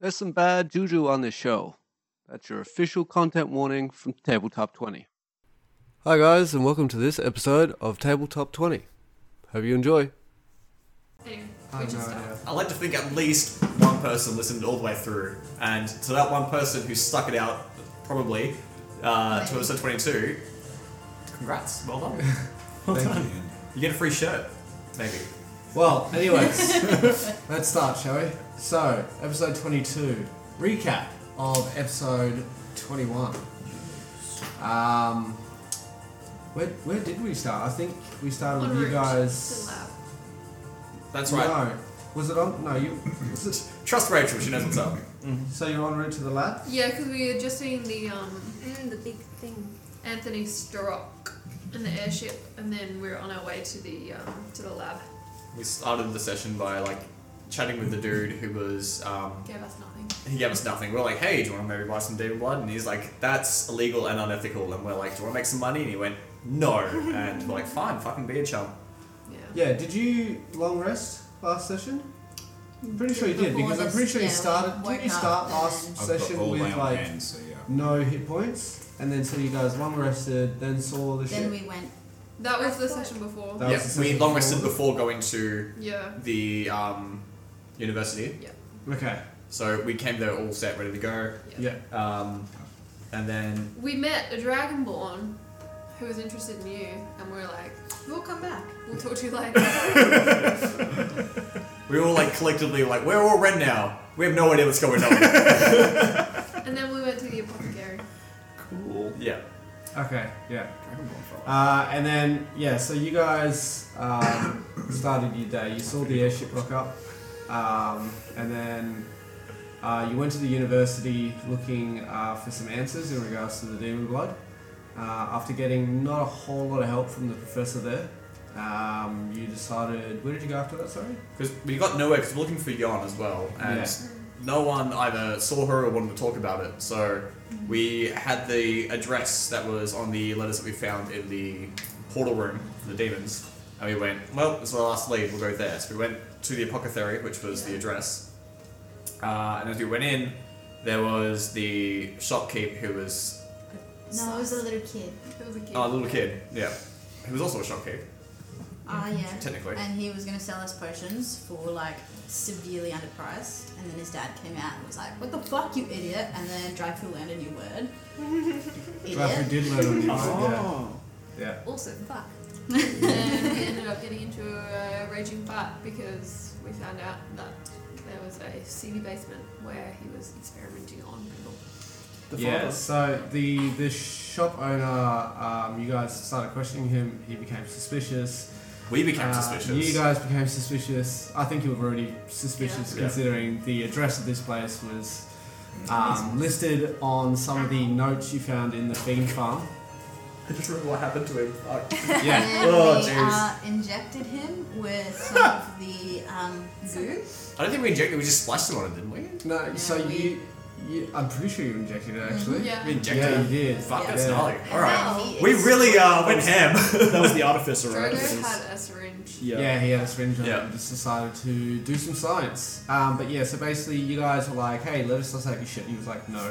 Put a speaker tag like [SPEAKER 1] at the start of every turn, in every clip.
[SPEAKER 1] There's some bad juju on this show. That's your official content warning from Tabletop 20.
[SPEAKER 2] Hi, guys, and welcome to this episode of Tabletop 20. Hope you enjoy.
[SPEAKER 3] I like to think at least one person listened all the way through, and to that one person who stuck it out, probably, uh, to episode 22, congrats, well done. Well done. You get a free shirt, maybe.
[SPEAKER 4] Well, anyways, let's start, shall we? So, episode 22, recap of episode 21. Um, where, where did we start? I think we started with you guys.
[SPEAKER 3] That's right.
[SPEAKER 4] No, was it on? No, you. Was it,
[SPEAKER 3] Trust Rachel, she knows what's up.
[SPEAKER 4] so you're en route to the lab.
[SPEAKER 5] Yeah, because we had just seen the um,
[SPEAKER 6] the big thing.
[SPEAKER 5] Anthony Strock in the airship, and then we are on our way to the um, to the lab.
[SPEAKER 3] We started the session by, like, chatting with the dude who was, um,
[SPEAKER 5] Gave us nothing.
[SPEAKER 3] he gave us nothing. We We're like, hey, do you want to maybe buy some David Blood? And he's like, that's illegal and unethical. And we're like, do you want to make some money? And he went, no. And we're like, fine, fucking be a chump.
[SPEAKER 5] Yeah.
[SPEAKER 4] Yeah, did you long rest last session? I'm pretty sure you did,
[SPEAKER 6] Before
[SPEAKER 4] because I'm
[SPEAKER 6] this,
[SPEAKER 4] pretty sure you
[SPEAKER 6] yeah,
[SPEAKER 4] started.
[SPEAKER 6] woke
[SPEAKER 4] Did you
[SPEAKER 6] up
[SPEAKER 4] start
[SPEAKER 6] and
[SPEAKER 4] last
[SPEAKER 7] I've
[SPEAKER 4] session
[SPEAKER 7] got all
[SPEAKER 4] with,
[SPEAKER 7] my own
[SPEAKER 4] like,
[SPEAKER 7] hands, so yeah.
[SPEAKER 4] no hit points? And then so you guys long rested, then saw the ship.
[SPEAKER 6] Then we went.
[SPEAKER 5] That was the
[SPEAKER 6] That's good.
[SPEAKER 5] session before.
[SPEAKER 4] That
[SPEAKER 3] yeah,
[SPEAKER 4] was the
[SPEAKER 3] we
[SPEAKER 4] session
[SPEAKER 3] long rested
[SPEAKER 4] before.
[SPEAKER 3] before going to
[SPEAKER 5] yeah.
[SPEAKER 3] the um, university.
[SPEAKER 4] Okay,
[SPEAKER 3] So we came there all set, ready to go.
[SPEAKER 4] yeah.
[SPEAKER 3] Um, and then
[SPEAKER 5] We met a dragonborn who was interested in you, and we were like, "You'll come back. We'll talk to you later."
[SPEAKER 3] we all like collectively like, we're all red now. We have no idea what's going on.
[SPEAKER 5] and then we went to the apothecary.
[SPEAKER 3] cool. Yeah.
[SPEAKER 4] Okay, yeah. Uh, and then, yeah, so you guys um, started your day. You saw the airship rock up, um, and then uh, you went to the university looking uh, for some answers in regards to the demon blood. Uh, after getting not a whole lot of help from the professor there, um, you decided. Where did you go after that, sorry?
[SPEAKER 3] Because we got nowhere because we're looking for Yon as well, and
[SPEAKER 4] Yeah.
[SPEAKER 3] no one either saw her or wanted to talk about it. So we had the address that was on the letters that we found in the portal room, the demons, and we went, well, it's the last lead, we'll go there. So we went to the apothecary, which was the address, uh, and as we went in, there was the shopkeep who was
[SPEAKER 6] No, it was a little kid.
[SPEAKER 5] It was a kid.
[SPEAKER 3] oh, a little kid, yeah, who was also a shopkeep.
[SPEAKER 6] Ah, yeah.
[SPEAKER 3] Mm-hmm. Technically.
[SPEAKER 6] And he was going to sell us potions for like severely underpriced. And then his dad came out and was like, "What the fuck, you idiot!" And then Dryfu learned a new word.
[SPEAKER 4] Right, we
[SPEAKER 6] idiot.
[SPEAKER 4] did learn on the yeah.
[SPEAKER 5] Also,
[SPEAKER 6] Fuck.
[SPEAKER 5] and we ended up getting into a raging fight because we found out that there was a seedy basement where he was experimenting on people.
[SPEAKER 4] yeah, so the the shop owner, um, you guys started questioning him. He became suspicious.
[SPEAKER 3] We became
[SPEAKER 4] Uh,
[SPEAKER 3] suspicious.
[SPEAKER 4] You guys became suspicious. I think you were already suspicious
[SPEAKER 3] Yeah. Mm.
[SPEAKER 4] considering the address of this place was um, listed on some of the notes you found in the Fiend Farm.
[SPEAKER 3] I just remember what happened to him. Fuck.
[SPEAKER 4] Yeah.
[SPEAKER 6] And
[SPEAKER 3] Oh,
[SPEAKER 6] we uh, injected him with some of the um, goo.
[SPEAKER 3] I don't think we injected. We just splashed him on it, didn't we?
[SPEAKER 4] No, so
[SPEAKER 6] we-
[SPEAKER 4] you, you. I'm pretty sure you injected it actually.
[SPEAKER 5] Yeah.
[SPEAKER 3] We injected
[SPEAKER 4] Yeah,
[SPEAKER 3] him.
[SPEAKER 4] you did.
[SPEAKER 3] Fuck,
[SPEAKER 6] Yeah.
[SPEAKER 3] that's
[SPEAKER 4] Yeah.
[SPEAKER 3] gnarly.
[SPEAKER 6] And
[SPEAKER 3] All right.
[SPEAKER 6] now he
[SPEAKER 3] We
[SPEAKER 6] is-
[SPEAKER 3] really uh, went ham. that was the artificer,
[SPEAKER 5] Drogo had a syringe.
[SPEAKER 4] Yeah. he had a syringe on
[SPEAKER 3] Yeah.
[SPEAKER 4] it and just decided to do some science. Um, but yeah, so basically you guys were like, hey, let us not take your shit. And he was like, no.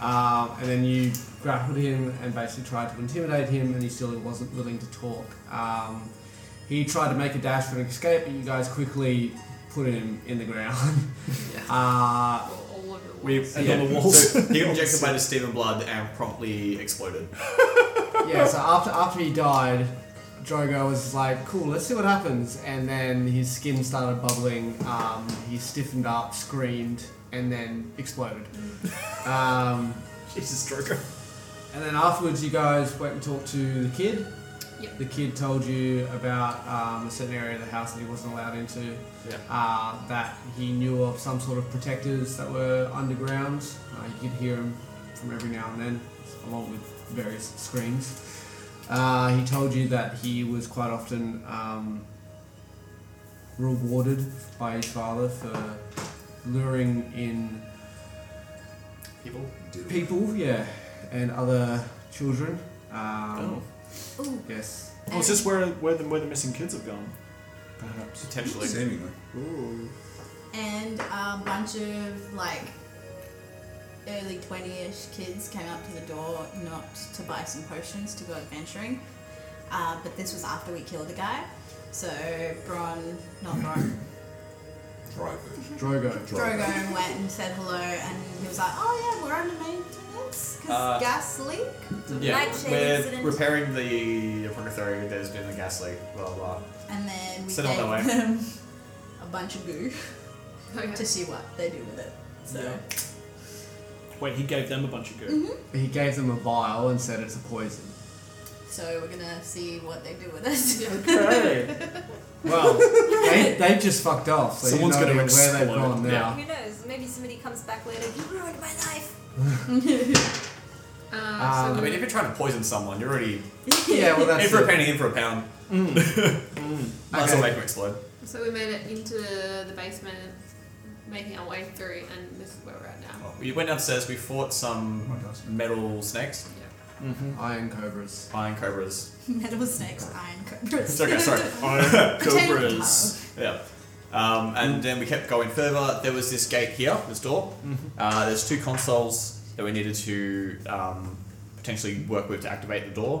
[SPEAKER 4] Um, and then you grappled him and basically tried to intimidate him, and he still wasn't willing to talk. Um, he tried to make a dash for an escape, but you guys quickly put him in the ground. uh,
[SPEAKER 5] All, all over the
[SPEAKER 3] We
[SPEAKER 5] walls.
[SPEAKER 3] yeah. So he got injected by the Steven blood and promptly exploded.
[SPEAKER 4] yeah, so after, after he died, Drogo was like, cool, let's see what happens. And then his skin started bubbling, um, he stiffened up, screamed, and then exploded. um,
[SPEAKER 3] Jesus, Drogo.
[SPEAKER 4] and then afterwards, you guys went and talked to the kid.
[SPEAKER 5] Yep.
[SPEAKER 4] The kid told you about um, a certain area of the house that he wasn't allowed into,
[SPEAKER 3] Yeah.
[SPEAKER 4] uh, that he knew of some sort of protectors that were underground. Uh, you could hear him from every now and then, along with various screams. Uh, he told you that he was quite often um, rewarded by his father for luring in
[SPEAKER 3] People.
[SPEAKER 4] people, yeah, and other children. Um,
[SPEAKER 6] Ooh.
[SPEAKER 4] Yes.
[SPEAKER 3] Oh,
[SPEAKER 8] Well, it's just where where the, where the missing kids have gone, perhaps.
[SPEAKER 3] Potentially.
[SPEAKER 7] Seemingly.
[SPEAKER 6] and a bunch of like early 20-ish kids came up to the door not to buy some potions to go adventuring uh, but this was after we killed a guy so bron not bron
[SPEAKER 7] Driver.
[SPEAKER 4] Drogo.
[SPEAKER 6] drogon went and said hello and he was like oh yeah we're on the maintenance because
[SPEAKER 3] Uh,
[SPEAKER 6] gas leak
[SPEAKER 3] Yeah,
[SPEAKER 8] Nightshade
[SPEAKER 3] we're
[SPEAKER 8] incident.
[SPEAKER 3] repairing the apothecary. There's been a gas leak. Blah blah.
[SPEAKER 6] and then we
[SPEAKER 3] Sit on
[SPEAKER 6] gave
[SPEAKER 3] that way.
[SPEAKER 6] them a bunch of goo
[SPEAKER 5] Okay.
[SPEAKER 6] to see what they do with it so
[SPEAKER 9] Wait, he gave them a bunch of goo.
[SPEAKER 4] He gave them a vial and said it's a poison.
[SPEAKER 6] So we're gonna see what they do with us.
[SPEAKER 3] Okay.
[SPEAKER 4] Well, they, they've just fucked off, so
[SPEAKER 3] Someone's
[SPEAKER 4] you know
[SPEAKER 3] gonna
[SPEAKER 4] where they've
[SPEAKER 3] explode.
[SPEAKER 4] gone now.
[SPEAKER 3] Yeah.
[SPEAKER 8] Who knows? Maybe somebody comes back later. You ruined my life.
[SPEAKER 5] Uh,
[SPEAKER 4] Um,
[SPEAKER 5] so
[SPEAKER 3] I mean, if you're trying to poison someone, you're already
[SPEAKER 4] Yeah, well, that's
[SPEAKER 3] in for a
[SPEAKER 4] it.
[SPEAKER 3] penny, in for a pound. That's
[SPEAKER 4] Okay.
[SPEAKER 3] all make them explode.
[SPEAKER 5] So we made it into the basement, making our way through, and this is where we're at now.
[SPEAKER 3] Well, we Oh, went downstairs. We fought some metal snakes,
[SPEAKER 4] Iron cobras.
[SPEAKER 3] iron cobras.
[SPEAKER 6] Metal snakes, iron cobras.
[SPEAKER 3] It's okay, sorry.
[SPEAKER 9] Iron
[SPEAKER 6] Potato
[SPEAKER 9] cobras.
[SPEAKER 3] Yeah. Um, and then we kept going further. There was this gate here, this door. Uh, there's two consoles that we needed to um, potentially work with to activate the door.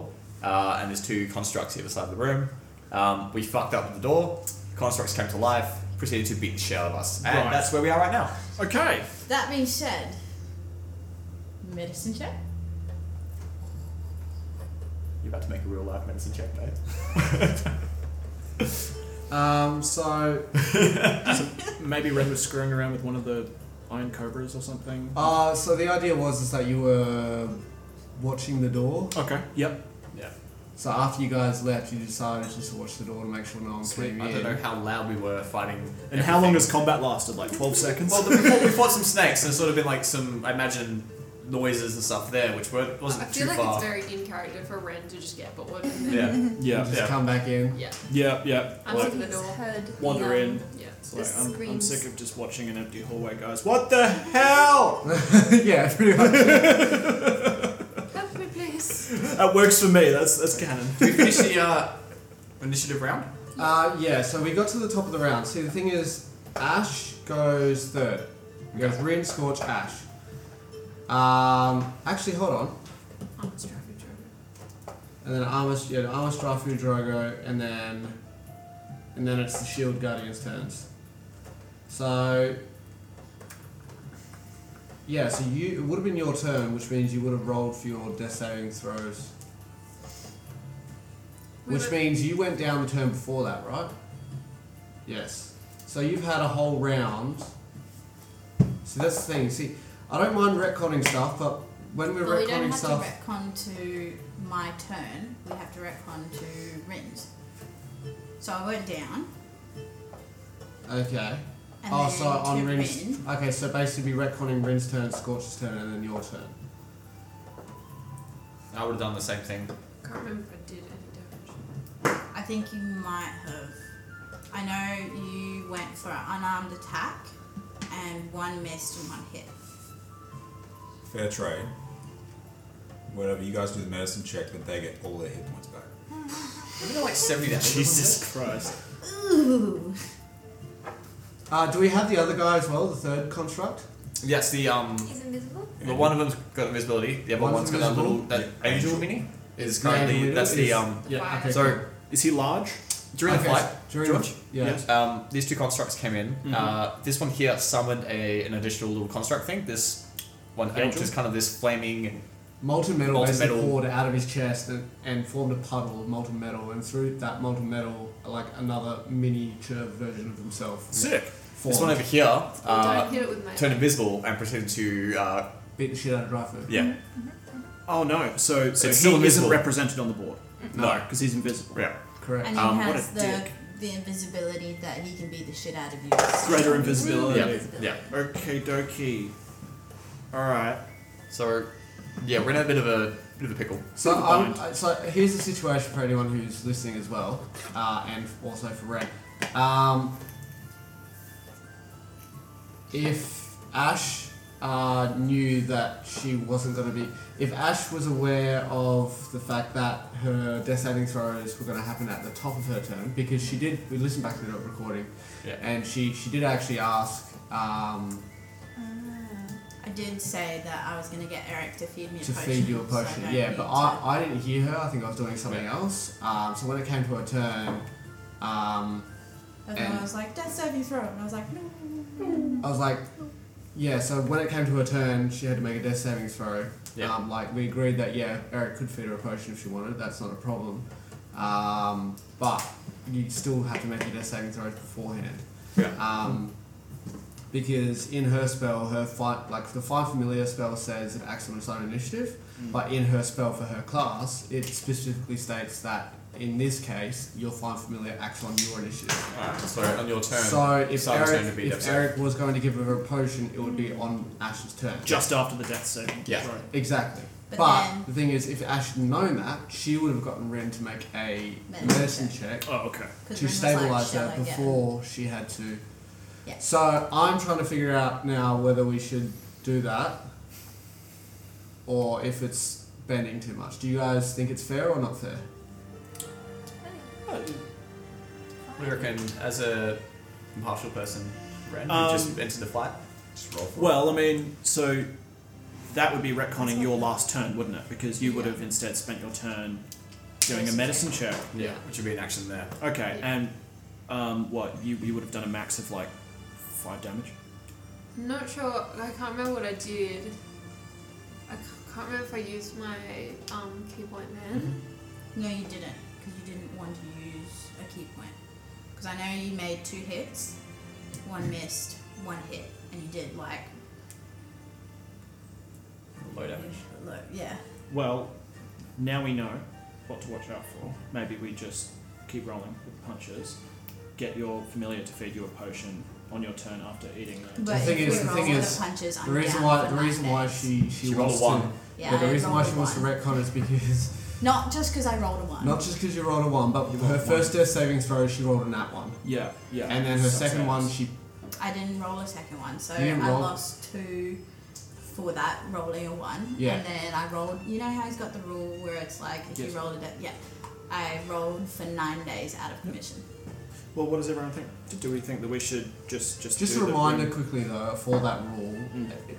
[SPEAKER 3] Uh, and there's two constructs either side of the room. Um, we fucked up with the door. Constructs came to life, proceeded to beat the shit out of us. And
[SPEAKER 9] Right.
[SPEAKER 3] that's where we are right now.
[SPEAKER 9] Okay.
[SPEAKER 6] That being said, medicine check.
[SPEAKER 3] You're about to make a real life medicine check, mate.
[SPEAKER 4] Um, so,
[SPEAKER 9] Maybe Red was screwing around with one of the iron cobras or something.
[SPEAKER 4] uh, so the idea was is that you were watching the door.
[SPEAKER 9] Okay. Yep.
[SPEAKER 3] Yeah.
[SPEAKER 4] So after you guys left, you decided just to watch the door to make sure no one
[SPEAKER 3] Sweet.
[SPEAKER 4] came
[SPEAKER 3] I don't
[SPEAKER 4] in.
[SPEAKER 3] know how loud we were fighting.
[SPEAKER 9] And how long
[SPEAKER 3] everything.
[SPEAKER 9] has combat lasted? Like twelve seconds.
[SPEAKER 3] Well, the, we, fought, we fought some snakes, and there's sort of been like some, I imagine, noises and stuff there, which were,
[SPEAKER 5] I
[SPEAKER 3] wasn't
[SPEAKER 5] feel
[SPEAKER 3] too
[SPEAKER 5] like
[SPEAKER 3] far.
[SPEAKER 5] it's very in character for Ren to just get bored. And then,
[SPEAKER 3] yeah,
[SPEAKER 4] You
[SPEAKER 9] yeah.
[SPEAKER 4] just
[SPEAKER 3] Yeah.
[SPEAKER 4] come back in.
[SPEAKER 5] yeah.
[SPEAKER 9] Yeah. Yeah.
[SPEAKER 5] I'm
[SPEAKER 9] Like,
[SPEAKER 5] sick of the
[SPEAKER 8] He's
[SPEAKER 5] door.
[SPEAKER 8] heard
[SPEAKER 9] wander
[SPEAKER 8] the, um,
[SPEAKER 9] in.
[SPEAKER 5] Yeah.
[SPEAKER 9] It's
[SPEAKER 8] The
[SPEAKER 9] like, I'm, I'm
[SPEAKER 8] screams.
[SPEAKER 9] sick of just watching an empty hallway, guys. What the hell?
[SPEAKER 4] yeah, pretty much.
[SPEAKER 5] Help me, please.
[SPEAKER 9] that works for me. That's that's canon.
[SPEAKER 3] Did we finish the uh, initiative round?
[SPEAKER 4] Uh, yeah, so we got to the top of the round. See, the thing is, Ash goes third. We go Rin, Scorch, Ash. Um, actually, hold on.
[SPEAKER 5] I'm just trying to draw.
[SPEAKER 4] And then Amos, yeah, Amos, Drafu, Drogo, and then, and then it's the Shield Guardians' turns. So, yeah, so you it would have been your turn, which means you would have rolled for your death saving throws.
[SPEAKER 5] We
[SPEAKER 4] Which
[SPEAKER 5] were-
[SPEAKER 4] means you went down the turn before that, right? Yes. So you've had a whole round. So that's the thing. See, I don't mind retconning stuff, but when we're
[SPEAKER 6] Well, we
[SPEAKER 4] retconning
[SPEAKER 6] don't have
[SPEAKER 4] stuff,
[SPEAKER 6] to retcon to my turn. We have to retcon to Rin's. So I went down.
[SPEAKER 4] okay.
[SPEAKER 6] And
[SPEAKER 4] Oh,
[SPEAKER 6] then
[SPEAKER 4] so on
[SPEAKER 6] to
[SPEAKER 4] Rin's.
[SPEAKER 6] Rin.
[SPEAKER 4] Okay, so basically be retconning Rin's turn, Scorch's turn, and then your turn.
[SPEAKER 3] I would have done the same thing.
[SPEAKER 5] Can't remember if I did any
[SPEAKER 6] I think you might have. I know you went for an unarmed attack, and one missed and one hit.
[SPEAKER 7] Fair trade. Whatever, you guys do the medicine check, then they get all their hit points back.
[SPEAKER 3] We got like 70 damage.
[SPEAKER 9] Jesus Christ.
[SPEAKER 6] Ooh.
[SPEAKER 4] Uh, do we have the other guy as well, the third construct?
[SPEAKER 3] Yes, the um,
[SPEAKER 8] He's invisible.
[SPEAKER 3] well, one of them's got invisibility. The other
[SPEAKER 4] One's
[SPEAKER 3] one's got that little
[SPEAKER 4] invisible?
[SPEAKER 3] that
[SPEAKER 7] Yeah.
[SPEAKER 3] angel mini. Is
[SPEAKER 4] The angel
[SPEAKER 3] currently
[SPEAKER 4] mini
[SPEAKER 3] that's the
[SPEAKER 4] is-
[SPEAKER 3] um.
[SPEAKER 5] Yeah,
[SPEAKER 9] Yeah.
[SPEAKER 5] okay.
[SPEAKER 3] So
[SPEAKER 9] Is he large?
[SPEAKER 3] during the
[SPEAKER 4] Okay,
[SPEAKER 3] fight,
[SPEAKER 4] During the-
[SPEAKER 3] George?
[SPEAKER 4] yeah.
[SPEAKER 9] Yes.
[SPEAKER 3] um, these two constructs came in.
[SPEAKER 9] Mhm.
[SPEAKER 3] Uh, this one here summoned a an additional little construct thing. This one,
[SPEAKER 9] Angel?
[SPEAKER 3] which is kind of this flaming.
[SPEAKER 4] Molten metal
[SPEAKER 3] Molten
[SPEAKER 4] basically
[SPEAKER 3] metal.
[SPEAKER 4] poured out of his chest and, and formed a puddle of molten metal, and through that molten metal, like another miniature version of himself.
[SPEAKER 9] Sick.
[SPEAKER 4] Formed.
[SPEAKER 3] This one over here
[SPEAKER 5] damage.
[SPEAKER 3] uh,
[SPEAKER 5] don't hit it with my.
[SPEAKER 3] turned invisible and proceeded to uh,
[SPEAKER 4] Beat the shit out of Dreyfus.
[SPEAKER 3] yeah.
[SPEAKER 9] Oh no. So so
[SPEAKER 3] It's
[SPEAKER 9] he
[SPEAKER 3] still
[SPEAKER 9] isn't
[SPEAKER 3] invisible.
[SPEAKER 9] represented on the board.
[SPEAKER 3] No.
[SPEAKER 9] because he's invisible.
[SPEAKER 3] Yeah.
[SPEAKER 4] Correct.
[SPEAKER 6] And he
[SPEAKER 3] Um,
[SPEAKER 9] what
[SPEAKER 6] has
[SPEAKER 9] a
[SPEAKER 6] the
[SPEAKER 9] dick.
[SPEAKER 6] the invisibility that he can beat the shit out of you.
[SPEAKER 9] Greater invisibility.
[SPEAKER 3] Yeah. Yeah.
[SPEAKER 9] Okay, dokie. All right.
[SPEAKER 3] So, yeah, we're in a bit of a bit of a pickle.
[SPEAKER 4] So,
[SPEAKER 9] Never
[SPEAKER 4] um,
[SPEAKER 9] mind.
[SPEAKER 4] uh, so here's the situation for anyone who's listening as well, uh, and also for Ren. Um, if Ash uh, knew that she wasn't going to be. If Ash was aware of the fact that her death saving throws were going to happen at the top of her turn, because she did, we listened back to the recording,
[SPEAKER 3] Yeah.
[SPEAKER 4] and she, she did actually ask um,
[SPEAKER 6] Ah. I did say that I was going to get Eric to feed me a
[SPEAKER 4] to
[SPEAKER 6] potion.
[SPEAKER 4] feed you a
[SPEAKER 6] so I
[SPEAKER 4] potion.
[SPEAKER 6] don't
[SPEAKER 4] yeah,
[SPEAKER 6] need
[SPEAKER 4] but
[SPEAKER 6] to-
[SPEAKER 4] I, I didn't hear her. I think I was doing something else. Um, so when it came to her turn, um,
[SPEAKER 6] And then
[SPEAKER 4] and-
[SPEAKER 6] I was like, death saving throw. And I was like, no.
[SPEAKER 4] I was like, yeah, so when it came to her turn, she had to make a death saving throw.
[SPEAKER 3] Yeah.
[SPEAKER 4] Um, like, we agreed that, yeah, Eric could feed her a potion if she wanted, that's not a problem. Um, but you still have to make your death saving throws beforehand.
[SPEAKER 3] Yeah.
[SPEAKER 4] Um, because in her spell, her fight, like the five familiar spell says it acts on its own initiative,
[SPEAKER 3] Mm.
[SPEAKER 4] but in her spell for her class, it specifically states that in this case, your five familiar acts on your initiative.
[SPEAKER 3] Alright, so on your turn.
[SPEAKER 4] So if
[SPEAKER 3] Simon's
[SPEAKER 4] Eric,
[SPEAKER 3] turn to be
[SPEAKER 4] if
[SPEAKER 3] death save.
[SPEAKER 4] Eric was going to give her a potion, it would be on Ash's turn.
[SPEAKER 9] Just after the death saving.
[SPEAKER 3] Yeah.
[SPEAKER 9] Right.
[SPEAKER 4] exactly. But,
[SPEAKER 6] But then-
[SPEAKER 4] the thing is, if Ash had known that, she would have gotten Ren to make a
[SPEAKER 6] Medicine
[SPEAKER 4] medicine check
[SPEAKER 9] Oh, okay.
[SPEAKER 6] 'Cause Ren
[SPEAKER 4] to
[SPEAKER 6] was
[SPEAKER 4] stabilize
[SPEAKER 6] like,
[SPEAKER 4] her
[SPEAKER 6] "Shall I get-"
[SPEAKER 4] before she had to.
[SPEAKER 6] Yeah.
[SPEAKER 4] So I'm trying to figure out now whether we should do that or if it's bending too much. Do you guys think it's fair or not fair?
[SPEAKER 3] What do you reckon, as a impartial person, Ren,
[SPEAKER 9] Um,
[SPEAKER 3] you just entered the fight? Just roll for
[SPEAKER 9] Well, I mean, so that would be retconning your last turn, wouldn't it? Because you would have instead spent your turn doing a medicine check.
[SPEAKER 3] it. Yeah, which would be an action there.
[SPEAKER 9] Okay, and um, what you you would have done a max of like five damage.
[SPEAKER 5] I'm not sure. I can't remember what I did. I c- can't remember if I used my um, key point
[SPEAKER 9] Mm-hmm.
[SPEAKER 5] then.
[SPEAKER 6] No, you didn't, because you didn't want to use a key point. Because I know you made two hits, one missed, one hit, and you did like
[SPEAKER 3] Low damage.
[SPEAKER 6] look, yeah.
[SPEAKER 9] Well, now we know what to watch out for. Maybe we just keep rolling with punches. Get your familiar to feed you a potion on your turn after eeating the.
[SPEAKER 6] But
[SPEAKER 4] thing
[SPEAKER 6] if
[SPEAKER 4] is-
[SPEAKER 6] we
[SPEAKER 4] the
[SPEAKER 6] roll
[SPEAKER 4] thing
[SPEAKER 6] with
[SPEAKER 4] is,
[SPEAKER 6] punches, I'm
[SPEAKER 4] The reason
[SPEAKER 6] down
[SPEAKER 4] why
[SPEAKER 6] for
[SPEAKER 4] the reason why
[SPEAKER 6] nightmares.
[SPEAKER 4] she she,
[SPEAKER 3] She rolled
[SPEAKER 4] wants
[SPEAKER 3] a one.
[SPEAKER 4] to
[SPEAKER 6] Yeah,
[SPEAKER 4] yeah, the
[SPEAKER 6] I
[SPEAKER 4] reason why
[SPEAKER 6] rolled
[SPEAKER 4] she
[SPEAKER 6] a
[SPEAKER 4] wants to
[SPEAKER 6] one.
[SPEAKER 4] retcon is because
[SPEAKER 6] Not just because I rolled a one.
[SPEAKER 4] Not just because you rolled a one, but her first death saving throw, she rolled a nat one.
[SPEAKER 9] Yeah, yeah.
[SPEAKER 4] And then her second one, she.
[SPEAKER 6] I didn't roll a second one, so
[SPEAKER 4] You didn't
[SPEAKER 6] I
[SPEAKER 4] roll?
[SPEAKER 6] lost two for that rolling a one.
[SPEAKER 4] Yeah.
[SPEAKER 6] And then I rolled. You know how he's got the rule where it's like if
[SPEAKER 9] Yes.
[SPEAKER 6] you roll a death, yeah. I rolled for nine days out of commission.
[SPEAKER 9] Well, what does everyone think? Do we think that we should just just
[SPEAKER 4] Just a
[SPEAKER 9] do the-
[SPEAKER 4] reminder quickly though for that rule.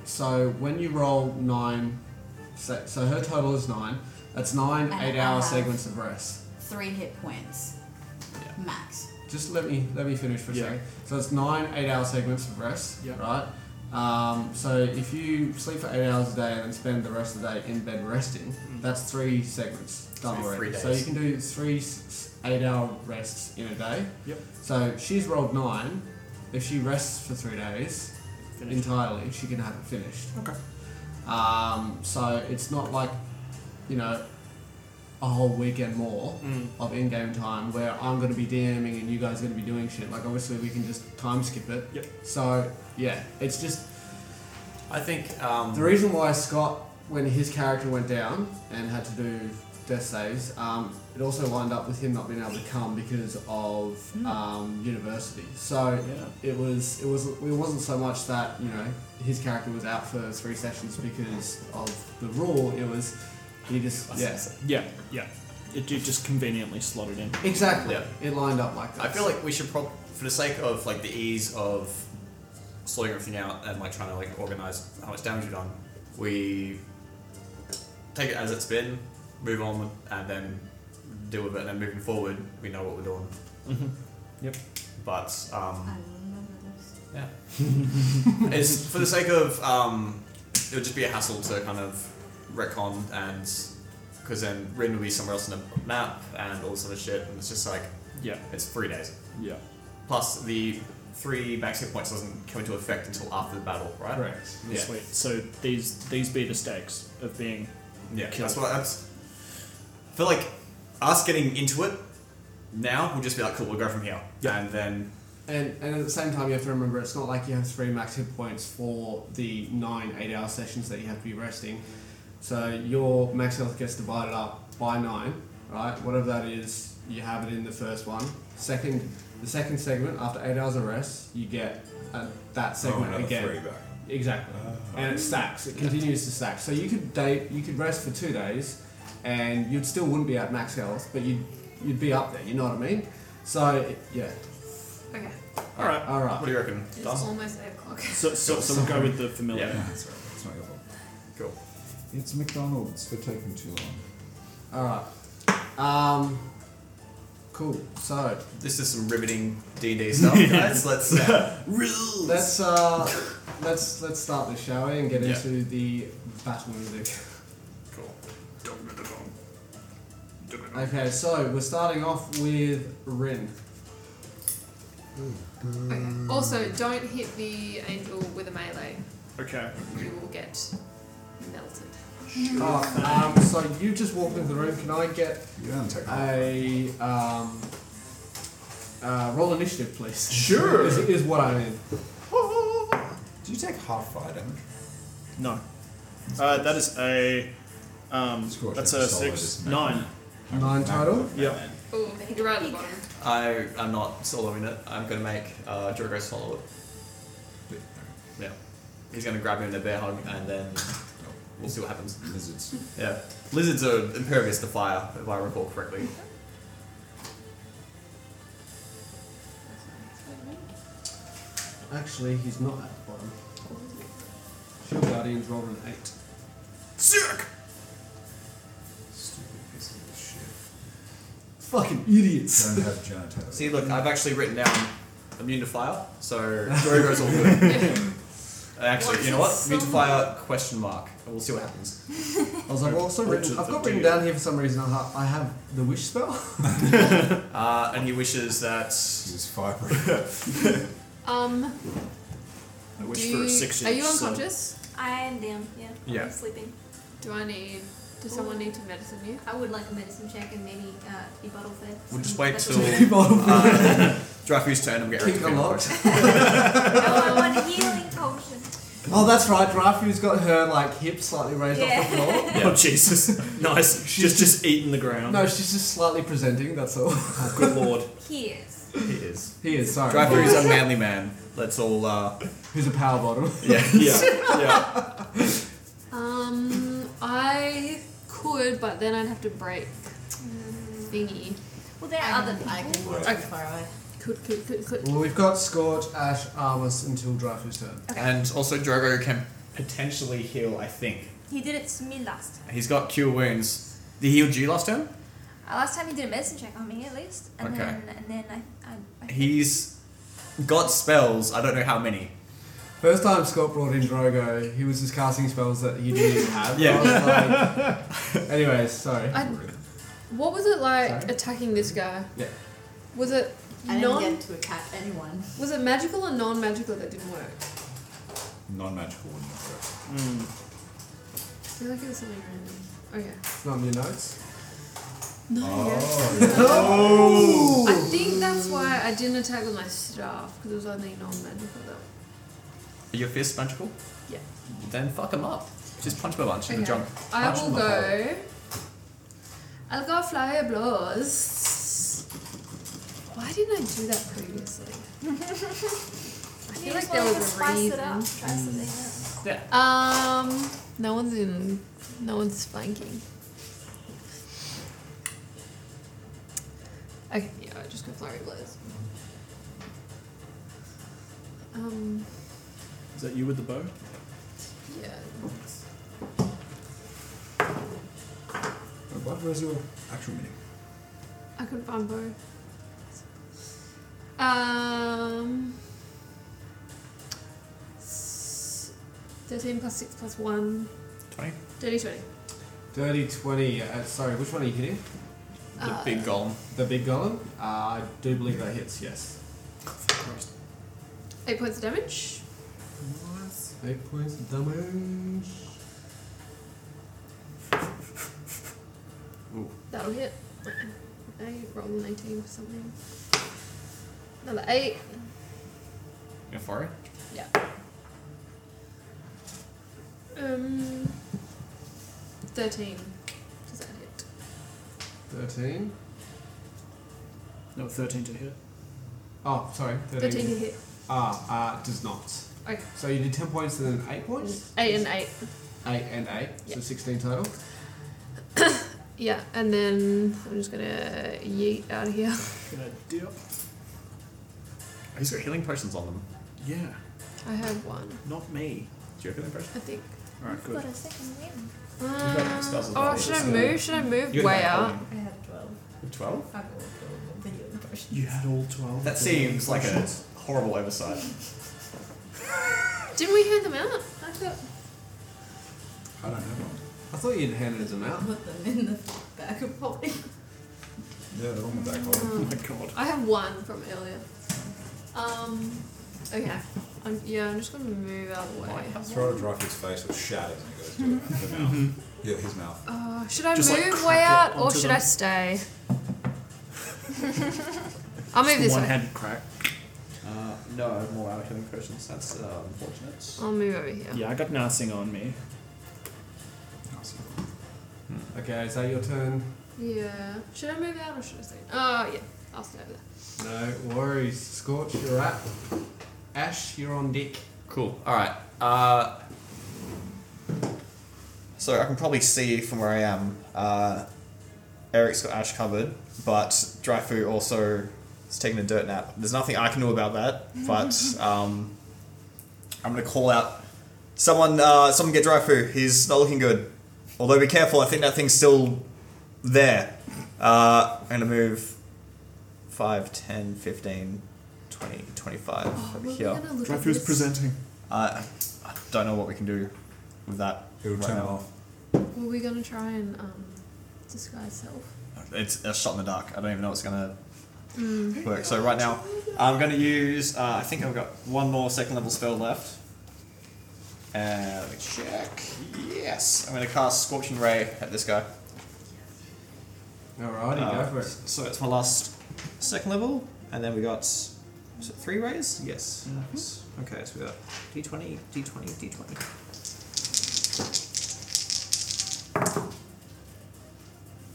[SPEAKER 4] So when you roll nine, so, so her total is nine. That's nine
[SPEAKER 6] And I
[SPEAKER 4] eight-hour
[SPEAKER 6] have-
[SPEAKER 4] segments of rest.
[SPEAKER 6] Three hit points, max.
[SPEAKER 4] Just let me let me finish for a
[SPEAKER 9] Yeah.
[SPEAKER 4] second. So it's nine eight-hour segments of rest,
[SPEAKER 9] Yeah.
[SPEAKER 4] right? Um, so if you sleep for eight hours a day and then spend the rest of the day in bed resting,
[SPEAKER 9] Mm.
[SPEAKER 4] that's three segments done
[SPEAKER 3] So
[SPEAKER 4] already.
[SPEAKER 3] three
[SPEAKER 4] So
[SPEAKER 3] days.
[SPEAKER 4] you can do three s- eight-hour rests in a day.
[SPEAKER 9] Yep.
[SPEAKER 4] So she's rolled nine. If she rests for three days
[SPEAKER 9] Finish.
[SPEAKER 4] entirely, she can have it finished.
[SPEAKER 9] Okay.
[SPEAKER 4] Um, so it's not like, you know, a whole weekend more
[SPEAKER 9] Mm.
[SPEAKER 4] of in-game time where I'm going to be DMing and you guys are going to be doing shit. Like obviously we can just time skip it.
[SPEAKER 9] Yep.
[SPEAKER 4] So yeah, it's just
[SPEAKER 3] I think um,
[SPEAKER 4] the reason why Scott, when his character went down and had to do death saves, um, it also lined up with him not being able to come because of um, university. So it was it was it wasn't so much that you know his character was out for three sessions because of the rule. It was he just yeah
[SPEAKER 9] Yeah, yeah. It, it just conveniently slotted in.
[SPEAKER 4] exactly
[SPEAKER 3] Yeah.
[SPEAKER 4] it lined up like that.
[SPEAKER 3] I feel like we should probably, for the sake of like the ease of sorting everything out and like trying to like organize how much damage we've done, we take it as it's been, move on, and then deal with it. And then moving forward, we know what we're doing.
[SPEAKER 9] Mm-hmm. Yep.
[SPEAKER 3] But
[SPEAKER 6] I
[SPEAKER 3] um,
[SPEAKER 6] remember this.
[SPEAKER 3] yeah, it's for the sake of um, it would just be a hassle to kind of recon and because then Rin will be somewhere else on the map and all this other shit, and it's just like
[SPEAKER 9] Yeah,
[SPEAKER 3] it's three days.
[SPEAKER 9] yeah.
[SPEAKER 3] Plus, the three max hit points doesn't come into effect until after the battle, right?
[SPEAKER 4] correct.
[SPEAKER 3] Yeah.
[SPEAKER 9] Sweet. So these these be the stakes of being.
[SPEAKER 3] Yeah.
[SPEAKER 9] Kill.
[SPEAKER 3] That's what that's. I feel like us getting into it now will just be like, cool, we'll go from here.
[SPEAKER 9] Yeah.
[SPEAKER 3] And then.
[SPEAKER 4] And, and at the same time, you have to remember it's not like you have three max hit points for the nine eight hour sessions that you have to be resting. So your max health gets divided up by nine, right? Whatever that is, you have it in the first one. Second, the second segment after eight hours of rest, you get uh, that
[SPEAKER 7] Oh,
[SPEAKER 4] segment
[SPEAKER 7] another
[SPEAKER 4] again.
[SPEAKER 7] three back.
[SPEAKER 4] Exactly.
[SPEAKER 7] Ah.
[SPEAKER 4] and it stacks. It continues to stack. So you could day, you could rest for two days, and you still wouldn't be at max health, but you'd you'd be up there. You know what I mean? So yeah,
[SPEAKER 5] Okay.
[SPEAKER 3] All right.
[SPEAKER 4] all
[SPEAKER 3] What
[SPEAKER 4] right.
[SPEAKER 3] do you reckon?
[SPEAKER 5] It's
[SPEAKER 3] Dust?
[SPEAKER 5] almost 8 o'clock.
[SPEAKER 9] So, so, so we'll go with the familiar.
[SPEAKER 3] Yeah.
[SPEAKER 7] That's right. It's not your fault.
[SPEAKER 3] Cool.
[SPEAKER 7] It's McDonald's for taking too long.
[SPEAKER 4] All right. Um, cool. So
[SPEAKER 3] This is some riveting D&D stuff, guys. Let's uh, rules.
[SPEAKER 4] let's uh, let's let's start this, shall we, and get
[SPEAKER 3] Yeah.
[SPEAKER 4] into the battle music.
[SPEAKER 3] cool.
[SPEAKER 4] Okay, so we're starting off with Rin.
[SPEAKER 9] Mm.
[SPEAKER 5] Okay. Also, don't hit the angel with a melee.
[SPEAKER 9] Okay.
[SPEAKER 5] You will get melted.
[SPEAKER 4] Oh, um, so you just walked into the room. Can I get
[SPEAKER 7] You don't take long.
[SPEAKER 4] a um, uh, roll initiative, please?
[SPEAKER 3] Sure.
[SPEAKER 4] is, is what I mean.
[SPEAKER 7] Do you take half fire damage?
[SPEAKER 9] No. Uh, that is a. Um,
[SPEAKER 7] Scorch
[SPEAKER 9] that's
[SPEAKER 7] it,
[SPEAKER 9] a
[SPEAKER 7] solid,
[SPEAKER 9] six.
[SPEAKER 7] isn't it?
[SPEAKER 9] Nine.
[SPEAKER 4] Nine total.
[SPEAKER 9] Yep.
[SPEAKER 5] Oh, you're right at the bottom.
[SPEAKER 3] I, I'm not soloing it. I'm going to make uh, Drogo solo it. Yeah. He's going to grab him in a bear hug, and then we'll see what happens.
[SPEAKER 7] Lizards.
[SPEAKER 3] Yeah. Lizards are impervious to fire, if I recall correctly.
[SPEAKER 8] Mm-hmm.
[SPEAKER 4] Actually, he's not at the bottom. Shield Guardian's rolling an eight.
[SPEAKER 3] Sick!
[SPEAKER 7] Stupid piece of shit.
[SPEAKER 4] Fucking idiots.
[SPEAKER 7] Don't have genitalia.
[SPEAKER 3] See, look, I've actually written down immune to fire, so Drogo's all good. Actually, you know what? Immune to fire question mark, and we'll see what happens.
[SPEAKER 4] I was like, also written. I've got written down here for some reason. I ha- I have the wish spell.
[SPEAKER 3] Uh, and he wishes that.
[SPEAKER 7] This is fire.
[SPEAKER 5] Um,
[SPEAKER 9] I wish
[SPEAKER 5] do
[SPEAKER 9] for
[SPEAKER 5] you,
[SPEAKER 9] a six.
[SPEAKER 5] are you
[SPEAKER 9] inch, so-
[SPEAKER 5] unconscious?
[SPEAKER 8] I am down. Yeah.
[SPEAKER 3] Yeah.
[SPEAKER 8] I'm sleeping.
[SPEAKER 5] Do I need. Does someone need to medicine you?
[SPEAKER 8] I would like a medicine check and maybe uh, to be bottle fed.
[SPEAKER 3] We'll just wait
[SPEAKER 8] That's
[SPEAKER 3] till.
[SPEAKER 8] what-
[SPEAKER 3] Uh, Drafty's turn and we'll get
[SPEAKER 4] King
[SPEAKER 3] Eric to
[SPEAKER 4] unlocked.
[SPEAKER 3] finish.
[SPEAKER 8] Oh, I want healing potion.
[SPEAKER 4] Oh, that's right. Drafu's got her like hip slightly raised off the floor.
[SPEAKER 9] Oh Jesus! nice. She's just eating the ground.
[SPEAKER 4] No, she's just slightly presenting. That's all.
[SPEAKER 9] Oh, good lord.
[SPEAKER 8] Here's.
[SPEAKER 3] He is.
[SPEAKER 4] he is sorry.
[SPEAKER 3] Drafty is a manly man. Let's all. Uh,
[SPEAKER 4] Who's a power bottom?
[SPEAKER 3] yeah.
[SPEAKER 9] Yeah. Yeah.
[SPEAKER 5] Um, I could, but then I'd have to break thingy.
[SPEAKER 8] Well, there
[SPEAKER 6] I
[SPEAKER 8] are other
[SPEAKER 6] can, I
[SPEAKER 8] people.
[SPEAKER 6] can walk too
[SPEAKER 5] Okay.
[SPEAKER 6] far away.
[SPEAKER 5] Could, could, could, could.
[SPEAKER 4] Well, we've got Scorch, Ash, Armus until Drafu's turn.
[SPEAKER 3] And also, Drogo can potentially heal, I think.
[SPEAKER 8] He did it to me last time.
[SPEAKER 3] He's got cure wounds. Did he heal you last turn?
[SPEAKER 8] Uh, last time he did a medicine check on me at least, and
[SPEAKER 3] Okay.
[SPEAKER 8] then and then I, I, I
[SPEAKER 3] He's got spells, I don't know how many.
[SPEAKER 4] First time Scott brought in Drogo, he was just casting spells that he didn't even have.
[SPEAKER 3] Yeah.
[SPEAKER 4] I was like- anyways, sorry.
[SPEAKER 5] I, what was it like
[SPEAKER 4] Sorry?
[SPEAKER 5] attacking this guy?
[SPEAKER 4] Yeah.
[SPEAKER 5] Was it
[SPEAKER 6] I didn't
[SPEAKER 5] non?
[SPEAKER 6] get to attack anyone.
[SPEAKER 5] Was it magical or non-magical that didn't work?
[SPEAKER 7] Non magical wouldn't work.
[SPEAKER 5] I feel like it was something random. Okay.
[SPEAKER 4] It's not in your notes.
[SPEAKER 5] No.
[SPEAKER 4] Oh!
[SPEAKER 5] I think that's why I didn't attack with my staff because it was only non-magical though.
[SPEAKER 3] Are your fists magical?
[SPEAKER 5] Yeah.
[SPEAKER 3] Then fuck him up. Just punch him a bunch in
[SPEAKER 5] Okay.
[SPEAKER 3] the junk.
[SPEAKER 5] I
[SPEAKER 3] Punch him
[SPEAKER 5] will
[SPEAKER 3] in the hole.
[SPEAKER 5] go. I'll go flyer blows. Why didn't I do that previously? I feel like there was a
[SPEAKER 8] spice it up.
[SPEAKER 5] reason.
[SPEAKER 8] Try something
[SPEAKER 3] Mm.
[SPEAKER 8] else.
[SPEAKER 3] Yeah.
[SPEAKER 5] Um, no one's in. No one's flanking. Okay, yeah, I just go flurry blows. Um,
[SPEAKER 9] Is that you with the bow?
[SPEAKER 5] yeah.
[SPEAKER 7] Wait, What was your actual meaning?
[SPEAKER 5] I couldn't find bow. Um. s- 13 plus 6 plus 1.
[SPEAKER 3] 20.
[SPEAKER 5] Dirty 20.
[SPEAKER 4] Dirty 20. Uh, sorry, which one are you hitting?
[SPEAKER 3] The
[SPEAKER 5] Uh,
[SPEAKER 3] big golem.
[SPEAKER 4] The big golem? Uh, I do believe that hits, yes.
[SPEAKER 5] 8 points of damage.
[SPEAKER 4] Eight points of damage.
[SPEAKER 5] That'll hit. I rolled an 18 for something. Another 8.
[SPEAKER 3] You're furry?
[SPEAKER 5] Yeah. Um. 13. Does that hit?
[SPEAKER 4] 13.
[SPEAKER 9] No, thirteen to hit.
[SPEAKER 4] Oh, sorry. 13.
[SPEAKER 5] 13 to hit.
[SPEAKER 4] Ah, uh, does not.
[SPEAKER 5] Okay.
[SPEAKER 4] So you did 10 points and then 8 points?
[SPEAKER 5] Eight and eight.
[SPEAKER 4] 8 and 8, so 16 total.
[SPEAKER 5] Yeah, and then I'm just gonna yeet out of here.
[SPEAKER 9] Gonna dip.
[SPEAKER 3] Who's got healing potions on them?
[SPEAKER 9] Yeah,
[SPEAKER 5] I have one,
[SPEAKER 9] not me.
[SPEAKER 3] Do you have healing potions?
[SPEAKER 5] I think.
[SPEAKER 9] Alright, good.
[SPEAKER 8] Got a second win.
[SPEAKER 5] Uh,
[SPEAKER 3] spells as well,
[SPEAKER 5] oh, should I
[SPEAKER 3] so-
[SPEAKER 5] move? Should I move
[SPEAKER 3] You got
[SPEAKER 5] way
[SPEAKER 3] healing
[SPEAKER 5] out?
[SPEAKER 3] potion.
[SPEAKER 6] I have 12.
[SPEAKER 3] Twelve.
[SPEAKER 6] I've all 12 video impressions.
[SPEAKER 9] You had all 12.
[SPEAKER 3] That seems like a horrible oversight.
[SPEAKER 5] Didn't we hand them out? I thought.
[SPEAKER 7] I don't have one.
[SPEAKER 4] I thought you'd handed them out.
[SPEAKER 6] Put them in the bag of holding.
[SPEAKER 7] Yeah, they're all in the back hole.
[SPEAKER 9] Oh my god.
[SPEAKER 5] I have one from earlier. Um. Okay. I'm, yeah, I'm just gonna move out of the way.
[SPEAKER 7] Throw it at Rocky's face, it'll shatter and it goes to the
[SPEAKER 3] Mm-hmm.
[SPEAKER 7] mouth. Yeah, his mouth.
[SPEAKER 5] Uh, should I
[SPEAKER 9] Just, like,
[SPEAKER 5] move
[SPEAKER 9] crack
[SPEAKER 5] way
[SPEAKER 9] it
[SPEAKER 5] out or
[SPEAKER 9] onto
[SPEAKER 5] should
[SPEAKER 9] them.
[SPEAKER 5] I stay? I'll move this
[SPEAKER 9] One
[SPEAKER 5] way.
[SPEAKER 9] hand crack.
[SPEAKER 3] Uh, no, I have more out of healing potions. That's uh, unfortunate.
[SPEAKER 5] I'll move over here.
[SPEAKER 9] Yeah, I got nothing on me.
[SPEAKER 4] Okay, is that your turn?
[SPEAKER 5] Yeah. Should I move out or should I stay? Oh, yeah. I'll stay over there.
[SPEAKER 4] No worries. Scorch, you're up. Ash, you're on deck.
[SPEAKER 3] Cool. All right. Uh, so I can probably see from where I am. Uh, Eric's got Ash covered, but Dryfu also is taking a dirt nap. There's nothing I can do about that, but um, I'm gonna call out. Someone, uh, someone get Dryfu. He's not looking good. Although be careful. I think that thing's still there. Uh, I'm gonna move 5, 10, 15, 20, 25
[SPEAKER 5] Oh,
[SPEAKER 3] over
[SPEAKER 5] we're
[SPEAKER 3] here.
[SPEAKER 5] gonna look at
[SPEAKER 9] Dreyfus
[SPEAKER 5] this.
[SPEAKER 9] presenting.
[SPEAKER 3] I I don't know what we can do with that.
[SPEAKER 7] It'll
[SPEAKER 3] right
[SPEAKER 7] turn
[SPEAKER 3] now.
[SPEAKER 7] off.
[SPEAKER 5] Were we gonna try and um, disguise self?
[SPEAKER 3] It's a shot in the dark. I don't even know what's gonna work. So right now, I'm gonna use. Uh, I think I've got one more second level spell left. Uh, let me check. Yes, I'm gonna cast Scorching Ray at this guy.
[SPEAKER 4] Alrighty,
[SPEAKER 3] Uh,
[SPEAKER 4] go for it.
[SPEAKER 3] So it's my last second level, and then we got was it three rays? Yes. Nice. Okay, so we got d20, d20, d20.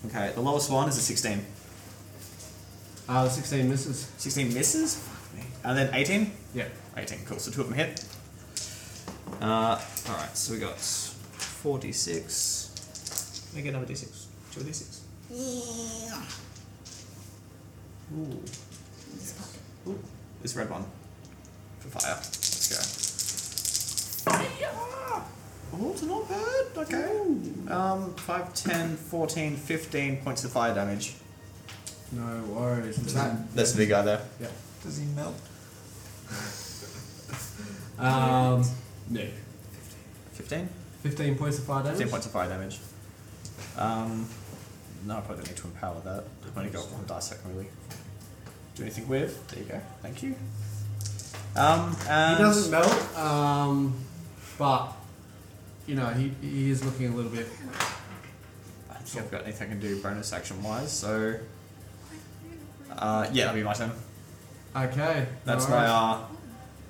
[SPEAKER 3] Okay, the lowest one is a 16.
[SPEAKER 4] Uh, 16 misses.
[SPEAKER 3] 16 misses? Fuck me. And then 18?
[SPEAKER 4] Yeah.
[SPEAKER 3] 18, cool. So two of them hit. Uh, Alright, so we got 46. Can I get another d6? Two of d6. Ooh. Ooh. This red one. For fire. Let's go. Oh, it's not bad. Okay. Um, 5, 10, 14, 15 points of fire damage.
[SPEAKER 4] No worries. Is that?
[SPEAKER 3] That's the big guy there.
[SPEAKER 7] Does he melt?
[SPEAKER 4] Um, no.
[SPEAKER 3] 15?
[SPEAKER 4] 15 points of fire damage.
[SPEAKER 3] 15 points of fire damage. Um, no, I probably don't need to empower that. I've only got one dice I can really do anything with. There you go. Thank you. Um,
[SPEAKER 4] He
[SPEAKER 3] and
[SPEAKER 4] doesn't melt, um, but you know he, he is looking a little bit.
[SPEAKER 3] I don't think I've got anything I can do bonus action wise, so. Uh, yeah, that'll be my turn.
[SPEAKER 4] Okay,
[SPEAKER 3] That's
[SPEAKER 4] no
[SPEAKER 3] my
[SPEAKER 4] worries.
[SPEAKER 3] uh,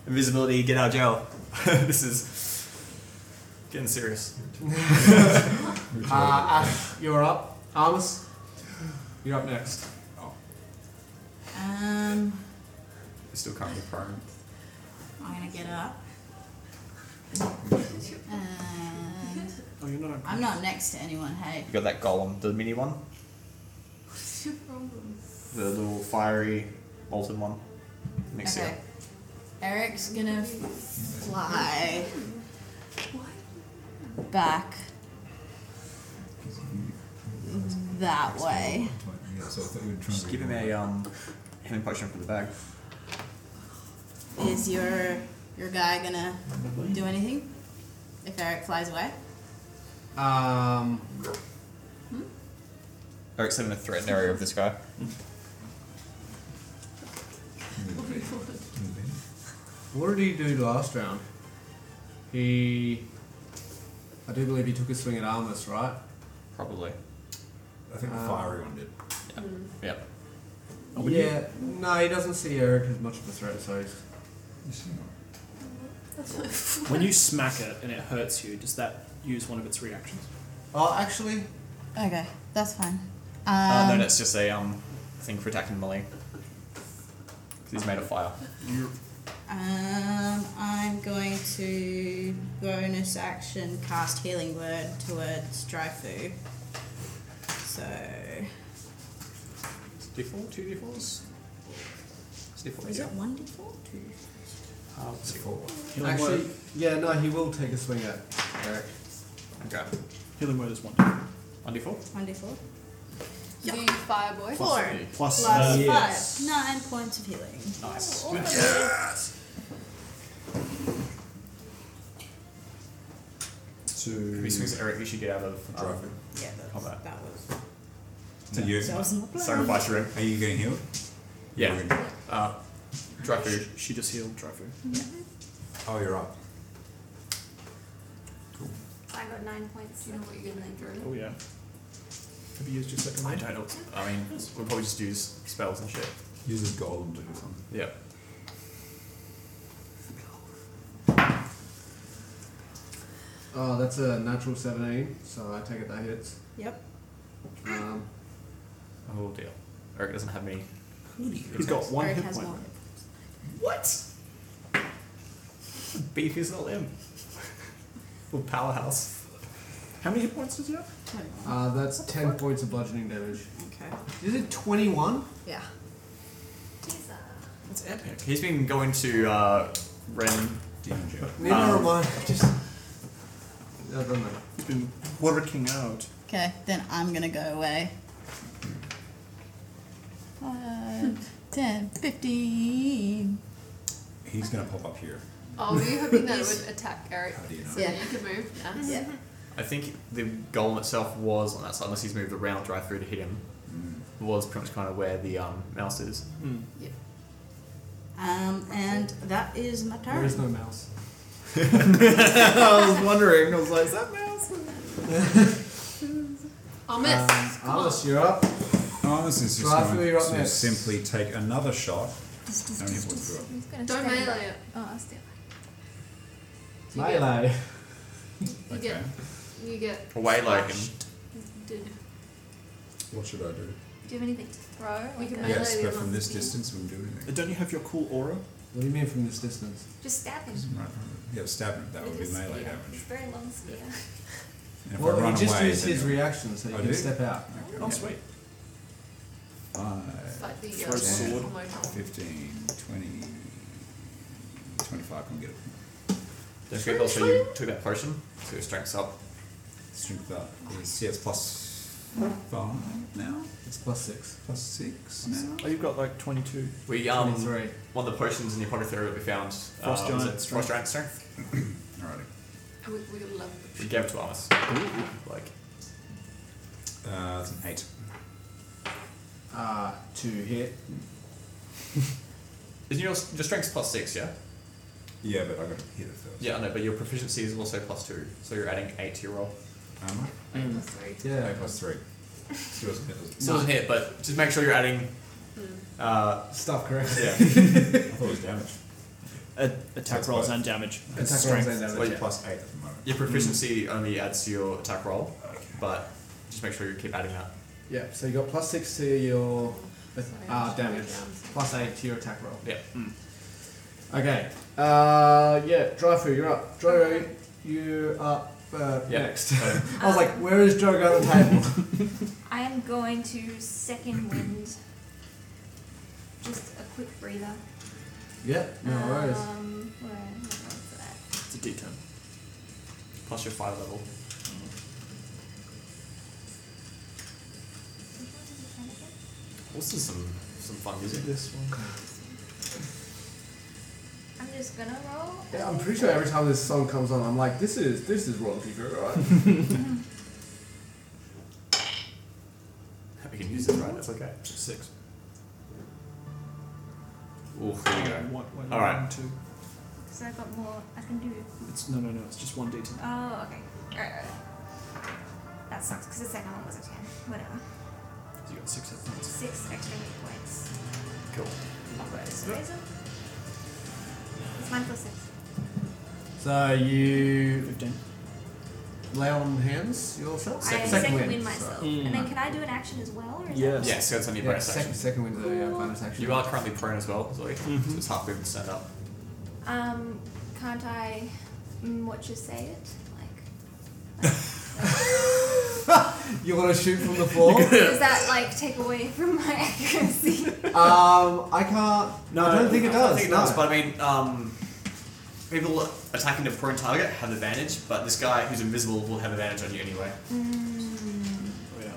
[SPEAKER 3] invisibility, get out of jail. this is getting serious.
[SPEAKER 4] Uh, Ash, you're up. Armus, you're up next.
[SPEAKER 6] Um,
[SPEAKER 3] It's still currently prone.
[SPEAKER 6] I'm gonna get up. And
[SPEAKER 9] Oh, you're not.
[SPEAKER 6] I'm not next to anyone, hey.
[SPEAKER 3] You got that golem, the mini one,
[SPEAKER 5] What's your problem?
[SPEAKER 3] the little fiery, molten one. Next
[SPEAKER 6] Okay.
[SPEAKER 3] year.
[SPEAKER 6] Eric's gonna fly back that way.
[SPEAKER 7] Yeah, so I thought we were trying
[SPEAKER 3] Just
[SPEAKER 7] to
[SPEAKER 3] give him a um, healing potion from the bag.
[SPEAKER 6] Is your your guy gonna do anything if Eric flies away?
[SPEAKER 4] Um,
[SPEAKER 3] Eric's in the threatened area of this guy.
[SPEAKER 4] what did he do last round? He, I do believe he took a swing at Armus, right?
[SPEAKER 3] Probably.
[SPEAKER 7] I think the
[SPEAKER 3] uh,
[SPEAKER 7] fiery one did.
[SPEAKER 3] Yep.
[SPEAKER 9] Oh,
[SPEAKER 4] yeah. No, he doesn't see Eric as much of a threat, so he's
[SPEAKER 9] When you smack it and it hurts you, does that use one of its reactions?
[SPEAKER 4] Oh, actually,
[SPEAKER 6] Okay, that's fine. Um,
[SPEAKER 3] Uh, no, that's just a um, thing for attacking melee. 'Cause he's made of fire.
[SPEAKER 6] Um, I'm going to bonus action cast Healing Word towards Dryfu. So,
[SPEAKER 3] D4, two D4s. It's D4,
[SPEAKER 6] is
[SPEAKER 3] yeah.
[SPEAKER 6] it one d4? Two.
[SPEAKER 3] Uh, let's see.
[SPEAKER 9] Healing
[SPEAKER 4] Actually,
[SPEAKER 9] word.
[SPEAKER 4] yeah, no, he will take a swing at Eric.
[SPEAKER 3] Okay.
[SPEAKER 9] Healing word is one. d4.
[SPEAKER 3] One D4.
[SPEAKER 6] One d4?
[SPEAKER 5] Do you fire boy?
[SPEAKER 6] Four.
[SPEAKER 9] Plus,
[SPEAKER 6] Plus
[SPEAKER 9] uh,
[SPEAKER 6] five. Nine points of healing.
[SPEAKER 3] Nice.
[SPEAKER 7] To
[SPEAKER 3] If he swings at Eric, you should get out of um,
[SPEAKER 7] Drive it.
[SPEAKER 6] Yeah, that's,
[SPEAKER 3] Combat.
[SPEAKER 6] that was.
[SPEAKER 7] To you.
[SPEAKER 6] That was not planned.
[SPEAKER 3] sacrifice room.
[SPEAKER 7] Are you getting healed?
[SPEAKER 3] Yeah.
[SPEAKER 7] You're good.
[SPEAKER 3] Uh, dry
[SPEAKER 9] she,
[SPEAKER 3] food.
[SPEAKER 9] she just healed Drofu.
[SPEAKER 7] Oh, you're up.
[SPEAKER 8] I got nine points.
[SPEAKER 5] Do you know what you're going to do?
[SPEAKER 9] Oh yeah. Have you used your second
[SPEAKER 3] I
[SPEAKER 9] one?
[SPEAKER 3] don't know. I mean, we'll probably just use spells and shit.
[SPEAKER 7] Use a golem to do something.
[SPEAKER 3] Yeah.
[SPEAKER 4] Oh, that's a natural 17, so I take it that hits.
[SPEAKER 6] Yep.
[SPEAKER 4] Um,
[SPEAKER 3] Oh dear. Eric doesn't have any.
[SPEAKER 9] He's got one
[SPEAKER 6] Eric
[SPEAKER 9] hit
[SPEAKER 6] has
[SPEAKER 9] point.
[SPEAKER 6] one.
[SPEAKER 3] What? Beef is not him. Little powerhouse.
[SPEAKER 9] How many hit points does he have?
[SPEAKER 6] Twenty-one.
[SPEAKER 4] uh, that's 10 points of bludgeoning damage.
[SPEAKER 6] Okay.
[SPEAKER 4] Is it 21?
[SPEAKER 6] Yeah.
[SPEAKER 8] Jesus.
[SPEAKER 3] That's epic. He's been going to uh, Ren.
[SPEAKER 7] Demon Joe.
[SPEAKER 4] Neither am I. Just. I don't know.
[SPEAKER 9] He's been working out.
[SPEAKER 6] Okay, then I'm gonna go away. Five, ten, fifteen.
[SPEAKER 7] He's gonna pop up here.
[SPEAKER 5] Oh, were you hoping that it would attack Eric?
[SPEAKER 7] How do you know?
[SPEAKER 5] So
[SPEAKER 6] Yeah.
[SPEAKER 5] that you could move? Nice.
[SPEAKER 6] Yeah.
[SPEAKER 3] I think the golem itself was on that side, unless he's moved around dry through to hit him.
[SPEAKER 9] Mm.
[SPEAKER 3] Was pretty much kind of where the um, mouse is.
[SPEAKER 5] Yeah.
[SPEAKER 6] Um, and that is my turn.
[SPEAKER 4] There is no mouse.
[SPEAKER 3] I was wondering. I was like, is that mouse?
[SPEAKER 5] I'll miss.
[SPEAKER 4] Um,
[SPEAKER 5] Come on.
[SPEAKER 4] Alice, you're up.
[SPEAKER 7] Thomas Oh, is just
[SPEAKER 4] Right,
[SPEAKER 7] going
[SPEAKER 4] we're up
[SPEAKER 7] to
[SPEAKER 4] next.
[SPEAKER 7] simply take another shot. How many points do you
[SPEAKER 8] He's gonna
[SPEAKER 5] Don't
[SPEAKER 8] stay.
[SPEAKER 5] melee it.
[SPEAKER 8] Oh, I'll stay.
[SPEAKER 5] So you get-
[SPEAKER 4] Melee.
[SPEAKER 5] You get. You get.
[SPEAKER 3] Away like him.
[SPEAKER 5] Did.
[SPEAKER 7] What should I do?
[SPEAKER 8] Do you have anything to throw?
[SPEAKER 5] We can
[SPEAKER 8] Like a-
[SPEAKER 5] melee.
[SPEAKER 7] Yes,
[SPEAKER 5] Melee,
[SPEAKER 7] but
[SPEAKER 5] we
[SPEAKER 7] from
[SPEAKER 5] must
[SPEAKER 7] this
[SPEAKER 5] be-
[SPEAKER 7] distance, we can do anything.
[SPEAKER 9] Don't you have your cool aura?
[SPEAKER 4] What do you mean from this distance?
[SPEAKER 8] Just stab him.
[SPEAKER 7] Right. Yeah, stab him. That would
[SPEAKER 8] With
[SPEAKER 7] be
[SPEAKER 8] his
[SPEAKER 7] melee
[SPEAKER 8] spear.
[SPEAKER 7] damage.
[SPEAKER 8] His very long spear.
[SPEAKER 7] And if I
[SPEAKER 4] Well,
[SPEAKER 7] run
[SPEAKER 4] he just
[SPEAKER 7] away,
[SPEAKER 4] used
[SPEAKER 7] then
[SPEAKER 4] his
[SPEAKER 7] you're-
[SPEAKER 4] reaction, so he
[SPEAKER 7] I
[SPEAKER 4] can
[SPEAKER 7] do?
[SPEAKER 4] step out.
[SPEAKER 7] Okay.
[SPEAKER 9] Oh sweet.
[SPEAKER 7] Five,
[SPEAKER 5] It's like the.
[SPEAKER 9] Throw
[SPEAKER 5] uh,
[SPEAKER 9] sword.
[SPEAKER 5] promotional.
[SPEAKER 7] 15, 20, 25 can get it.
[SPEAKER 3] Don't forget also you took that potion, so your strength's up.
[SPEAKER 7] Strength up is, yeah, it's plus 5 now,
[SPEAKER 4] It's plus six.
[SPEAKER 7] plus 6 now.
[SPEAKER 9] Oh, you've got like 22.
[SPEAKER 3] We um
[SPEAKER 4] 23.
[SPEAKER 3] one of the potions in the apothecary that we found.
[SPEAKER 9] Frost
[SPEAKER 3] uh, was
[SPEAKER 9] giant
[SPEAKER 3] it
[SPEAKER 9] strength.
[SPEAKER 3] Frost giant strength.
[SPEAKER 7] Alrighty.
[SPEAKER 5] We, we got eleven.
[SPEAKER 3] We gave it to Alice. Like
[SPEAKER 7] Uh, that's an 8.
[SPEAKER 4] Uh, to hit.
[SPEAKER 3] isn't your your strength's plus six, yeah?
[SPEAKER 7] Yeah, but I got to hit it first.
[SPEAKER 3] Yeah, I know, but your proficiency is also plus two, so you're adding eight to your roll.
[SPEAKER 7] Um,
[SPEAKER 3] Mm-hmm.
[SPEAKER 5] Plus three.
[SPEAKER 4] Yeah.
[SPEAKER 7] eight plus 3. Still doesn't hit, does it?
[SPEAKER 3] Still doesn't hit, but just make sure you're adding. Uh,
[SPEAKER 4] Stuff correct.
[SPEAKER 3] yeah,
[SPEAKER 7] I thought it was damage.
[SPEAKER 3] Uh,
[SPEAKER 9] A- attack
[SPEAKER 7] That's
[SPEAKER 9] rolls
[SPEAKER 7] both.
[SPEAKER 9] and damage.
[SPEAKER 4] Attack rolls
[SPEAKER 9] Strength.
[SPEAKER 4] and damage.
[SPEAKER 7] Well, you're plus 8 at the moment.
[SPEAKER 3] your proficiency only adds to your attack roll, but just make sure you keep adding that.
[SPEAKER 4] Yeah, so you got plus six to your uh,
[SPEAKER 5] Sorry,
[SPEAKER 4] damage,
[SPEAKER 5] I'm
[SPEAKER 4] plus eight to your attack roll.
[SPEAKER 3] Yeah.
[SPEAKER 9] Hmm,
[SPEAKER 4] Okay. Uh, yeah, Dryfu, you're up. Dryfu, you're up uh,
[SPEAKER 3] Yeah.
[SPEAKER 4] next.
[SPEAKER 3] So,
[SPEAKER 4] I was like, where is Joe going to the table?
[SPEAKER 8] I am going to second wind. Just a quick breather.
[SPEAKER 4] yeah, no worries.
[SPEAKER 8] Um, where where was that?
[SPEAKER 9] It's a d10.
[SPEAKER 3] plus your five level. Also some some fun music.
[SPEAKER 9] This one.
[SPEAKER 8] I'm just gonna roll.
[SPEAKER 4] Yeah, I'm pretty sure every time this song comes on, I'm like, this is this is royalty free, right?
[SPEAKER 3] We can use it, right? That's okay.
[SPEAKER 9] Six.
[SPEAKER 3] Ooh, here we go.
[SPEAKER 9] What, what,
[SPEAKER 3] All right.
[SPEAKER 9] one, two.
[SPEAKER 8] So I got more. I can do.
[SPEAKER 9] It's, no, no, no. It's just one d10.
[SPEAKER 8] Oh, okay. Alright, alright. That sucks because the second one was a 10. Whatever.
[SPEAKER 9] You got six hit points.
[SPEAKER 8] Six extra hit points.
[SPEAKER 3] Cool.
[SPEAKER 8] Worst reason. It's mine plus six.
[SPEAKER 4] so you
[SPEAKER 9] 15.
[SPEAKER 4] lay on hands yourself.
[SPEAKER 8] I
[SPEAKER 4] Second
[SPEAKER 8] second
[SPEAKER 4] wind,
[SPEAKER 8] win,
[SPEAKER 4] so-
[SPEAKER 8] myself.
[SPEAKER 9] Mm.
[SPEAKER 8] And then can I do an action as well? Or is
[SPEAKER 9] Yes.
[SPEAKER 8] that-
[SPEAKER 3] Yeah, so it's only a
[SPEAKER 4] Yeah,
[SPEAKER 3] bonus
[SPEAKER 4] second
[SPEAKER 3] action.
[SPEAKER 4] second wind, yeah, bonus action.
[SPEAKER 9] Mm-hmm.
[SPEAKER 3] You are currently prone as well, Zoe. So it's half movement stand up.
[SPEAKER 8] Um, can't I mm, what you say it? Like
[SPEAKER 4] You want to shoot from the floor? um,
[SPEAKER 8] does that like take away from my accuracy?
[SPEAKER 4] Um, I can't. No, I don't think it does.
[SPEAKER 3] I think it
[SPEAKER 4] no.
[SPEAKER 3] does, but I mean, um, people attacking a prone target have advantage, but this guy who's invisible will have advantage on you anyway.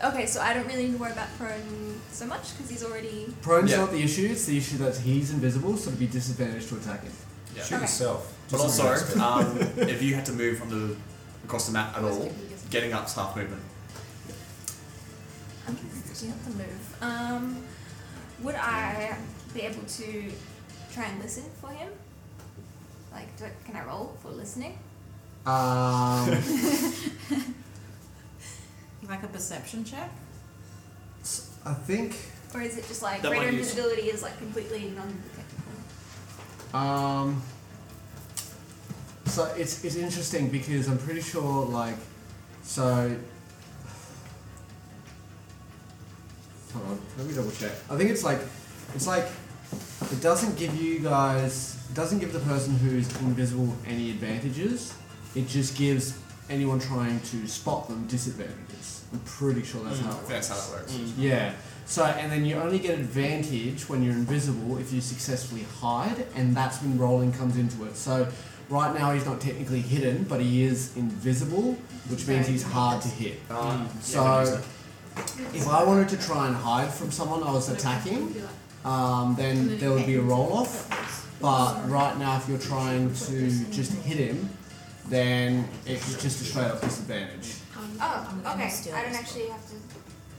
[SPEAKER 8] okay, so I don't really need to worry about prone so much because he's already
[SPEAKER 4] Prone's
[SPEAKER 3] Yeah.
[SPEAKER 4] not the issue. It's the issue that he's invisible, so it'd be disadvantaged to attack him.
[SPEAKER 3] Yeah.
[SPEAKER 7] Shoot
[SPEAKER 8] Okay.
[SPEAKER 7] yourself.
[SPEAKER 3] But
[SPEAKER 7] Do
[SPEAKER 3] also,
[SPEAKER 7] something else.
[SPEAKER 3] um, if you had to move from the across the map at all, getting up's half movement.
[SPEAKER 8] I'm thinking of the move. Um, would I be able to try and listen for him? Like, do, can I roll for listening?
[SPEAKER 4] Um,
[SPEAKER 6] Like a perception check?
[SPEAKER 4] s- I think.
[SPEAKER 8] Or is it just like
[SPEAKER 9] That
[SPEAKER 8] radar
[SPEAKER 9] one is-
[SPEAKER 8] invisibility is like completely non-detectable?
[SPEAKER 4] Um, so it's it's interesting because I'm pretty sure like so. Hold on, let me double check. I think it's like it's like it doesn't give you guys it doesn't give the person who's invisible any advantages. It just gives anyone trying to spot them disadvantages. I'm pretty sure that's how it works.
[SPEAKER 3] Hmm, That's how it works.
[SPEAKER 4] Yeah. So, and then you only get advantage when you're invisible if you successfully hide, and that's when rolling comes into it. So, right now he's not technically hidden, but he is invisible, which means he's hard to hit.
[SPEAKER 3] Um,
[SPEAKER 4] So, if I wanted to try and hide from someone I was attacking, um, then there would be a roll off. But right now, if you're trying to just hit him, then it's just a straight up disadvantage.
[SPEAKER 8] Oh,
[SPEAKER 6] gonna
[SPEAKER 8] okay.
[SPEAKER 6] steal
[SPEAKER 8] I don't
[SPEAKER 6] this
[SPEAKER 8] actually have to.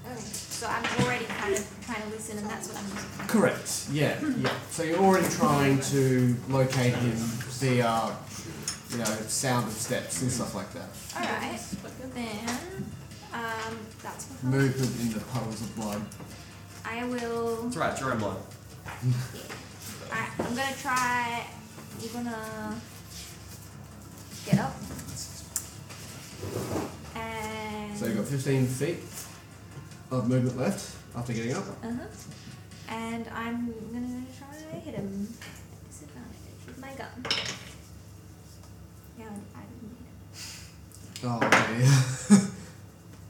[SPEAKER 8] Okay, so I'm already kind of trying to listen, and that's what I'm using.
[SPEAKER 4] Correct. Yeah, yeah. So you're already trying to locate him via, you know, sound of steps and stuff like that.
[SPEAKER 8] All right, then um, that's what I'll-
[SPEAKER 4] Movement in the puddles of blood.
[SPEAKER 8] I will.
[SPEAKER 3] That's right, Jerome Blood.
[SPEAKER 8] I, I'm gonna try. You're gonna get up. And.
[SPEAKER 4] So you've got 15 feet of movement left after getting up.
[SPEAKER 8] Uh-huh. And I'm gonna try to hit him. Disadvantage with my gun. Yeah, I didn't hit him.
[SPEAKER 4] Oh, okay.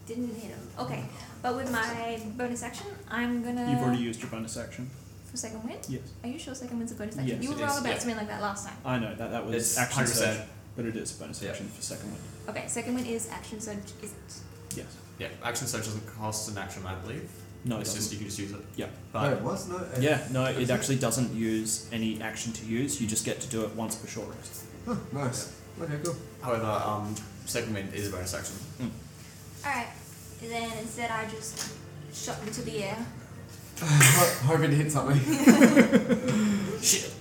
[SPEAKER 8] Didn't hit him. Okay, but with my bonus action, I'm gonna.
[SPEAKER 9] You've already used your bonus action.
[SPEAKER 8] For second win?
[SPEAKER 9] Yes.
[SPEAKER 8] Are you sure second win's a bonus action?
[SPEAKER 9] Yes,
[SPEAKER 8] you
[SPEAKER 9] it
[SPEAKER 8] were wrong
[SPEAKER 9] is,
[SPEAKER 8] about
[SPEAKER 3] yeah.
[SPEAKER 8] something like that last time.
[SPEAKER 9] I know that that was
[SPEAKER 3] It's
[SPEAKER 9] action surge,
[SPEAKER 3] 100%.
[SPEAKER 9] but it is bonus
[SPEAKER 3] Yeah.
[SPEAKER 9] action for second one.
[SPEAKER 8] Okay, second win is action surge, is it?
[SPEAKER 9] Yes.
[SPEAKER 3] Yeah, action search doesn't cost an action, I believe.
[SPEAKER 9] No, it
[SPEAKER 3] it's just
[SPEAKER 9] doesn't.
[SPEAKER 3] you can just use it.
[SPEAKER 9] Yeah.
[SPEAKER 3] But
[SPEAKER 4] Wait, what's no?
[SPEAKER 9] Yeah, no, it actually doesn't use any action to use. You just get to do it once per short rest.
[SPEAKER 4] Oh, nice. Okay, cool.
[SPEAKER 3] however, um, second wind is a bonus action.
[SPEAKER 8] Alright, then instead I just shot into the air.
[SPEAKER 4] Ho- Hoping to hit something.
[SPEAKER 3] Shit.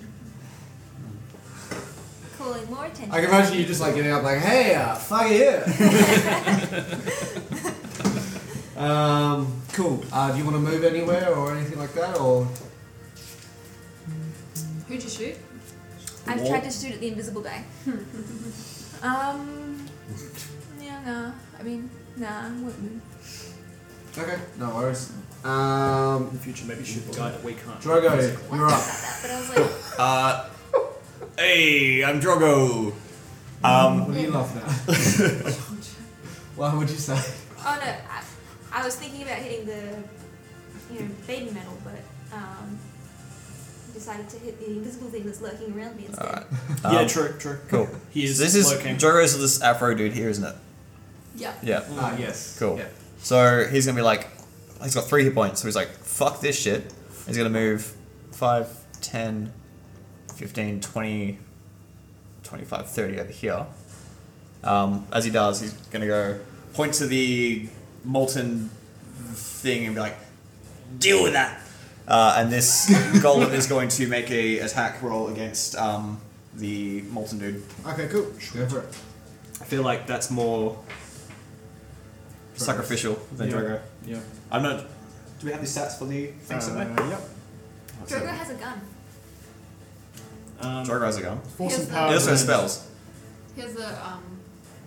[SPEAKER 8] Calling more attention.
[SPEAKER 4] I can imagine you just like getting up like, hey, uh, fuck yeah. um, cool. Uh, do you want to move anywhere or anything like that, or?
[SPEAKER 5] Who'd you shoot?
[SPEAKER 8] I've tried to shoot at the invisible guy. um. Yeah, nah. I mean, nah, I wouldn't.
[SPEAKER 4] Okay, no worries. Um,
[SPEAKER 9] the future, maybe shoot the guy that we can't.
[SPEAKER 4] Drogo, you're up.
[SPEAKER 8] But I was like,
[SPEAKER 3] Uh, hey, I'm Drogo. Um,
[SPEAKER 4] What do you love now? Why would you say?
[SPEAKER 8] oh no, I, I was thinking about hitting the, you know, Baden medal, but, um, decided to hit the invisible thing that's lurking around me instead.
[SPEAKER 9] Yeah, true, true.
[SPEAKER 10] Um, Cool.
[SPEAKER 9] He is
[SPEAKER 10] So this is
[SPEAKER 9] lurking.
[SPEAKER 10] Drogo's this Afro dude here, isn't it?
[SPEAKER 5] Yeah.
[SPEAKER 10] Yeah.
[SPEAKER 4] Ah, yes.
[SPEAKER 10] Cool.
[SPEAKER 4] Yeah.
[SPEAKER 10] So he's gonna be like, he's got three hit points, so he's like, fuck this shit. He's gonna move 5, 10, 15, 20, 25, 30 over here. Um, as he does, he's gonna go point to the molten thing and be like, deal with that. Uh, and this golem is going to make a attack roll against um, the molten dude.
[SPEAKER 4] Okay, cool. Go for it.
[SPEAKER 10] I feel like that's more sacrificial than
[SPEAKER 9] Yeah.
[SPEAKER 10] Drogo. Uh,
[SPEAKER 9] Yeah.
[SPEAKER 10] I'm not. Do we have the stats for the thing somewhere?
[SPEAKER 8] Drogo has a gun.
[SPEAKER 9] Um,
[SPEAKER 10] Drogo has a gun.
[SPEAKER 9] force and
[SPEAKER 5] Yes,
[SPEAKER 9] power.
[SPEAKER 10] He also has
[SPEAKER 9] range.
[SPEAKER 10] spells.
[SPEAKER 5] Here's the um.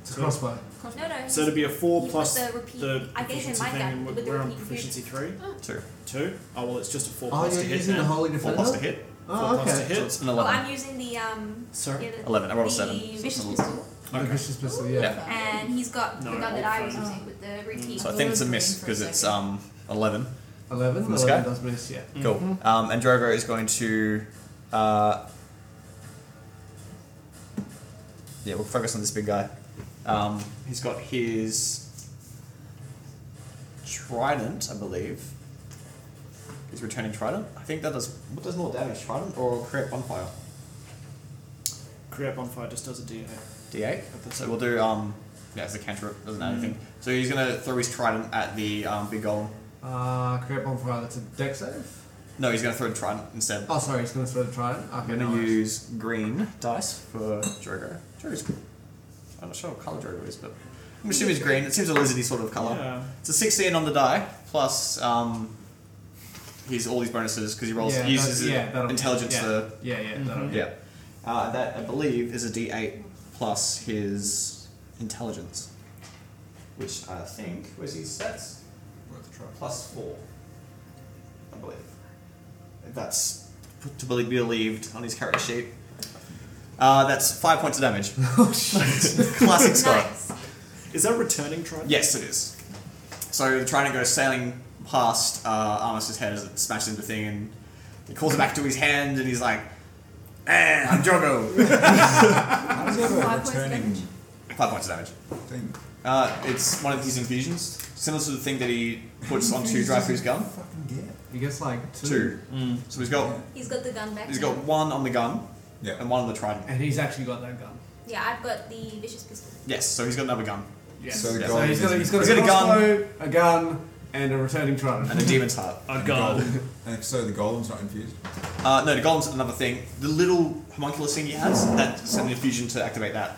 [SPEAKER 4] It's a crossbow.
[SPEAKER 8] No, no.
[SPEAKER 9] So it'd be a four
[SPEAKER 8] You
[SPEAKER 9] plus
[SPEAKER 8] put the repeat-
[SPEAKER 9] the
[SPEAKER 8] I gave him
[SPEAKER 9] proficiency
[SPEAKER 8] my
[SPEAKER 9] thing,
[SPEAKER 8] gun
[SPEAKER 9] and
[SPEAKER 8] with the
[SPEAKER 9] we're on
[SPEAKER 8] repeat
[SPEAKER 9] proficiency three,
[SPEAKER 10] Two.
[SPEAKER 9] two. Oh well, it's just a four
[SPEAKER 4] Oh,
[SPEAKER 9] plus
[SPEAKER 4] you're
[SPEAKER 9] to hit
[SPEAKER 4] using
[SPEAKER 9] now.
[SPEAKER 4] the holy
[SPEAKER 10] Four
[SPEAKER 4] defender.
[SPEAKER 10] plus to hit.
[SPEAKER 4] Oh,
[SPEAKER 9] plus
[SPEAKER 4] okay.
[SPEAKER 9] to hit.
[SPEAKER 3] It's an
[SPEAKER 8] Oh,
[SPEAKER 3] 11.
[SPEAKER 8] I'm using the um.
[SPEAKER 9] Sorry?
[SPEAKER 8] yeah, the-
[SPEAKER 3] 11, I rolled a
[SPEAKER 8] the
[SPEAKER 3] seven.
[SPEAKER 8] Vicious pistol,
[SPEAKER 4] The vicious pistol, yeah.
[SPEAKER 3] Yeah.
[SPEAKER 8] and he's got
[SPEAKER 9] No,
[SPEAKER 8] the gun that
[SPEAKER 9] old
[SPEAKER 8] I was
[SPEAKER 9] phone.
[SPEAKER 8] using with the
[SPEAKER 9] Mm.
[SPEAKER 8] repeat.
[SPEAKER 3] So I think it's a miss because it's um 11.
[SPEAKER 4] 11?
[SPEAKER 3] From the
[SPEAKER 4] 11
[SPEAKER 3] sky?
[SPEAKER 4] does miss, yeah.
[SPEAKER 3] Cool. Um, and Drogo is going to. Uh, yeah, we'll focus on this big guy. Um, he's got his trident, I believe. His returning trident. I think that does. What does more damage, trident or create bonfire?
[SPEAKER 9] Create bonfire just does a DA.
[SPEAKER 3] D8. So we'll do. Um, yeah, it's a cantrip. Doesn't add anything. So he's gonna throw his trident at the um, big golem.
[SPEAKER 4] Uh, create bonfire, that's a deck save?
[SPEAKER 3] No, he's gonna throw the trident instead.
[SPEAKER 4] Oh, sorry, it's going to throw the trident. Okay,
[SPEAKER 3] I'm gonna
[SPEAKER 4] nice.
[SPEAKER 3] use green dice for Drogo. Drogo's cool. I'm not sure what color Drogo is, but I'm assuming it's green. It seems a lizardy sort of color.
[SPEAKER 9] Yeah.
[SPEAKER 3] It's a 16 on the die plus um, he's all these bonuses because he rolls
[SPEAKER 4] Yeah,
[SPEAKER 3] he uses
[SPEAKER 4] that- yeah, that'll-
[SPEAKER 3] intelligence Mm-hmm.
[SPEAKER 4] yeah.
[SPEAKER 3] for
[SPEAKER 4] Yeah, yeah, that'll
[SPEAKER 3] yeah. Uh, that I believe is a D8 plus his intelligence, which I think was his stats
[SPEAKER 11] Worth a try.
[SPEAKER 3] plus four, I believe. That's to be believed on his character sheet. Uh, that's five points of damage.
[SPEAKER 11] Oh,
[SPEAKER 3] Classic Scott.
[SPEAKER 8] Nice.
[SPEAKER 9] Is that returning trident?
[SPEAKER 3] Yes, it is. So the trident goes sailing past uh, Armistice's head as it smashes into the thing, and it calls it back to his hand, and he's like, "Eh, I'm Drogo."
[SPEAKER 11] How does he have
[SPEAKER 12] Five
[SPEAKER 11] a
[SPEAKER 12] points
[SPEAKER 11] returning
[SPEAKER 12] damage.
[SPEAKER 3] five points of damage.
[SPEAKER 11] thing?
[SPEAKER 3] Uh, it's one of his infusions, similar to the thing that he puts onto Dreyfus' gun.
[SPEAKER 11] Fucking get.
[SPEAKER 4] You guess like two.
[SPEAKER 3] Two. So he's got
[SPEAKER 8] He's got the gun back.
[SPEAKER 3] he's
[SPEAKER 8] now.
[SPEAKER 3] got one on the gun
[SPEAKER 11] Yeah.
[SPEAKER 3] and one on the trident.
[SPEAKER 4] And he's actually got that gun.
[SPEAKER 8] Yeah, I've got the vicious pistol.
[SPEAKER 3] Yes, so he's got another gun.
[SPEAKER 4] Yes.
[SPEAKER 11] So the
[SPEAKER 3] Yeah.
[SPEAKER 11] goal
[SPEAKER 4] So he's got, a- he's got,
[SPEAKER 3] He's got
[SPEAKER 4] a
[SPEAKER 3] a gun.
[SPEAKER 4] crossbow, a gun, and a returning trident.
[SPEAKER 3] And a demon's heart.
[SPEAKER 9] A god.
[SPEAKER 11] And so the golem's not infused.
[SPEAKER 3] Uh, no, the golem's another thing. The little homunculus thing he has, that's an infusion to activate that.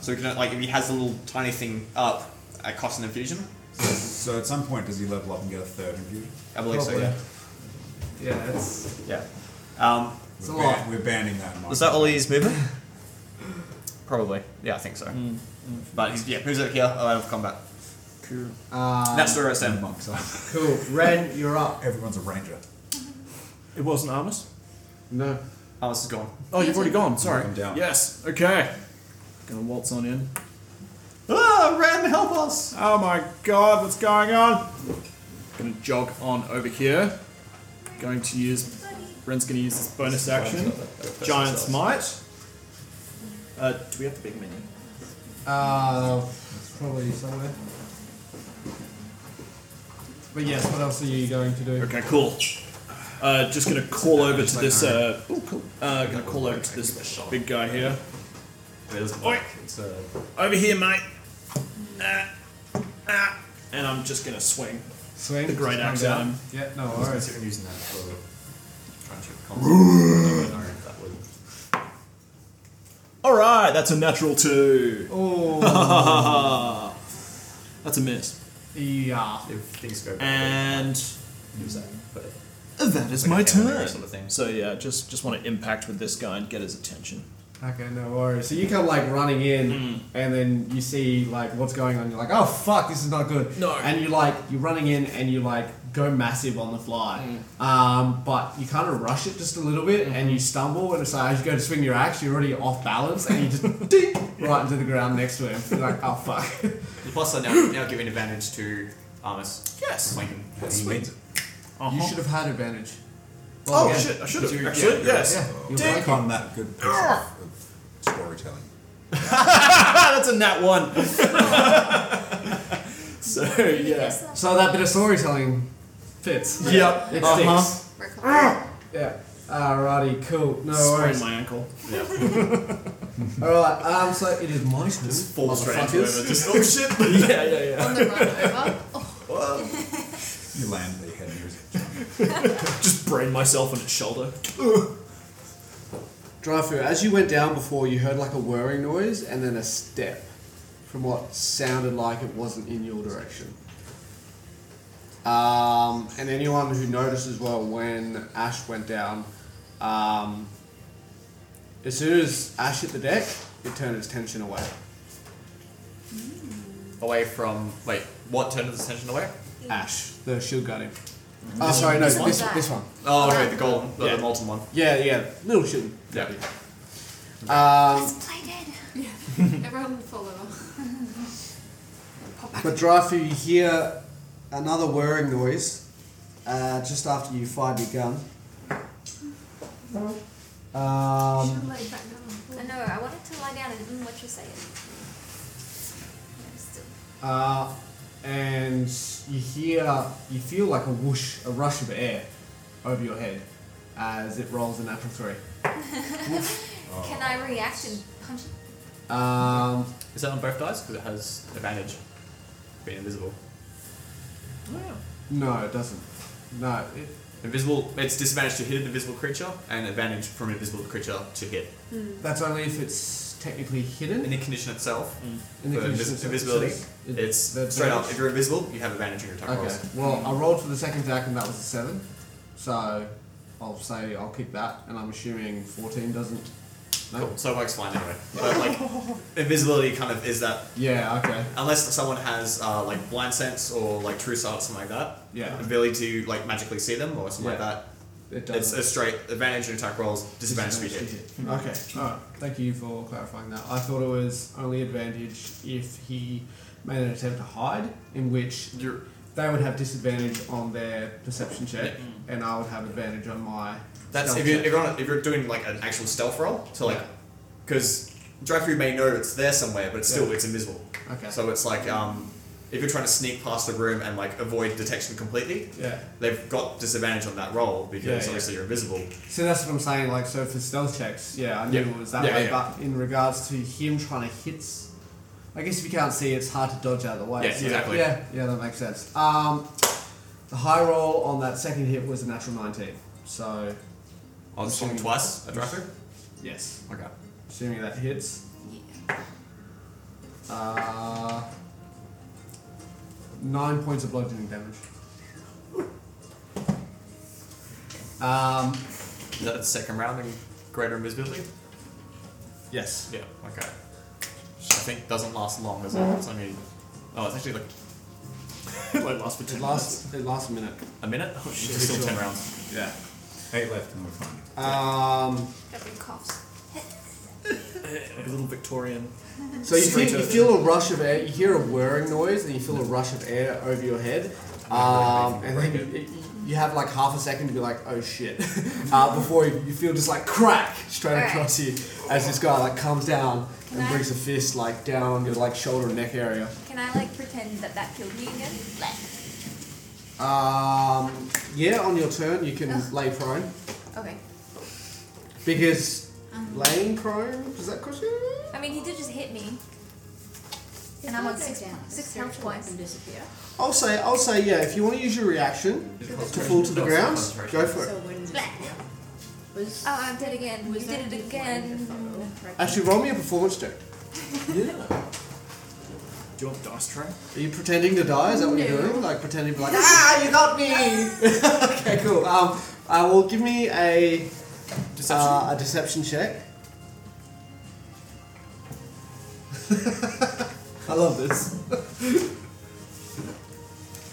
[SPEAKER 3] So he can, like, if he has the little tiny thing up, it costs an infusion.
[SPEAKER 11] So at some point, does he level up and get a third infusion?
[SPEAKER 3] I believe so,
[SPEAKER 4] Probably.
[SPEAKER 3] yeah.
[SPEAKER 4] Yeah, it's,
[SPEAKER 3] Yeah. Um,
[SPEAKER 4] it's a
[SPEAKER 11] We're,
[SPEAKER 4] lot.
[SPEAKER 11] ban- we're banning that. Mike.
[SPEAKER 3] was that Ollie's movement? Probably. Yeah, I think so. But he's, yeah, moves over here, out of combat. Cool.
[SPEAKER 4] Uh,
[SPEAKER 3] that's where I stand.
[SPEAKER 11] monks are.
[SPEAKER 4] cool. Ren, you're up.
[SPEAKER 11] Everyone's a ranger.
[SPEAKER 9] It wasn't Armus?
[SPEAKER 4] No.
[SPEAKER 3] Oh, this is gone.
[SPEAKER 9] Oh, you've already gone. Sorry.
[SPEAKER 11] I'm down.
[SPEAKER 9] Yes. Okay. Gonna waltz on in.
[SPEAKER 3] Ah, Ren, help us!
[SPEAKER 9] Oh my god, what's going on? Gonna jog on over here. Going to use. Ren's gonna use this bonus action. Giant's Might. Uh, do we have the big menu?
[SPEAKER 4] Uh, it's probably somewhere. But yes, what else are you going to do?
[SPEAKER 9] Okay, cool. Uh, just gonna call over to this. Uh, ooh, cool. Uh, gonna call over to this big guy here.
[SPEAKER 13] But it doesn't
[SPEAKER 9] Oi.
[SPEAKER 13] work. It's uh, a
[SPEAKER 9] Over here, mate. Ah, ah. And I'm just gonna swing.
[SPEAKER 4] Swing.
[SPEAKER 9] The great
[SPEAKER 4] just come
[SPEAKER 9] axe at
[SPEAKER 4] down.
[SPEAKER 9] him.
[SPEAKER 4] Yeah, no
[SPEAKER 13] I was
[SPEAKER 4] worries.
[SPEAKER 13] considering using that for trying to check the console. I don't know if that would.
[SPEAKER 9] Alright, that's a natural two.
[SPEAKER 4] Oh,
[SPEAKER 9] That's a miss.
[SPEAKER 4] yeah.
[SPEAKER 13] If things go bad,
[SPEAKER 9] And
[SPEAKER 13] use that. But
[SPEAKER 9] that is
[SPEAKER 13] Like
[SPEAKER 9] my
[SPEAKER 13] a hammer
[SPEAKER 9] turn.
[SPEAKER 13] sort of thing.
[SPEAKER 9] So yeah, just just want to impact with this guy and get his attention.
[SPEAKER 4] Okay, no worries. So you come like running in,
[SPEAKER 9] Mm.
[SPEAKER 4] and then you see like what's going on. You're like, oh fuck, this is not good.
[SPEAKER 9] No.
[SPEAKER 4] And you like you're running in, and you like go massive on the fly.
[SPEAKER 9] Mm.
[SPEAKER 4] Um, but you kind of rush it just a little bit,
[SPEAKER 9] Mm-hmm.
[SPEAKER 4] and you stumble. And so as you go to swing your axe, you're already off balance, and you just ding right into the ground next to him. You're like, oh fuck.
[SPEAKER 13] plus, I now now give an advantage to Armus.
[SPEAKER 9] Yes.
[SPEAKER 13] Lincoln.
[SPEAKER 11] He means it.
[SPEAKER 9] Uh-huh.
[SPEAKER 4] You should have had advantage.
[SPEAKER 9] Oh
[SPEAKER 4] yeah.
[SPEAKER 9] shit! I should
[SPEAKER 13] Did
[SPEAKER 9] have
[SPEAKER 13] you-
[SPEAKER 9] actually.
[SPEAKER 13] yeah,
[SPEAKER 9] yes.
[SPEAKER 4] Yeah, you're
[SPEAKER 9] Dang.
[SPEAKER 4] welcome.
[SPEAKER 11] I'm that good person of of storytelling.
[SPEAKER 9] Ah, that's a nat one. so yeah.
[SPEAKER 4] So that bit of storytelling fits.
[SPEAKER 9] Yep.
[SPEAKER 4] It
[SPEAKER 9] Uh-huh.
[SPEAKER 4] sticks.
[SPEAKER 5] Recommend.
[SPEAKER 4] Yeah. Alrighty, cool. No
[SPEAKER 9] Sprained
[SPEAKER 4] worries.
[SPEAKER 9] my ankle.
[SPEAKER 4] Alright, um, so it is my turn.
[SPEAKER 13] Falls straight into
[SPEAKER 4] motherfuckers.
[SPEAKER 13] him. Just, oh shit!
[SPEAKER 9] yeah, yeah, yeah.
[SPEAKER 5] On the run over. Oh,
[SPEAKER 11] You land the head near his
[SPEAKER 9] Just brain myself on its shoulder.
[SPEAKER 4] Dryfu, as you went down before, you heard like a whirring noise and then a step from what sounded like it wasn't in your direction. Um, and anyone who noticed as well when Ash went down, um, as soon as Ash hit the deck, it turned its tension away.
[SPEAKER 13] Away from. Wait, what turned his attention away?
[SPEAKER 4] Ash, the shield guardian. Oh, sorry, no,
[SPEAKER 3] This one?
[SPEAKER 4] this, this one.
[SPEAKER 3] Oh, okay, the golden, the, the molten one.
[SPEAKER 4] Yeah, yeah, little shit.
[SPEAKER 3] Yeah.
[SPEAKER 4] Um,
[SPEAKER 5] Play dead. Yeah. Everyone fall over. Pop back.
[SPEAKER 14] But Dryfu, you hear another whirring noise uh, just after you fired your gun. Um,
[SPEAKER 5] Lay back down.
[SPEAKER 8] I know, I wanted to lie down and didn't what you're saying. Still.
[SPEAKER 4] Uh, and you hear, you feel like a whoosh, a rush of air over your head as it rolls a natural three.
[SPEAKER 8] Can I react and punch it?
[SPEAKER 4] Um,
[SPEAKER 3] Is that on both dice? Because it has advantage. Being invisible.
[SPEAKER 4] no, it doesn't. No, it,
[SPEAKER 3] Invisible. It's disadvantage to hit an invisible creature, and advantage from an invisible creature to hit.
[SPEAKER 4] that's only if it's technically hidden.
[SPEAKER 3] In the condition itself,
[SPEAKER 4] Mm. In the
[SPEAKER 3] for invis-
[SPEAKER 4] condition itself,
[SPEAKER 3] invisibility,
[SPEAKER 4] so it's-
[SPEAKER 3] it's,
[SPEAKER 4] the
[SPEAKER 3] straight up.
[SPEAKER 4] advantage.
[SPEAKER 3] If you're invisible, you have advantage on your attack
[SPEAKER 4] Okay,
[SPEAKER 3] rolls.
[SPEAKER 4] well, I rolled for the second attack and that was a seven. So I'll say I'll keep that, and I'm assuming 14 doesn't. No?
[SPEAKER 3] Cool. So it works fine anyway. But like, invisibility kind of is that
[SPEAKER 4] Yeah, okay.
[SPEAKER 3] unless someone has uh, like blind sense or like true sight or something like that.
[SPEAKER 4] Yeah.
[SPEAKER 3] Ability to like magically see them or something like
[SPEAKER 4] Yeah.
[SPEAKER 3] that.
[SPEAKER 4] It
[SPEAKER 3] It's
[SPEAKER 4] doesn't.
[SPEAKER 3] a straight advantage in attack rolls, disadvantage to be hit.
[SPEAKER 4] Okay, alright. Thank you for clarifying that. I thought it was only advantage if he made an attempt to hide, in which
[SPEAKER 3] You're-
[SPEAKER 4] they would have disadvantage on their perception check, and I would have advantage on my.
[SPEAKER 3] That's if
[SPEAKER 4] stealth
[SPEAKER 3] you're,
[SPEAKER 4] check.
[SPEAKER 3] if, you're on a, if you're doing like an actual stealth roll. So like,
[SPEAKER 4] Yeah.
[SPEAKER 3] because drive-through may know it's there somewhere, but it's still
[SPEAKER 4] Yeah.
[SPEAKER 3] it's invisible.
[SPEAKER 4] Okay.
[SPEAKER 3] So it's like um, if you're trying to sneak past the room and like avoid detection completely,
[SPEAKER 4] Yeah.
[SPEAKER 3] they've got disadvantage on that roll because
[SPEAKER 4] Yeah, yeah.
[SPEAKER 3] obviously you're invisible.
[SPEAKER 4] So that's what I'm saying. Like, so for stealth checks, yeah, I knew
[SPEAKER 3] Yeah.
[SPEAKER 4] it was that
[SPEAKER 3] Yeah,
[SPEAKER 4] way.
[SPEAKER 3] yeah.
[SPEAKER 4] But in regards to him trying to hit, s- I guess if you can't see, it's hard to dodge out of the way.
[SPEAKER 3] Yes,
[SPEAKER 4] so
[SPEAKER 3] exactly.
[SPEAKER 4] Yeah, yeah, that makes sense. Um, the high roll on that second hit was a natural 19. So
[SPEAKER 3] On swung
[SPEAKER 4] assuming-
[SPEAKER 3] twice a drive-through.
[SPEAKER 4] yes,
[SPEAKER 3] Okay.
[SPEAKER 4] assuming that hits.
[SPEAKER 8] Yeah.
[SPEAKER 4] Uh, nine points of bludgeoning damage. Um,
[SPEAKER 3] Is that the second round in greater invisibility?
[SPEAKER 4] yes.
[SPEAKER 3] Yeah. Okay. Which I think doesn't last long, does it? It's only oh, it's actually like
[SPEAKER 9] it lasts for
[SPEAKER 4] It
[SPEAKER 9] ten minutes.
[SPEAKER 4] lasts. It lasts a minute.
[SPEAKER 3] a minute. Oh shit! It's still ten rounds.
[SPEAKER 4] Yeah.
[SPEAKER 7] Eight left and we're fine.
[SPEAKER 4] Um,
[SPEAKER 8] Everyone coughs.
[SPEAKER 9] Like a little Victorian.
[SPEAKER 4] so you,
[SPEAKER 9] Straight
[SPEAKER 4] feel, you
[SPEAKER 9] to-
[SPEAKER 4] feel a rush of air. You hear a whirring noise, and you feel a rush of air over your head. Um, and then you- you, you have like half a second to be like, "Oh shit!" uh, before you, you feel just like crack straight
[SPEAKER 8] Alright.
[SPEAKER 4] across you as this guy like comes down
[SPEAKER 8] Can
[SPEAKER 4] and
[SPEAKER 8] I-
[SPEAKER 4] brings a fist like down on your like shoulder and neck area.
[SPEAKER 8] Can I like pretend that that killed me again? Bleh.
[SPEAKER 4] Um, yeah, on your turn you can
[SPEAKER 8] Ugh.
[SPEAKER 4] lay prone
[SPEAKER 8] Okay.
[SPEAKER 4] because
[SPEAKER 6] Um,
[SPEAKER 4] laying prone does that cost you?
[SPEAKER 8] I mean, he did just hit me.
[SPEAKER 6] if
[SPEAKER 8] And I'm
[SPEAKER 6] you
[SPEAKER 8] on
[SPEAKER 6] go
[SPEAKER 8] six- six
[SPEAKER 6] spiritual
[SPEAKER 8] health points.
[SPEAKER 6] weapon disappear.
[SPEAKER 4] I'll say, I'll say, yeah. If you want to use your reaction
[SPEAKER 3] Is it
[SPEAKER 4] to fall to
[SPEAKER 3] concentration?
[SPEAKER 4] the
[SPEAKER 3] No,
[SPEAKER 4] ground,
[SPEAKER 3] it's not
[SPEAKER 4] go
[SPEAKER 3] concentration.
[SPEAKER 4] for it.
[SPEAKER 6] So when
[SPEAKER 8] Bleh.
[SPEAKER 6] was
[SPEAKER 8] Oh, I'm dead again.
[SPEAKER 6] was
[SPEAKER 8] you did it again.
[SPEAKER 4] Actually, roll me a performance check.
[SPEAKER 9] Do you want the dice tray?
[SPEAKER 4] Are you pretending to die? Is that what you're
[SPEAKER 6] No.
[SPEAKER 4] doing? Like pretending to be like, ah, you got me. okay, cool. Um, uh, well, give me a
[SPEAKER 3] Deception.
[SPEAKER 4] uh, a deception check. I love this.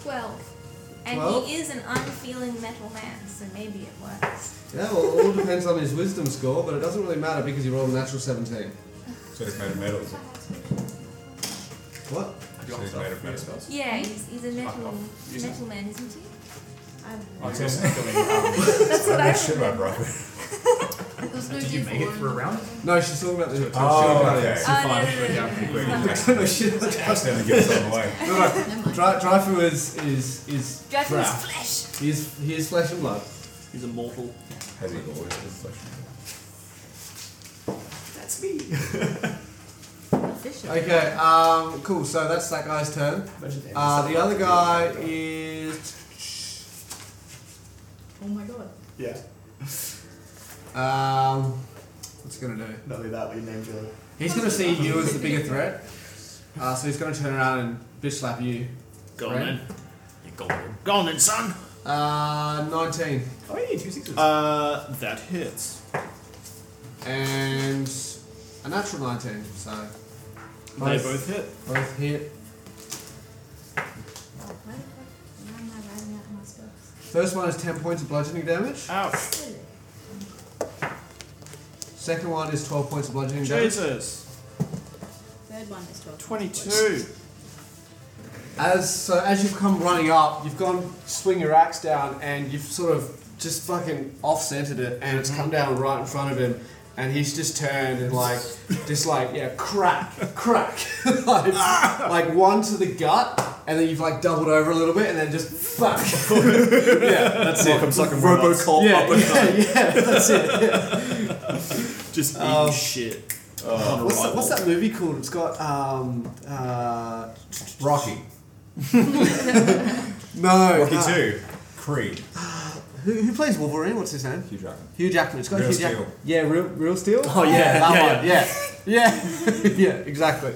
[SPEAKER 8] Twelve. And
[SPEAKER 4] Twelve?
[SPEAKER 8] he is an unfeeling metal man, so maybe it works.
[SPEAKER 4] Yeah, well, it all depends on his wisdom score, but it doesn't really matter because he rolled a natural seventeen.
[SPEAKER 7] So it's made of metal. So
[SPEAKER 4] What?
[SPEAKER 7] it's made of metal.
[SPEAKER 8] Yeah,
[SPEAKER 6] Hmm?
[SPEAKER 8] he's, he's a metal metal man, isn't he?
[SPEAKER 7] I was also doing, um,
[SPEAKER 8] That's what I
[SPEAKER 7] shit, my brother.
[SPEAKER 5] There's no
[SPEAKER 3] Did you make it
[SPEAKER 5] D4
[SPEAKER 3] for a round?
[SPEAKER 4] No, she's talking about the.
[SPEAKER 7] Oh, okay.
[SPEAKER 8] Oh, no, no, no, no, no, no, no.
[SPEAKER 4] no, she's not.
[SPEAKER 7] Accidentally give us all away.
[SPEAKER 4] Dry, Dryfu is is is
[SPEAKER 8] Dragon's
[SPEAKER 4] drow.
[SPEAKER 8] flesh.
[SPEAKER 4] He is he is flesh and blood.
[SPEAKER 9] He's immortal.
[SPEAKER 7] Has he always been flesh?
[SPEAKER 3] That's me.
[SPEAKER 6] Efficient.
[SPEAKER 4] Okay, um, cool. So that's that guy's turn. Uh, the other guy is
[SPEAKER 6] Oh my god.
[SPEAKER 3] Yeah.
[SPEAKER 4] um, what's he gonna do?
[SPEAKER 3] Not only that, we named your.
[SPEAKER 4] He's gonna see you as the bigger threat. Uh, so he's gonna turn around and bitch slap you.
[SPEAKER 9] Go on
[SPEAKER 4] Right.
[SPEAKER 9] then. Go on then, son.
[SPEAKER 4] Uh, nineteen
[SPEAKER 3] Oh, yeah, two sixes.
[SPEAKER 9] Uh, that hits.
[SPEAKER 4] and a natural nineteen. So
[SPEAKER 9] They both hit.
[SPEAKER 4] both hit.
[SPEAKER 6] Why the fuck am I writing out my spells?
[SPEAKER 4] First one is 10 points of bludgeoning damage.
[SPEAKER 9] Ouch.
[SPEAKER 4] Second one is 12 points of bludgeoning damage.
[SPEAKER 9] Jesus.
[SPEAKER 6] Third one is 12.
[SPEAKER 9] 22.
[SPEAKER 4] As so, as you've come running up, you've gone swing your axe down, and you've sort of just fucking off-centered it, and it's come down right in front of him, and he's just turned and like, just like yeah, crack, crack, like, like one to the gut, and then you've like doubled over a little bit, and then just fuck, yeah, that's
[SPEAKER 9] Welcome,
[SPEAKER 4] it,
[SPEAKER 9] sucking robots.
[SPEAKER 4] Robocop
[SPEAKER 9] Yeah,
[SPEAKER 4] uppercut. yeah, yeah, that's it. Yeah.
[SPEAKER 9] Just eating
[SPEAKER 4] Um,
[SPEAKER 9] shit. on
[SPEAKER 4] What's that,
[SPEAKER 9] arrival.
[SPEAKER 4] what's that movie called? It's got um, uh,
[SPEAKER 15] Rocky.
[SPEAKER 4] no
[SPEAKER 11] Rocky
[SPEAKER 4] no.
[SPEAKER 11] Two, Creed,
[SPEAKER 4] Who, who plays Wolverine? What's his name?
[SPEAKER 11] Hugh Jackman.
[SPEAKER 4] Hugh Jackman. It's got
[SPEAKER 11] Real
[SPEAKER 4] Hugh Jackman.
[SPEAKER 11] Steel.
[SPEAKER 4] Yeah, real, real Steel.
[SPEAKER 9] Oh, yeah, yeah,
[SPEAKER 4] that one. Yeah, yeah, yeah. Exactly.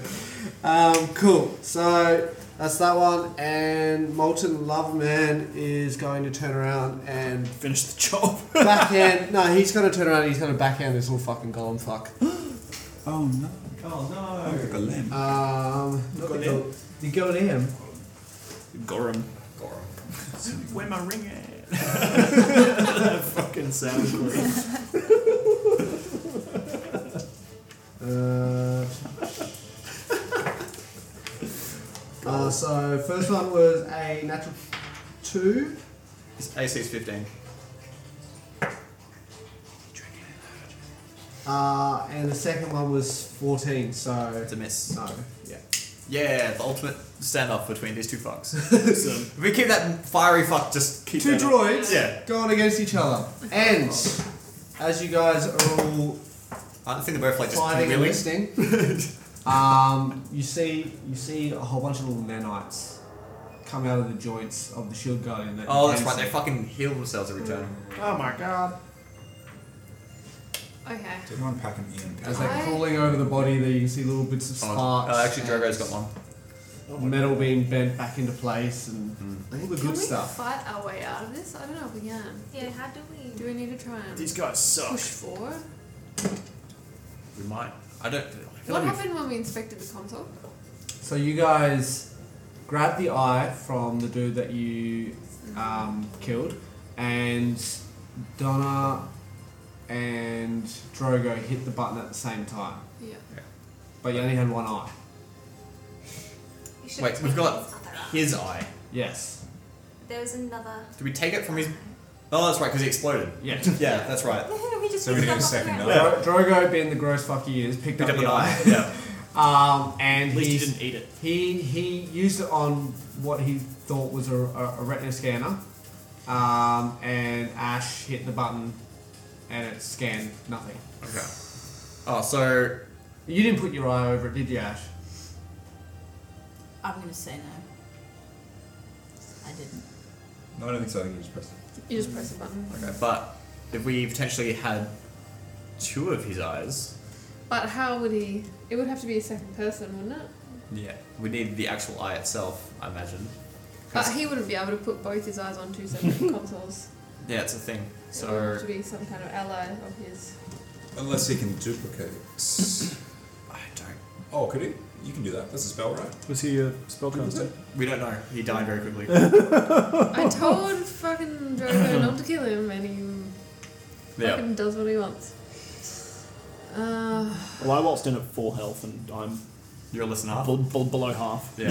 [SPEAKER 4] Um, cool. So that's that one. And Molten Love Man is going to turn around and
[SPEAKER 9] Finish the job.
[SPEAKER 4] backhand. no, he's going to turn around. and He's going to backhand this little fucking golem fuck.
[SPEAKER 11] Oh no. Ah.
[SPEAKER 15] Oh
[SPEAKER 11] Look at the limb.
[SPEAKER 4] Um,
[SPEAKER 15] no! Not the the golem.
[SPEAKER 3] Hmm?
[SPEAKER 9] Gorum.
[SPEAKER 11] Gorum.
[SPEAKER 9] Where my ring at? fucking sound. clip.
[SPEAKER 4] Uh, uh, so first one was a natural two.
[SPEAKER 3] His AC is 15.
[SPEAKER 4] Uh, and the second one was 14, so.
[SPEAKER 3] It's a miss.
[SPEAKER 4] No.
[SPEAKER 3] Yeah. Yeah, the ultimate standoff between these two fucks.
[SPEAKER 9] Awesome.
[SPEAKER 3] if we keep that fiery fuck just keep
[SPEAKER 4] Two
[SPEAKER 3] that up.
[SPEAKER 4] droids
[SPEAKER 3] Yeah.
[SPEAKER 4] going against each other. And as you guys are all
[SPEAKER 3] I think they're both like just
[SPEAKER 4] fighting and
[SPEAKER 3] really
[SPEAKER 4] listing, um, you see you see a whole bunch of little nanites come out of the joints of the shield guardian. That you
[SPEAKER 3] Oh, that's
[SPEAKER 4] can
[SPEAKER 3] right.
[SPEAKER 4] see.
[SPEAKER 3] They fucking heal themselves every turn.
[SPEAKER 9] Oh my god.
[SPEAKER 5] Okay.
[SPEAKER 11] Did anyone pack an EMP?
[SPEAKER 4] As they're
[SPEAKER 5] I-
[SPEAKER 4] crawling over the body there, you can see little bits of sparks.
[SPEAKER 3] Oh, actually, Drogo's
[SPEAKER 4] Drogo's
[SPEAKER 3] got one.
[SPEAKER 9] Oh
[SPEAKER 4] Metal being bent back into place and
[SPEAKER 3] Hmm.
[SPEAKER 4] all the
[SPEAKER 5] Can
[SPEAKER 4] good
[SPEAKER 5] we
[SPEAKER 4] stuff.
[SPEAKER 5] fight our way out of this? I don't know if we can.
[SPEAKER 8] Yeah, how do we?
[SPEAKER 5] Do we need to try and
[SPEAKER 9] These guys suck.
[SPEAKER 5] push forward?
[SPEAKER 3] We might. I don't. I feel
[SPEAKER 5] What
[SPEAKER 3] like
[SPEAKER 5] happened when we inspected the console?
[SPEAKER 4] So you guys grab the eye from the dude that you um, killed, and Donna and Drogo hit the button at the same time,
[SPEAKER 5] Yeah.
[SPEAKER 4] but you only had one eye.
[SPEAKER 8] You
[SPEAKER 3] we've,
[SPEAKER 8] should
[SPEAKER 3] wait,
[SPEAKER 8] take
[SPEAKER 3] we've got
[SPEAKER 8] his other-
[SPEAKER 3] his eye.
[SPEAKER 4] Yes.
[SPEAKER 8] There was another.
[SPEAKER 3] Did we take it from his? Oh, that's right, because he exploded.
[SPEAKER 4] Yeah.
[SPEAKER 3] Yeah, that's right.
[SPEAKER 8] we just
[SPEAKER 11] So we
[SPEAKER 8] picked
[SPEAKER 11] need
[SPEAKER 8] up
[SPEAKER 11] a
[SPEAKER 8] off the
[SPEAKER 11] second
[SPEAKER 8] ground.
[SPEAKER 11] eye.
[SPEAKER 4] Dro- Drogo, being the gross fuck he is, picked
[SPEAKER 3] Picked
[SPEAKER 4] up
[SPEAKER 3] up
[SPEAKER 4] the
[SPEAKER 3] an eye.
[SPEAKER 4] eye,
[SPEAKER 3] Yeah.
[SPEAKER 4] um, and
[SPEAKER 9] At least
[SPEAKER 4] he's-
[SPEAKER 9] you didn't eat it.
[SPEAKER 4] He he used it on what he thought was a, a, a retina scanner, um, and Ash hit the button, and it scanned nothing.
[SPEAKER 3] Okay. Oh, so
[SPEAKER 4] You didn't put your eye over it, did you, Ash?
[SPEAKER 6] I'm going to say no. I didn't.
[SPEAKER 11] No, I don't think so. I think you just pressed it.
[SPEAKER 5] You just press a button.
[SPEAKER 3] okay, but if we potentially had two of his eyes,
[SPEAKER 5] But how would he? It would have to be a second person, wouldn't it?
[SPEAKER 3] yeah, we need the actual eye itself. I imagine.
[SPEAKER 5] But
[SPEAKER 3] 'Cause-
[SPEAKER 5] he wouldn't be able to put both his eyes on two separate consoles.
[SPEAKER 3] yeah, it's a thing.
[SPEAKER 5] it would have
[SPEAKER 3] So
[SPEAKER 5] to be some kind of ally of his.
[SPEAKER 11] Unless he can duplicate. it.
[SPEAKER 3] I don't.
[SPEAKER 11] oh, could he? You can do that. That's a spell, right?
[SPEAKER 9] Was he a spellcaster?
[SPEAKER 3] We don't know. He died very quickly.
[SPEAKER 5] I told fucking Drogo not to kill him, and he
[SPEAKER 3] yeah.
[SPEAKER 5] fucking does what he wants. Uh,
[SPEAKER 9] Well, I waltzed in at full health and I'm
[SPEAKER 3] You're a listener.
[SPEAKER 9] bel- bel- below half.
[SPEAKER 3] Yeah.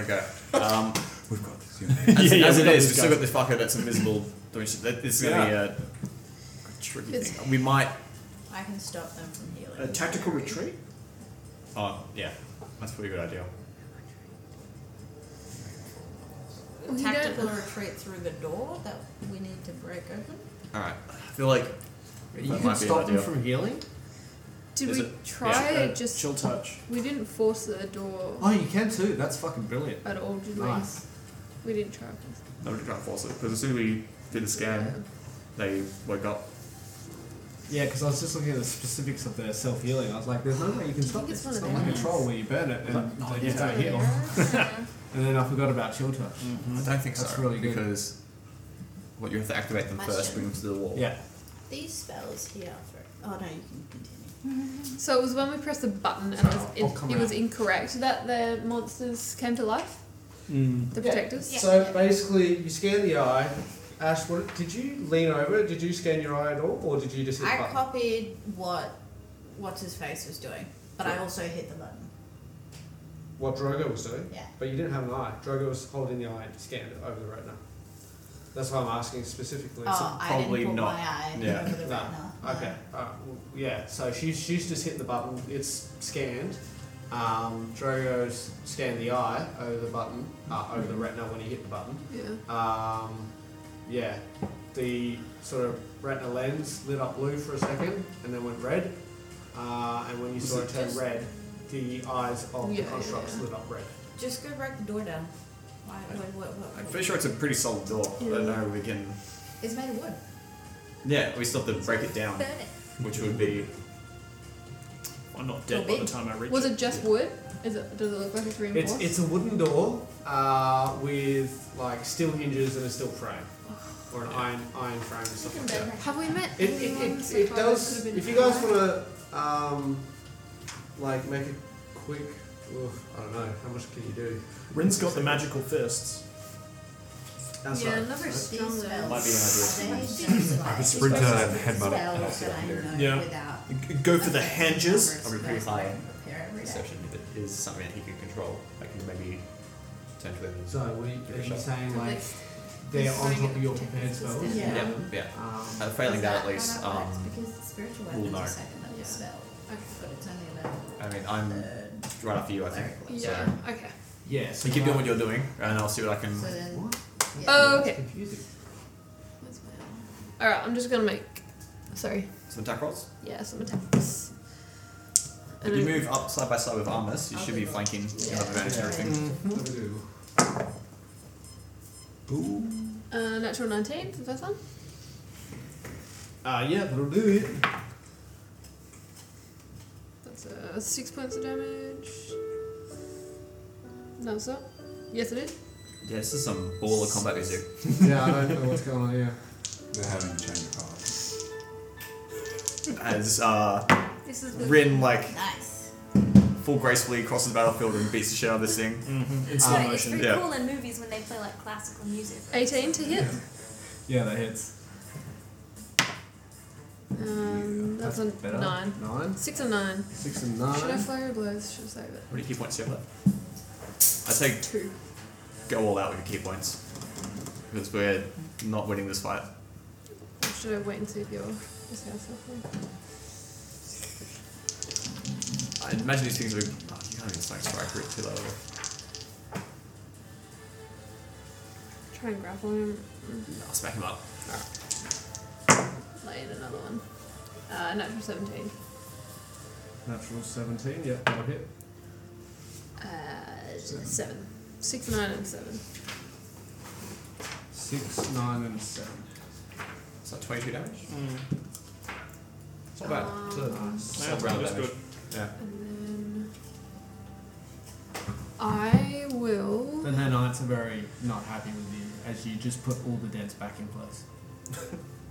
[SPEAKER 3] Okay. Um,
[SPEAKER 11] We've got this. You know.
[SPEAKER 3] as,
[SPEAKER 9] Yeah, yeah,
[SPEAKER 3] as
[SPEAKER 9] we
[SPEAKER 3] it is,
[SPEAKER 9] got this
[SPEAKER 3] we've still
[SPEAKER 9] guy.
[SPEAKER 3] got this fucker that's invisible. doing shit. That- This is gonna
[SPEAKER 11] Yeah.
[SPEAKER 3] be a, a tricky
[SPEAKER 5] It's-
[SPEAKER 3] thing. We might.
[SPEAKER 6] I can stop them from healing.
[SPEAKER 9] A tactical retreat?
[SPEAKER 3] Oh, yeah. That's a pretty good idea.
[SPEAKER 4] Uh,
[SPEAKER 5] We
[SPEAKER 6] Tactical
[SPEAKER 5] don't-
[SPEAKER 6] retreat through the door that we need to break open.
[SPEAKER 3] All right. I feel like that
[SPEAKER 4] You can
[SPEAKER 3] might be
[SPEAKER 4] stop
[SPEAKER 3] an
[SPEAKER 4] them
[SPEAKER 3] idea.
[SPEAKER 4] from healing.
[SPEAKER 5] did
[SPEAKER 3] Is
[SPEAKER 5] we
[SPEAKER 3] it- yeah.
[SPEAKER 5] try
[SPEAKER 9] Uh,
[SPEAKER 5] just?
[SPEAKER 9] Chill touch.
[SPEAKER 5] We didn't force the door
[SPEAKER 4] Oh, you can too. That's fucking brilliant.
[SPEAKER 5] at all, did we?
[SPEAKER 4] Nice.
[SPEAKER 5] We didn't try. force-
[SPEAKER 3] No, we can't force it because as soon as we did the scan, they woke up.
[SPEAKER 4] Yeah, because I was just looking at the specifics of their self healing. I was like, there's no way you can stop
[SPEAKER 5] think
[SPEAKER 4] this.
[SPEAKER 5] it's
[SPEAKER 4] It's
[SPEAKER 5] one
[SPEAKER 4] not
[SPEAKER 5] of
[SPEAKER 4] like a
[SPEAKER 5] theirs.
[SPEAKER 4] troll where you burn it and
[SPEAKER 9] Oh,
[SPEAKER 4] they just
[SPEAKER 9] yeah.
[SPEAKER 4] don't heal.
[SPEAKER 8] Yeah.
[SPEAKER 4] And then I forgot about chill touch.
[SPEAKER 3] I don't think
[SPEAKER 4] Mm-hmm. That's
[SPEAKER 3] so.
[SPEAKER 4] really good.
[SPEAKER 3] Because what you have to activate them first,
[SPEAKER 6] Question.
[SPEAKER 3] bring them to the wall.
[SPEAKER 4] Yeah.
[SPEAKER 6] These spells here for. Oh no, you can continue.
[SPEAKER 5] So it was when we pressed the button and it
[SPEAKER 4] I'll
[SPEAKER 5] was,
[SPEAKER 4] come
[SPEAKER 5] it, it was
[SPEAKER 4] out.
[SPEAKER 5] incorrect that the monsters came to life. The
[SPEAKER 4] Yeah.
[SPEAKER 5] protectors.
[SPEAKER 6] Yeah.
[SPEAKER 4] So basically, you scan the eye, Ash, what, did you lean over? Did you scan your eye at all, or did you just hit the
[SPEAKER 6] I
[SPEAKER 4] button?
[SPEAKER 6] copied what what's his face was doing, but I also hit the button.
[SPEAKER 4] what Drogo was doing?
[SPEAKER 6] Yeah.
[SPEAKER 4] But you didn't have an eye. Drogo was holding the eye and scanned it over the retina. That's why I'm asking specifically.
[SPEAKER 6] Oh, So I didn't probably put not. my eye over the
[SPEAKER 4] no.
[SPEAKER 6] retina.
[SPEAKER 4] Okay. Uh, well, yeah. So she's she's just hit the button. It's scanned. Um, Drogo's scanned the eye over the button, uh, over the retina when he hit the button.
[SPEAKER 5] Yeah.
[SPEAKER 4] Um, yeah. The sort of retina lens lit up blue for a second and then went red. Uh, and when you
[SPEAKER 6] Was
[SPEAKER 4] saw
[SPEAKER 6] it
[SPEAKER 4] it turn
[SPEAKER 6] just-
[SPEAKER 4] red, the eyes of
[SPEAKER 6] Yeah,
[SPEAKER 4] the
[SPEAKER 6] yeah,
[SPEAKER 4] constructs
[SPEAKER 6] yeah.
[SPEAKER 4] lit up red.
[SPEAKER 6] Just go break the door down. Why? What? What? What?
[SPEAKER 16] I'm pretty sure it's a pretty solid door. I don't know. We can.
[SPEAKER 6] It's made of wood.
[SPEAKER 16] Yeah, we still have to break it down,
[SPEAKER 6] Burn it.
[SPEAKER 16] which would be.
[SPEAKER 9] I'm not dead by the time I reach
[SPEAKER 5] Was
[SPEAKER 9] it.
[SPEAKER 5] it just wood? Is it? Does it look like it's
[SPEAKER 4] It's,
[SPEAKER 5] reinforced?
[SPEAKER 4] it's a wooden door uh, with like steel hinges and a steel frame, or an iron iron frame. Or something like that.
[SPEAKER 5] Have we met?
[SPEAKER 4] It, it,
[SPEAKER 5] anyone
[SPEAKER 4] it,
[SPEAKER 5] so
[SPEAKER 4] it
[SPEAKER 5] far that
[SPEAKER 4] does.
[SPEAKER 5] could have been
[SPEAKER 4] If you guys
[SPEAKER 5] allied?
[SPEAKER 4] want to, um, like, make a quick. oof, I don't know. How much can you do?
[SPEAKER 9] Rin's got the magical fists.
[SPEAKER 4] That's
[SPEAKER 5] Yeah,
[SPEAKER 4] right.
[SPEAKER 5] not very strong though.
[SPEAKER 9] Might be an idea.
[SPEAKER 6] I
[SPEAKER 11] could sprint to that and headbutt it.
[SPEAKER 6] Spells that I know
[SPEAKER 9] Yeah.
[SPEAKER 6] without
[SPEAKER 9] G- Go for the hinges.
[SPEAKER 3] I'll be pretty high in
[SPEAKER 6] prepare every day.
[SPEAKER 3] perception if it is something that he can control. I can maybe turn to him. and-
[SPEAKER 4] So, what are you, are you saying?
[SPEAKER 5] At
[SPEAKER 4] Like,
[SPEAKER 5] least
[SPEAKER 4] they're on
[SPEAKER 5] Bring
[SPEAKER 4] top of
[SPEAKER 5] it
[SPEAKER 4] your
[SPEAKER 5] to
[SPEAKER 4] prepared spells.
[SPEAKER 5] existence.
[SPEAKER 6] Yeah.
[SPEAKER 3] Yeah, yeah.
[SPEAKER 4] Um,
[SPEAKER 3] Uh, failing
[SPEAKER 6] Is
[SPEAKER 3] that,
[SPEAKER 6] how
[SPEAKER 3] at least,
[SPEAKER 6] that works?
[SPEAKER 3] um,
[SPEAKER 6] because the spiritual
[SPEAKER 3] we'll
[SPEAKER 6] weapon's
[SPEAKER 3] know.
[SPEAKER 6] a second level
[SPEAKER 5] Yeah.
[SPEAKER 6] spell,
[SPEAKER 5] Okay.
[SPEAKER 6] but it's only available.
[SPEAKER 3] I mean, I'm
[SPEAKER 6] third
[SPEAKER 3] right after you, I think.
[SPEAKER 6] cleric level.
[SPEAKER 5] Yeah. Okay.
[SPEAKER 4] yeah.
[SPEAKER 3] So keep doing what you're doing, and I'll see what I can.
[SPEAKER 6] So then, yeah.
[SPEAKER 5] Oh, okay.
[SPEAKER 4] Confusing.
[SPEAKER 5] Where's my arm? All right. I'm just gonna make. Sorry.
[SPEAKER 3] Some attack rolls.
[SPEAKER 5] Yeah. Some attacks.
[SPEAKER 3] If
[SPEAKER 5] And
[SPEAKER 3] you
[SPEAKER 5] then-
[SPEAKER 3] move up side by side with armors, you should be flanking. You have advantage and everything.
[SPEAKER 5] Uh, natural 19 for the first one.
[SPEAKER 4] Uh, yeah, that'll do it.
[SPEAKER 5] That's uh, six points of damage. No, it's not. Yes, it is.
[SPEAKER 3] Yeah, this is some baller combat music.
[SPEAKER 4] yeah, I don't know what's going on here.
[SPEAKER 11] They're having to change the cards.
[SPEAKER 3] As uh,
[SPEAKER 8] This is good.
[SPEAKER 3] Rin like
[SPEAKER 6] Nice.
[SPEAKER 3] full gracefully crosses the battlefield and beats the shit out of this thing.
[SPEAKER 8] It's,
[SPEAKER 11] slow
[SPEAKER 8] so- it's
[SPEAKER 11] motion.
[SPEAKER 8] pretty
[SPEAKER 3] Yeah.
[SPEAKER 8] cool in movies when they play like classical music.
[SPEAKER 5] 18 to hit.
[SPEAKER 11] Yeah, that hits.
[SPEAKER 5] Um, that's a
[SPEAKER 11] better.
[SPEAKER 5] nine.
[SPEAKER 4] Nine,
[SPEAKER 5] Six and nine.
[SPEAKER 4] six, and
[SPEAKER 5] Should I
[SPEAKER 4] nine.
[SPEAKER 5] flurry of blows? Should I save it?
[SPEAKER 3] How many key points do you have left? I'd say
[SPEAKER 5] Two.
[SPEAKER 3] go all out with your key points because we're not winning this fight.
[SPEAKER 5] Or should I wait and see if you're just gonna suffer?
[SPEAKER 3] I imagine these things are. Oh, you can't even snipe strike root too low.
[SPEAKER 5] Try and grapple him.
[SPEAKER 3] I'll smack him up.
[SPEAKER 5] Lay in another one. Uh, natural 17.
[SPEAKER 4] Natural 17, yeah, that'll hit.
[SPEAKER 5] Uh, seven. Six, nine, and seven.
[SPEAKER 4] Six, nine, and seven.
[SPEAKER 3] Is that 22 damage? It's not bad.
[SPEAKER 5] Um,
[SPEAKER 3] It's a-
[SPEAKER 9] Yeah,
[SPEAKER 3] Solid round
[SPEAKER 9] that's
[SPEAKER 3] damage.
[SPEAKER 9] good.
[SPEAKER 5] And then. I will.
[SPEAKER 17] Then her knights are very not happy with you as you just put all the deads back in place.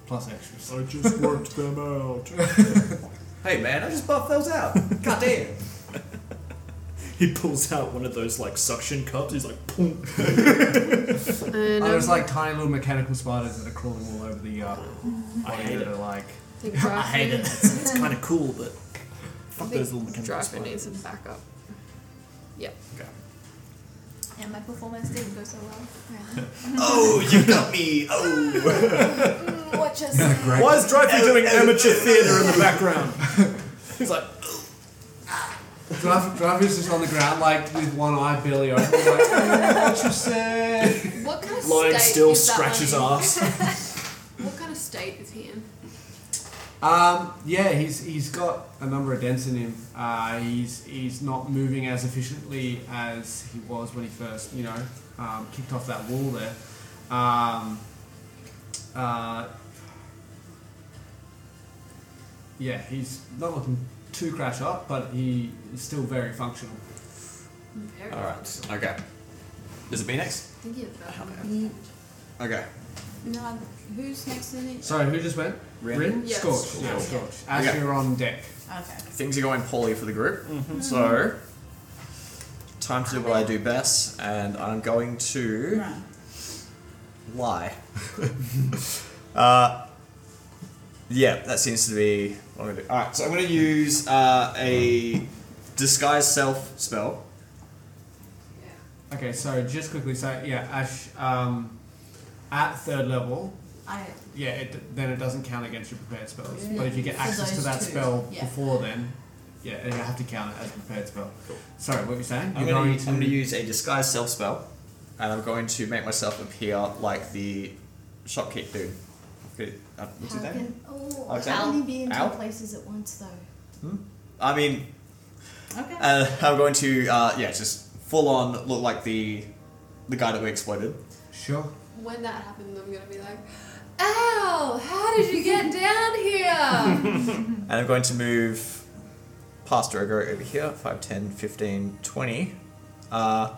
[SPEAKER 17] Plus extras.
[SPEAKER 9] I just worked them out.
[SPEAKER 3] Hey man, I just buffed those out. God damn.
[SPEAKER 9] He pulls out one of those like suction cups. He's like, boom.
[SPEAKER 5] And
[SPEAKER 17] Oh,
[SPEAKER 5] I
[SPEAKER 17] there's like tiny little mechanical spiders that are crawling all over the uh,
[SPEAKER 9] I
[SPEAKER 17] body
[SPEAKER 9] hate
[SPEAKER 17] that
[SPEAKER 9] it.
[SPEAKER 17] are like.
[SPEAKER 5] think
[SPEAKER 9] I hate it.
[SPEAKER 5] Draken-
[SPEAKER 9] It's kind of cool, but
[SPEAKER 5] I
[SPEAKER 9] fuck
[SPEAKER 5] think
[SPEAKER 9] those little mechanical
[SPEAKER 5] Draken
[SPEAKER 9] spiders.
[SPEAKER 5] needs some backup.
[SPEAKER 8] And my performance didn't go so well.
[SPEAKER 3] Oh, you got me. Oh.
[SPEAKER 8] Mm, Watch us.
[SPEAKER 9] Why is Dreyfus doing amateur theatre in the background? He's like,
[SPEAKER 4] Dravi's just on the ground, like, with one eye barely open, like, "Oh, what you say?
[SPEAKER 5] What kind of
[SPEAKER 9] lying
[SPEAKER 5] state
[SPEAKER 9] still,
[SPEAKER 5] is that
[SPEAKER 9] scratch his
[SPEAKER 5] one in?
[SPEAKER 9] ass.
[SPEAKER 5] What kind of state is he in?
[SPEAKER 4] Um, yeah, he's, he's got a number of dents in him. Uh, he's, he's not moving as efficiently as he was when he first, you know, um, kicked off that wall there. Um, uh, yeah, he's not looking too crash up, but he is still very functional.
[SPEAKER 5] Very
[SPEAKER 3] Alright, okay. Is it me next?
[SPEAKER 5] I think he has backup.
[SPEAKER 3] Okay.
[SPEAKER 6] No, I'm- who's next in it?
[SPEAKER 4] Sorry, who just went?
[SPEAKER 3] Rin?
[SPEAKER 5] Yes.
[SPEAKER 4] Scorch. Yeah,
[SPEAKER 3] Scorch.
[SPEAKER 4] Scorch. As
[SPEAKER 3] Okay.
[SPEAKER 4] you're on deck.
[SPEAKER 6] Okay.
[SPEAKER 3] Things are going poorly for the group. So, time to do what I do best, and I'm going to
[SPEAKER 6] Right.
[SPEAKER 3] lie. uh, yeah, that seems to be what I'm gonna do. Alright, so I'm gonna use uh, a disguise self spell.
[SPEAKER 4] Okay, so just quickly, so yeah, Ash, um, at third level,
[SPEAKER 6] I
[SPEAKER 4] yeah, it, then it doesn't count against your prepared spells.
[SPEAKER 6] Yeah.
[SPEAKER 4] But if you get
[SPEAKER 6] For
[SPEAKER 4] access to
[SPEAKER 6] those
[SPEAKER 4] that
[SPEAKER 6] two,
[SPEAKER 4] spell
[SPEAKER 6] yeah.
[SPEAKER 4] before then, yeah, you have to count it as a prepared spell. Sorry, what were you saying?
[SPEAKER 3] I'm
[SPEAKER 4] You're
[SPEAKER 3] gonna, I'm gonna use a disguise self spell, and I'm going to make myself appear like the shopkeep dude. Good. Uh, what's his
[SPEAKER 18] How
[SPEAKER 3] name?
[SPEAKER 18] can- oh, I
[SPEAKER 3] Alexander?
[SPEAKER 18] can only be in two
[SPEAKER 3] Al?
[SPEAKER 18] places at once, though.
[SPEAKER 3] I mean,
[SPEAKER 18] Okay.
[SPEAKER 3] uh, I'm going to uh, yeah, just full on look like the the guy that we exploited.
[SPEAKER 4] Sure.
[SPEAKER 5] When that happens, I'm gonna be like, "Ow! How did you get down here?"
[SPEAKER 3] And I'm going to move past Drogo over here 5, 10, 15, 20. Uh,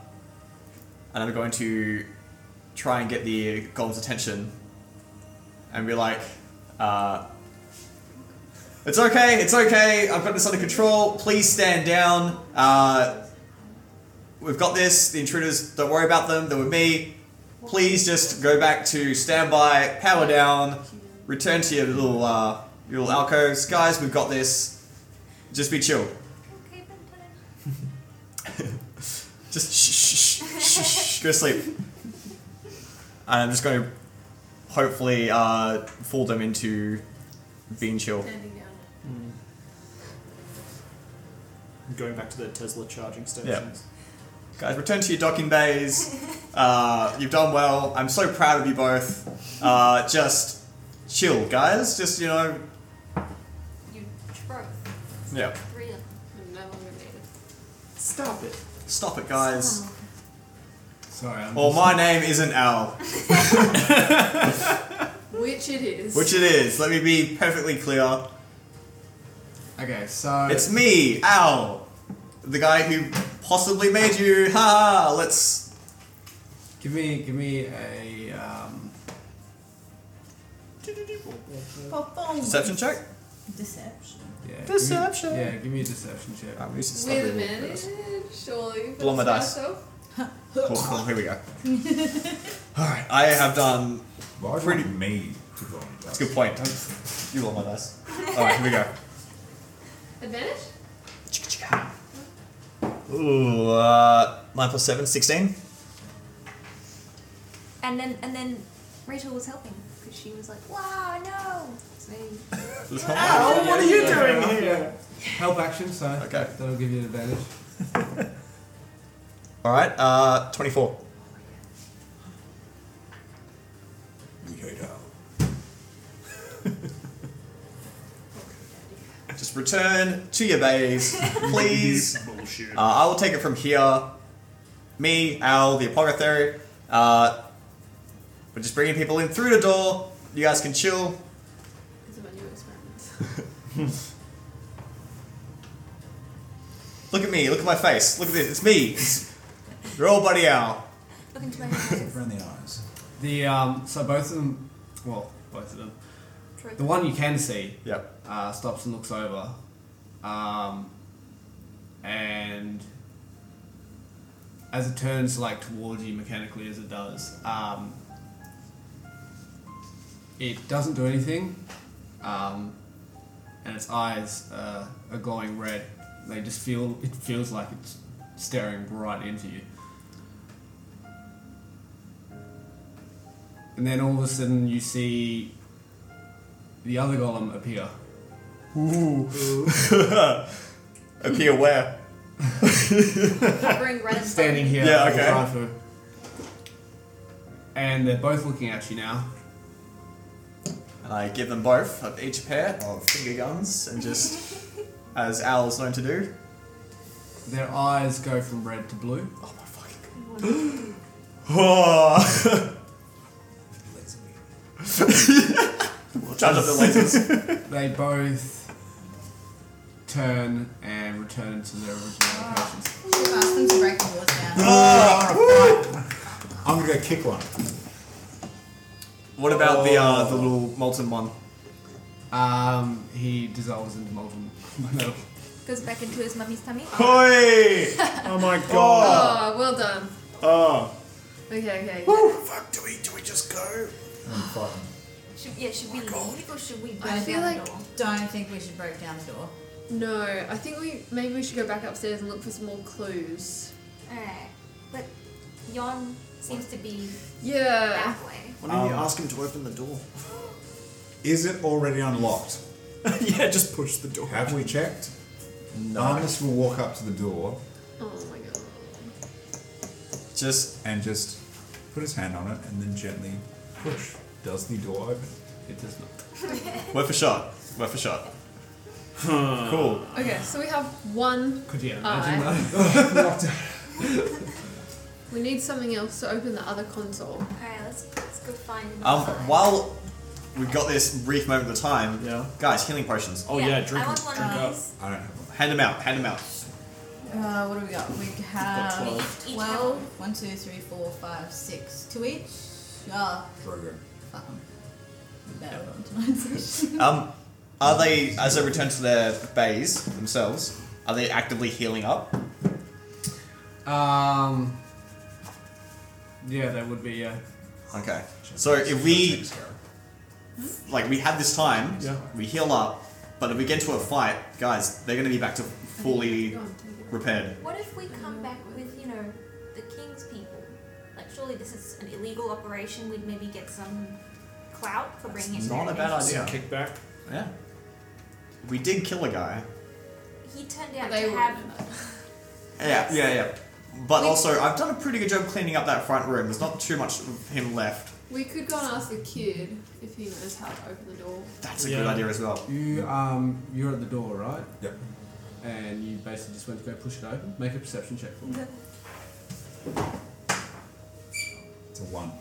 [SPEAKER 3] and I'm going to try and get the golem's attention and be like, uh, it's okay, it's okay, I've got this under control, please stand down. Uh, we've got this, the intruders, don't worry about them, they're with me. Please just go back to standby, power down, return to your little uh, your little alcoves. Guys, we've got this. Just be chill. just shh, shh, shh, shh, shh, go to sleep. And I'm just going to hopefully uh, fool them into being chill.
[SPEAKER 9] Going back to the Tesla charging stations.
[SPEAKER 3] Yeah. Guys, return to your docking bays. Uh, you've done well. I'm so proud of you both. Uh, just chill, guys. Just, you know,
[SPEAKER 5] you trope.
[SPEAKER 3] yeah.
[SPEAKER 5] Three of them are no longer needed.
[SPEAKER 9] Stop it.
[SPEAKER 3] Stop it, guys.
[SPEAKER 4] Sorry, I'm
[SPEAKER 3] Or
[SPEAKER 4] just-
[SPEAKER 3] my name isn't Al.
[SPEAKER 5] Which it is.
[SPEAKER 3] Which it is. Let me be perfectly clear.
[SPEAKER 4] Okay, so
[SPEAKER 3] it's me, Al, the guy who possibly made you. Ha! ha, Let's.
[SPEAKER 4] Give me, give me a um,
[SPEAKER 3] Perception check.
[SPEAKER 6] Deception.
[SPEAKER 4] yeah, give me-
[SPEAKER 6] Deception.
[SPEAKER 4] yeah, give me a deception check.
[SPEAKER 3] I'm used
[SPEAKER 5] With advantage, surely.
[SPEAKER 3] Blow my dice. Cool, cool, here we go. Alright, I have done. pretty me. That's a good point. Don't- You roll my dice. Alright, here we go.
[SPEAKER 5] Advantage?
[SPEAKER 3] Ooh, uh, 9 plus 7, 16.
[SPEAKER 8] And then and then Rachel was helping because she was like, "Wow, no!" So,
[SPEAKER 4] Ow, what are you doing
[SPEAKER 9] here?
[SPEAKER 4] Help action, so okay. that'll give you an advantage.
[SPEAKER 3] Alright, uh, 24. Just return to your bays, please.
[SPEAKER 9] Bullshit.
[SPEAKER 3] Uh, I will take it from here. Me, Al, the apothecary. Uh, we're just bringing people in through the door. You guys can chill.
[SPEAKER 5] It's about new experiments.
[SPEAKER 3] Look at me. Look at my face. Look at this. It's me. It's you're all buddy Al.
[SPEAKER 8] Look into my eyes.
[SPEAKER 19] Around the eyes.
[SPEAKER 4] The um, so both of them, well, both of them.
[SPEAKER 8] Trope.
[SPEAKER 4] The one you can see,
[SPEAKER 3] yep,
[SPEAKER 4] uh, stops and looks over, um, and as it turns like towards you mechanically as it does, um, it doesn't do anything, um, and its eyes uh, are glowing red. They just feel it feels like it's staring right into you. And then all of a sudden you see the other golem appear.
[SPEAKER 3] Ooh. appear where?
[SPEAKER 5] Hovering red.
[SPEAKER 4] Standing here.
[SPEAKER 3] Yeah,
[SPEAKER 4] with
[SPEAKER 3] okay.
[SPEAKER 4] Raifu. And they're both looking at you now.
[SPEAKER 3] And I give them both uh, each pair of finger guns and just, as Al is known to do,
[SPEAKER 4] Their eyes go from red to blue. Oh my
[SPEAKER 5] fucking
[SPEAKER 3] Oh. Charge up the lasers.
[SPEAKER 4] they both turn and return to their original locations.
[SPEAKER 6] We've asked them to break the doors down.
[SPEAKER 19] I'm gonna go kick one.
[SPEAKER 3] What about the uh, the little molten one?
[SPEAKER 4] Um, he dissolves into molten metal.
[SPEAKER 8] Goes back into
[SPEAKER 11] Oh,
[SPEAKER 8] his mummy's tummy.
[SPEAKER 3] Hoi!
[SPEAKER 9] Oh my
[SPEAKER 5] Oh, well done.
[SPEAKER 9] Oh.
[SPEAKER 5] Okay, okay.
[SPEAKER 20] Woo! Fuck, do we, do we just go?
[SPEAKER 8] Should, yeah, should we leave or should we
[SPEAKER 6] I
[SPEAKER 8] break
[SPEAKER 6] feel
[SPEAKER 8] down
[SPEAKER 6] like
[SPEAKER 8] the door?
[SPEAKER 6] don't think we should break down the door.
[SPEAKER 5] No, I think we maybe we should go back upstairs and look for some more clues.
[SPEAKER 8] Alright, but Yon seems to be
[SPEAKER 5] Yeah.
[SPEAKER 8] that way.
[SPEAKER 9] Why don't you
[SPEAKER 11] Um,
[SPEAKER 9] ask him to open the door?
[SPEAKER 11] Is it already unlocked?
[SPEAKER 9] yeah, just push the door.
[SPEAKER 11] Have we checked? No. Armus will walk up to the door
[SPEAKER 5] Oh my god.
[SPEAKER 11] just and just put his hand on it and then gently push. Does the door open? It does not.
[SPEAKER 3] Worth for shot. Worth for shot. cool.
[SPEAKER 5] Okay, so we have one
[SPEAKER 3] Could you
[SPEAKER 5] eye.
[SPEAKER 3] imagine that?
[SPEAKER 5] we need something else to open the other console.
[SPEAKER 8] Alright, let's, let's go find
[SPEAKER 3] Um, while we've got this brief moment of time, yeah. guys, healing potions.
[SPEAKER 9] Oh,
[SPEAKER 6] Yeah, yeah, drink I want 'em, one of drink up. these.
[SPEAKER 11] I don't have one.
[SPEAKER 3] Hand them out. Hand them out.
[SPEAKER 6] Uh, what do we got? We have
[SPEAKER 3] got
[SPEAKER 6] 12.
[SPEAKER 3] 12.
[SPEAKER 6] One, two, three, four, five, six. Two each? Oh,
[SPEAKER 11] Drogo.
[SPEAKER 6] fuck 'em. Better on tonight's session.
[SPEAKER 3] Um, are they as they return to their bays themselves? Are they actively healing up?
[SPEAKER 4] Um. Yeah, that would be yeah.
[SPEAKER 3] Okay. So if we like we had this time, we heal up, but if we get into a fight, guys, they're gonna be back to fully repaired.
[SPEAKER 8] What if we come back with, you know, the king's people? Like, surely this is an illegal operation. We'd maybe get some clout for bringing it.
[SPEAKER 3] Not a bad idea.
[SPEAKER 9] Kickback.
[SPEAKER 3] Yeah. We did kill a guy.
[SPEAKER 8] He turned out
[SPEAKER 5] They
[SPEAKER 8] to
[SPEAKER 5] wouldn't
[SPEAKER 8] have.
[SPEAKER 3] Yeah, yeah, yeah. But also, I've done a pretty good job cleaning up that front room. There's not too much of him left.
[SPEAKER 5] We could go and ask the kid if he knows how to open the door.
[SPEAKER 3] That's a good idea as well.
[SPEAKER 4] You um, you're at the door, right?
[SPEAKER 11] Yep.
[SPEAKER 4] And you basically just went to go push it open. Make a perception check for me.
[SPEAKER 11] It's a one.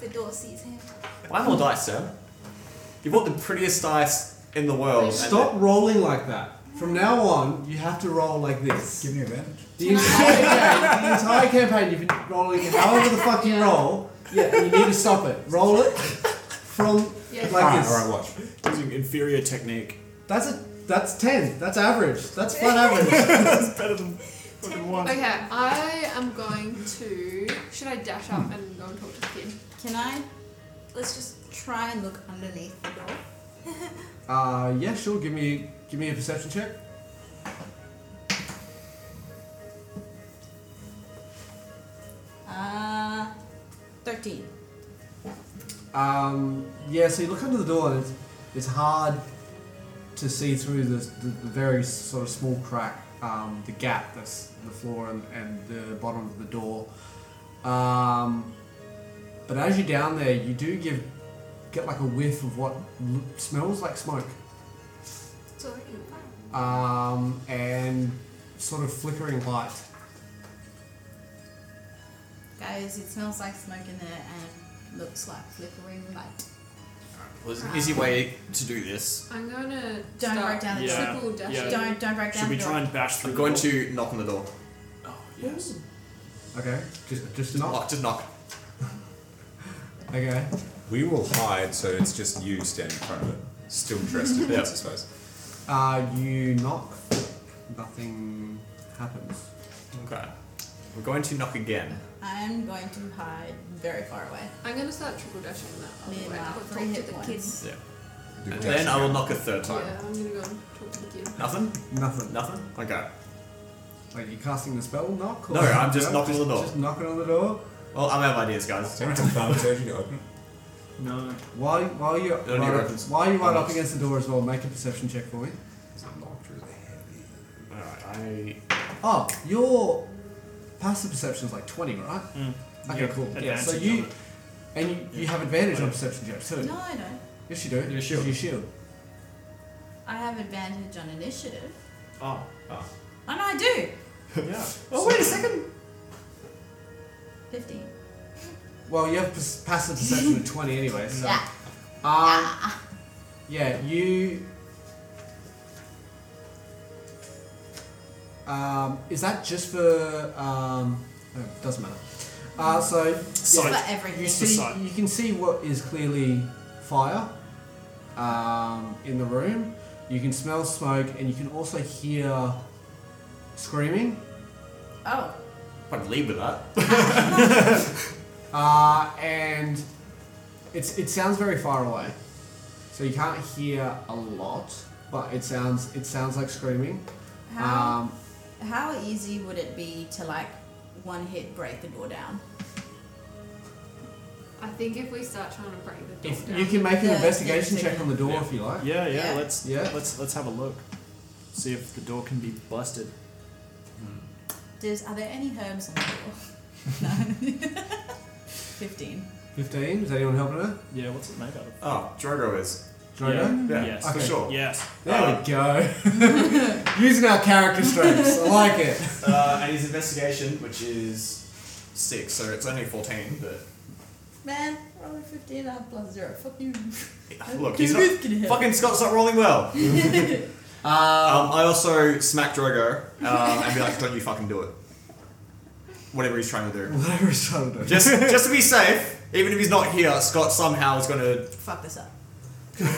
[SPEAKER 8] The door sees him.
[SPEAKER 3] Why more dice, sir? You bought the prettiest dice in the world.
[SPEAKER 4] Stop rolling like that. From now on, you have to roll like this.
[SPEAKER 11] Give me advantage.
[SPEAKER 4] The entire, game, the entire campaign, you've been rolling however the fuck you roll. Yeah, and you need to stop it. Roll it from
[SPEAKER 5] Yeah.
[SPEAKER 4] like this.
[SPEAKER 11] Alright, watch.
[SPEAKER 9] Using inferior technique.
[SPEAKER 4] That's a that's ten. That's average. That's flat average.
[SPEAKER 9] That's better than fucking one.
[SPEAKER 5] Okay, I am going to. Should I dash up and go and talk to the kid?
[SPEAKER 6] Can I? Let's just try and look underneath the door.
[SPEAKER 4] Uh, yeah, sure. Give me give me a perception check.
[SPEAKER 6] Uh, 13.
[SPEAKER 4] Um, yeah, so you look under the door and it's, it's hard to see through the, the, the very sort of small crack, um, the gap that's in the floor and, and the bottom of the door. Um, but as you're down there, you do give get like a whiff of what l- smells like smoke
[SPEAKER 8] It's already fine.
[SPEAKER 4] um, and sort of flickering light.
[SPEAKER 6] Guys, it smells like smoke in there and looks like flickering light.
[SPEAKER 3] Well, there's an easy way to do this.
[SPEAKER 5] I'm gonna.
[SPEAKER 6] Don't
[SPEAKER 5] start
[SPEAKER 6] break down the
[SPEAKER 9] Yeah,
[SPEAKER 5] Triple dash.
[SPEAKER 9] yeah.
[SPEAKER 6] Don't, don't break down
[SPEAKER 9] Should we
[SPEAKER 6] the door.
[SPEAKER 9] try and bash through
[SPEAKER 3] I'm
[SPEAKER 9] the
[SPEAKER 3] going
[SPEAKER 9] door?
[SPEAKER 3] to knock on the door.
[SPEAKER 9] Oh, Yes.
[SPEAKER 4] Okay, just just knock.
[SPEAKER 3] Knock, just knock.
[SPEAKER 4] Okay.
[SPEAKER 11] We will hide, so it's just you standing in front of it, still dressed in
[SPEAKER 3] Yep.
[SPEAKER 11] pants, I suppose.
[SPEAKER 4] Uh, you knock, nothing happens.
[SPEAKER 3] Okay. We're going to knock again.
[SPEAKER 6] I'm going to hide very far away.
[SPEAKER 5] I'm gonna start triple dashing that
[SPEAKER 6] Me
[SPEAKER 5] other
[SPEAKER 6] and
[SPEAKER 5] way.
[SPEAKER 6] Mark,
[SPEAKER 5] Go
[SPEAKER 6] three
[SPEAKER 5] talk to
[SPEAKER 6] hit
[SPEAKER 5] the
[SPEAKER 6] points.
[SPEAKER 5] kids.
[SPEAKER 3] Yeah.
[SPEAKER 11] Do
[SPEAKER 3] And
[SPEAKER 11] dash
[SPEAKER 3] then I will
[SPEAKER 11] again.
[SPEAKER 3] knock a third time.
[SPEAKER 5] Yeah, I'm gonna go and talk to the kid.
[SPEAKER 3] Nothing?
[SPEAKER 4] Nothing.
[SPEAKER 3] Nothing? Okay.
[SPEAKER 4] Like you casting the spell knock?
[SPEAKER 3] No, I'm just knocking
[SPEAKER 4] just,
[SPEAKER 3] on the door.
[SPEAKER 4] Just knocking on the door.
[SPEAKER 3] Well, I'm out of ideas, guys.
[SPEAKER 11] So I'm gonna have thaumaturgy to open. it.
[SPEAKER 9] No.
[SPEAKER 4] While while you right
[SPEAKER 3] Only
[SPEAKER 4] up,
[SPEAKER 3] reference-
[SPEAKER 4] while you right up
[SPEAKER 3] unlocks.
[SPEAKER 4] against the door as well, make a perception check for me.
[SPEAKER 11] It's locked really heavy.
[SPEAKER 9] Alright, I.
[SPEAKER 4] Oh, your passive perception is like twenty, right? Okay,
[SPEAKER 3] Hmm.
[SPEAKER 9] Yeah,
[SPEAKER 4] cool. Yeah, so
[SPEAKER 9] advantage
[SPEAKER 4] you
[SPEAKER 9] on it.
[SPEAKER 4] and you, you have advantage on perception checks too.
[SPEAKER 6] No, I don't.
[SPEAKER 4] Yes, you do.
[SPEAKER 9] Your shield.
[SPEAKER 4] Your shield.
[SPEAKER 6] I have advantage on initiative.
[SPEAKER 9] Oh.
[SPEAKER 6] Oh no, I do!
[SPEAKER 9] Yeah.
[SPEAKER 6] Oh, wait a second! 15.
[SPEAKER 4] Well, you have pers- passive perception of twenty anyway.
[SPEAKER 9] uh,
[SPEAKER 4] So.
[SPEAKER 6] Yeah.
[SPEAKER 4] Um, yeah, you. Um, is that just for? Um, oh, doesn't matter. Uh, so yeah,
[SPEAKER 9] Sight.
[SPEAKER 6] For everything.
[SPEAKER 4] you
[SPEAKER 9] It's the
[SPEAKER 4] see,
[SPEAKER 9] sight.
[SPEAKER 4] you can see what is clearly fire um, in the room. You can smell smoke, and you can also hear screaming.
[SPEAKER 6] Oh.
[SPEAKER 3] Probably leave with that.
[SPEAKER 4] Uh, and it's it sounds very far away, so you can't hear a lot. But it sounds it sounds like screaming.
[SPEAKER 6] How-
[SPEAKER 4] Um,
[SPEAKER 6] How easy would it be to like one hit break the door down?
[SPEAKER 5] I think if we start trying to break the door
[SPEAKER 4] if
[SPEAKER 5] down,
[SPEAKER 4] you can make an
[SPEAKER 5] the-
[SPEAKER 4] investigation
[SPEAKER 5] the-
[SPEAKER 4] check on the door if you like.
[SPEAKER 9] Yeah, yeah,
[SPEAKER 5] Yeah.
[SPEAKER 9] Let's
[SPEAKER 4] Yeah.
[SPEAKER 9] let's let's have a look. See if the door can be busted.
[SPEAKER 6] Does are there any herbs on the door? no. Fifteen.
[SPEAKER 4] Fifteen. Is anyone helping her?
[SPEAKER 9] Yeah, what's it made out of?
[SPEAKER 3] Oh, Drogo is.
[SPEAKER 4] Drogo?
[SPEAKER 3] Yeah, yeah,
[SPEAKER 4] Yes.
[SPEAKER 3] for
[SPEAKER 4] Okay.
[SPEAKER 3] sure.
[SPEAKER 9] Yes.
[SPEAKER 4] There we go. Using our character strengths. I like it.
[SPEAKER 3] Uh, and his investigation, which is six, so it's only 14, but.
[SPEAKER 6] Man, rolling fifteen out of plus zero. Fuck you.
[SPEAKER 3] Look, he's not, fucking Scott's not rolling well. um, I also smack Drogo um, and be like, "Don't you fucking do it." Whatever he's trying to do.
[SPEAKER 4] Whatever he's trying to do.
[SPEAKER 3] Just, just to be safe, even if he's not here, Scott somehow is gonna.
[SPEAKER 6] Fuck this up.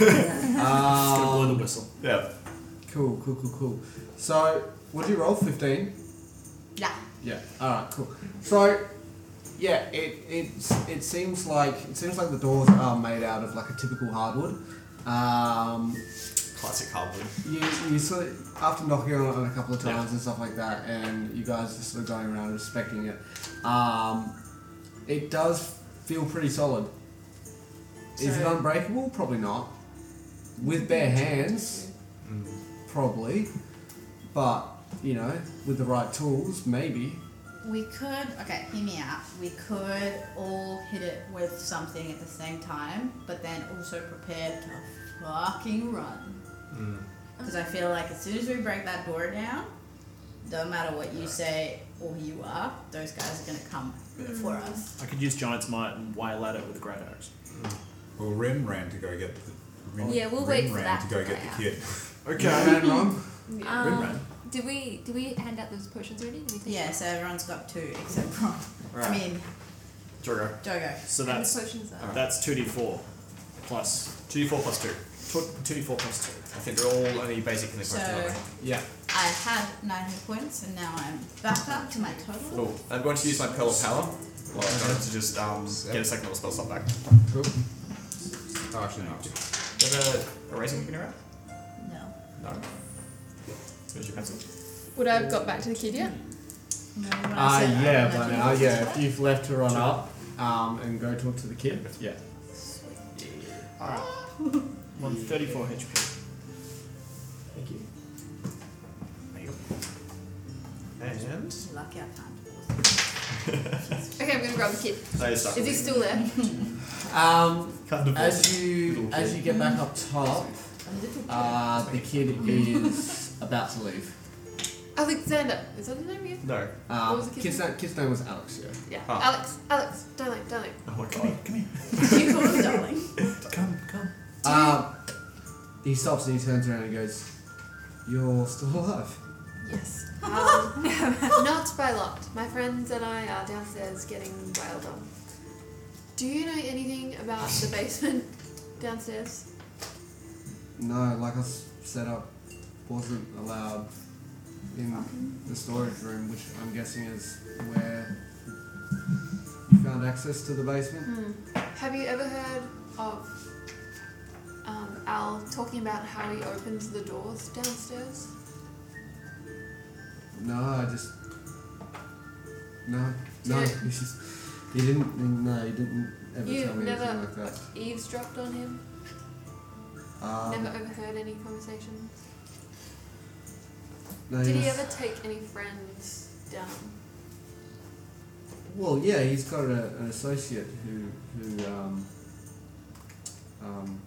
[SPEAKER 4] Just
[SPEAKER 3] gonna blow the whistle. Yeah.
[SPEAKER 4] Cool, cool, cool, cool. So, what did you roll? 15?
[SPEAKER 6] Yeah.
[SPEAKER 4] Yeah. Alright, cool. So, yeah, it, it's, it seems like it seems like the doors are made out of like a typical hardwood. Um,
[SPEAKER 3] Classic hardwood.
[SPEAKER 4] You, you sort of, after knocking on it on a couple of times and stuff like that, and you guys are sort of going around inspecting it, um, it does feel pretty solid. Is it
[SPEAKER 6] So-
[SPEAKER 4] unbreakable? Probably not. With bare hands, Mm. probably. But, you know, with the right tools, maybe.
[SPEAKER 6] We could okay, hear me out. We could all hit it with something at the same time, but then also prepare to fucking run. Because I feel like as soon as we break that door down, no matter what you say or who you are, those guys are gonna come for us.
[SPEAKER 9] I could use giant's might and wail at it with a great axe.
[SPEAKER 7] Well, Rim ran to go get the. Rim,
[SPEAKER 8] Yeah, we'll
[SPEAKER 7] Rim
[SPEAKER 8] wait for
[SPEAKER 7] ran
[SPEAKER 8] that
[SPEAKER 7] to go
[SPEAKER 8] to
[SPEAKER 7] get
[SPEAKER 8] play
[SPEAKER 7] the kid.
[SPEAKER 9] Okay. Rim ran wrong.
[SPEAKER 8] Um, Did we did we hand out those potions already? Did we take
[SPEAKER 6] Yeah, so everyone's got two except Ron.
[SPEAKER 9] Right.
[SPEAKER 6] I mean,
[SPEAKER 3] Drogo.
[SPEAKER 6] Drogo.
[SPEAKER 9] So
[SPEAKER 6] And the
[SPEAKER 9] that's
[SPEAKER 6] potions are-
[SPEAKER 9] that's two d four plus
[SPEAKER 3] two d four plus two.
[SPEAKER 9] Two d four plus two.
[SPEAKER 3] I think they're all only basic things.
[SPEAKER 6] So-
[SPEAKER 9] Yeah.
[SPEAKER 6] I had nine hit points and now I'm back up to my total.
[SPEAKER 3] Cool. I'm going to use my pearl of power. Well, I'm going to just um, get a second level spell slot back.
[SPEAKER 7] Cool. Oh, actually, not.
[SPEAKER 3] Do you have a erasing pin around?
[SPEAKER 6] No.
[SPEAKER 3] No. Where's your pencil?
[SPEAKER 5] Would I have got back to the kid yet?
[SPEAKER 6] No,
[SPEAKER 4] Ah, yeah, by now, yeah. If you've left to run up um, and go talk to the kid.
[SPEAKER 9] Yeah. Alright. 134 HP. Thank you.
[SPEAKER 3] And.
[SPEAKER 6] Lucky I can't.
[SPEAKER 5] Okay, I'm gonna grab the kid.
[SPEAKER 3] No, you're stuck.
[SPEAKER 5] Is he still there?
[SPEAKER 4] Um,
[SPEAKER 3] Kind of
[SPEAKER 4] as you as you get back up top, uh, the kid is about to leave.
[SPEAKER 5] Alexander, is that the name again?
[SPEAKER 3] No.
[SPEAKER 5] What
[SPEAKER 4] Um,
[SPEAKER 5] was the kid's
[SPEAKER 4] kid's,
[SPEAKER 5] name?
[SPEAKER 4] name? kid's name was Alex. Yeah.
[SPEAKER 5] Yeah. Alex, Alex, don't leave, don't leave.
[SPEAKER 3] Oh my god. Come here,
[SPEAKER 6] come here. you call him darling.
[SPEAKER 3] Come, come.
[SPEAKER 4] Um, he stops and he turns around and goes, "You're still alive."
[SPEAKER 5] Yes. Um, not by lot. My friends and I are downstairs getting wailed on. Do you know anything about the basement downstairs?
[SPEAKER 4] No, like I s- said, I wasn't allowed in the storage room, which I'm guessing is where you found access to the basement.
[SPEAKER 5] Hmm. Have you ever heard of um, Al talking about how he opens the doors downstairs?
[SPEAKER 4] No, I just no, no.
[SPEAKER 5] Yeah.
[SPEAKER 4] It's just he didn't. No, he didn't ever
[SPEAKER 5] you
[SPEAKER 4] tell me
[SPEAKER 5] never
[SPEAKER 4] anything like that.
[SPEAKER 5] eavesdropped on him?
[SPEAKER 4] Um,
[SPEAKER 5] never overheard any conversations?
[SPEAKER 4] no,
[SPEAKER 5] Did
[SPEAKER 4] he
[SPEAKER 5] he
[SPEAKER 4] was-
[SPEAKER 5] ever take any friends down?
[SPEAKER 4] Well, yeah, he's got a, an associate who who um, um,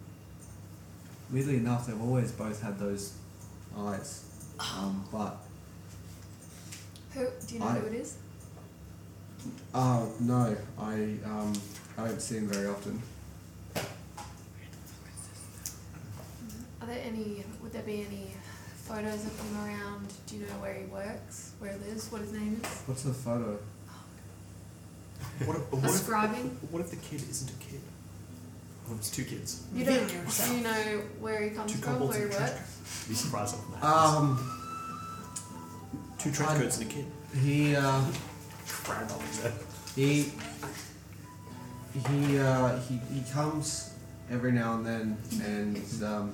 [SPEAKER 4] weirdly enough, they've always both had those eyes, um, but
[SPEAKER 5] Who do you know
[SPEAKER 4] I-
[SPEAKER 5] who it is?
[SPEAKER 4] oh no, I um, I don't see him very often.
[SPEAKER 5] Are there any? Would there be any photos of him around? Do you know where he works? Where he lives? What his name is?
[SPEAKER 4] What's the photo?
[SPEAKER 9] What if, what if-
[SPEAKER 5] Ascribing?
[SPEAKER 9] what if the kid isn't a kid?
[SPEAKER 3] What if it's two kids?
[SPEAKER 5] You don't. Do you know where he comes
[SPEAKER 9] Two
[SPEAKER 5] from?
[SPEAKER 9] kobolds
[SPEAKER 5] Where
[SPEAKER 9] in
[SPEAKER 5] he
[SPEAKER 9] a trench
[SPEAKER 5] works?
[SPEAKER 3] Be surprised if that happens.
[SPEAKER 4] Um,
[SPEAKER 9] Two trench coats and a kid.
[SPEAKER 4] He uh, He he uh, he he comes every now and then and um,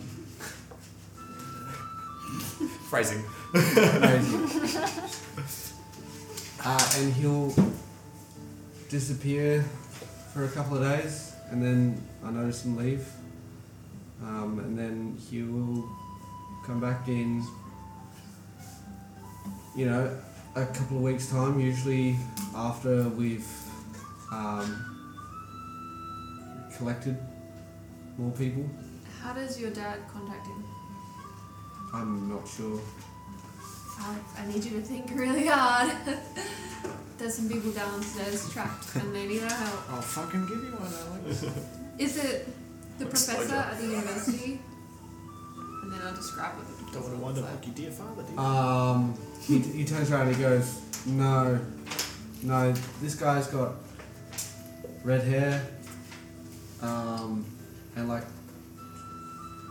[SPEAKER 3] Phrasing.
[SPEAKER 4] Phrasing. uh, and he'll disappear for a couple of days, and then I notice him leave, um, and then he will come back in. You know, a couple of weeks' time, usually after we've um, collected more people.
[SPEAKER 5] How does your dad contact him?
[SPEAKER 4] I'm not sure.
[SPEAKER 5] I, I need you to think really hard. There's some people downstairs trapped and they need our help.
[SPEAKER 9] I'll fucking give you one, Alex.
[SPEAKER 5] Is it the
[SPEAKER 9] Looks like
[SPEAKER 5] professor
[SPEAKER 9] it.
[SPEAKER 5] at the university? and then I'll describe what the
[SPEAKER 9] Don't want
[SPEAKER 5] professor looks
[SPEAKER 9] to wind up
[SPEAKER 5] like.
[SPEAKER 9] like your dear father,
[SPEAKER 3] Uh,
[SPEAKER 9] do you?
[SPEAKER 4] Um, he, he turns around and he goes, No, no, this guy's got red hair, um, and like,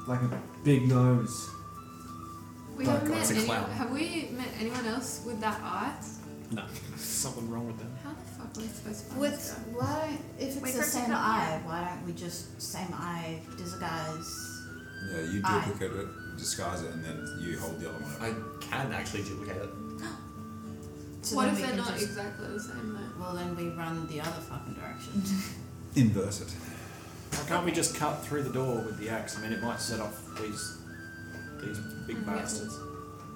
[SPEAKER 4] like a big nose.
[SPEAKER 5] We
[SPEAKER 4] Like,
[SPEAKER 5] haven't
[SPEAKER 4] God,
[SPEAKER 5] met
[SPEAKER 4] it's a
[SPEAKER 5] anyone.
[SPEAKER 4] clown.
[SPEAKER 5] Have we met anyone else with that eye?
[SPEAKER 9] no. Something wrong with them.
[SPEAKER 5] How the fuck are we supposed to find
[SPEAKER 6] What's
[SPEAKER 5] this guy?
[SPEAKER 6] why don't, if it's
[SPEAKER 5] Wait
[SPEAKER 6] the
[SPEAKER 5] for it to
[SPEAKER 6] same
[SPEAKER 5] come
[SPEAKER 6] eye,
[SPEAKER 5] here.
[SPEAKER 6] why don't we just same eye disguise?
[SPEAKER 11] Yeah, you
[SPEAKER 6] Aye.
[SPEAKER 11] duplicate it, disguise it, and then you hold the other one.
[SPEAKER 3] I can actually duplicate it.
[SPEAKER 5] What
[SPEAKER 6] then
[SPEAKER 5] if
[SPEAKER 6] we
[SPEAKER 5] they're
[SPEAKER 6] can
[SPEAKER 5] not
[SPEAKER 6] just-
[SPEAKER 5] exactly the same though?
[SPEAKER 6] Well, then we run the other fucking direction.
[SPEAKER 11] Inverse it.
[SPEAKER 9] Why can't we just cut through the door with the axe? I mean, it might set off these these big
[SPEAKER 5] Mm,
[SPEAKER 6] Mm-hmm.
[SPEAKER 5] yeah.
[SPEAKER 9] bastards.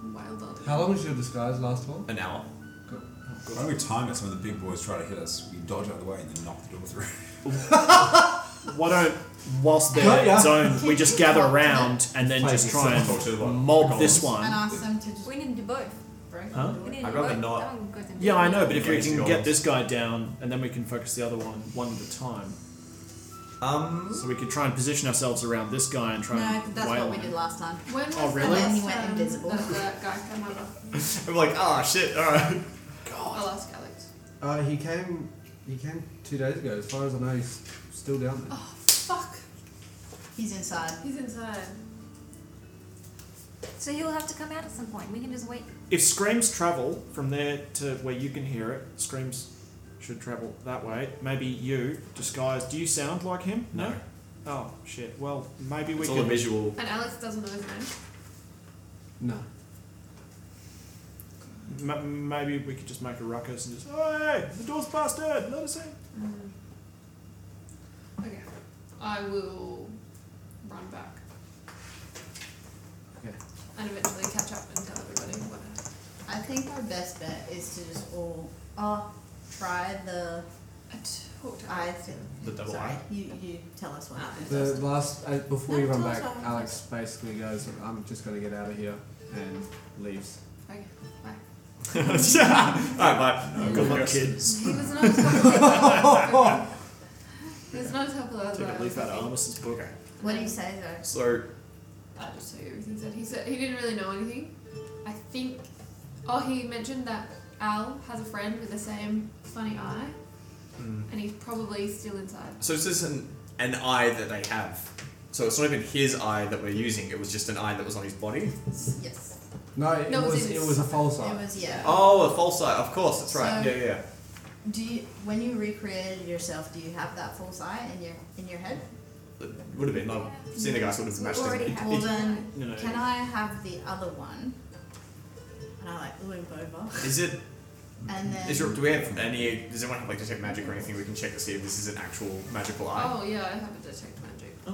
[SPEAKER 5] Wild dog.
[SPEAKER 4] How long was your disguise last for?
[SPEAKER 3] An hour.
[SPEAKER 4] Cool.
[SPEAKER 11] Why don't we time it so when the big boys try to hit us, we dodge out of the way and then knock the door through?
[SPEAKER 9] Why don't, whilst they're
[SPEAKER 11] Got ya.
[SPEAKER 9] zoned, we just gather around and then
[SPEAKER 11] Play
[SPEAKER 9] just
[SPEAKER 11] with
[SPEAKER 9] try
[SPEAKER 11] someone. Talk to the
[SPEAKER 9] and
[SPEAKER 11] one.
[SPEAKER 9] mob this
[SPEAKER 6] and
[SPEAKER 9] one?
[SPEAKER 6] ask them to just.
[SPEAKER 8] We need to do both.
[SPEAKER 6] Break
[SPEAKER 9] Huh?
[SPEAKER 6] the door.
[SPEAKER 8] We need to
[SPEAKER 3] I'd
[SPEAKER 8] do
[SPEAKER 3] rather
[SPEAKER 8] both. Oh,
[SPEAKER 3] not.
[SPEAKER 8] Someone got them
[SPEAKER 9] Yeah, I know, but if
[SPEAKER 3] Okay,
[SPEAKER 9] we
[SPEAKER 3] it's
[SPEAKER 9] can
[SPEAKER 3] yours.
[SPEAKER 9] get this guy down and then we can focus the other one one at a time.
[SPEAKER 3] Um,
[SPEAKER 9] So we could try and position ourselves around this guy and try
[SPEAKER 6] No,
[SPEAKER 9] and
[SPEAKER 6] that's
[SPEAKER 9] wail
[SPEAKER 6] what we
[SPEAKER 9] on
[SPEAKER 6] did
[SPEAKER 9] him.
[SPEAKER 6] last time.
[SPEAKER 5] When was
[SPEAKER 9] Oh,
[SPEAKER 5] the
[SPEAKER 9] really?
[SPEAKER 5] last
[SPEAKER 6] He went
[SPEAKER 5] time
[SPEAKER 6] invisible.
[SPEAKER 5] That, that guy came over.
[SPEAKER 3] I'm like, ah, shit, alright.
[SPEAKER 5] I'll ask Alex.
[SPEAKER 4] Uh, he came, he came two days ago. As far as I know, he's still down there.
[SPEAKER 5] Oh fuck!
[SPEAKER 6] He's inside.
[SPEAKER 5] He's inside.
[SPEAKER 8] So he'll have to come out at some point. We can just wait.
[SPEAKER 9] If screams travel from there to where you can hear it, screams should travel that way. Maybe you, disguised, do you sound like him? No. Oh shit. Well, maybe we
[SPEAKER 3] It's all
[SPEAKER 9] could.
[SPEAKER 3] a visual.
[SPEAKER 5] And Alex doesn't know his name.
[SPEAKER 4] No.
[SPEAKER 9] M- maybe we could just make a ruckus and just "Oh, hey, the door's busted. Let us in.
[SPEAKER 5] Okay. I will run back
[SPEAKER 4] Okay.
[SPEAKER 5] and eventually catch up and tell everybody what happened.
[SPEAKER 6] I think our best bet is to just all oh try the
[SPEAKER 5] I talked to
[SPEAKER 6] eye
[SPEAKER 5] Alex.
[SPEAKER 6] thing.
[SPEAKER 3] The double
[SPEAKER 6] Sorry,
[SPEAKER 3] eye?
[SPEAKER 6] You you tell us what happens.
[SPEAKER 4] The last, uh, before you
[SPEAKER 6] No,
[SPEAKER 4] run
[SPEAKER 6] tell us
[SPEAKER 4] back,
[SPEAKER 6] what happened.
[SPEAKER 4] Alex basically goes, "I'm just gonna get out of here," and leaves.
[SPEAKER 5] Okay, bye.
[SPEAKER 3] alright, bye.
[SPEAKER 9] Good luck, kids.
[SPEAKER 5] He was not as helpful. he was not as helpful as
[SPEAKER 9] Take
[SPEAKER 5] I
[SPEAKER 9] a
[SPEAKER 5] was
[SPEAKER 9] leaf out of
[SPEAKER 5] thinking.
[SPEAKER 9] Armis's book.
[SPEAKER 6] What do you say though?
[SPEAKER 3] So,
[SPEAKER 5] I just tell you everything he said. He said he didn't really know anything. I think. Oh, he mentioned that Al has a friend with the same funny eye, and he's probably still inside.
[SPEAKER 3] so this is an, an eye that they have. So it's not even his eye that we're using, it was just an eye that was on his body.
[SPEAKER 6] Yes.
[SPEAKER 4] No, it
[SPEAKER 5] No, it
[SPEAKER 4] was
[SPEAKER 5] is.
[SPEAKER 4] it was a false
[SPEAKER 6] It
[SPEAKER 4] eye.
[SPEAKER 6] was yeah.
[SPEAKER 3] Oh, a false eye, of course, that's right.
[SPEAKER 6] So-
[SPEAKER 3] yeah, yeah.
[SPEAKER 6] Do you when you recreated yourself? Do you have that false eye in your in your head?
[SPEAKER 3] It would have been, I've seen the guys would have matched
[SPEAKER 8] Already
[SPEAKER 3] it.
[SPEAKER 8] have
[SPEAKER 6] Well
[SPEAKER 8] it.
[SPEAKER 6] then,
[SPEAKER 9] No, no.
[SPEAKER 6] can I have the other one? And I like limp over,
[SPEAKER 3] Is it?
[SPEAKER 6] and then
[SPEAKER 3] Is your, do we have any? Does anyone have like detect magic or anything we can check to see if this is an actual magical eye?
[SPEAKER 5] Oh yeah, I have a detect magic.
[SPEAKER 9] Oh.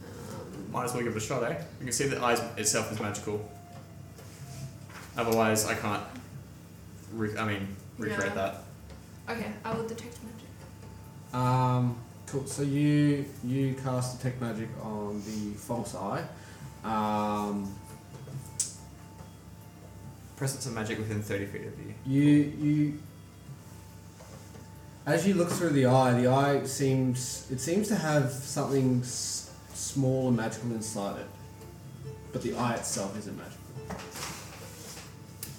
[SPEAKER 5] Um,
[SPEAKER 3] Might as well give it a shot, eh? We can see that the eye itself is magical. Otherwise, I can't. Re- I mean, recreate
[SPEAKER 5] Yeah.
[SPEAKER 3] that.
[SPEAKER 5] okay, I will detect magic.
[SPEAKER 4] Um, cool. So you you cast detect magic on the false eye. Um,
[SPEAKER 3] Presence of magic within thirty feet of you.
[SPEAKER 4] you you. As you look through the eye, the eye seems it seems to have something s- small and magical inside it, but the eye itself isn't magical.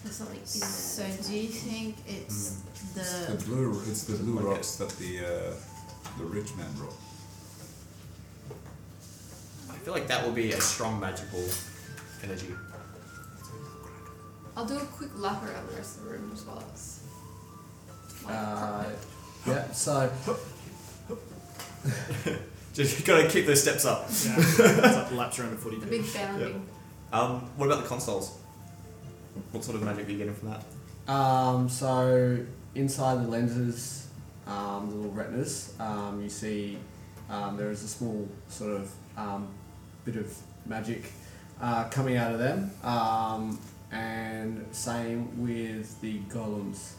[SPEAKER 5] There's something in there.
[SPEAKER 6] So do you think it's
[SPEAKER 11] It's the
[SPEAKER 6] the
[SPEAKER 11] blue, it's the blue
[SPEAKER 3] Like it.
[SPEAKER 11] rocks that the uh, the rich man brought.
[SPEAKER 3] I feel like that will be a strong magical energy.
[SPEAKER 5] I'll do a quick lap around the rest of the room as well as
[SPEAKER 4] Uh, yeah, so.
[SPEAKER 3] Just gotta keep those steps up.
[SPEAKER 9] Yeah. It's like laps around the footy
[SPEAKER 5] The big pitch. bounding.
[SPEAKER 3] Um, what about the consoles? What sort of magic are you getting from that?
[SPEAKER 4] Um, so inside the lenses, um, the little retinas, um, you see um, there is a small sort of um, bit of magic uh, coming out of them, um, and same with the golems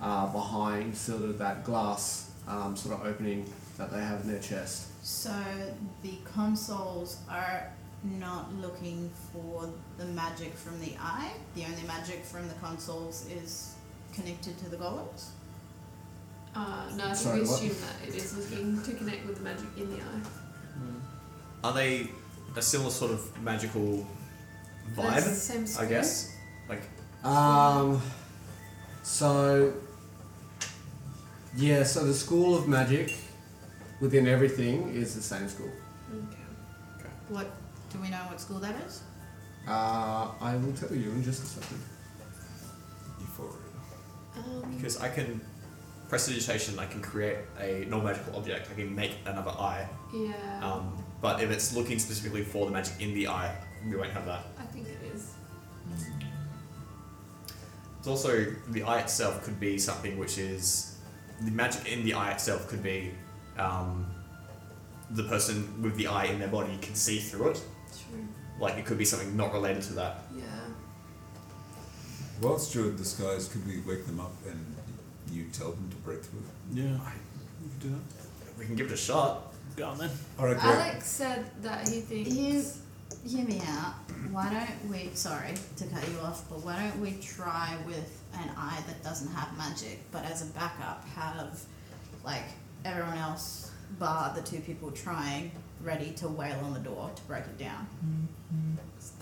[SPEAKER 4] uh, behind sort of that glass um, sort of opening that they have in their chest.
[SPEAKER 6] So the consoles are not looking for the magic from the eye. The only magic from the consoles is connected to the golems.
[SPEAKER 5] Uh, no, I think
[SPEAKER 6] Sorry,
[SPEAKER 5] we
[SPEAKER 6] what?
[SPEAKER 5] assume that it is looking to connect with the magic in the eye.
[SPEAKER 3] Are they a similar sort of magical vibe?
[SPEAKER 5] Those same
[SPEAKER 3] I guess. Like
[SPEAKER 4] Um, so, yeah, so the school of magic within everything is the same school.
[SPEAKER 6] Okay. What do we know what school that is?
[SPEAKER 4] Uh, I will tell you in just a second.
[SPEAKER 6] Um,
[SPEAKER 3] because I can prestidigitation. I can create a non-magical object. I can make another eye.
[SPEAKER 5] Yeah.
[SPEAKER 3] Um, but if it's looking specifically for the magic in the eye, we won't have that.
[SPEAKER 5] I think it is.
[SPEAKER 3] It's also the eye itself could be something which is the magic in the eye itself could be um, the person with the eye in their body can see through it.
[SPEAKER 5] True.
[SPEAKER 3] Like it could be something not related to that.
[SPEAKER 5] Yeah.
[SPEAKER 7] While Stuart disguised, could we wake them up and you tell them to break through?
[SPEAKER 9] Yeah.
[SPEAKER 3] We can give it a shot.
[SPEAKER 9] Go on then.
[SPEAKER 7] Alright, great.
[SPEAKER 5] Alex said that he thinks.
[SPEAKER 6] Hear, hear me out. Why don't we? Sorry to cut you off, but why don't we try with an eye that doesn't have magic, but as a backup, have like everyone else, bar the two people trying, ready to wail on the door to break it down.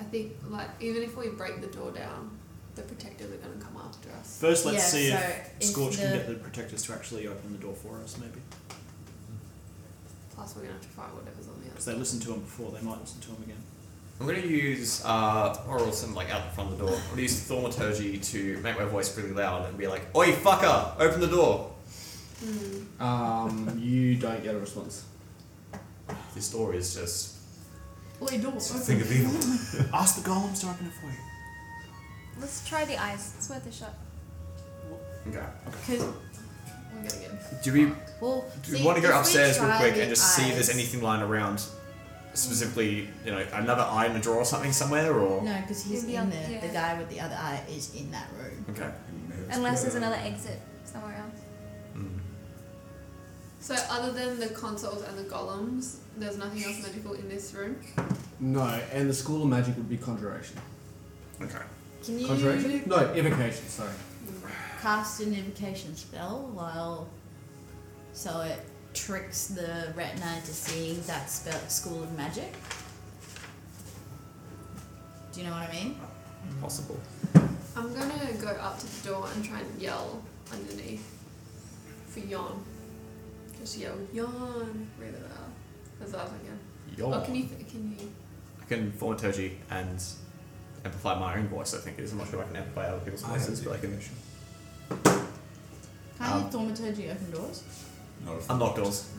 [SPEAKER 5] I think like even if we break the door down, the protectors are going to come after us.
[SPEAKER 9] First, let's
[SPEAKER 6] Yeah,
[SPEAKER 9] see
[SPEAKER 6] so
[SPEAKER 9] if
[SPEAKER 6] if
[SPEAKER 9] Scorch can
[SPEAKER 6] the-
[SPEAKER 9] get the protectors to actually open the door for us, maybe.
[SPEAKER 5] Plus, we're going to have to fight whatever's on the other.
[SPEAKER 9] Because they listened to him before, they might listen to him again.
[SPEAKER 3] I'm gonna use uh, oral some like out the front of the door. I'm gonna use thaumaturgy to make my voice really loud and be like, "Oi, fucker, open the door."
[SPEAKER 4] Um, you don't get a response.
[SPEAKER 3] This door is just.
[SPEAKER 6] Wait, door.
[SPEAKER 7] Think of evil.
[SPEAKER 9] Ask the golems to open it for you.
[SPEAKER 8] Let's try the eyes. It's worth a shot.
[SPEAKER 3] Okay.
[SPEAKER 6] Because
[SPEAKER 5] We're going to get.
[SPEAKER 3] Do we?
[SPEAKER 6] Well,
[SPEAKER 3] do we
[SPEAKER 6] see,
[SPEAKER 3] want to go
[SPEAKER 6] if we
[SPEAKER 3] upstairs real
[SPEAKER 6] try
[SPEAKER 3] quick and
[SPEAKER 6] the
[SPEAKER 3] just see if there's
[SPEAKER 6] eyes-
[SPEAKER 3] anything lying around, specifically, you know, another eye in the drawer or something somewhere, or
[SPEAKER 6] No, because he's
[SPEAKER 8] He'll be
[SPEAKER 6] in
[SPEAKER 8] up
[SPEAKER 6] there. The
[SPEAKER 8] here.
[SPEAKER 6] guy with the other eye is in that room.
[SPEAKER 3] okay.
[SPEAKER 8] Unless there's another exit somewhere else.
[SPEAKER 5] So other than the consoles and the golems, there's nothing else magical in this room.
[SPEAKER 4] No, and the school of magic would be conjuration.
[SPEAKER 3] Okay.
[SPEAKER 6] Can you
[SPEAKER 4] Conjuration? No, evocation, sorry.
[SPEAKER 6] cast an invocation spell while so it tricks the retina into seeing that spell school of magic? Do you know what I mean?
[SPEAKER 3] Possible.
[SPEAKER 5] I'm going to go up to the door and try and yell underneath for yawn. Just yell yawn, breathe it out as loud as I can.
[SPEAKER 3] Yawn.
[SPEAKER 5] Oh, can you? Can you?
[SPEAKER 3] I can thaumaturgy and amplify my own voice. I think it is. I'm not sure I can amplify other people's voices, but I can.
[SPEAKER 6] Can't
[SPEAKER 3] Um,
[SPEAKER 6] you thaumaturgy open doors?
[SPEAKER 3] Unlock doors.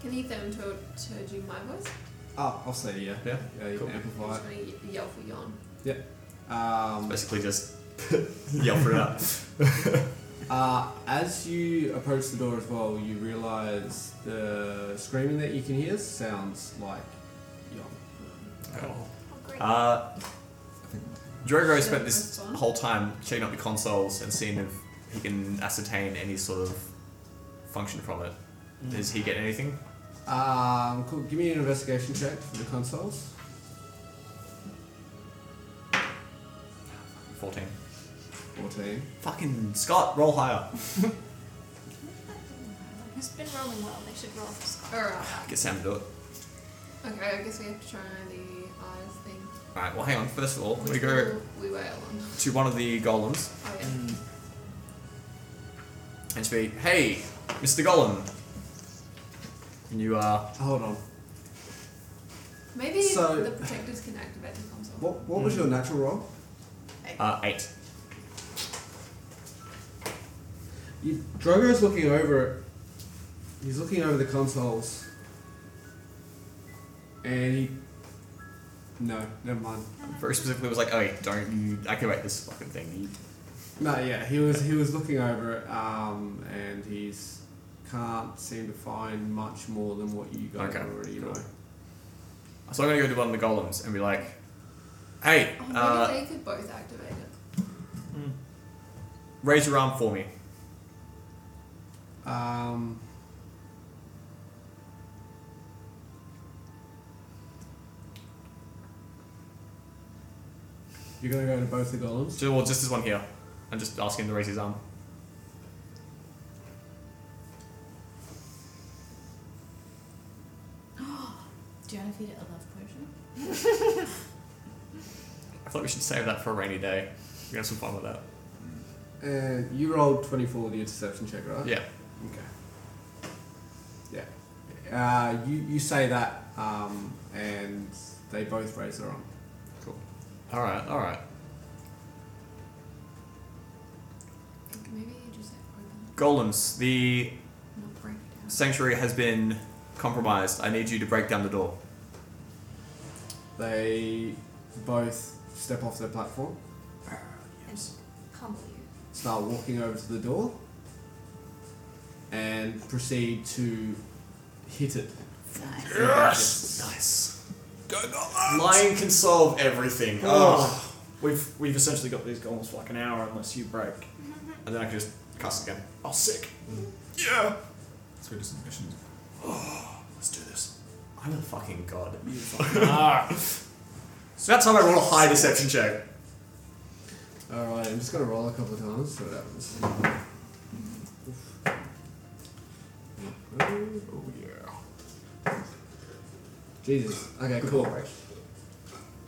[SPEAKER 5] Can you thaumaturgy my voice?
[SPEAKER 4] Oh, I'll say yeah.
[SPEAKER 3] Yeah?
[SPEAKER 4] Yeah, you
[SPEAKER 3] Cool.
[SPEAKER 4] can
[SPEAKER 5] I'm
[SPEAKER 4] amplify
[SPEAKER 5] just
[SPEAKER 4] it.
[SPEAKER 5] going to yell for yawn.
[SPEAKER 4] Um,
[SPEAKER 3] Basically, just yell for it out.
[SPEAKER 4] Uh, as you approach the door as well, you realise the screaming that you can hear sounds like yawn.
[SPEAKER 3] Oh.
[SPEAKER 8] Oh,
[SPEAKER 3] Uh, Drogo spent this whole time checking up the consoles and seeing if he can ascertain any sort of function from it. Does he get anything?
[SPEAKER 4] Um, cool. Give me an investigation check for the consoles.
[SPEAKER 3] 14.
[SPEAKER 4] 14.
[SPEAKER 3] Fucking Scott, roll higher.
[SPEAKER 8] It's been rolling well. They should roll for Scott.
[SPEAKER 5] Alright.
[SPEAKER 3] Get Sam to do it.
[SPEAKER 5] Okay, I guess we have to try the eyes thing.
[SPEAKER 3] Alright, well, hang on. First of all, we
[SPEAKER 5] Which
[SPEAKER 3] go
[SPEAKER 5] one We wail on.
[SPEAKER 3] to one of the golems
[SPEAKER 5] Oh, yeah.
[SPEAKER 3] Mm. and she be, hey, Mr. Golem. And you are.
[SPEAKER 4] Hold on.
[SPEAKER 5] Maybe
[SPEAKER 4] So-
[SPEAKER 5] the protectors can activate the console. Oh,
[SPEAKER 4] What, what was your natural roll?
[SPEAKER 3] Uh, eight.
[SPEAKER 14] You, Drogo's looking over it. He's looking over the consoles. And he. No, never mind.
[SPEAKER 3] Very specifically, was like, oh, yeah, don't you activate this fucking thing. You-
[SPEAKER 4] No, yeah, he was he was looking over it, um, and he's can't seem to find much more than what you guys
[SPEAKER 3] Okay,
[SPEAKER 4] already know.
[SPEAKER 3] So I'm gonna go to one of the golems and be like, hey,
[SPEAKER 5] Oh, maybe
[SPEAKER 3] uh,
[SPEAKER 5] they could both activate it.
[SPEAKER 3] raise your arm for me.
[SPEAKER 4] Um, you're gonna go to both the golems.
[SPEAKER 3] Ju- Well, just this one here. I'm just asking him to raise his
[SPEAKER 4] um.
[SPEAKER 3] arm.
[SPEAKER 6] Do you want to feed it a love potion?
[SPEAKER 3] I thought we should save that for a rainy day. We can have some fun with that.
[SPEAKER 4] Uh, you rolled twenty four the interception check, right?
[SPEAKER 3] Yeah.
[SPEAKER 4] Okay. Yeah. Uh, you you say that, um, and they both raise their arm.
[SPEAKER 3] Cool. All right. All right.
[SPEAKER 5] Maybe you just like, open
[SPEAKER 3] Golems, the
[SPEAKER 5] it, not break it down.
[SPEAKER 3] sanctuary has been compromised. I need you to break down the door.
[SPEAKER 4] They both step off their platform,
[SPEAKER 8] Can't believe you.
[SPEAKER 4] start walking over to the door, and proceed to hit it.
[SPEAKER 3] Yes! Nice. Lion can solve everything.
[SPEAKER 9] Oh. We've we've essentially got these golems for like an hour unless you break.
[SPEAKER 3] And then I can just cast again.
[SPEAKER 9] Oh, sick. Yeah.
[SPEAKER 7] Let's go do some missions.
[SPEAKER 3] Oh, let's do this. I'm a fucking god. You
[SPEAKER 9] fucking are.
[SPEAKER 3] so that's how I roll a high deception check.
[SPEAKER 4] Alright, I'm just gonna roll a couple of times, see what happens.
[SPEAKER 3] Oh, yeah.
[SPEAKER 4] Jesus. Okay, cool.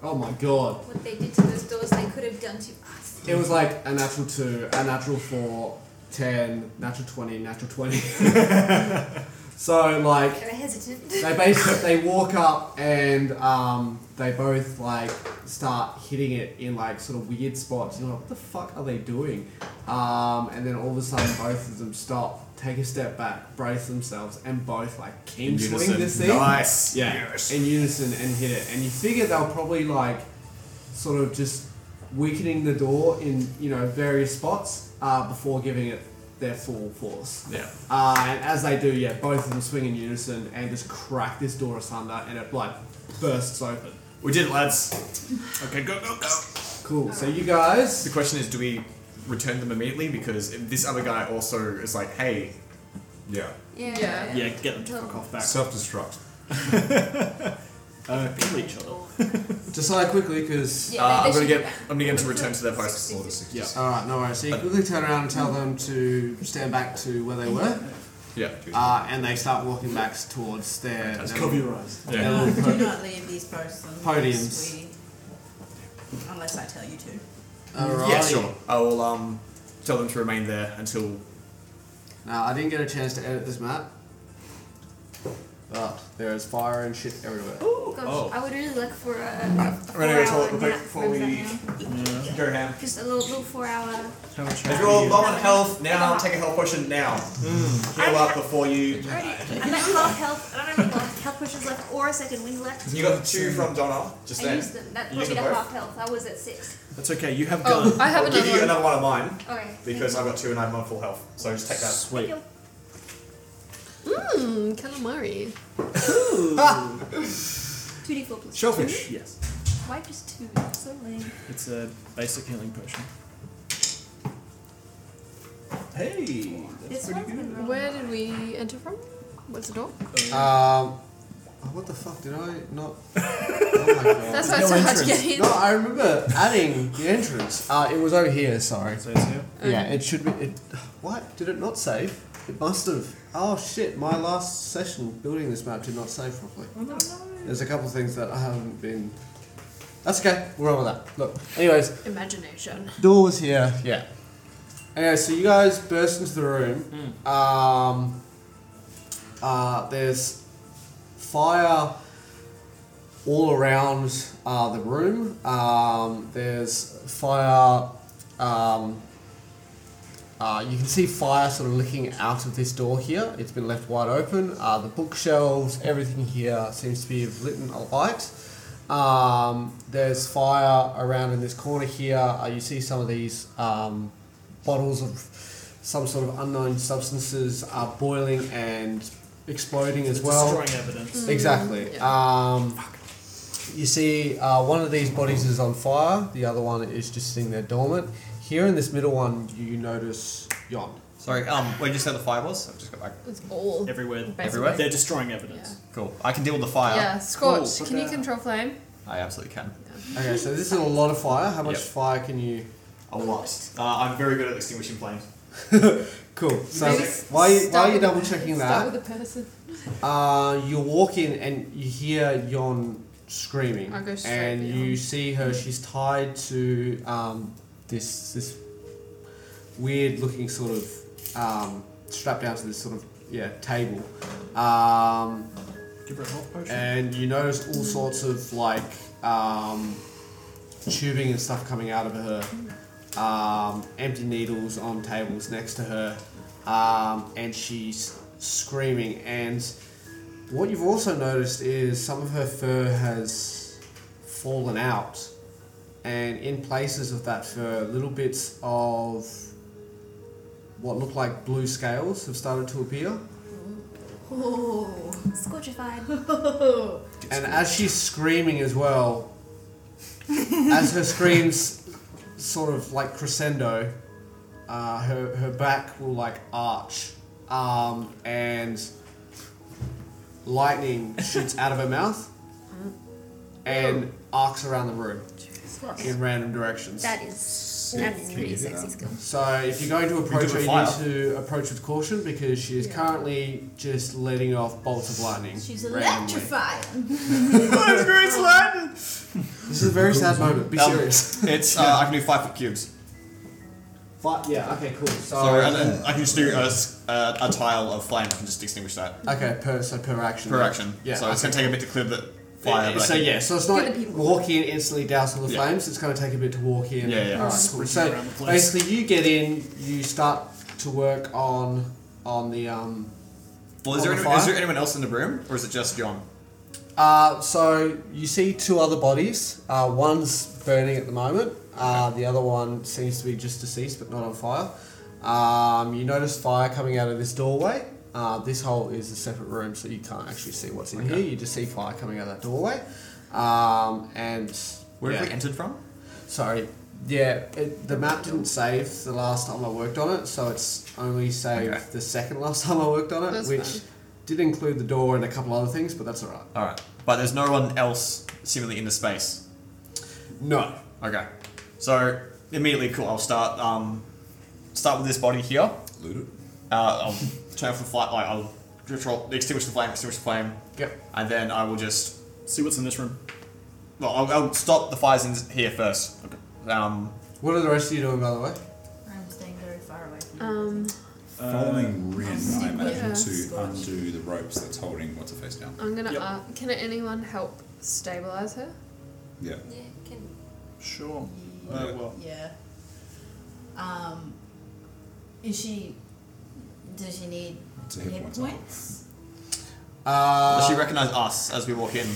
[SPEAKER 4] Oh my god.
[SPEAKER 8] What they did to those doors, they could have done to us.
[SPEAKER 4] It was like a natural 2, a natural 4, 10, natural 20, natural 20. so, like,
[SPEAKER 8] They were hesitant.
[SPEAKER 4] they basically they walk up and um, they both like start hitting it in like sort of weird spots. You're like, what the fuck are they doing? Um, and then all of a sudden, both of them stop, take a step back, brace themselves, and both like king
[SPEAKER 3] In
[SPEAKER 4] swing
[SPEAKER 3] unison.
[SPEAKER 4] this thing.
[SPEAKER 3] Nice.
[SPEAKER 4] yeah,
[SPEAKER 3] Yes.
[SPEAKER 4] in unison and hit it. And you figure they'll probably like sort of just weakening the door in you know various spots uh, before giving it their full force.
[SPEAKER 3] Yeah.
[SPEAKER 4] Uh, and as they do, yeah, both of them swing in unison and just crack this door asunder, and it like bursts open.
[SPEAKER 3] We did it, lads. Okay, go, go, go.
[SPEAKER 4] Cool. So you guys.
[SPEAKER 3] The question is, do we return them immediately? Because if this other guy also is like, hey.
[SPEAKER 7] Yeah.
[SPEAKER 8] Yeah.
[SPEAKER 5] Yeah.
[SPEAKER 9] Yeah, get them to fuck off back.
[SPEAKER 7] Self destruct.
[SPEAKER 9] Uh, kill each other.
[SPEAKER 4] Decide quickly because
[SPEAKER 8] Yeah,
[SPEAKER 3] uh,
[SPEAKER 8] they-
[SPEAKER 3] I'm
[SPEAKER 8] they
[SPEAKER 3] gonna
[SPEAKER 8] should
[SPEAKER 3] get. I'm gonna get them to return to their posts. Yeah.
[SPEAKER 4] All right, uh, no worries. So you quickly turn around and tell them to stand back to where they were,
[SPEAKER 3] Yeah.
[SPEAKER 4] uh, and they start walking back towards their, their,
[SPEAKER 9] Cover your eyes.
[SPEAKER 4] their
[SPEAKER 3] Yeah.
[SPEAKER 4] little
[SPEAKER 6] Do
[SPEAKER 4] podium.
[SPEAKER 6] not leave these posts on
[SPEAKER 4] Podiums.
[SPEAKER 6] sweetie. Unless I tell you to.
[SPEAKER 4] Alrighty.
[SPEAKER 3] Yeah, sure. I will um, tell them to remain there until.
[SPEAKER 4] Now, I didn't get a chance to edit this map, but there is fire and shit everywhere.
[SPEAKER 8] Gosh,
[SPEAKER 3] Oh.
[SPEAKER 8] I would really look for a, a
[SPEAKER 3] I'm gonna go to the toilet
[SPEAKER 8] four-hour
[SPEAKER 3] real quick
[SPEAKER 8] nap
[SPEAKER 3] before
[SPEAKER 8] from
[SPEAKER 3] we-
[SPEAKER 8] that now.
[SPEAKER 3] Go ham.
[SPEAKER 8] Just a little, little four-hour.
[SPEAKER 3] If you're low on health now, take a health potion now. Heal up before you.
[SPEAKER 8] I'm at half health. I don't have any health, health pushes left or a second wind left.
[SPEAKER 3] You got two from Donna just
[SPEAKER 8] I
[SPEAKER 3] then.
[SPEAKER 8] used them. That
[SPEAKER 3] You used
[SPEAKER 8] put me to
[SPEAKER 3] them both?
[SPEAKER 8] half health. I was at six.
[SPEAKER 9] That's okay. You have
[SPEAKER 5] Oh,
[SPEAKER 9] guns.
[SPEAKER 5] I have
[SPEAKER 3] I'll give you
[SPEAKER 5] another one.
[SPEAKER 3] another one of mine
[SPEAKER 8] Okay.
[SPEAKER 3] because I've got two and I'm on full health. So just take that.
[SPEAKER 9] Sweet.
[SPEAKER 5] Mmm, calamari.
[SPEAKER 8] Two D four plus.
[SPEAKER 9] Shellfish. Yes.
[SPEAKER 8] two. Why just two? That's so lame.
[SPEAKER 9] It's a basic healing potion. Hey.
[SPEAKER 8] This one's been rolling.
[SPEAKER 5] Where did we enter from? What's the door?
[SPEAKER 3] Uh,
[SPEAKER 4] Um, oh, what the fuck did I not? Oh my god.
[SPEAKER 5] That's why it's so hard to get in.
[SPEAKER 4] No, I remember adding the entrance. Uh, it was over here. Sorry.
[SPEAKER 9] So it's here.
[SPEAKER 4] Yeah, it should be. It, what did it not save? It must have. Oh shit! My last session building this map did not save properly. There's a couple of things that I haven't been. That's okay. We're over that. Look. Anyways,
[SPEAKER 5] Imagination.
[SPEAKER 4] door was here. Yeah. Anyway, so you guys burst into the room. Um, uh, there's fire all around uh, the room. Um, there's fire um, Uh, you can see fire sort of licking out of this door here. It's been left wide open. Uh, the bookshelves, everything here seems to be lit alight. Um, there's fire around in this corner here. Uh, you see some of these um, bottles of some sort of unknown substances are boiling and exploding as well.
[SPEAKER 9] Destroying evidence. Mm.
[SPEAKER 4] Exactly. Um, you see, uh, one of these bodies is on fire. The other one is just sitting there dormant. Here in this middle one, you notice Yon.
[SPEAKER 3] Sorry, um, where did you say the fire was? I've just got back.
[SPEAKER 21] It's all
[SPEAKER 9] everywhere.
[SPEAKER 3] Everywhere?
[SPEAKER 9] They're destroying evidence.
[SPEAKER 3] Cool. I can deal with the fire.
[SPEAKER 5] Yeah, Scorch.
[SPEAKER 3] Cool.
[SPEAKER 5] Can you control flame?
[SPEAKER 3] I absolutely can.
[SPEAKER 4] Okay, so this is a lot of fire. How much
[SPEAKER 3] Yep.
[SPEAKER 4] fire can you?
[SPEAKER 3] A lot. Uh, I'm very good at extinguishing flames.
[SPEAKER 4] Cool. So
[SPEAKER 3] Maybe
[SPEAKER 4] while you,
[SPEAKER 3] start
[SPEAKER 4] while you're
[SPEAKER 3] with-
[SPEAKER 4] double checking
[SPEAKER 21] Start
[SPEAKER 4] that,
[SPEAKER 21] with a person.
[SPEAKER 4] uh, you walk in and you hear Yon screaming,
[SPEAKER 21] I go straight
[SPEAKER 4] and you see her. She's tied to um, this this weird looking sort of um, strapped down to this sort of yeah table. Um,
[SPEAKER 9] Give her a health potion.
[SPEAKER 4] and you notice all sorts of like um, tubing and stuff coming out of her, um, empty needles on tables next to her, um, and she's screaming. And what you've also noticed is some of her fur has fallen out, and in places of that fur, little bits of what look like blue scales have started to appear.
[SPEAKER 8] Oh, scorchified.
[SPEAKER 4] And as she's screaming as well, as her screams sort of like crescendo, uh, her, her back will like arch. Um, and lightning shoots out of her mouth and arcs around the room in random directions.
[SPEAKER 8] That is that is pretty sexy skill.
[SPEAKER 4] So if you're going to
[SPEAKER 3] We do
[SPEAKER 4] approach her,
[SPEAKER 3] with
[SPEAKER 4] you
[SPEAKER 3] fire.
[SPEAKER 4] need to approach with caution because she is currently just letting off bolts of lightning.
[SPEAKER 6] She's
[SPEAKER 4] randomly.
[SPEAKER 6] electrified.
[SPEAKER 9] Grace Latin!
[SPEAKER 4] This is a very sad moment. Be
[SPEAKER 3] Um,
[SPEAKER 4] serious.
[SPEAKER 3] It's, uh, I can do five foot cubes.
[SPEAKER 4] But yeah, okay, cool. So,
[SPEAKER 3] So, and then I can just do a, s- a- a tile of flame. I can just extinguish that.
[SPEAKER 4] okay, per so per action.
[SPEAKER 3] Per
[SPEAKER 4] then.
[SPEAKER 3] action.
[SPEAKER 4] Yeah.
[SPEAKER 3] So it's going
[SPEAKER 4] okay.
[SPEAKER 3] to take a bit to clear the fire. but I
[SPEAKER 4] So
[SPEAKER 3] can-
[SPEAKER 4] yeah, so it's not walking in instantly dousing the
[SPEAKER 3] Yeah.
[SPEAKER 4] flames. It's going to take a bit to walk in.
[SPEAKER 3] Yeah, yeah.
[SPEAKER 4] All right, cool.
[SPEAKER 3] Sprinting
[SPEAKER 4] So
[SPEAKER 3] around the place.
[SPEAKER 4] basically, you get in, you start to work on on the um.
[SPEAKER 3] Well,
[SPEAKER 4] on
[SPEAKER 3] is there,
[SPEAKER 4] the
[SPEAKER 3] any,
[SPEAKER 4] fire.
[SPEAKER 3] is there anyone else in the room, or is it just John?
[SPEAKER 4] Uh, so you see two other bodies. Uh, one's burning at the moment. Uh, the other one seems to be just deceased, but not on fire. Um, you notice fire coming out of this doorway. Uh, this hole is a separate room, so you can't actually see what's in here. You just see fire coming out of that doorway. Um, and
[SPEAKER 3] Where have we
[SPEAKER 4] entered from? Sorry. Yeah, it, the map didn't save the last time I worked on it, so it's only saved the second last time I worked on it,
[SPEAKER 3] That's
[SPEAKER 4] which
[SPEAKER 3] fine.
[SPEAKER 4] did include the door and a couple other things, but that's alright.
[SPEAKER 3] All right, but there's no one else seemingly in the space.
[SPEAKER 4] No.
[SPEAKER 3] Okay. So immediately, cool. I'll start. Um, start with this body here.
[SPEAKER 11] Loot it.
[SPEAKER 3] Uh, I'll turn off the flight. Like I'll control, extinguish the flame. Extinguish the flame.
[SPEAKER 4] Yep.
[SPEAKER 3] And then I will just
[SPEAKER 9] see what's in this room.
[SPEAKER 3] Well, I'll, I'll stop the fires in here first. Okay. Um,
[SPEAKER 4] What are the rest of you doing, by the way?
[SPEAKER 6] I'm staying very far away from
[SPEAKER 5] Um,
[SPEAKER 11] Following Rin, I
[SPEAKER 5] yeah.
[SPEAKER 11] imagine, to
[SPEAKER 5] Squash.
[SPEAKER 11] undo the ropes that's holding what's her face down.
[SPEAKER 5] I'm gonna. Uh, can anyone help stabilize her?
[SPEAKER 11] Yeah.
[SPEAKER 6] Yeah, can.
[SPEAKER 9] Sure.
[SPEAKER 11] Yeah.
[SPEAKER 9] Uh, well,
[SPEAKER 6] Yeah. Um, is she? Does she need
[SPEAKER 3] It's a hit
[SPEAKER 6] hit
[SPEAKER 3] point.
[SPEAKER 6] points?
[SPEAKER 3] does she recognize us as we walk in,